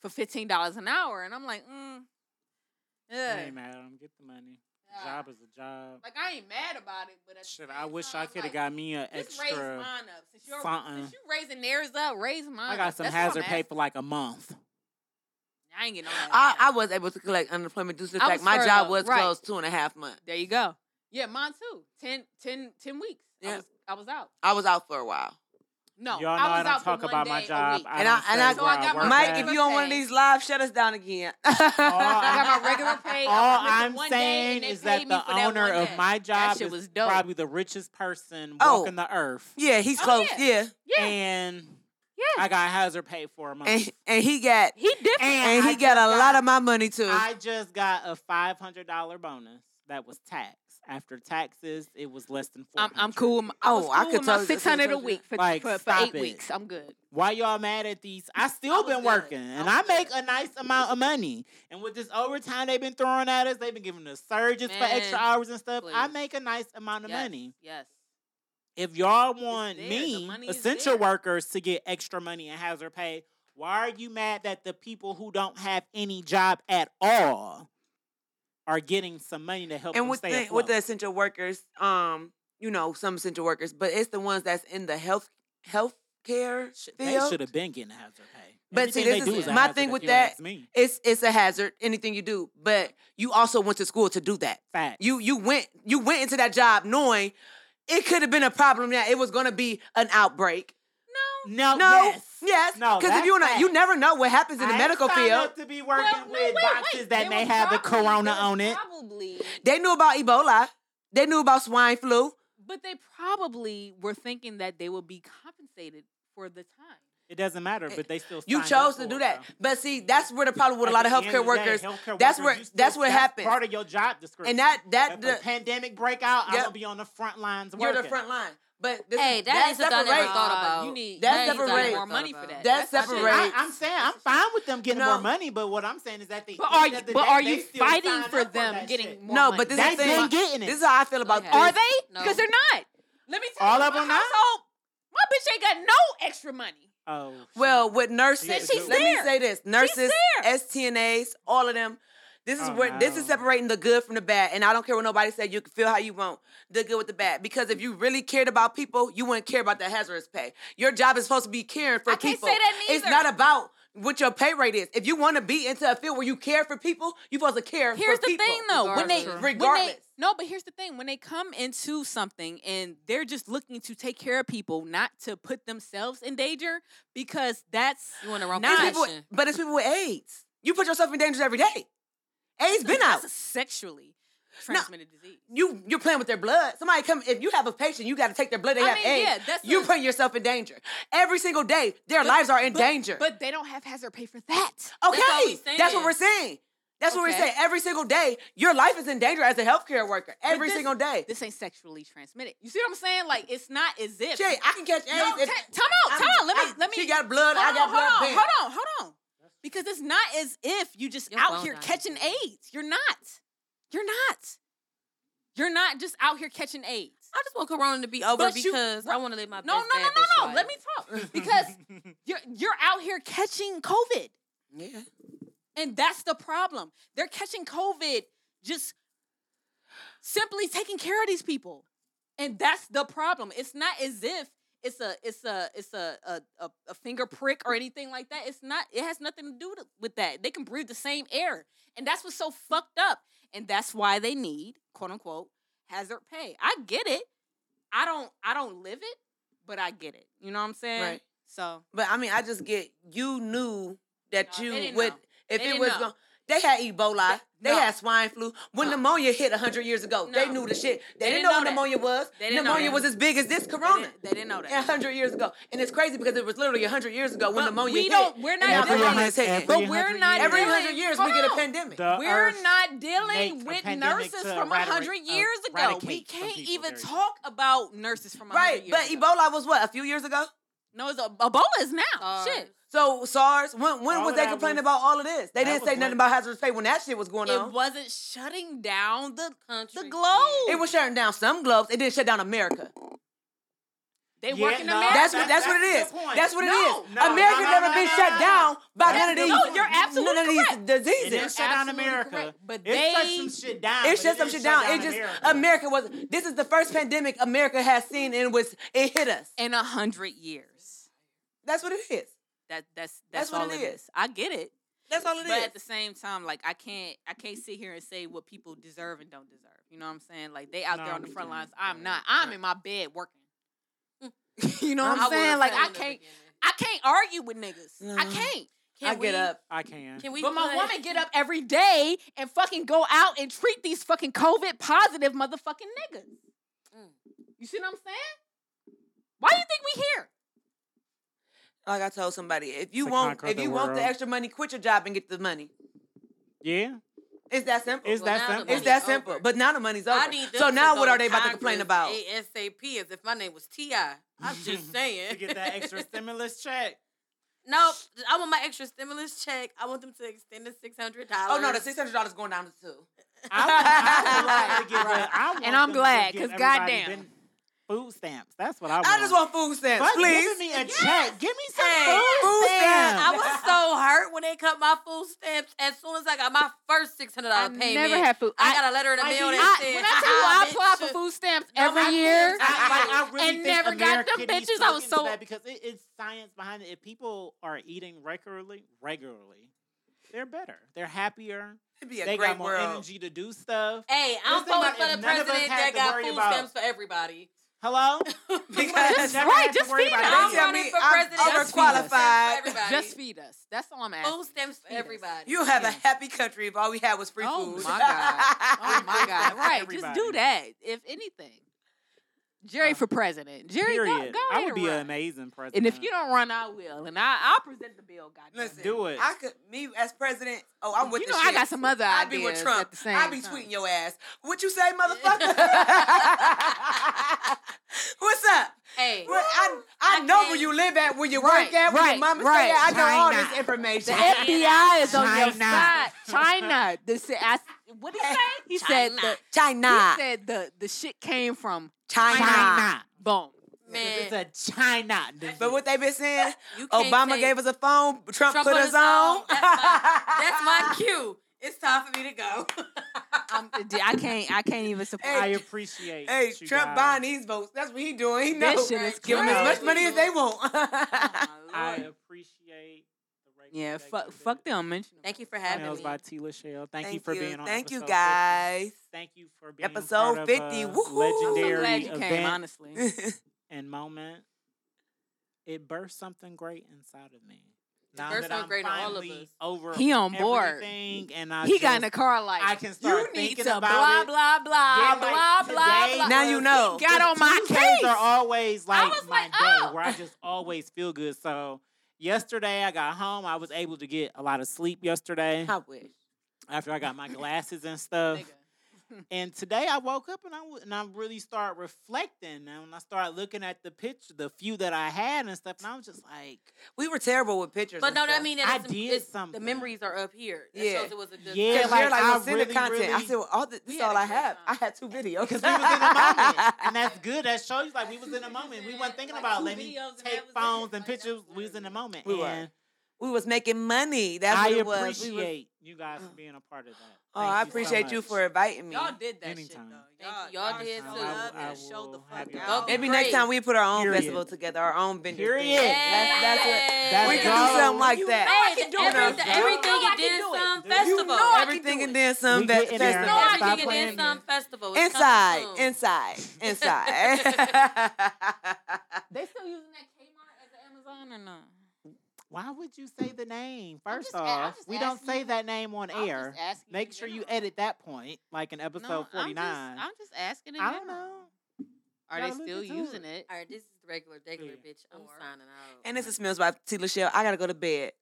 [SPEAKER 2] for fifteen dollars an hour, and I'm like, mm,
[SPEAKER 1] I
[SPEAKER 2] yeah.
[SPEAKER 1] ain't mad at 'em. Get the money. Job is a job.
[SPEAKER 2] Like I ain't mad about it, but at the
[SPEAKER 1] Shit,
[SPEAKER 2] same
[SPEAKER 1] I wish I
[SPEAKER 2] time,
[SPEAKER 1] could have
[SPEAKER 2] like,
[SPEAKER 1] got me an
[SPEAKER 2] Just raise mine
[SPEAKER 1] extra.
[SPEAKER 2] up. Since you're
[SPEAKER 1] something.
[SPEAKER 2] since you raising theirs up, raise mine.
[SPEAKER 1] I got
[SPEAKER 2] up.
[SPEAKER 1] some
[SPEAKER 2] That's all I'm
[SPEAKER 1] hazard pay
[SPEAKER 2] asking.
[SPEAKER 1] for like a month.
[SPEAKER 2] I ain't getting on
[SPEAKER 3] I,
[SPEAKER 2] that.
[SPEAKER 3] I was able to collect unemployment due to the
[SPEAKER 2] I
[SPEAKER 3] fact
[SPEAKER 2] was
[SPEAKER 3] my job
[SPEAKER 2] furloughed,
[SPEAKER 3] was
[SPEAKER 2] right.
[SPEAKER 3] closed two and a half months.
[SPEAKER 2] there you go. Yeah, mine too. Ten, ten, ten weeks. I
[SPEAKER 3] Yeah.
[SPEAKER 2] was I was out.
[SPEAKER 3] I was out for a while.
[SPEAKER 2] No,
[SPEAKER 1] Y'all know
[SPEAKER 2] I
[SPEAKER 1] I,
[SPEAKER 2] was
[SPEAKER 1] don't
[SPEAKER 2] out
[SPEAKER 1] talk
[SPEAKER 2] for one
[SPEAKER 1] about
[SPEAKER 2] day
[SPEAKER 1] my
[SPEAKER 2] a
[SPEAKER 1] job.
[SPEAKER 2] week.
[SPEAKER 1] I
[SPEAKER 3] And
[SPEAKER 1] don't
[SPEAKER 3] I- and
[SPEAKER 1] say
[SPEAKER 3] I-
[SPEAKER 1] where
[SPEAKER 2] So I got
[SPEAKER 1] work
[SPEAKER 2] my
[SPEAKER 3] Mike,
[SPEAKER 1] at.
[SPEAKER 3] if you on one of
[SPEAKER 2] pay.
[SPEAKER 3] these lives, shut us down again.
[SPEAKER 2] Oh. I got my regular pay. I
[SPEAKER 1] All
[SPEAKER 2] was missing
[SPEAKER 1] I'm
[SPEAKER 2] one day,
[SPEAKER 1] saying
[SPEAKER 2] and they
[SPEAKER 1] is
[SPEAKER 2] paid
[SPEAKER 1] that
[SPEAKER 2] me
[SPEAKER 1] the
[SPEAKER 2] for that
[SPEAKER 1] owner
[SPEAKER 2] one
[SPEAKER 1] of
[SPEAKER 2] day.
[SPEAKER 1] my job
[SPEAKER 2] shit
[SPEAKER 1] is
[SPEAKER 2] was dope.
[SPEAKER 1] probably the richest person
[SPEAKER 3] Oh.
[SPEAKER 1] walking the earth.
[SPEAKER 3] yeah, he's
[SPEAKER 2] Oh,
[SPEAKER 3] close.
[SPEAKER 2] yeah.
[SPEAKER 3] yeah.
[SPEAKER 2] Yeah.
[SPEAKER 1] And
[SPEAKER 2] Yeah.
[SPEAKER 1] I got hazard pay for a month.
[SPEAKER 3] and and he got
[SPEAKER 2] he different.
[SPEAKER 3] and he
[SPEAKER 1] I
[SPEAKER 3] got
[SPEAKER 1] just
[SPEAKER 3] a lot of my money too.
[SPEAKER 1] I just got a five hundred dollar bonus that was tax. After taxes, it was less than four.
[SPEAKER 2] I'm, I'm cool. with my- I
[SPEAKER 3] Oh,
[SPEAKER 2] was cool
[SPEAKER 3] I could
[SPEAKER 2] with my
[SPEAKER 3] tell-
[SPEAKER 2] six hundred a week for
[SPEAKER 1] Like,
[SPEAKER 2] for, for
[SPEAKER 1] stop
[SPEAKER 2] eight
[SPEAKER 1] it.
[SPEAKER 2] weeks. I'm good.
[SPEAKER 1] Why y'all mad at these? I still
[SPEAKER 8] was
[SPEAKER 1] been
[SPEAKER 8] good.
[SPEAKER 1] working, and
[SPEAKER 8] I
[SPEAKER 1] I
[SPEAKER 8] was
[SPEAKER 1] make
[SPEAKER 8] good.
[SPEAKER 1] a nice amount of money. And with this overtime they've been throwing at us, they've been giving us surges for extra
[SPEAKER 2] Man,
[SPEAKER 1] hours and stuff. I
[SPEAKER 2] please.
[SPEAKER 1] make a nice amount of
[SPEAKER 2] Yes.
[SPEAKER 1] money.
[SPEAKER 2] Yes.
[SPEAKER 1] If y'all want
[SPEAKER 2] there. The
[SPEAKER 1] me,
[SPEAKER 2] money is
[SPEAKER 1] essential
[SPEAKER 2] there.
[SPEAKER 1] workers, to get extra money and hazard pay, why are you mad that the people who don't have any job at all are getting some money to help
[SPEAKER 3] and
[SPEAKER 1] them
[SPEAKER 3] with
[SPEAKER 1] stay
[SPEAKER 3] the,
[SPEAKER 1] afloat?
[SPEAKER 3] with the essential workers, um, you know, some essential workers, but it's the ones that's in the health health care
[SPEAKER 1] Sh- They
[SPEAKER 3] field.
[SPEAKER 1] should have been getting a hazard pay.
[SPEAKER 3] But see,
[SPEAKER 1] Everything
[SPEAKER 3] this
[SPEAKER 1] they do
[SPEAKER 3] is-
[SPEAKER 1] a
[SPEAKER 3] my
[SPEAKER 1] hazard
[SPEAKER 3] thing
[SPEAKER 1] if
[SPEAKER 3] with
[SPEAKER 1] you
[SPEAKER 3] that-
[SPEAKER 1] ask Me.
[SPEAKER 3] It's it's a hazard. Anything you do, but you also went to school to do that.
[SPEAKER 1] Fact.
[SPEAKER 3] You you went you went into that job knowing it could have been a problem. That it was going to be an outbreak.
[SPEAKER 1] no,
[SPEAKER 3] No,
[SPEAKER 1] yes,
[SPEAKER 3] yes,
[SPEAKER 1] no.
[SPEAKER 3] because if
[SPEAKER 1] that's
[SPEAKER 3] you
[SPEAKER 1] fact.
[SPEAKER 3] you never know what happens in the
[SPEAKER 1] I
[SPEAKER 3] medical
[SPEAKER 1] signed
[SPEAKER 3] field.
[SPEAKER 1] up to be working
[SPEAKER 2] Well,
[SPEAKER 1] with boxes that
[SPEAKER 2] There
[SPEAKER 1] may
[SPEAKER 2] was
[SPEAKER 1] have the
[SPEAKER 2] probably-
[SPEAKER 1] corona
[SPEAKER 2] there was
[SPEAKER 1] on it.
[SPEAKER 2] Probably,
[SPEAKER 3] They knew about Ebola. They knew about swine flu.
[SPEAKER 2] but they probably were thinking that they would be compensated for the time.
[SPEAKER 1] It doesn't matter,
[SPEAKER 3] Eh,
[SPEAKER 1] but they still.
[SPEAKER 3] You
[SPEAKER 1] signed
[SPEAKER 3] chose
[SPEAKER 1] up
[SPEAKER 3] to
[SPEAKER 1] for
[SPEAKER 3] do
[SPEAKER 1] it,
[SPEAKER 3] that.
[SPEAKER 1] though.
[SPEAKER 3] But see, that's where the problem with a lot of
[SPEAKER 1] At the end
[SPEAKER 3] healthcare
[SPEAKER 1] the day,
[SPEAKER 3] workers.
[SPEAKER 1] healthcare
[SPEAKER 3] that's
[SPEAKER 1] workers,
[SPEAKER 3] where-
[SPEAKER 1] you still-
[SPEAKER 3] that's what happens.
[SPEAKER 1] Part of your job description,
[SPEAKER 3] And that that
[SPEAKER 1] If the
[SPEAKER 3] the,
[SPEAKER 1] pandemic break out, I'm
[SPEAKER 3] Yep.
[SPEAKER 1] gonna be on the front lines
[SPEAKER 3] you're
[SPEAKER 1] working.
[SPEAKER 3] the front line. But this,
[SPEAKER 5] Hey,
[SPEAKER 3] is-
[SPEAKER 5] that is
[SPEAKER 3] that's
[SPEAKER 5] something I never
[SPEAKER 3] separate.
[SPEAKER 5] thought about.
[SPEAKER 2] You need
[SPEAKER 3] That's
[SPEAKER 2] you need to
[SPEAKER 3] separate.
[SPEAKER 2] get more money for that.
[SPEAKER 3] That's
[SPEAKER 2] my shit.
[SPEAKER 3] separate.
[SPEAKER 1] I, I'm saying I'm fine with them getting
[SPEAKER 3] No.
[SPEAKER 1] more money, but what I'm saying is that they.
[SPEAKER 2] But are you, but are you fighting for them getting more
[SPEAKER 3] No,
[SPEAKER 2] money?
[SPEAKER 3] but this is
[SPEAKER 1] They've
[SPEAKER 3] the thing.
[SPEAKER 1] been getting it.
[SPEAKER 3] This is how I feel about
[SPEAKER 5] Okay.
[SPEAKER 3] this.
[SPEAKER 2] are they?
[SPEAKER 5] No.
[SPEAKER 2] Because they're not. Let me tell
[SPEAKER 1] All
[SPEAKER 2] you,
[SPEAKER 1] of
[SPEAKER 2] my
[SPEAKER 1] them not?
[SPEAKER 2] household, my bitch ain't got no extra money.
[SPEAKER 1] oh, shit.
[SPEAKER 3] Well, with nurses,
[SPEAKER 1] She's
[SPEAKER 3] let me
[SPEAKER 2] there.
[SPEAKER 3] say this: nurses,
[SPEAKER 2] there.
[SPEAKER 3] STNAs, all of them. This is
[SPEAKER 1] Oh,
[SPEAKER 3] where this is
[SPEAKER 1] no.
[SPEAKER 3] separating the good from the bad, and I don't care what nobody said. You can feel how you want the good with the bad, because if you really cared about people, you wouldn't care about the hazardous pay. Your job is supposed to be caring for
[SPEAKER 2] I can't
[SPEAKER 3] people.
[SPEAKER 2] say that
[SPEAKER 3] It's
[SPEAKER 2] neither.
[SPEAKER 3] not about what your pay rate is. If you want to be into a field where you care for people, you're supposed to care.
[SPEAKER 2] Here's
[SPEAKER 3] for
[SPEAKER 2] the
[SPEAKER 3] people,
[SPEAKER 2] thing, though. When they, when
[SPEAKER 5] regardless.
[SPEAKER 2] they-
[SPEAKER 3] Regardless.
[SPEAKER 2] no, but here's the thing: when they come into something and they're just looking to take care of people, not to put themselves in danger, because that's
[SPEAKER 5] You in the wrong
[SPEAKER 3] It's people-
[SPEAKER 5] position.
[SPEAKER 3] but it's people with AIDS. You put yourself in danger every day. AIDS been out.
[SPEAKER 2] that's a sexually transmitted disease.
[SPEAKER 3] you you're playing with their blood. Somebody come if you have a patient, you got to take their blood. They
[SPEAKER 2] I
[SPEAKER 3] have
[SPEAKER 2] mean,
[SPEAKER 3] AIDS.
[SPEAKER 2] yeah, that's
[SPEAKER 3] you're
[SPEAKER 2] a-
[SPEAKER 3] putting yourself in danger every single day. Their lives are in
[SPEAKER 2] But-
[SPEAKER 3] danger.
[SPEAKER 2] but they don't have hazard pay for that.
[SPEAKER 3] okay,
[SPEAKER 5] all we
[SPEAKER 3] that's, what
[SPEAKER 5] saying.
[SPEAKER 3] we're saying. That's what we're
[SPEAKER 2] Okay.
[SPEAKER 3] saying. Every single day, your life is in danger as a healthcare worker. Every
[SPEAKER 2] this-
[SPEAKER 3] single day.
[SPEAKER 2] This ain't sexually transmitted. You see what I'm saying? Like it's not as if.
[SPEAKER 3] Jay, I can catch AIDS.
[SPEAKER 2] no,
[SPEAKER 3] if-
[SPEAKER 2] ta- time out,
[SPEAKER 3] I'm-
[SPEAKER 2] time out. Let me,
[SPEAKER 3] I'm-
[SPEAKER 2] let me.
[SPEAKER 3] She got blood. I
[SPEAKER 2] hold
[SPEAKER 3] got
[SPEAKER 2] on,
[SPEAKER 3] blood.
[SPEAKER 2] Hold on,
[SPEAKER 3] banned.
[SPEAKER 2] hold on, hold on. Because it's not as if you just
[SPEAKER 5] Your
[SPEAKER 2] out
[SPEAKER 5] phone
[SPEAKER 2] here
[SPEAKER 5] died.
[SPEAKER 2] catching AIDS. You're not. You're not. You're not just out here catching AIDS.
[SPEAKER 5] I just want Corona to be over
[SPEAKER 2] But you-
[SPEAKER 5] because I want to live my
[SPEAKER 2] No, no,
[SPEAKER 5] best
[SPEAKER 2] no,
[SPEAKER 5] bad bitch
[SPEAKER 2] no, no.
[SPEAKER 5] life.
[SPEAKER 2] Let me talk because you're you're out here catching COVID,
[SPEAKER 3] Yeah.
[SPEAKER 2] and that's the problem. They're catching COVID just simply taking care of these people, and that's the problem. It's not as if it's a it's a it's a a, a, a finger prick or anything like that. It's not. It has nothing to do to- with that. They can breathe the same air, and that's what's so fucked up. And that's why they need quote unquote hazard pay. I get it. I don't I don't live it, but I get it. You know what I'm saying?
[SPEAKER 3] Right.
[SPEAKER 2] So
[SPEAKER 3] But I mean, I just get you knew that
[SPEAKER 2] No,
[SPEAKER 3] you
[SPEAKER 2] they didn't
[SPEAKER 3] would
[SPEAKER 2] know.
[SPEAKER 3] if
[SPEAKER 2] They
[SPEAKER 3] it
[SPEAKER 2] didn't
[SPEAKER 3] was
[SPEAKER 2] know.
[SPEAKER 3] going. They had Ebola. They
[SPEAKER 2] no.
[SPEAKER 3] had swine flu. When
[SPEAKER 2] No.
[SPEAKER 3] pneumonia hit hundred years ago, they
[SPEAKER 2] No.
[SPEAKER 3] knew the shit. They,
[SPEAKER 2] They
[SPEAKER 3] didn't
[SPEAKER 2] didn't
[SPEAKER 3] know
[SPEAKER 2] know
[SPEAKER 3] what
[SPEAKER 2] that.
[SPEAKER 3] pneumonia was.
[SPEAKER 2] They didn't know
[SPEAKER 3] pneumonia
[SPEAKER 2] that.
[SPEAKER 3] was as big as this
[SPEAKER 2] they
[SPEAKER 3] corona.
[SPEAKER 2] didn't, they didn't know that.
[SPEAKER 3] hundred years ago, and it's crazy because it was literally hundred years ago when
[SPEAKER 2] But
[SPEAKER 3] pneumonia
[SPEAKER 2] we
[SPEAKER 3] hit.
[SPEAKER 2] don't- we're not
[SPEAKER 3] And now
[SPEAKER 1] Every
[SPEAKER 2] doing
[SPEAKER 3] corona
[SPEAKER 1] hundred-
[SPEAKER 3] is hitting.
[SPEAKER 1] every
[SPEAKER 2] But we're
[SPEAKER 1] hundred
[SPEAKER 2] not
[SPEAKER 1] years.
[SPEAKER 3] Every
[SPEAKER 2] doing-
[SPEAKER 3] hundred years, we
[SPEAKER 2] Hold
[SPEAKER 3] get a
[SPEAKER 2] on.
[SPEAKER 3] pandemic.
[SPEAKER 1] The
[SPEAKER 2] We're
[SPEAKER 1] Earth
[SPEAKER 2] not
[SPEAKER 1] makes
[SPEAKER 2] dealing
[SPEAKER 1] Uh, a
[SPEAKER 2] with
[SPEAKER 1] pandemic
[SPEAKER 2] nurses
[SPEAKER 1] to
[SPEAKER 2] from
[SPEAKER 1] eradicate- uh,
[SPEAKER 2] hundred years ago. We
[SPEAKER 1] eradicate from
[SPEAKER 2] can't
[SPEAKER 1] people.
[SPEAKER 2] even
[SPEAKER 1] There you go.
[SPEAKER 2] talk about nurses from
[SPEAKER 3] right,
[SPEAKER 2] 100 years
[SPEAKER 3] but
[SPEAKER 2] ago.
[SPEAKER 3] Ebola was what a few years ago.
[SPEAKER 2] No, it's a, Ebola is now.
[SPEAKER 3] Uh,
[SPEAKER 5] SARS.
[SPEAKER 2] Shit.
[SPEAKER 3] So SARS. When when
[SPEAKER 1] All
[SPEAKER 3] was
[SPEAKER 1] of
[SPEAKER 3] they
[SPEAKER 1] that
[SPEAKER 3] complaining
[SPEAKER 1] was-
[SPEAKER 3] about all of this? They
[SPEAKER 1] that
[SPEAKER 3] didn't
[SPEAKER 1] was
[SPEAKER 3] say nothing
[SPEAKER 1] when-
[SPEAKER 3] about hazardous pay when that shit was going on.
[SPEAKER 2] It wasn't shutting down the
[SPEAKER 5] Country.
[SPEAKER 2] the globe.
[SPEAKER 3] It was shutting down some globes. It didn't shut down America.
[SPEAKER 2] they
[SPEAKER 1] Yeah,
[SPEAKER 2] work in
[SPEAKER 1] no,
[SPEAKER 2] America.
[SPEAKER 3] That's what that's, what it
[SPEAKER 1] That's
[SPEAKER 3] is.
[SPEAKER 1] the point.
[SPEAKER 3] That's what
[SPEAKER 2] No,
[SPEAKER 3] it is.
[SPEAKER 1] no,
[SPEAKER 3] America
[SPEAKER 1] no, no,
[SPEAKER 3] never
[SPEAKER 1] no,
[SPEAKER 3] been
[SPEAKER 1] no,
[SPEAKER 3] shut
[SPEAKER 1] no, no.
[SPEAKER 3] down by
[SPEAKER 1] That's
[SPEAKER 3] none of
[SPEAKER 1] the-
[SPEAKER 3] these.
[SPEAKER 1] no, you're
[SPEAKER 2] absolutely
[SPEAKER 3] none of these
[SPEAKER 2] correct.
[SPEAKER 1] It didn't shut
[SPEAKER 3] diseases.
[SPEAKER 1] down
[SPEAKER 2] absolutely
[SPEAKER 1] America,
[SPEAKER 2] correct, but
[SPEAKER 1] it shut
[SPEAKER 2] they-
[SPEAKER 1] some shit down.
[SPEAKER 3] It
[SPEAKER 1] but
[SPEAKER 3] shut some
[SPEAKER 1] didn't shut
[SPEAKER 3] shit down. It just
[SPEAKER 1] America.
[SPEAKER 3] America was. This is the first pandemic America has seen, and it was it hit us.
[SPEAKER 2] in a hundred years.
[SPEAKER 3] That's what it is.
[SPEAKER 2] That that's
[SPEAKER 3] That's
[SPEAKER 2] that's,
[SPEAKER 3] what
[SPEAKER 2] all
[SPEAKER 3] it
[SPEAKER 2] it
[SPEAKER 3] is.
[SPEAKER 2] is. I get it.
[SPEAKER 3] That's all it is.
[SPEAKER 2] but Mm-hmm. at the same time, like I can't, I can't sit here and say what people deserve and don't deserve. You know what I'm saying? Like they out
[SPEAKER 1] No,
[SPEAKER 2] there on the
[SPEAKER 1] we
[SPEAKER 2] front
[SPEAKER 1] can't.
[SPEAKER 2] lines. I'm not. I'm in my bed working.
[SPEAKER 3] you know what
[SPEAKER 9] I
[SPEAKER 3] I'm
[SPEAKER 9] would've
[SPEAKER 3] saying? Like
[SPEAKER 9] said
[SPEAKER 3] I
[SPEAKER 9] in the
[SPEAKER 3] can't.
[SPEAKER 9] beginning.
[SPEAKER 2] I can't argue with niggas. I
[SPEAKER 3] No.
[SPEAKER 2] can't.
[SPEAKER 3] I
[SPEAKER 9] we-
[SPEAKER 3] get up.
[SPEAKER 1] I can.
[SPEAKER 9] Can we?
[SPEAKER 2] But my
[SPEAKER 9] put-
[SPEAKER 2] woman get up every day and fucking go out and treat these fucking COVID positive motherfucking niggas.
[SPEAKER 5] Mm.
[SPEAKER 2] You see what I'm saying? Why do you think we here?
[SPEAKER 3] Like I told somebody, if you
[SPEAKER 1] To
[SPEAKER 3] want,
[SPEAKER 1] conquer
[SPEAKER 3] if
[SPEAKER 1] the
[SPEAKER 3] you want the
[SPEAKER 1] world.
[SPEAKER 3] extra money, quit your job and get the money.
[SPEAKER 1] Yeah.
[SPEAKER 3] It's that simple.
[SPEAKER 1] It's
[SPEAKER 5] Well,
[SPEAKER 1] that
[SPEAKER 5] now the
[SPEAKER 1] simple.
[SPEAKER 3] It's
[SPEAKER 5] money's
[SPEAKER 3] that simple.
[SPEAKER 5] over.
[SPEAKER 3] But now the money's over.
[SPEAKER 5] I need them
[SPEAKER 3] so
[SPEAKER 5] to
[SPEAKER 3] now
[SPEAKER 5] go
[SPEAKER 3] what
[SPEAKER 5] to
[SPEAKER 3] are they about to complain
[SPEAKER 5] Congress
[SPEAKER 3] about?
[SPEAKER 5] ASAP as if my name was Ti. I'm just saying.
[SPEAKER 1] to get that extra stimulus check.
[SPEAKER 5] No, I want my extra stimulus check. I want them to extend the six hundred dollars.
[SPEAKER 3] Oh no, the six hundred dollars going down to two.
[SPEAKER 1] I would, I would like to get
[SPEAKER 3] Right.
[SPEAKER 1] rid- I want
[SPEAKER 2] And I'm
[SPEAKER 1] them to
[SPEAKER 2] glad,
[SPEAKER 1] give
[SPEAKER 2] 'cause
[SPEAKER 1] everybody
[SPEAKER 2] goddamn.
[SPEAKER 1] ben- food stamps. That's what I want.
[SPEAKER 3] I just want food stamps,
[SPEAKER 1] Fuck
[SPEAKER 3] please.
[SPEAKER 1] giving me a check. Give me some
[SPEAKER 5] Hey,
[SPEAKER 1] food
[SPEAKER 3] food
[SPEAKER 1] stamps.
[SPEAKER 5] I was so hurt when they cut my food stamps. As soon as I got my first six
[SPEAKER 2] Uh,
[SPEAKER 5] hundred dollar payment,
[SPEAKER 2] food.
[SPEAKER 5] I got a letter in the
[SPEAKER 1] I
[SPEAKER 5] mail
[SPEAKER 1] do
[SPEAKER 5] that
[SPEAKER 1] not-
[SPEAKER 5] said,
[SPEAKER 2] when I tell you I
[SPEAKER 5] "Ha-ha,
[SPEAKER 2] apply
[SPEAKER 5] bitch."
[SPEAKER 2] for food stamps
[SPEAKER 5] No,
[SPEAKER 2] every
[SPEAKER 5] my
[SPEAKER 2] year,
[SPEAKER 5] kids-
[SPEAKER 1] I, I, I really think
[SPEAKER 2] And never got them
[SPEAKER 1] America needs to
[SPEAKER 2] bitches. I
[SPEAKER 1] look
[SPEAKER 2] was
[SPEAKER 1] into
[SPEAKER 2] so-
[SPEAKER 1] that because it, it's science behind it. If people are eating regularly, regularly, they're better. They're happier.
[SPEAKER 3] It'd be a
[SPEAKER 1] they
[SPEAKER 3] great
[SPEAKER 1] got more
[SPEAKER 3] world.
[SPEAKER 1] energy to do stuff.
[SPEAKER 5] Hey,
[SPEAKER 1] Just
[SPEAKER 5] I'm
[SPEAKER 1] think
[SPEAKER 5] voting
[SPEAKER 1] about
[SPEAKER 5] for
[SPEAKER 1] if
[SPEAKER 5] the
[SPEAKER 1] none of us
[SPEAKER 5] president
[SPEAKER 1] had
[SPEAKER 5] that
[SPEAKER 1] to
[SPEAKER 5] got
[SPEAKER 1] worry
[SPEAKER 5] food
[SPEAKER 1] about-
[SPEAKER 5] stamps for everybody.
[SPEAKER 1] Hello.
[SPEAKER 3] Because
[SPEAKER 1] Never
[SPEAKER 2] right,
[SPEAKER 1] had to
[SPEAKER 2] just
[SPEAKER 1] worry
[SPEAKER 2] feed
[SPEAKER 1] about
[SPEAKER 2] them.
[SPEAKER 5] I'm
[SPEAKER 1] that.
[SPEAKER 3] tell
[SPEAKER 5] running
[SPEAKER 3] me
[SPEAKER 5] for
[SPEAKER 3] I'm overqualified.
[SPEAKER 5] president. Food stamps for everybody.
[SPEAKER 2] just feed us. That's all I'm asking.
[SPEAKER 5] Food stamps for
[SPEAKER 2] Feed us.
[SPEAKER 5] everybody.
[SPEAKER 3] you have a happy country if all we had was free
[SPEAKER 2] Oh
[SPEAKER 3] food.
[SPEAKER 2] my God. Oh my
[SPEAKER 1] For
[SPEAKER 2] god! Right, just
[SPEAKER 1] everybody.
[SPEAKER 2] do that. If anything, Jerry
[SPEAKER 1] Uh,
[SPEAKER 2] for president. Jerry, go,
[SPEAKER 1] Period.
[SPEAKER 2] go
[SPEAKER 1] I
[SPEAKER 2] ahead
[SPEAKER 1] would
[SPEAKER 2] and
[SPEAKER 1] be an
[SPEAKER 2] run.
[SPEAKER 1] amazing president.
[SPEAKER 2] And if you don't run, I will, and I, I'll present the bill. Goddamn.
[SPEAKER 3] Listen,
[SPEAKER 1] Do it.
[SPEAKER 3] I could me as president. Oh, I'm with
[SPEAKER 2] you
[SPEAKER 3] the
[SPEAKER 2] know, I
[SPEAKER 3] shit.
[SPEAKER 2] got some other
[SPEAKER 3] I'd
[SPEAKER 2] ideas.
[SPEAKER 3] be with Trump.
[SPEAKER 2] At the same
[SPEAKER 3] I'd be
[SPEAKER 2] time.
[SPEAKER 3] tweeting your ass. What you say, motherfucker? What's up?
[SPEAKER 5] Hey,
[SPEAKER 3] Well, I, I,
[SPEAKER 5] I
[SPEAKER 3] know
[SPEAKER 5] can't-
[SPEAKER 3] where you live at, where you
[SPEAKER 2] Right,
[SPEAKER 3] work at, where
[SPEAKER 2] right,
[SPEAKER 3] your mama
[SPEAKER 2] right.
[SPEAKER 3] stay at. I know all
[SPEAKER 1] China.
[SPEAKER 3] this information.
[SPEAKER 2] The FBI is on your
[SPEAKER 1] China.
[SPEAKER 2] side. China. The, si- I, what did he say? He said the,
[SPEAKER 3] China.
[SPEAKER 2] he said the the shit came from
[SPEAKER 3] China.
[SPEAKER 1] China.
[SPEAKER 2] boom.
[SPEAKER 5] man,
[SPEAKER 1] It's a China. disease.
[SPEAKER 3] But what they been saying,
[SPEAKER 5] you can't
[SPEAKER 3] Obama
[SPEAKER 5] take-
[SPEAKER 3] gave us a phone, Trump,
[SPEAKER 5] Trump
[SPEAKER 3] put us on.
[SPEAKER 5] That's my, that's my cue. It's time for me to go.
[SPEAKER 2] I'm, I can't. I can't even support.
[SPEAKER 1] I appreciate.
[SPEAKER 3] Hey,
[SPEAKER 1] you
[SPEAKER 3] Trump
[SPEAKER 1] guys.
[SPEAKER 3] buying these votes. That's what he doing. He
[SPEAKER 2] This
[SPEAKER 3] knows.
[SPEAKER 2] shit is
[SPEAKER 3] Give them
[SPEAKER 1] crazy.
[SPEAKER 3] as much money as they want.
[SPEAKER 5] Oh,
[SPEAKER 1] I appreciate the regular
[SPEAKER 2] yeah, fuck,
[SPEAKER 1] regular
[SPEAKER 2] fuck them. Mention them.
[SPEAKER 5] Thank you for having
[SPEAKER 1] Emails
[SPEAKER 5] me.
[SPEAKER 1] by T. Lachelle. Thank, you for being on.
[SPEAKER 3] Thank you,
[SPEAKER 1] episode 50.
[SPEAKER 3] guys.
[SPEAKER 1] Thank you for being
[SPEAKER 3] Episode
[SPEAKER 1] part
[SPEAKER 3] 50,
[SPEAKER 1] Of a
[SPEAKER 3] woohoo.
[SPEAKER 2] I'm so
[SPEAKER 1] legendary
[SPEAKER 2] glad you
[SPEAKER 1] event
[SPEAKER 2] came. Honestly,
[SPEAKER 1] and moment. It burst something great inside of me. Now
[SPEAKER 5] burst
[SPEAKER 1] that
[SPEAKER 5] something
[SPEAKER 1] I'm
[SPEAKER 5] great in all of
[SPEAKER 1] finally
[SPEAKER 5] us.
[SPEAKER 1] over
[SPEAKER 2] He on board.
[SPEAKER 1] everything, and I
[SPEAKER 2] he
[SPEAKER 1] just,
[SPEAKER 2] got in the car like
[SPEAKER 1] I can
[SPEAKER 2] you
[SPEAKER 1] start
[SPEAKER 2] need
[SPEAKER 1] thinking
[SPEAKER 2] to
[SPEAKER 1] about
[SPEAKER 2] blah
[SPEAKER 1] it.
[SPEAKER 2] blah
[SPEAKER 1] Yeah,
[SPEAKER 2] blah
[SPEAKER 1] like,
[SPEAKER 2] Ah, blah blah
[SPEAKER 1] today-
[SPEAKER 2] blah.
[SPEAKER 3] now you know.
[SPEAKER 2] He got on my
[SPEAKER 1] Tuesdays
[SPEAKER 2] case.
[SPEAKER 1] are always like
[SPEAKER 2] was
[SPEAKER 1] my
[SPEAKER 2] like,
[SPEAKER 1] day
[SPEAKER 2] oh.
[SPEAKER 1] where I just always feel good. So yesterday I got home. I was able to get a lot of sleep yesterday
[SPEAKER 3] I wish.
[SPEAKER 1] after I got my glasses and stuff.
[SPEAKER 2] Nigga.
[SPEAKER 1] And today I woke up and I w- and I really start reflecting and when I started looking at the picture, the few that I had and stuff, and I was just like,
[SPEAKER 3] We were terrible with pictures.
[SPEAKER 5] But
[SPEAKER 3] and
[SPEAKER 5] no, I
[SPEAKER 3] stuff.
[SPEAKER 5] mean, that
[SPEAKER 1] I
[SPEAKER 5] it's,
[SPEAKER 1] did
[SPEAKER 5] it's-
[SPEAKER 1] something.
[SPEAKER 5] The memories are up here. That
[SPEAKER 3] Yeah.
[SPEAKER 5] shows it was a good
[SPEAKER 1] Yeah,
[SPEAKER 3] Because
[SPEAKER 5] time.
[SPEAKER 1] like,
[SPEAKER 3] you're like,
[SPEAKER 1] I
[SPEAKER 3] I send
[SPEAKER 1] really,
[SPEAKER 3] the content. I
[SPEAKER 1] really-
[SPEAKER 3] said, well, all the, this
[SPEAKER 5] We
[SPEAKER 3] is
[SPEAKER 5] had
[SPEAKER 3] all
[SPEAKER 5] a
[SPEAKER 3] I
[SPEAKER 5] great
[SPEAKER 3] have.
[SPEAKER 5] time.
[SPEAKER 3] I had two videos.
[SPEAKER 1] because we was in a moment, and that's good. That shows you like we was in a moment. We weren't thinking
[SPEAKER 5] Like,
[SPEAKER 1] about
[SPEAKER 5] two
[SPEAKER 1] let me
[SPEAKER 5] videos and
[SPEAKER 1] take
[SPEAKER 5] that was it.
[SPEAKER 1] phones and
[SPEAKER 5] Like, that's
[SPEAKER 1] pictures.
[SPEAKER 5] what
[SPEAKER 1] We
[SPEAKER 5] it
[SPEAKER 1] was in the
[SPEAKER 5] was.
[SPEAKER 1] moment,
[SPEAKER 3] We were.
[SPEAKER 1] and
[SPEAKER 3] we was making money. That's
[SPEAKER 1] I
[SPEAKER 3] what it was. We was-
[SPEAKER 1] appreciate you guys for being a part of that.
[SPEAKER 3] Oh,
[SPEAKER 1] Thank
[SPEAKER 3] I
[SPEAKER 1] you so
[SPEAKER 3] appreciate you,
[SPEAKER 1] much.
[SPEAKER 3] for inviting me.
[SPEAKER 2] Y'all did that
[SPEAKER 1] Anytime.
[SPEAKER 2] shit though.
[SPEAKER 5] Thank you. Y'all did
[SPEAKER 1] Anytime.
[SPEAKER 5] too.
[SPEAKER 1] I
[SPEAKER 5] Love
[SPEAKER 1] will- I
[SPEAKER 5] that
[SPEAKER 1] will have you
[SPEAKER 5] out.
[SPEAKER 1] on.
[SPEAKER 3] Maybe
[SPEAKER 5] Great.
[SPEAKER 3] next time we put our own
[SPEAKER 1] Period.
[SPEAKER 3] festival together, our own vendor.
[SPEAKER 1] Period.
[SPEAKER 3] thing. That's, that's what,
[SPEAKER 1] That's
[SPEAKER 3] we can
[SPEAKER 1] go.
[SPEAKER 3] do something like that.
[SPEAKER 5] Hey,
[SPEAKER 9] can do
[SPEAKER 5] every-
[SPEAKER 3] it.
[SPEAKER 5] the- everything
[SPEAKER 1] You know
[SPEAKER 5] you
[SPEAKER 1] I
[SPEAKER 5] did
[SPEAKER 1] can
[SPEAKER 5] in
[SPEAKER 1] do it.
[SPEAKER 5] some
[SPEAKER 1] You know
[SPEAKER 5] festival.
[SPEAKER 1] I
[SPEAKER 5] Every-
[SPEAKER 3] Everything and then some
[SPEAKER 1] We
[SPEAKER 3] ve-
[SPEAKER 1] get in there.
[SPEAKER 5] you
[SPEAKER 3] festival.
[SPEAKER 5] know
[SPEAKER 1] Stop
[SPEAKER 5] everything you did
[SPEAKER 1] playing
[SPEAKER 5] in some
[SPEAKER 1] it.
[SPEAKER 5] festival. It's
[SPEAKER 3] Inside,
[SPEAKER 5] coming soon.
[SPEAKER 3] inside, inside.
[SPEAKER 2] They still using that Kmart as an Amazon or not?
[SPEAKER 1] Why would you say the name? First
[SPEAKER 2] just a- I'm
[SPEAKER 1] off,
[SPEAKER 2] just
[SPEAKER 1] we don't
[SPEAKER 2] asking
[SPEAKER 1] say
[SPEAKER 2] you.
[SPEAKER 1] that name on
[SPEAKER 2] I'm
[SPEAKER 1] air.
[SPEAKER 2] just asking
[SPEAKER 1] Make
[SPEAKER 2] in
[SPEAKER 1] sure you
[SPEAKER 2] general.
[SPEAKER 1] edit that point, like in episode
[SPEAKER 2] No, I'm
[SPEAKER 1] 49.
[SPEAKER 2] just, I'm just asking. in
[SPEAKER 1] I don't
[SPEAKER 2] general.
[SPEAKER 1] know.
[SPEAKER 2] Are
[SPEAKER 1] Gotta
[SPEAKER 2] they
[SPEAKER 1] look
[SPEAKER 2] still
[SPEAKER 1] into
[SPEAKER 2] using
[SPEAKER 1] it.
[SPEAKER 2] it?
[SPEAKER 5] All right, this is the regular, regular
[SPEAKER 1] Yeah.
[SPEAKER 5] bitch. I'm
[SPEAKER 9] Or-
[SPEAKER 5] signing out.
[SPEAKER 3] and this is Smells by T. Lachelle. I gotta go to bed.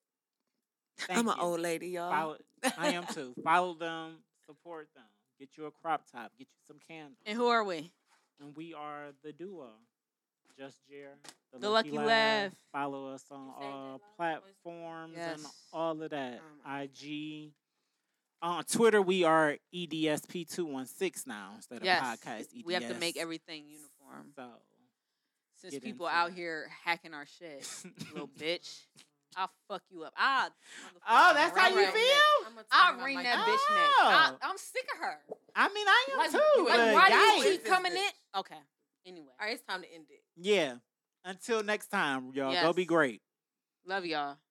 [SPEAKER 1] Thank
[SPEAKER 3] I'm an
[SPEAKER 1] you.
[SPEAKER 3] old lady, y'all.
[SPEAKER 1] Follow, I am too. Follow them, support them. Get you a crop top, get you some candles.
[SPEAKER 2] And who are we?
[SPEAKER 1] And we are the duo. Just Jer,
[SPEAKER 2] The Lucky Laugh.
[SPEAKER 1] Follow us on
[SPEAKER 5] You say
[SPEAKER 1] all
[SPEAKER 5] that loud voice?
[SPEAKER 1] platforms and
[SPEAKER 2] Yes.
[SPEAKER 1] all of that.
[SPEAKER 9] Oh
[SPEAKER 1] IG. On Twitter, we are E EDSP216 now instead of
[SPEAKER 2] Yes.
[SPEAKER 1] podcast EDS.
[SPEAKER 2] We have to make everything uniform.
[SPEAKER 1] So,
[SPEAKER 2] Since
[SPEAKER 1] Get
[SPEAKER 2] people
[SPEAKER 1] into
[SPEAKER 2] out
[SPEAKER 1] it.
[SPEAKER 2] here hacking our shit, little bitch, I'll fuck you up. I'll,
[SPEAKER 1] oh, that's how
[SPEAKER 5] Right,
[SPEAKER 1] you
[SPEAKER 5] right.
[SPEAKER 1] feel?
[SPEAKER 5] I'ma turn
[SPEAKER 2] I'll
[SPEAKER 5] my
[SPEAKER 2] ring
[SPEAKER 5] mic
[SPEAKER 2] that
[SPEAKER 5] off.
[SPEAKER 1] down.
[SPEAKER 2] bitch neck. I,
[SPEAKER 1] Oh.
[SPEAKER 2] I'm sick of her.
[SPEAKER 1] I mean, I am
[SPEAKER 2] Like,
[SPEAKER 1] too.
[SPEAKER 2] like,
[SPEAKER 1] but
[SPEAKER 2] why do you
[SPEAKER 1] yikes.
[SPEAKER 2] keep coming in? Okay. Anyway,
[SPEAKER 5] All right, it's time to end it.
[SPEAKER 1] Yeah. Until next time, y'all. Go be
[SPEAKER 2] Yes.
[SPEAKER 1] great.
[SPEAKER 2] love y'all.